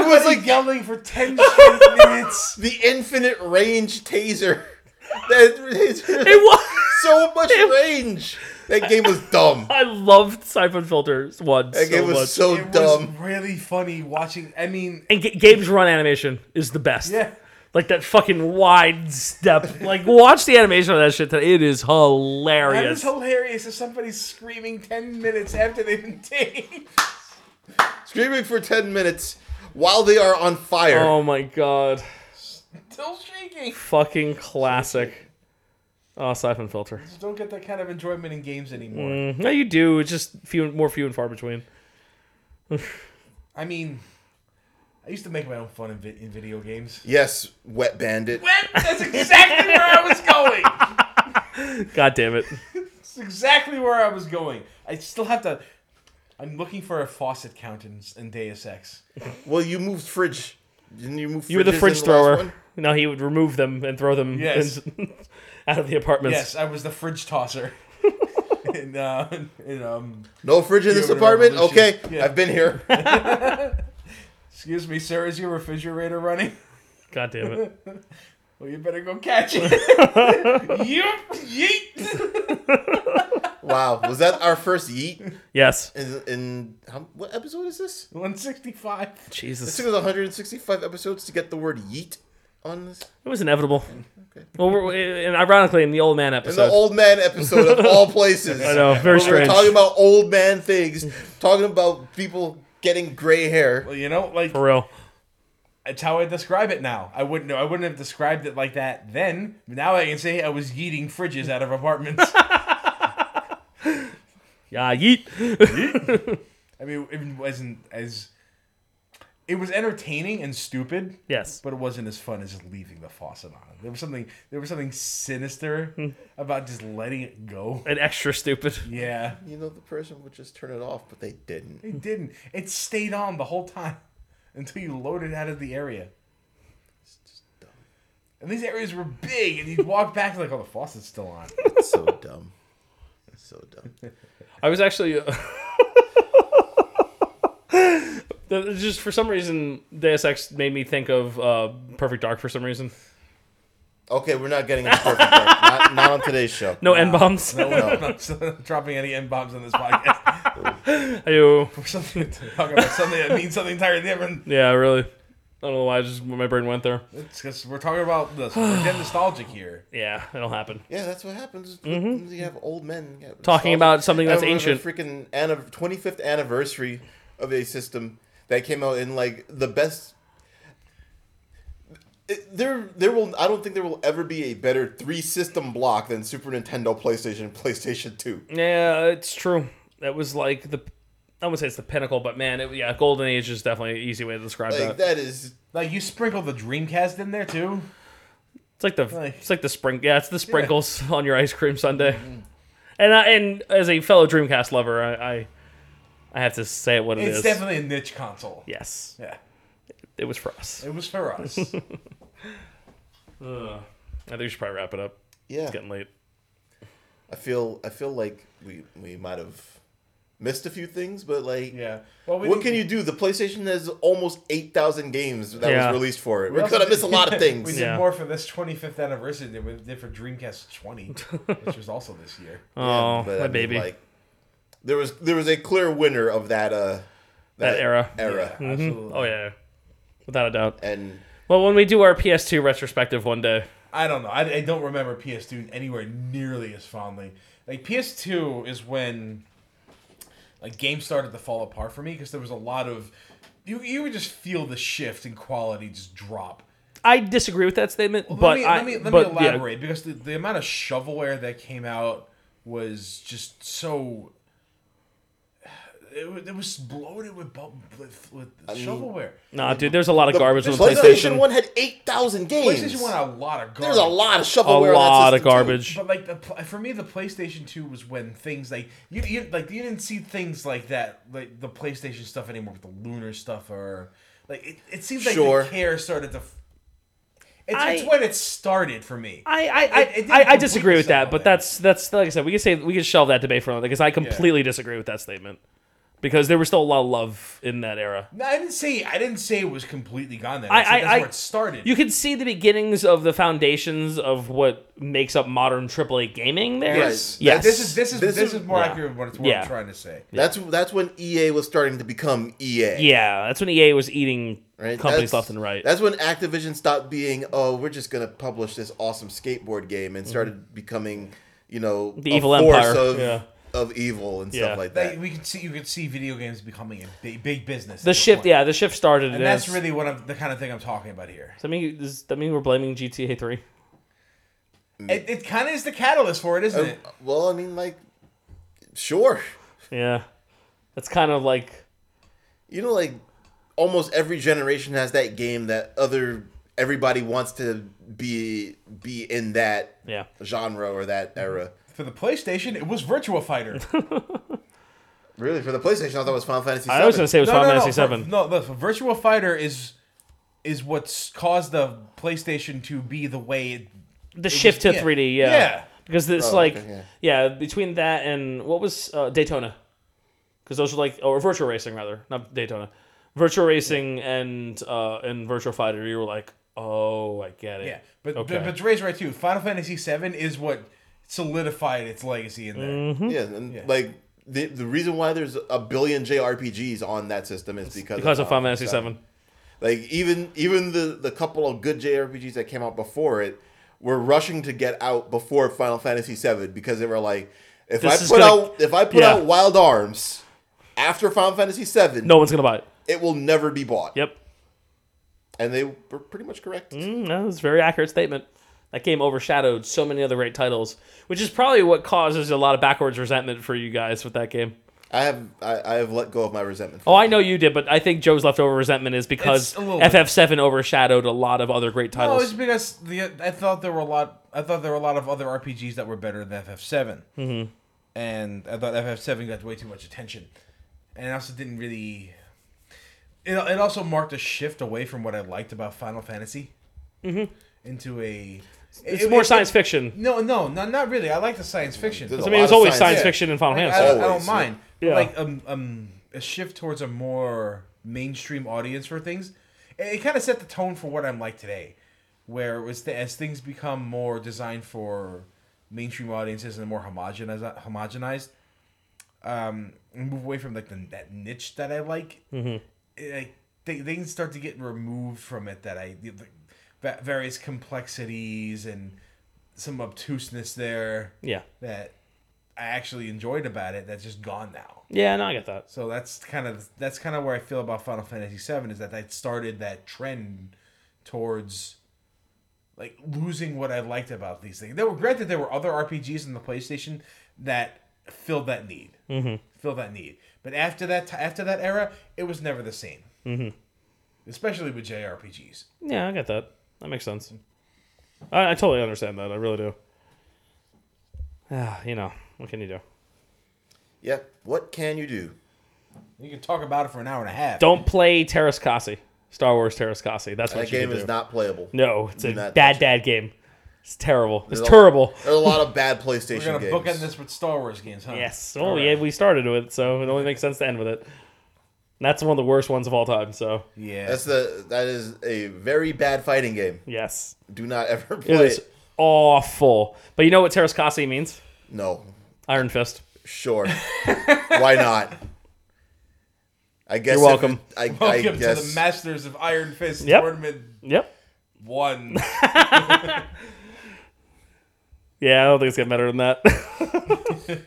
[SPEAKER 2] it was
[SPEAKER 3] was
[SPEAKER 2] like
[SPEAKER 3] like yelling for 10 straight minutes.
[SPEAKER 2] the infinite range taser. <laughs> That
[SPEAKER 4] <laughs> It was.
[SPEAKER 2] so much range. That game was dumb.
[SPEAKER 4] I loved Siphon Filters one
[SPEAKER 2] That
[SPEAKER 4] <laughs> so
[SPEAKER 2] game
[SPEAKER 4] much.
[SPEAKER 2] was so
[SPEAKER 3] It was
[SPEAKER 2] dumb.
[SPEAKER 3] really funny watching. I mean,
[SPEAKER 4] and G- Gabe's run animation is the best.
[SPEAKER 3] yeah.
[SPEAKER 4] Like that fucking wide
[SPEAKER 2] <laughs>
[SPEAKER 4] step. Like watch the animation of that shit today. It is
[SPEAKER 3] That
[SPEAKER 4] hilarious.
[SPEAKER 3] is hilarious if somebody's screaming 10 minutes after they've been taken.
[SPEAKER 2] Screaming for ten minutes while they are on fire.
[SPEAKER 4] oh my god.
[SPEAKER 3] <laughs> Still shaking.
[SPEAKER 4] Fucking classic. Oh, Siphon Filter. Mm,
[SPEAKER 3] Just don't get that kind of enjoyment in games anymore.
[SPEAKER 4] No, you do. It's just few, more few and far between.
[SPEAKER 3] I mean, I used to make my own fun in, vi- in video
[SPEAKER 2] <laughs>
[SPEAKER 3] games.
[SPEAKER 2] Yes, Wet Bandit.
[SPEAKER 3] That's exactly where I was going.
[SPEAKER 4] God damn it.
[SPEAKER 3] That's exactly where I was going. I still have to. I'm looking for a faucet count in, in Deus Ex.
[SPEAKER 2] Well, you moved fridge. Didn't you move?
[SPEAKER 4] You were the
[SPEAKER 2] fridges in
[SPEAKER 4] fridge
[SPEAKER 2] last
[SPEAKER 4] thrower.
[SPEAKER 2] one?
[SPEAKER 4] No, he would remove them and throw them
[SPEAKER 3] Yes.
[SPEAKER 4] in- out of the apartments.
[SPEAKER 3] Yes, I was the fridge tosser. <laughs> in, uh, in, um,
[SPEAKER 2] No fridge in this
[SPEAKER 3] Human
[SPEAKER 2] apartment. Okay,
[SPEAKER 3] evolution. Yeah.
[SPEAKER 2] I've been here.
[SPEAKER 3] excuse me, sir, is your refrigerator running? <laughs>
[SPEAKER 4] God
[SPEAKER 2] <laughs>
[SPEAKER 4] damn it.
[SPEAKER 3] Well, you better go catch it. Yup, yeet.
[SPEAKER 2] wow, was that our first yeet?
[SPEAKER 4] Yes.
[SPEAKER 2] In, in how, what episode is this?
[SPEAKER 3] 165.
[SPEAKER 2] It
[SPEAKER 4] Jesus.
[SPEAKER 2] took us 165 episodes to get the word yeet on this.
[SPEAKER 4] It was inevitable.
[SPEAKER 2] Okay.
[SPEAKER 4] Well, we're, and ironically, in the old man
[SPEAKER 2] In
[SPEAKER 4] episode.
[SPEAKER 2] the old man episode of
[SPEAKER 4] <laughs>
[SPEAKER 2] all places.
[SPEAKER 4] I know, very
[SPEAKER 2] We were
[SPEAKER 4] strange.
[SPEAKER 2] talking about old man things, talking about people getting gray hair.
[SPEAKER 3] Well, you know, like
[SPEAKER 4] For real.
[SPEAKER 3] that's how I describe it now. I wouldn't I wouldn't have described it like that then. Now I can say I was yeeting fridges out of apartments.
[SPEAKER 4] Yeah, Ah, yeet.
[SPEAKER 3] I mean, it wasn't as it was entertaining and stupid,
[SPEAKER 4] Yes.
[SPEAKER 3] but it wasn't as fun as leaving the faucet on. There was something there was something sinister about just letting it go.
[SPEAKER 4] And extra stupid.
[SPEAKER 3] Yeah.
[SPEAKER 2] You know, the person would just turn it off, but they didn't.
[SPEAKER 3] It didn't. It stayed on the whole time <laughs> until you loaded out of the area. And these areas were big, and you'd walk back like, oh, the faucet's still
[SPEAKER 2] <laughs>
[SPEAKER 3] on.
[SPEAKER 2] It's so dumb. It's so dumb.
[SPEAKER 4] I was actually. uh, <laughs> That- Just for some reason, Deus Ex made me think of uh, Perfect Dark for some reason.
[SPEAKER 2] Okay, we're not getting into perfect. Dark. not, not on today's show.
[SPEAKER 4] No N bombs. <laughs>
[SPEAKER 3] No, no, no. I'm still <laughs> not dropping any M bombs on this podcast. <laughs>
[SPEAKER 4] Ew.
[SPEAKER 3] We're something to talk about something that means something entirely different.
[SPEAKER 4] Yeah, really. I don't know why. Just my brain went there.
[SPEAKER 3] It's because we're talking about this. We're getting nostalgic here.
[SPEAKER 4] Yeah, it'll happen.
[SPEAKER 2] Yeah, that's what happens. when You have old men yeah,
[SPEAKER 4] Mm-hmm. Talking about something that's
[SPEAKER 2] I remember
[SPEAKER 4] ancient.
[SPEAKER 2] Freaking anniv- 25th anniversary of a system that came out in like the best. It- there, there will. I don't think there will ever be a better three system block than Super Nintendo, PlayStation, PlayStation Two.
[SPEAKER 4] Yeah, it's true. That was like the. I wouldn't say it's the pinnacle, but man, it, yeah, Golden Age is definitely an easy way to describe
[SPEAKER 2] Like
[SPEAKER 4] that.
[SPEAKER 2] that is
[SPEAKER 3] Like, you sprinkle the Dreamcast in there, too.
[SPEAKER 4] It's like the
[SPEAKER 3] Like-
[SPEAKER 4] it's like the spring yeah, it's the sprinkles <laughs> on your ice cream sundae.
[SPEAKER 3] Mm-hmm.
[SPEAKER 4] And I, and as a fellow Dreamcast lover, I I, I have to say it what it
[SPEAKER 3] It's
[SPEAKER 4] is.
[SPEAKER 3] definitely a niche console.
[SPEAKER 4] yes,
[SPEAKER 3] Yeah.
[SPEAKER 4] it was for us.
[SPEAKER 3] It was for us.
[SPEAKER 2] <laughs>
[SPEAKER 4] I think we should probably wrap it up.
[SPEAKER 2] yeah.
[SPEAKER 4] It's getting late.
[SPEAKER 2] I feel I feel like we we might have missed a few things, but like
[SPEAKER 3] yeah. Well, we
[SPEAKER 2] What
[SPEAKER 3] didn't-
[SPEAKER 2] can you do? The PlayStation has almost 8,000 games that
[SPEAKER 4] Yeah.
[SPEAKER 2] was released for it. We're
[SPEAKER 3] also
[SPEAKER 2] going to miss a lot
[SPEAKER 3] <laughs> We
[SPEAKER 2] of things.
[SPEAKER 3] did
[SPEAKER 4] Yeah.
[SPEAKER 3] more for this 25th anniversary than we did for Dreamcast 20, which was also this year.
[SPEAKER 2] Uh-huh.
[SPEAKER 4] Oh,
[SPEAKER 2] but I
[SPEAKER 4] my
[SPEAKER 2] mean,
[SPEAKER 4] baby.
[SPEAKER 2] like, there was there was a clear winner of that uh
[SPEAKER 4] That era.
[SPEAKER 2] era.
[SPEAKER 3] Absolutely.
[SPEAKER 4] oh yeah. Without a doubt.
[SPEAKER 2] And
[SPEAKER 4] Well, when we do our PS2 retrospective one day,
[SPEAKER 3] I don't know. I, I don't remember PS2 anywhere nearly as fondly. Like PS2 is when like games started to fall apart for me because there was a lot of you you would just feel the shift in quality just drop.
[SPEAKER 4] I disagree with that statement.
[SPEAKER 3] Let
[SPEAKER 4] but
[SPEAKER 3] me,
[SPEAKER 4] I,
[SPEAKER 3] let me let
[SPEAKER 4] but,
[SPEAKER 3] me
[SPEAKER 4] yeah.
[SPEAKER 3] elaborate because the, the amount of shovelware that came out was just so <sighs> it, wa- it was bloated with bu- with, with shovelware.
[SPEAKER 4] Nah, dude, there's a lot of garbage on the
[SPEAKER 2] PlayStation
[SPEAKER 4] PlayStation.
[SPEAKER 2] One had eight thousand games.
[SPEAKER 3] PlayStation won a lot of garbage.
[SPEAKER 2] There's a lot of
[SPEAKER 4] A
[SPEAKER 2] shovelware.
[SPEAKER 4] lot
[SPEAKER 2] on that
[SPEAKER 4] of
[SPEAKER 2] system, too.
[SPEAKER 4] garbage.
[SPEAKER 3] But like the pl- for me, the PlayStation Two was when things like you, you like you didn't see things like that, like the PlayStation stuff anymore with the Lunar stuff or like it. It seems like
[SPEAKER 2] Sure.
[SPEAKER 3] the care started to. f- It's, it's
[SPEAKER 4] I-
[SPEAKER 3] when it started for me.
[SPEAKER 4] I I, I,
[SPEAKER 3] It- it didn't
[SPEAKER 4] I, I
[SPEAKER 3] complete
[SPEAKER 4] disagree with
[SPEAKER 3] itself
[SPEAKER 4] that,
[SPEAKER 3] on
[SPEAKER 4] but
[SPEAKER 3] there.
[SPEAKER 4] that's that's like I said, we can say we can shelve that debate for another because I completely disagree with that statement because there was still a lot of love in that era.
[SPEAKER 3] No, I didn't say I didn't say it was completely gone. Then
[SPEAKER 4] I-
[SPEAKER 3] I, said
[SPEAKER 4] I-
[SPEAKER 3] that's
[SPEAKER 4] I-
[SPEAKER 3] where it started.
[SPEAKER 4] You can see the beginnings of the foundations of what makes up modern AAA gaming. There,
[SPEAKER 3] yes, Th-
[SPEAKER 4] Yes.
[SPEAKER 3] This is this is
[SPEAKER 2] This
[SPEAKER 3] this,
[SPEAKER 2] is-
[SPEAKER 3] is more
[SPEAKER 4] yeah.
[SPEAKER 3] accurate. What it's what
[SPEAKER 4] Yeah.
[SPEAKER 3] I'm trying to say.
[SPEAKER 2] That's that's when EA was starting to become E EA.
[SPEAKER 4] yeah, that's when EA was eating
[SPEAKER 2] Right? That's-
[SPEAKER 4] companies left and right.
[SPEAKER 2] That's when Activision stopped being, oh, we're just gonna publish this awesome skateboard game, and started becoming, you know,
[SPEAKER 4] Mm-hmm. The evil
[SPEAKER 2] force
[SPEAKER 4] empire,
[SPEAKER 2] of
[SPEAKER 4] yeah.
[SPEAKER 2] of evil and
[SPEAKER 4] Yeah.
[SPEAKER 2] stuff like that.
[SPEAKER 3] Like, we could see you could see video games becoming a big, big business.
[SPEAKER 4] the shift, yeah, the shift started.
[SPEAKER 3] and that's really what I'm the kind of thing I'm talking about here.
[SPEAKER 4] Does that mean does that mean we're blaming GTA Three?
[SPEAKER 3] It, it kind of is the catalyst for it, isn't it?
[SPEAKER 2] well, I mean, like, sure,
[SPEAKER 4] Yeah, that's kind of like
[SPEAKER 2] you know, like almost every generation has that game that other everybody wants to be be in that
[SPEAKER 4] yeah.
[SPEAKER 2] genre or that era.
[SPEAKER 3] For the PlayStation, it was Virtua
[SPEAKER 4] <laughs>
[SPEAKER 3] Fighter.
[SPEAKER 2] Really, for the PlayStation, I thought it was Final Fantasy.
[SPEAKER 4] I was
[SPEAKER 2] VII.
[SPEAKER 4] gonna say it was Final Fantasy Seven.
[SPEAKER 3] For, no, look, for Virtua Fighter is is what's caused the PlayStation to be the way it
[SPEAKER 4] the shift to
[SPEAKER 3] yeah.
[SPEAKER 4] 3D, yeah.
[SPEAKER 3] Yeah.
[SPEAKER 4] Because it's
[SPEAKER 2] Oh,
[SPEAKER 4] like,
[SPEAKER 2] okay,
[SPEAKER 4] yeah. between that and what was uh, Daytona? Because those were like, or virtual racing rather, not Daytona. Virtual racing and uh, and virtual fighter, you were like, oh, I get it.
[SPEAKER 3] yeah. But
[SPEAKER 4] Okay.
[SPEAKER 3] but, but Ray's right too. Final Fantasy VII is what solidified its legacy in there.
[SPEAKER 2] Yeah,
[SPEAKER 4] Mm-hmm.
[SPEAKER 2] and like the the reason why there's a billion JRPGs on that system is because
[SPEAKER 4] because of Final Fantasy
[SPEAKER 2] VII.
[SPEAKER 4] Seven,
[SPEAKER 2] Like even even the the couple of good JRPGs that came out before it were rushing to get out before Final Fantasy VII because they were like, if
[SPEAKER 4] This
[SPEAKER 2] I
[SPEAKER 4] is
[SPEAKER 2] put
[SPEAKER 4] gonna-
[SPEAKER 2] out if I put
[SPEAKER 4] yeah.
[SPEAKER 2] out Wild Arms after Final Fantasy VII,
[SPEAKER 4] no one's gonna buy it.
[SPEAKER 2] it will never be bought.
[SPEAKER 4] Yep,
[SPEAKER 2] And they were pretty much correct.
[SPEAKER 4] Mm, that was a very accurate statement. That game overshadowed so many other great titles, which is probably what causes a lot of backwards resentment for you guys with that game.
[SPEAKER 2] I have I, I have let go of my resentment.
[SPEAKER 4] Oh, I know you did, but I think Joe's leftover resentment is because
[SPEAKER 3] It's a little bit.
[SPEAKER 4] FF7 overshadowed a lot of other great
[SPEAKER 3] No,
[SPEAKER 4] titles.
[SPEAKER 3] it's because the I thought there were a lot. I thought there were a lot of other RPGs that were better than FF 7 mm-hmm. and I thought FF seven got way too much attention, and it also didn't really. It, it also marked a shift away from what I liked about Final Fantasy, mm-hmm. into a.
[SPEAKER 4] It's more science fiction.
[SPEAKER 3] No, no, no, not really. I like the science fiction.
[SPEAKER 2] There's
[SPEAKER 4] I
[SPEAKER 2] a
[SPEAKER 4] mean,
[SPEAKER 2] lot
[SPEAKER 4] it's
[SPEAKER 2] of
[SPEAKER 4] always science,
[SPEAKER 2] yeah.
[SPEAKER 4] fiction and Final
[SPEAKER 3] Like, I,
[SPEAKER 4] Fantasy.
[SPEAKER 3] I don't
[SPEAKER 2] Always,
[SPEAKER 3] mind.
[SPEAKER 4] yeah.
[SPEAKER 3] Like um, um, a shift towards a more mainstream audience for things. It, kind of set the tone for what I'm like today, where it was the, as things become more designed for mainstream audiences and more homogenized, homogenized, um, and move away from like the that niche that I like. Mm-hmm. It, like, thi- things start to get removed from it that I the, va- various complexities and some obtuseness there
[SPEAKER 4] Yeah.
[SPEAKER 3] that I actually enjoyed about it that's just gone now.
[SPEAKER 4] Yeah, no, I get that.
[SPEAKER 3] So that's kind of that's kind of where I feel about Final Fantasy VII is that that started that trend towards like losing what I liked about these things. There were granted there were other RPGs in the PlayStation that filled that need, mm-hmm. filled that need. But after that ti- after that era, it was never the same. Mm-hmm. Especially with JRPGs.
[SPEAKER 4] Yeah, I get that. That makes sense. I, I totally understand that. I really do. <sighs> Ah, you know, what can you do?
[SPEAKER 2] Yeah. What can you do?
[SPEAKER 3] You can talk about it for an hour and a half.
[SPEAKER 4] Don't play Terras Kasi. Star Wars Terras Kasi. That's what
[SPEAKER 2] That
[SPEAKER 4] you
[SPEAKER 2] game
[SPEAKER 4] can
[SPEAKER 2] is
[SPEAKER 4] do.
[SPEAKER 2] not playable.
[SPEAKER 4] no, it's a
[SPEAKER 2] not
[SPEAKER 4] dad
[SPEAKER 2] touch
[SPEAKER 4] dad game. It's terrible. It's
[SPEAKER 2] There's a-
[SPEAKER 4] terrible.
[SPEAKER 2] There's a
[SPEAKER 4] <laughs>
[SPEAKER 2] lot of bad
[SPEAKER 3] We're
[SPEAKER 2] PlayStation
[SPEAKER 3] gonna
[SPEAKER 2] games.
[SPEAKER 3] bookend this with Star Wars games, huh?
[SPEAKER 2] <laughs>
[SPEAKER 4] Yes. Oh, yeah, we started with it, so it only makes sense to end with it. And that's one of the worst ones of all time, so
[SPEAKER 3] Yeah.
[SPEAKER 2] That's the that is a very bad fighting game.
[SPEAKER 4] yes.
[SPEAKER 2] Do not <laughs> ever play
[SPEAKER 4] It was
[SPEAKER 2] it.
[SPEAKER 4] awful. But you know what Terras Kasi means?
[SPEAKER 2] No,
[SPEAKER 4] Iron Fist.
[SPEAKER 2] sure. Why not? I guess
[SPEAKER 4] You're welcome.
[SPEAKER 2] if it- I, I
[SPEAKER 3] Welcome to
[SPEAKER 2] guess
[SPEAKER 3] the Masters of Iron Fist
[SPEAKER 4] Yep.
[SPEAKER 3] tournament
[SPEAKER 4] Yep.
[SPEAKER 14] One.
[SPEAKER 15] Yeah, I don't think it's getting better than that. <laughs>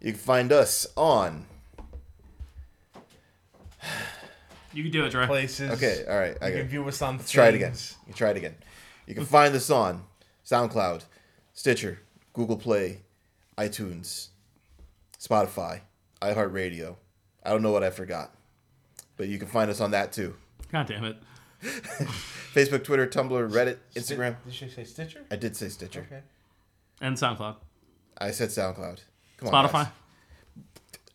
[SPEAKER 2] You can find us on.
[SPEAKER 4] You can do it, Dre.
[SPEAKER 3] Places.
[SPEAKER 2] Okay, all right. I
[SPEAKER 3] You
[SPEAKER 2] got
[SPEAKER 3] can
[SPEAKER 2] it.
[SPEAKER 3] view us on things.
[SPEAKER 2] Try it again. You try it again. You can find us on SoundCloud, Stitcher, Google Play, iTunes, Spotify, iHeartRadio. I don't know what I forgot, but you can find us on that too.
[SPEAKER 4] God damn it.
[SPEAKER 2] Facebook, Twitter, Tumblr, Reddit, Instagram.
[SPEAKER 3] Did she say Stitcher?
[SPEAKER 2] I did say Stitcher.
[SPEAKER 3] Okay.
[SPEAKER 4] And SoundCloud.
[SPEAKER 2] Oh, I said SoundCloud. Come on,
[SPEAKER 4] Spotify.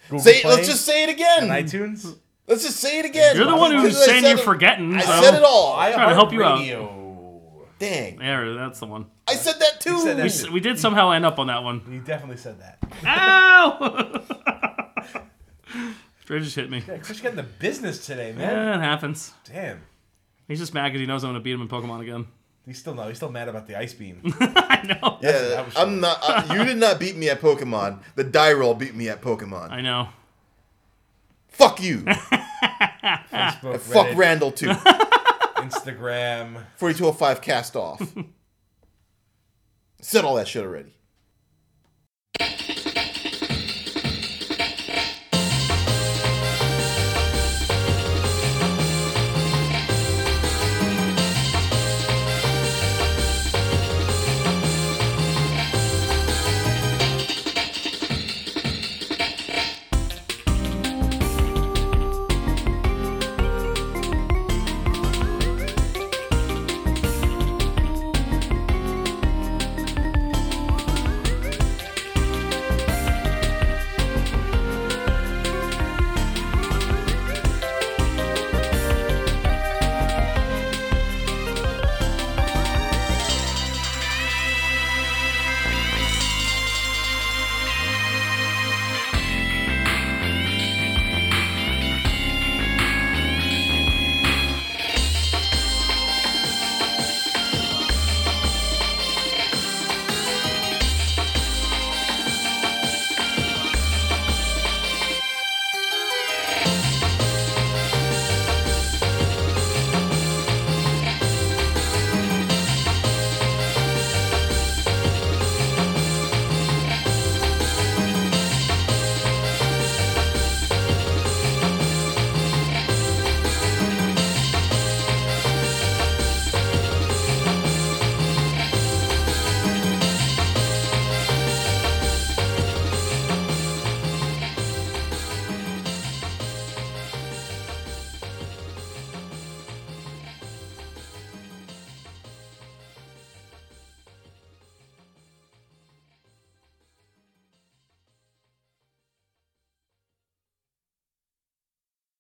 [SPEAKER 2] guys. Say, let's just say it again.
[SPEAKER 3] iTunes.
[SPEAKER 2] let's just say it again.
[SPEAKER 4] You're the one who's
[SPEAKER 2] I
[SPEAKER 4] saying
[SPEAKER 2] said
[SPEAKER 4] you're
[SPEAKER 2] it-
[SPEAKER 4] forgetting.
[SPEAKER 2] I
[SPEAKER 4] so.
[SPEAKER 2] said it all.
[SPEAKER 3] I
[SPEAKER 4] Trying to help you out.
[SPEAKER 3] Radio.
[SPEAKER 2] Dang,
[SPEAKER 4] There, that's the one.
[SPEAKER 2] I said that too.
[SPEAKER 3] said that.
[SPEAKER 4] S- We did somehow end up on that one.
[SPEAKER 2] <laughs>
[SPEAKER 3] You definitely said that.
[SPEAKER 4] Ow! <laughs> Dre just hit me.
[SPEAKER 3] Yeah, Chris got in the business today, man.
[SPEAKER 4] Yeah, it happens.
[SPEAKER 3] Damn.
[SPEAKER 4] He's just mad because he knows I'm going to beat him in Pokemon again.
[SPEAKER 3] He's still no. He's still mad about the ice beam.
[SPEAKER 4] <laughs> I know.
[SPEAKER 2] Yeah,
[SPEAKER 3] was
[SPEAKER 2] I'm not. Uh, you did not beat me at Pokemon. The die roll beat me at Pokemon.
[SPEAKER 4] I know.
[SPEAKER 2] Fuck
[SPEAKER 4] <laughs>
[SPEAKER 2] you.
[SPEAKER 3] Facebook,
[SPEAKER 2] Fuck
[SPEAKER 3] Reddit,
[SPEAKER 2] Randall too.
[SPEAKER 3] Instagram.
[SPEAKER 4] <laughs>
[SPEAKER 2] 4205 cast off. Said all that shit already.